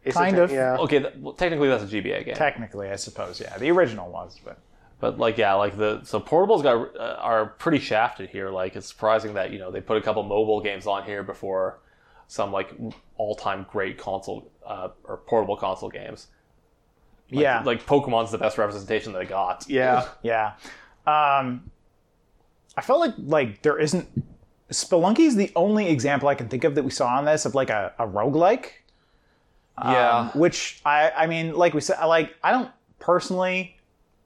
S3: Ace
S2: kind
S3: Attorney,
S2: of.
S3: Yeah.
S1: Okay, th- well, technically that's a GBA game.
S2: technically, I suppose. Yeah, the original was, but
S1: But like, yeah, like the so portables got uh, are pretty shafted here. Like, it's surprising that you know they put a couple mobile games on here before some like all time great console uh, or portable console games. Like,
S2: yeah,
S1: like Pokemon's the best representation that I got.
S3: Yeah.
S2: yeah. Um, I felt like like there isn't. Spelunky is the only example I can think of that we saw on this of like a, a roguelike.
S1: Yeah.
S2: Um, which I I mean, like we said, I like I don't personally.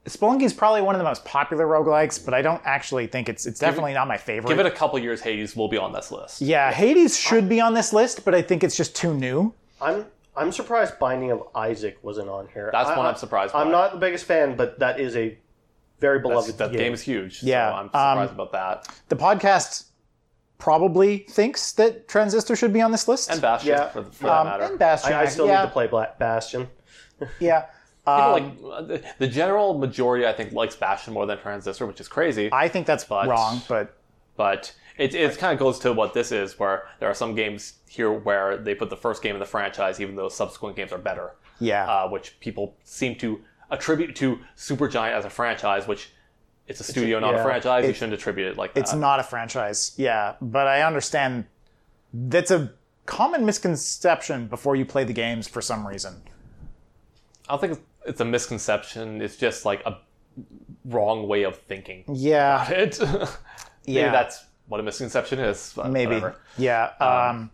S2: Spelunky is probably one of the most popular roguelikes, but I don't actually think it's it's definitely not my favorite.
S1: Give it a couple years, Hades will be on this list.
S2: yeah, Hades should be on this list, but I think it's just too new.
S3: I'm I'm surprised Binding of Isaac wasn't on here.
S1: That's
S3: I,
S1: one
S3: I-
S1: I'm surprised by.
S3: I'm not the biggest fan, but that is a very
S1: That's-
S3: beloved
S1: that
S3: game.
S1: game is huge.
S2: Yeah,
S1: so I'm surprised
S2: um,
S1: about that.
S2: The podcast probably thinks that Transistor should be on this list.
S1: And Bastion,
S3: yeah,
S1: for, for that
S2: Um,
S1: matter.
S2: and Bastion.
S3: I, I still
S2: yeah,
S3: need to play Bla- Bastion.
S2: Yeah. Um,
S1: People like uh, the, the general majority, I think, likes Bastion more than Transistor, which is crazy.
S2: I think that's
S1: But-
S2: wrong, but
S1: but it, it kind of goes to what this is, where there are some games here where they put the first game in the franchise, even though subsequent games are better,
S2: yeah.
S1: uh, which people seem to attribute to Supergiant as a franchise, which it's a studio, not
S3: yeah.
S1: a franchise. you shouldn't attribute it like that.
S2: it's not a franchise. Yeah, but I understand that's a common misconception before you play the games for some reason.
S1: I don't think it's- it's a misconception. It's just like a wrong way of thinking.
S2: Yeah.
S1: It. Maybe
S2: Yeah.
S1: that's what a misconception is. but
S2: Maybe.
S1: whatever.
S2: Yeah. Um,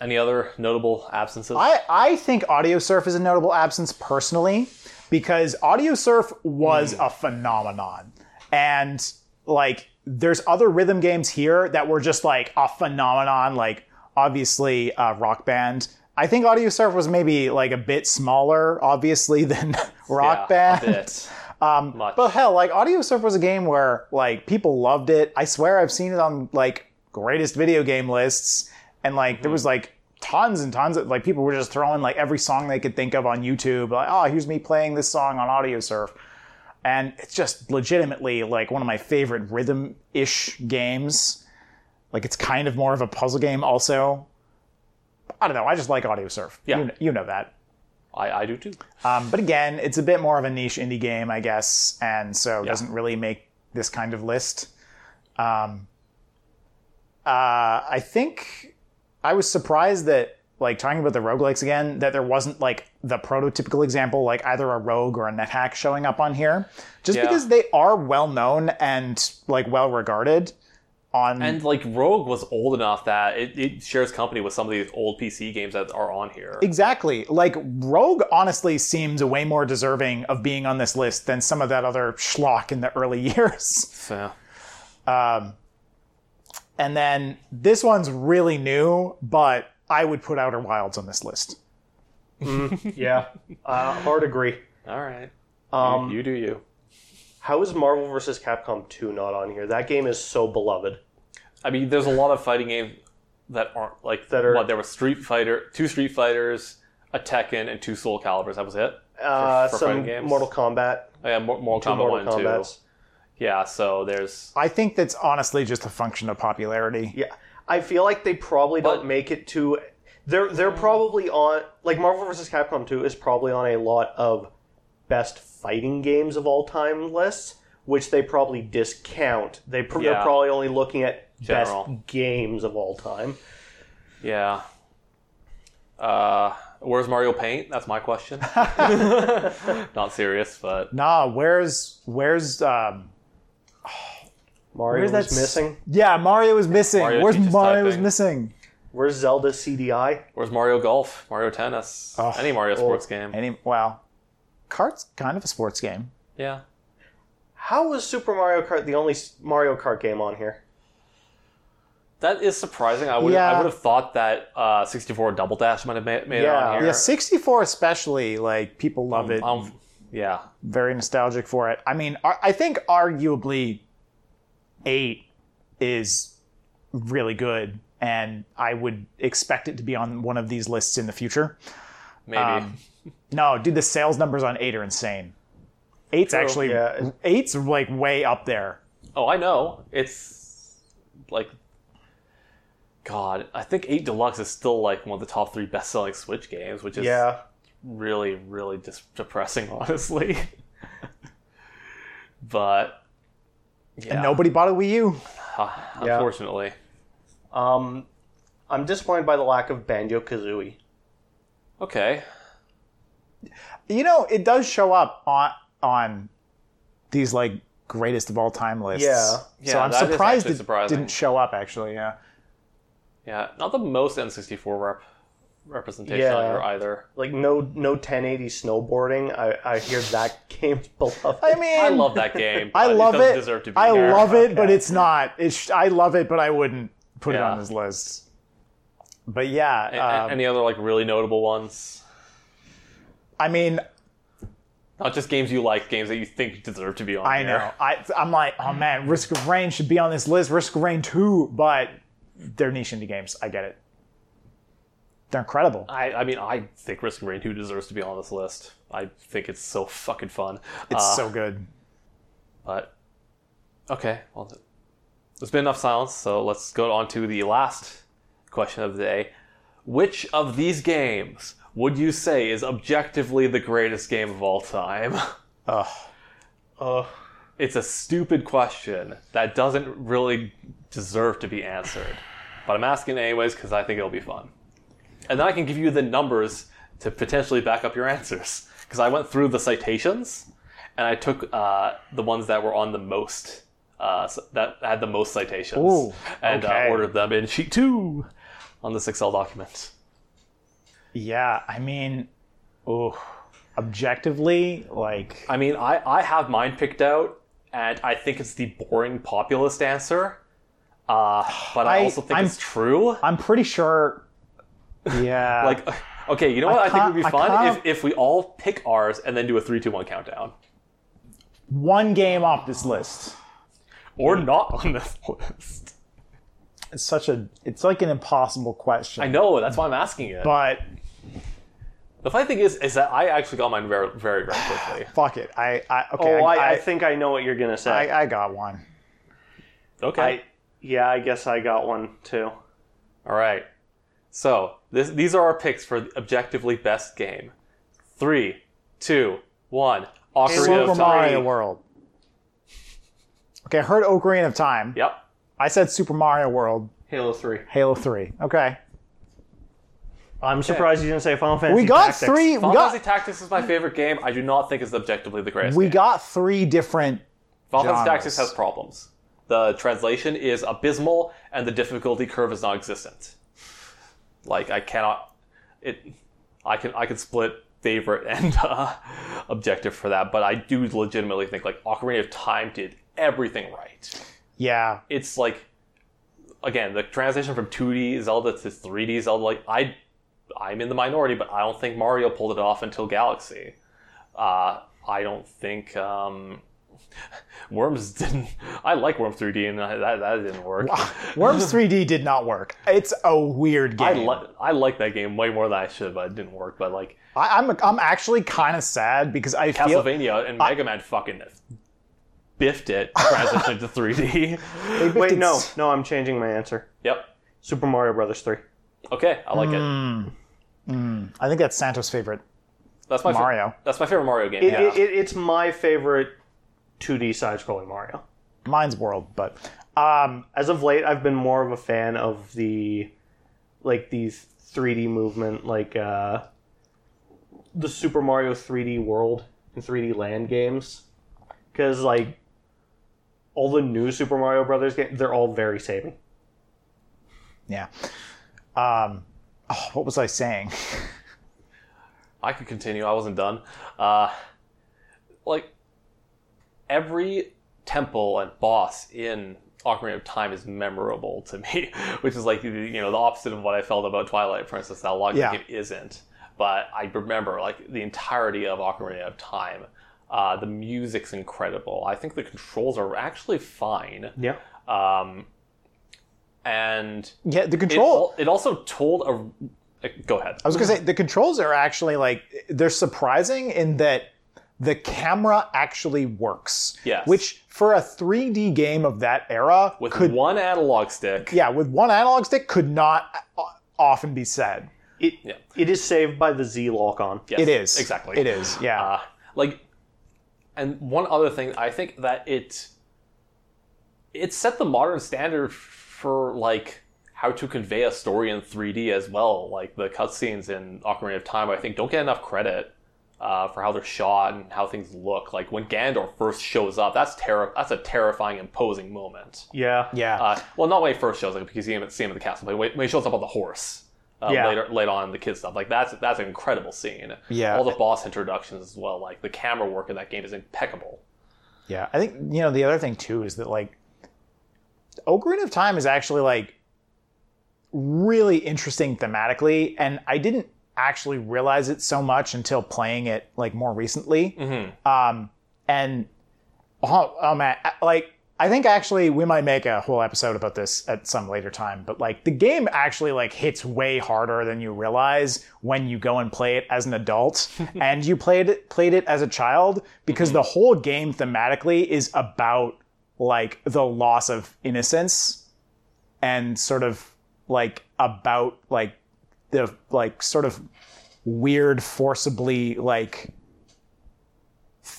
S1: Any other notable absences?
S2: I, I think AudioSurf is a notable absence personally because AudioSurf was a phenomenon. And like there's other rhythm games here that were just like a phenomenon, like obviously uh, Rock Band. I think AudioSurf was maybe like a bit smaller, obviously, than
S1: Yeah,
S2: Rock
S1: A
S2: Band.
S1: bit. Much.
S2: But hell, like Audio Surf was a game where like people loved it. I swear I've seen it on like greatest video game lists, and like there was like tons and tons of like people were just throwing like every song they could think of on YouTube. Like, oh, here's me playing this song on Audio Surf, and it's just legitimately like one of my favorite rhythm-ish games. Like it's kind of more of a puzzle game, also. I don't know. I just like Audio Surf.
S1: Yeah.
S2: you kn- you know that.
S1: I, I do too.
S2: Um, but again, it's a bit more of a niche indie game, I guess, and so doesn't really make this kind of list. Um, uh, I think I was surprised that, like, talking about the roguelikes again, that there wasn't, like, the prototypical example, like either a rogue or a NetHack showing up on here, just
S1: Yeah.
S2: because they are well known and, like, well regarded. On
S3: Hmm.
S1: And like Rogue was old enough that it, it shares company with some of these old PC games that are on here.
S2: Exactly. Like Rogue honestly seems way more deserving of being on this list than some of that other schlock in the early years.
S1: So,
S2: And then this one's really new, but I would put Outer Wilds on this list.
S3: Yeah, uh, hard agree.
S1: all right.
S3: Um,
S1: you do you.
S3: How is Marvel vs. Capcom 2 not on here? That game is so beloved.
S1: I mean, there's a lot of fighting games that aren't like
S3: That are-
S1: What there was Street Fighter, two Street Fighters, a Tekken, and two Soul Calibers. That was it.
S3: Uh,
S1: for
S3: some
S1: fighting games?
S3: Mortal Kombat,
S1: Oh, yeah, Mor- Mortal
S3: two
S1: Kombat
S3: Mortal
S1: one and two.
S3: Kombats.
S1: Yeah, so there's
S2: I think that's honestly just a function of popularity.
S3: Yeah, I feel like they probably
S1: But- Hmm.
S3: don't make it to. They're they're probably on like Marvel vs. Capcom 2 is probably on a lot of best fighting games of all time lists, which they probably discount. They pr- they're
S1: Yeah.
S3: probably only looking at
S1: General.
S3: best games of all time.
S1: yeah. Uh, where's Mario Paint? That's my question. Not serious, but
S2: Nah, where's where's um
S3: Mario
S2: Where's
S3: is
S2: that s-
S3: missing.
S2: Yeah, Mario was missing.
S1: Mario
S2: where's
S1: teaches
S2: Mario was
S1: typing.
S2: missing?
S3: Where's Zelda CDI?
S1: where's Mario Golf, Mario Tennis,
S2: Oh,
S1: any Mario sports game?
S2: Any wow. Kart's kind of a sports game.
S1: Yeah.
S3: How is Super Mario Kart the only s- Mario Kart game on here?
S1: That is surprising. I would
S2: Yeah.
S1: I would have thought that uh, 64 Double Dash might have ma- made it
S3: Yeah.
S1: on here.
S2: Yeah, 64 especially, like people love it.
S1: Um, Yeah.
S2: very nostalgic for it. I mean, ar- I think arguably eight is really good, and I would expect it to be on one of these lists in the future.
S1: Maybe.
S2: Um, no, dude, the sales numbers on eight are insane. Eight's actually
S3: yeah.
S2: eight's like way up there.
S1: oh, I know. It's like God, I think 8 Deluxe is still like one of the top 3 best-selling Switch games, which is
S3: Yeah.
S1: really really dis- depressing honestly. but yeah, uh,
S2: And nobody bought a Wii U.
S3: Yeah.
S1: unfortunately.
S3: Um, I'm disappointed by the lack of Banjo Kazooie.
S1: Okay.
S2: You know, it does show up on on these like greatest of all time lists.
S3: Yeah.
S2: so
S1: Yeah,
S2: I'm
S1: that is
S2: surprised
S1: actually
S2: it
S1: surprising.
S2: didn't show up. Actually, yeah.
S1: Yeah, not the most N64 rep- representation
S3: Yeah.
S1: on here either.
S3: Like no no 1080 snowboarding. I, I hear that game's beloved.
S2: I mean,
S1: I love that game.
S2: I
S1: but
S2: love
S1: Uh, it. Doesn't
S2: it.
S1: deserve to be
S2: I
S1: there.
S2: love it, but
S3: Okay.
S2: it's not. It's I love it, but I wouldn't put it
S1: Yeah.
S2: on this list. But yeah,
S1: A- a-
S2: um,
S1: any other like really notable ones?
S2: I mean,
S1: Not just games you like, games that you think deserve to be on.
S2: I
S1: here.
S2: know. I I'm like, oh man, Risk of Rain should be on this list. Risk of Rain two, but they're niche indie games. I get it. They're incredible.
S1: I, I mean, I think Risk of Rain 2 deserves to be on this list. I think it's so fucking fun.
S2: It's
S1: Uh,
S2: so good.
S1: But okay, well, there's been enough silence, so let's go on to the last question of the day. Which of these games would you say is objectively the greatest game of all time?
S2: Ugh.
S3: Ugh.
S1: It's a stupid question that doesn't really deserve to be answered, but I'm asking anyways because I think it'll be fun. And then I can give you the numbers to potentially back up your answers because I went through the citations and I took uh, the ones that were on the most uh, s- that had the most citations
S2: Ooh,
S1: and
S2: okay.
S1: uh, ordered them in sheet two on this Excel document.
S2: Yeah, I mean, oh, objectively, like
S1: I mean, I, I have mine picked out, and I think it's the boring populist answer. Uh, but I,
S2: I-
S1: also think
S2: I'm-
S1: it's true.
S2: I'm pretty sure. Yeah,
S1: like, okay, you know what? I, think it would be
S2: can't- I
S1: fun if,
S2: can't-
S1: if we all pick ours and then do a three, two, one countdown,
S2: one game off this list.
S1: or
S2: Hmm.
S1: not on this list.
S2: It's such a. It's like an impossible question.
S1: I know that's why I'm asking it.
S2: but
S1: the funny thing is, is that I actually got mine very, very, very quickly.
S2: fuck it. I, I okay.
S4: Oh,
S2: I,
S4: I, I
S2: I,
S4: think I know what you're gonna say.
S2: I, I got one.
S1: Okay.
S4: I- yeah, I guess I got one too.
S1: All right. So this, these are our picks for the objectively best game. Three, two, one. Ocarina
S2: Super
S1: of Time.
S2: Mario World. Okay, I heard Ocarina of Time.
S1: Yep.
S2: I said Super Mario World,
S3: Halo 3.
S2: Halo Three. Okay,
S4: I'm surprised you didn't say Final Fantasy.
S2: we got
S4: Tactics.
S2: three. We
S1: Final Fantasy
S2: got
S1: Tactics is my favorite game. I do not think it's objectively the greatest.
S2: we
S1: game.
S2: got three different.
S1: Final Fantasy
S2: genres.
S1: Tactics has problems. The translation is abysmal, and the difficulty curve is non-existent. Like I cannot, it, I can I can split favorite and uh, objective for that, but I do legitimately think like Ocarina of Time did everything right.
S2: Yeah,
S1: it's like again the translation from 2D Zelda to 3D Zelda. Like I, I'm in the minority, but I don't think Mario pulled it off until Galaxy. Uh, I don't think um, Worms didn't. I like Worms 3D, and that that didn't work.
S2: Worms 3D did not work. It's a weird game.
S1: I like I like that game way more than I should, but it didn't work. But like
S2: I, I'm I'm actually kind of sad because I feel
S1: Castlevania and Mega Man fucking biffed it, transitioned to 3D.
S4: Wait, no,
S2: It's-
S4: no, I'm changing my answer.
S1: Yep.
S4: Super Mario Brothers three.
S1: Okay, I like
S2: Hmm.
S1: it.
S2: I think that's Santos' favorite
S1: That's my fa-
S2: Mario.
S1: that's my favorite Mario game.
S3: It,
S1: yeah.
S3: it, it, it's my favorite 2D side scrolling Mario.
S2: Mine's World, but um,
S3: As of late, I've been more of a fan of the like these 3D movement, like uh, the Super Mario 3D World and 3D Land games, because like all the new Super Mario Brothers games, they're all very saving.
S2: yeah. Um, oh, what was I saying?
S1: I could continue. I wasn't done. Uh, like every temple and boss in Ocarina of Time is memorable to me, which is like the- you know the opposite of what I felt about Twilight Princess. That a lot of the
S2: Yeah.
S1: game isn't, but I remember like the entirety of Ocarina of Time. Uh, the music's incredible. I think the controls are actually fine.
S4: Yeah.
S1: Um, and
S2: Yeah, the
S1: it,
S2: control.
S1: al- it also told a. uh, Go ahead.
S2: I was gonna say the controls are actually like they're surprising in that the camera actually works.
S1: Yes.
S2: Which for a 3D game of that era
S1: With
S2: could
S1: one analog stick.
S2: yeah with one analog stick could not o- often be said.
S4: It
S1: Yeah.
S4: it is saved by the Z lock on.
S1: Yes,
S2: It is
S1: Exactly.
S2: It is yeah.
S1: Uh, like, and one other thing, I think that it it set the modern standard for like how to convey a story in 3D as well. Like the cutscenes in Ocarina of Time, I think don't get enough credit uh, for how they're shot and how things look. Like when Gandalf first shows up, that's terri- That's a terrifying, imposing moment.
S4: Yeah.
S2: yeah.
S1: Uh, well, not when he first shows up because you see him, see him at the castle, but when when he shows up on the horse uh,
S4: Yeah.
S1: later, later on in the kids stuff, like that's that's an incredible scene.
S2: Yeah.
S1: all the boss introductions as well, like the camera work in that game is impeccable.
S2: Yeah, I think you know the other thing too is that like Ocarina of Time is actually like really interesting thematically, and I didn't actually realize it so much until playing it like more recently. Um, and oh, oh man, I- like I think actually we might make a whole episode about this at some later time. But like the game actually like hits way harder than you realize when you go and play it as an adult, and you played it played it as a child because the whole game thematically is about like the loss of innocence and sort of like about like the like sort of weird forcibly like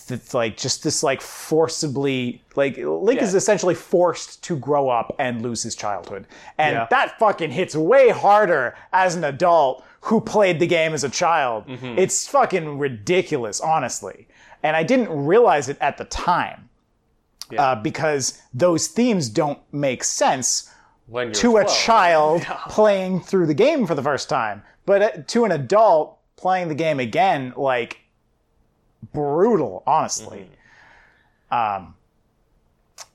S2: it's like just this like forcibly like link is
S1: Yeah.
S2: essentially forced to grow up and lose his childhood and
S4: Yeah.
S2: that fucking hits way harder as an adult who played the game as a child it's fucking ridiculous honestly and i didn't realize it at the time uh, because those themes don't make sense
S1: When you're
S2: to
S1: 12,
S2: a child playing through the game for the first time, but uh, to an adult playing the game again, like brutal, honestly. Um.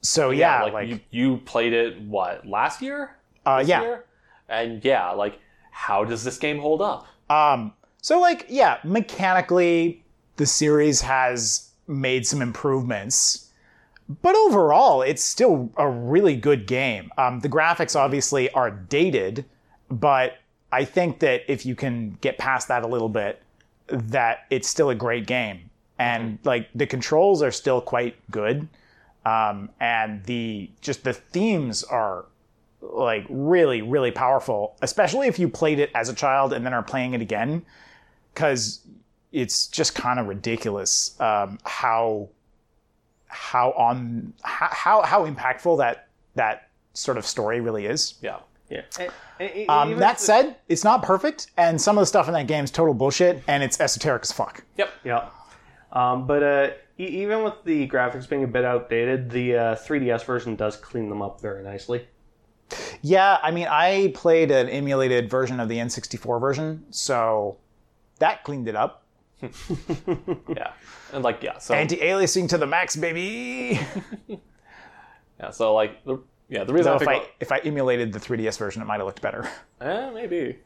S2: So yeah,
S1: Mm. like,
S2: like,
S1: you, you played it what last year?
S2: uh,
S1: This
S2: yeah.
S1: year? and yeah, like how does this game hold up?
S2: Um, so like, yeah, mechanically, the series has made some improvements, but overall, it's still a really good game. Um, the graphics obviously are dated, but I think that if you can get past that a little bit, that it's still a great game, and like the controls are still quite good, um, and the just the themes are like really really powerful especially if you played it as a child and then are playing it again because it's just kind of ridiculous um, how how on how how- how impactful that that sort of story really is
S1: Yeah,
S4: E,
S2: um, that said it's not perfect and some of the stuff in that game is total bullshit and it's esoteric as fuck
S1: yep,
S4: Yeah.
S3: Um, but uh, e- even with the graphics being a bit outdated, the uh, 3DS version does clean them up very nicely.
S2: yeah i mean i played an emulated version of the n64 version so that cleaned it up
S1: yeah, and like yeah, so
S2: anti-aliasing to the max baby
S1: yeah, so like the yeah the reason
S2: So
S1: I
S2: if
S1: picked
S2: I if I emulated the 3DS version, it might have looked better.
S1: Eh, maybe.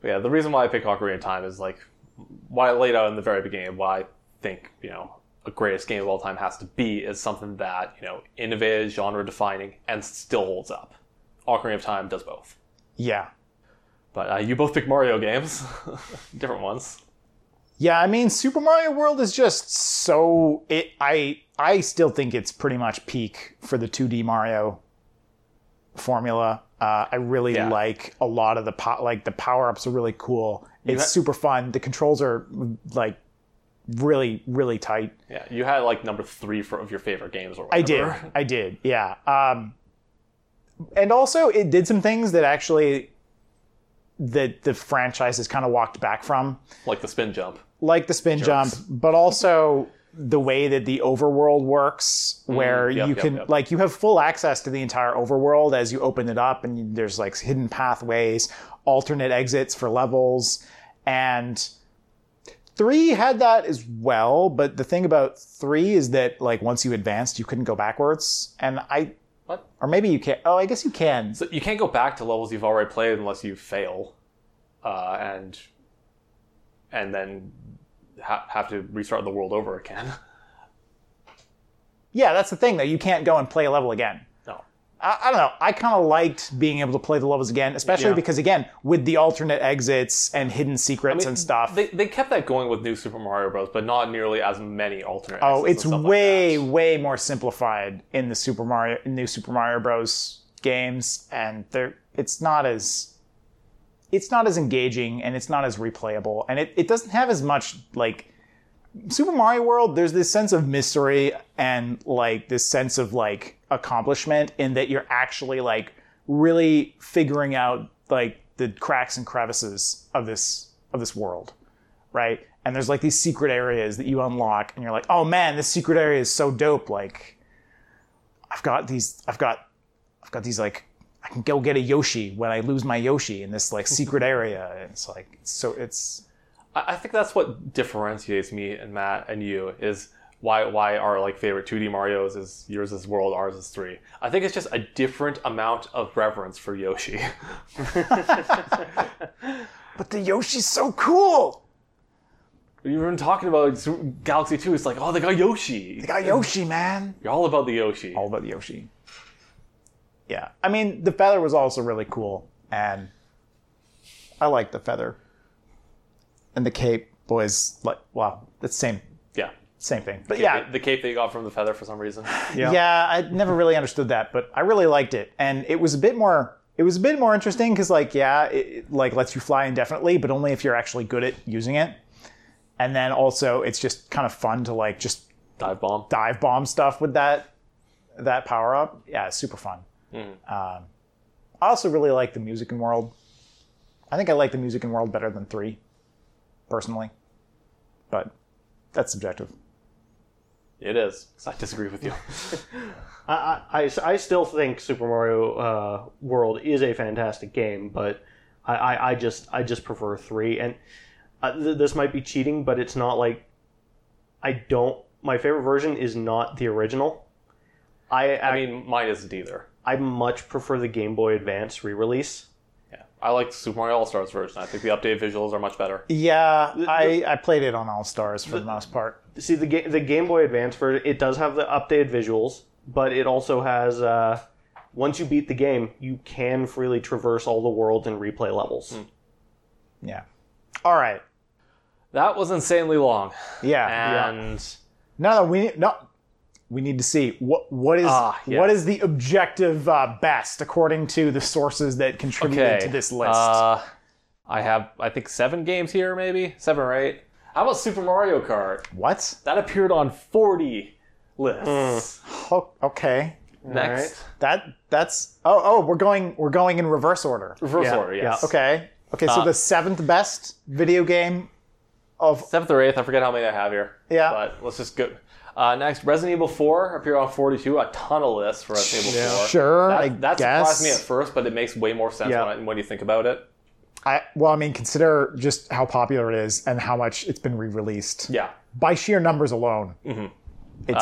S1: But yeah, the reason why I pick Ocarina of Time is like why I laid out in the very beginning why I think, you know, a greatest game of all time has to be is something that, you know, innovative, genre defining, and still holds up. Ocarina of Time does both.
S2: Yeah,
S1: But uh, you both pick Mario games, different ones.
S2: yeah. I mean, Super Mario World is just so it. I I still think it's pretty much peak for the 2D Mario formula. Uh, I really
S1: Yeah.
S2: like a lot of the po- like the power ups are really cool. It's
S1: ha-
S2: super fun. The controls are like really really tight.
S1: Yeah, you had like number three for, of your favorite games or whatever.
S2: I did. I did. Yeah. Um, and also, it did some things that actually that the franchise has kind of walked back from,
S1: Like the spin jump.
S2: like the spin jump, but also the way that the overworld works, where
S1: Mm, yep,
S2: you
S1: yep,
S2: can
S1: yep.
S2: like you have full access to the entire overworld as you open it up, and you- there's like hidden pathways, alternate exits for levels, and three had that as well but the thing about three is that like once you advanced you couldn't go backwards and i
S1: What?
S2: or maybe you can oh i guess you can
S1: So you can't go back to levels you've already played unless you fail, uh, and and then ha- have to restart the world over again.
S2: Yeah, that's the thing though. You can't go and play a level again.
S1: No.
S2: I, I don't know. I kind of liked being able to play the levels again, especially
S1: Yeah.
S2: because again with the alternate exits and hidden secrets and stuff.
S1: They, they kept that going with New Super Mario Bros, but not nearly as many alternate. exits
S2: oh,
S1: and
S2: it's
S1: stuff like
S2: way
S1: that.
S2: way more simplified in the Super Mario new Super Mario Bros. games, and they're it's not as it's not as engaging and it's not as replayable, and it, it doesn't have as much like Super Mario World, there's this sense of mystery and like this sense of like accomplishment in that you're actually like really figuring out like the cracks and crevices of this of this world, right? And there's like these secret areas that you unlock and you're like, "Oh man, this secret area is so dope. Like I've got these I've got I've got these like I can go get a Yoshi when I lose my Yoshi in this like secret area." And it's like it's so it's
S1: I I think that's what differentiates me and Matt and you is why why our like favorite 2D Mario's is yours is World, ours is three. I think it's just a different amount of reverence for Yoshi.
S2: but the Yoshi's so cool.
S1: You've been talking about Galaxy Two. It's like oh they got Yoshi.
S2: They got Yoshi, man.
S1: You're all about the Yoshi.
S2: all about the Yoshi. Yeah, I mean the feather was also really cool, and I like the feather. And the cape was like, wow, that's same
S1: Yeah.
S2: same thing. But yeah,
S1: The, the cape that you got from the feather for some reason.
S2: yeah, I never really understood that, but I really liked it, and it was a bit more. It was a bit more interesting because, like, yeah, it, it, like lets you fly indefinitely, but only if you're actually good at using it. And then also, it's just kind of fun to like just
S1: Dive bomb.
S2: dive bomb stuff with that that power up. Yeah, it's super fun. Um, I also really like the music in World. I think I like the music in World better than three, personally. But that's subjective.
S1: It is. 'cause I disagree with you.
S3: I, I, I still think Super Mario uh, World is a fantastic game, but I, I, I just I just prefer three. And uh, th- this might be cheating, but it's not like I don't. My favorite version is not the original. I I,
S1: I mean, mine isn't either.
S3: I much prefer the Game Boy Advance re-release.
S1: Yeah. I like Super Mario All Stars version. I think the updated visuals are much better.
S2: Yeah, I, I played it on All Stars for the, most part.
S3: See the ga- the Game Boy Advance version. It does have the updated visuals, but it also has. Uh, once you beat the game, you can freely traverse all the world and replay levels.
S1: Hmm.
S2: Yeah. All right.
S1: That was insanely long.
S2: Yeah.
S1: And
S2: No, no, we no. We need to see what what is
S1: Ah, yeah.
S2: what is the objective uh, best according to the sources that contributed
S1: okay,
S2: to this list.
S1: Uh, I have, I think, seven games here, maybe seven or eight. How about Super Mario Kart?
S2: what?
S1: That appeared on forty lists.
S2: Oh, okay.
S1: Next,
S2: That that's oh oh we're going we're going in reverse order.
S1: reverse
S3: Yeah,
S1: order.
S3: yeah.
S1: Yes.
S2: Okay. Okay, so
S1: Uh,
S2: the seventh best video game of
S1: Seventh or eighth, I forget how many I have here.
S2: Yeah.
S1: But let's just go. Uh, next, Resident Evil 4 appeared on 42, a ton of lists for Resident Evil 4.
S2: sure,
S1: That,
S2: I
S1: that
S2: guess.
S1: surprised me at first, but it makes way more sense
S3: Yeah.
S1: when, I, when you think about it.
S2: I well, I mean, consider just how popular it is and how much it's been re-released.
S1: Yeah.
S2: By sheer numbers alone, it's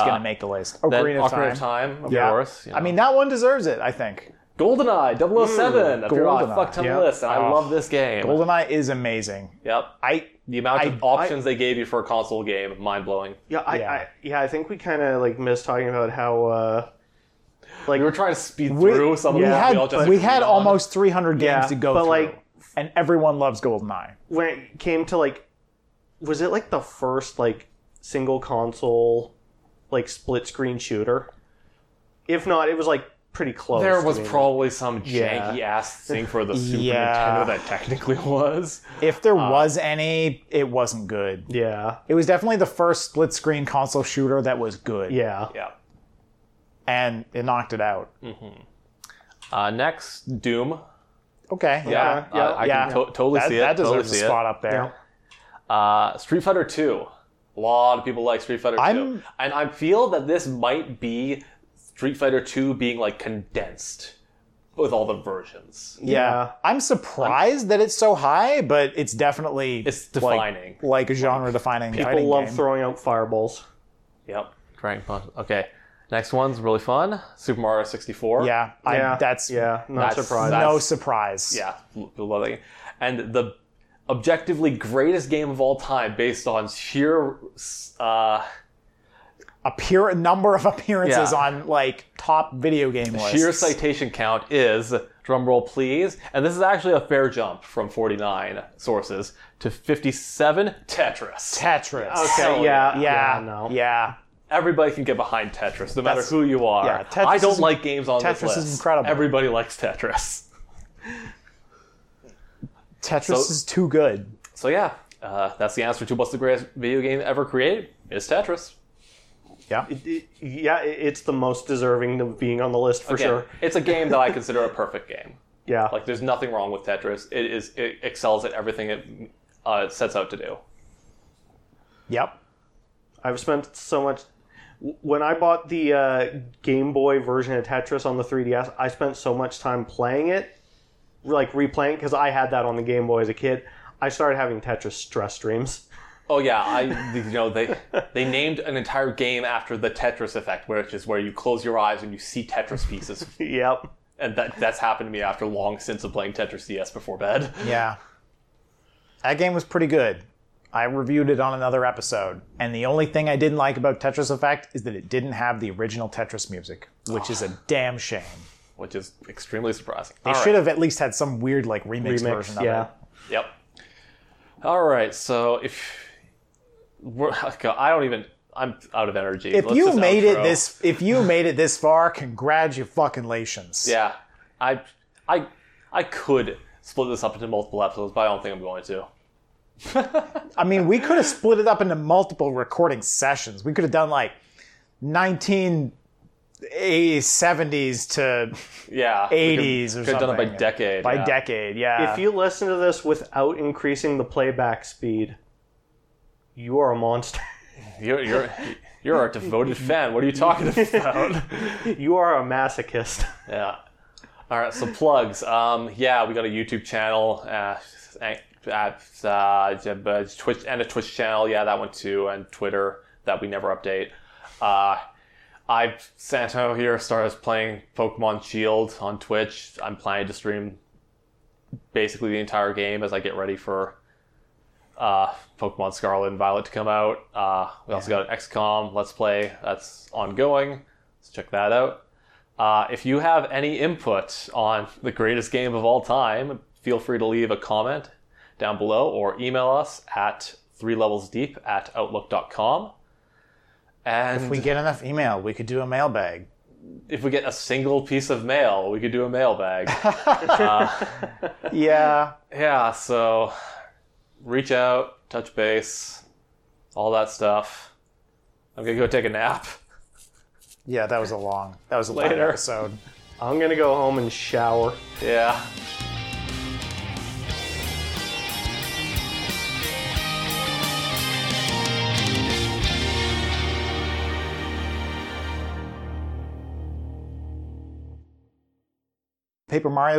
S2: gonna make the list.
S1: Then
S2: Ocarina of
S1: Mm-hmm.
S2: Time.
S1: Uh, Ocarina of Time, of
S2: Yeah.
S1: course. you
S2: I
S1: know.
S2: mean, that one deserves it. I think
S1: GoldenEye 007 appeared on
S2: GoldenEye,
S1: a fuck ton
S2: yeah.
S1: of lists, and I
S2: Oh.
S1: love this game.
S2: GoldenEye is amazing.
S1: Yep.
S2: I
S1: The amount of
S2: I-
S1: options they gave you for a console game, mind blowing.
S3: Yeah, I,
S2: Yeah.
S3: I yeah, I think we kind of like missed talking about how uh, like
S1: We were trying to speed
S2: we,
S1: through some
S2: we
S1: of them.
S2: had
S1: we all just
S2: we had
S1: agreed on.
S2: almost 300 games
S3: Yeah,
S2: to go
S3: but,
S2: through,
S3: like-
S2: and everyone loves GoldenEye.
S3: when it came to like was it like the first like single console like split screen shooter? If not, it was like pretty close.
S1: There
S3: to
S1: was
S3: being-
S1: probably some
S3: Yeah.
S1: janky ass thing for the Super
S2: Yeah.
S1: Nintendo that technically was.
S2: If there was any, it wasn't good.
S3: yeah,
S2: It was definitely the first split screen console shooter that was good.
S3: yeah,
S1: Yeah.
S2: And it knocked it out.
S1: Mm. Uh, next, Doom.
S2: Okay.
S1: Yeah,
S3: Yeah,
S1: I, I
S2: yeah.
S1: can to- totally
S2: That,
S1: see it.
S2: that
S1: totally
S2: deserves
S1: see
S2: a
S1: it.
S2: spot up there.
S3: Yeah.
S1: Uh, Street Fighter Two. A lot of people like Street Fighter Two,
S2: I'm-
S1: and I feel that this might be Street Fighter Two being like condensed with all the versions.
S3: Yeah.
S2: I'm surprised that it's so high, but it's definitely
S1: It's
S2: like-
S1: defining.
S2: like, a genre defining.
S3: People love throwing out fireballs.
S1: Yep. Dragon Punch. Okay. Next one's really fun. Super Mario 64.
S2: Yeah, I,
S3: Yeah,
S2: that's
S3: yeah, not
S1: That's-
S3: surprised.
S1: that-
S2: no surprise.
S1: Yeah. l- Love that game. And the objectively greatest game of all time based on sheer uh,
S2: Appear number of appearances
S1: Yeah.
S2: on like top video game lists.
S1: sheer citation count is drumroll please and this is actually a fair jump from 49 sources to 57 tetris
S2: Tetris.
S3: Okay, yeah,
S2: Yeah.
S3: yeah, no.
S2: Yeah.
S1: everybody can get behind tetris no matter
S2: That's-
S1: who you are
S2: yeah, Tetris
S1: i don't
S2: is-
S1: like games on
S2: Tetris
S1: this
S2: is
S1: list
S2: incredible.
S1: everybody likes tetris
S2: Tetris
S1: So-
S2: is too good.
S1: so yeah uh, that's the answer to what's the greatest video game ever created is tetris
S2: Yeah.
S3: It- it- yeah, it- it's the most deserving of being on the list for
S1: Again,
S3: sure.
S1: it's a game that i consider a perfect game
S3: Yeah,
S1: Like, there's nothing wrong with Tetris. It is it excels at everything it uh, sets out to do.
S2: Yep.
S3: I've spent so much. When I bought the uh, Game Boy version of Tetris on the 3DS, I spent so much time playing it, like replaying, because I had that on the Game Boy as a kid. I started having Tetris stress dreams.
S1: Oh yeah, I you know they they named an entire game after the Tetris effect, which is where you close your eyes and you see Tetris pieces,
S3: yep.
S1: and that that's happened to me after long since of playing Tetris DS before bed.
S2: Yeah. That game was pretty good. I reviewed it on another episode, and the only thing I didn't like about Tetris Effect is that it didn't have the original Tetris music, which is a damn shame.
S1: which is extremely surprising.
S2: They should have at least had some weird like remix,
S3: Remix,
S2: version of
S3: yeah.
S2: it.
S1: Yep. All right, so if we're, God, I don't even I'm out of energy.
S2: If
S1: Let's
S2: you
S1: just
S2: made it
S1: outro.
S2: this, if you made it this far, congratulations.
S1: yeah, I I I could split this up into multiple episodes, but I don't think I'm going to.
S2: I mean, we could have split it up into multiple recording sessions. We could have done like 1970s to
S1: Yeah,
S2: 80s or
S1: could have done it by
S2: something.
S1: decade.
S2: by
S1: yeah.
S2: decade. Yeah.
S3: If you listen to this without increasing the playback speed, you are a monster.
S1: You're, you're, you're a devoted fan. What are you talking about?
S3: you are a masochist.
S1: yeah. All right. So plugs. Um, yeah, we got a YouTube channel. Uh, and- uh, uh, Twitch and a Twitch channel. Yeah, that one too, and Twitter that we never update. Uh, I Santo here started playing Pokemon Shield on Twitch. I'm planning to stream basically the entire game as I get ready for uh, Pokemon Scarlet and Violet to come out. Uh, we also got an XCOM Let's Play that's ongoing. Let's check that out. Uh, if you have any input on the greatest game of all time, feel free to leave a comment down below or email us at three levels deep at outlook.com. And
S2: if we get enough email, we could do a mailbag.
S1: if we get a single piece of mail, we could do a mailbag.
S2: Yeah.
S1: yeah, so reach out, touch base, all that stuff. I'm gonna go take a nap.
S2: Yeah, that was a long. That was a long
S1: Later.
S2: episode.
S3: I'm gonna go home and shower.
S1: Yeah.
S2: Paper Mario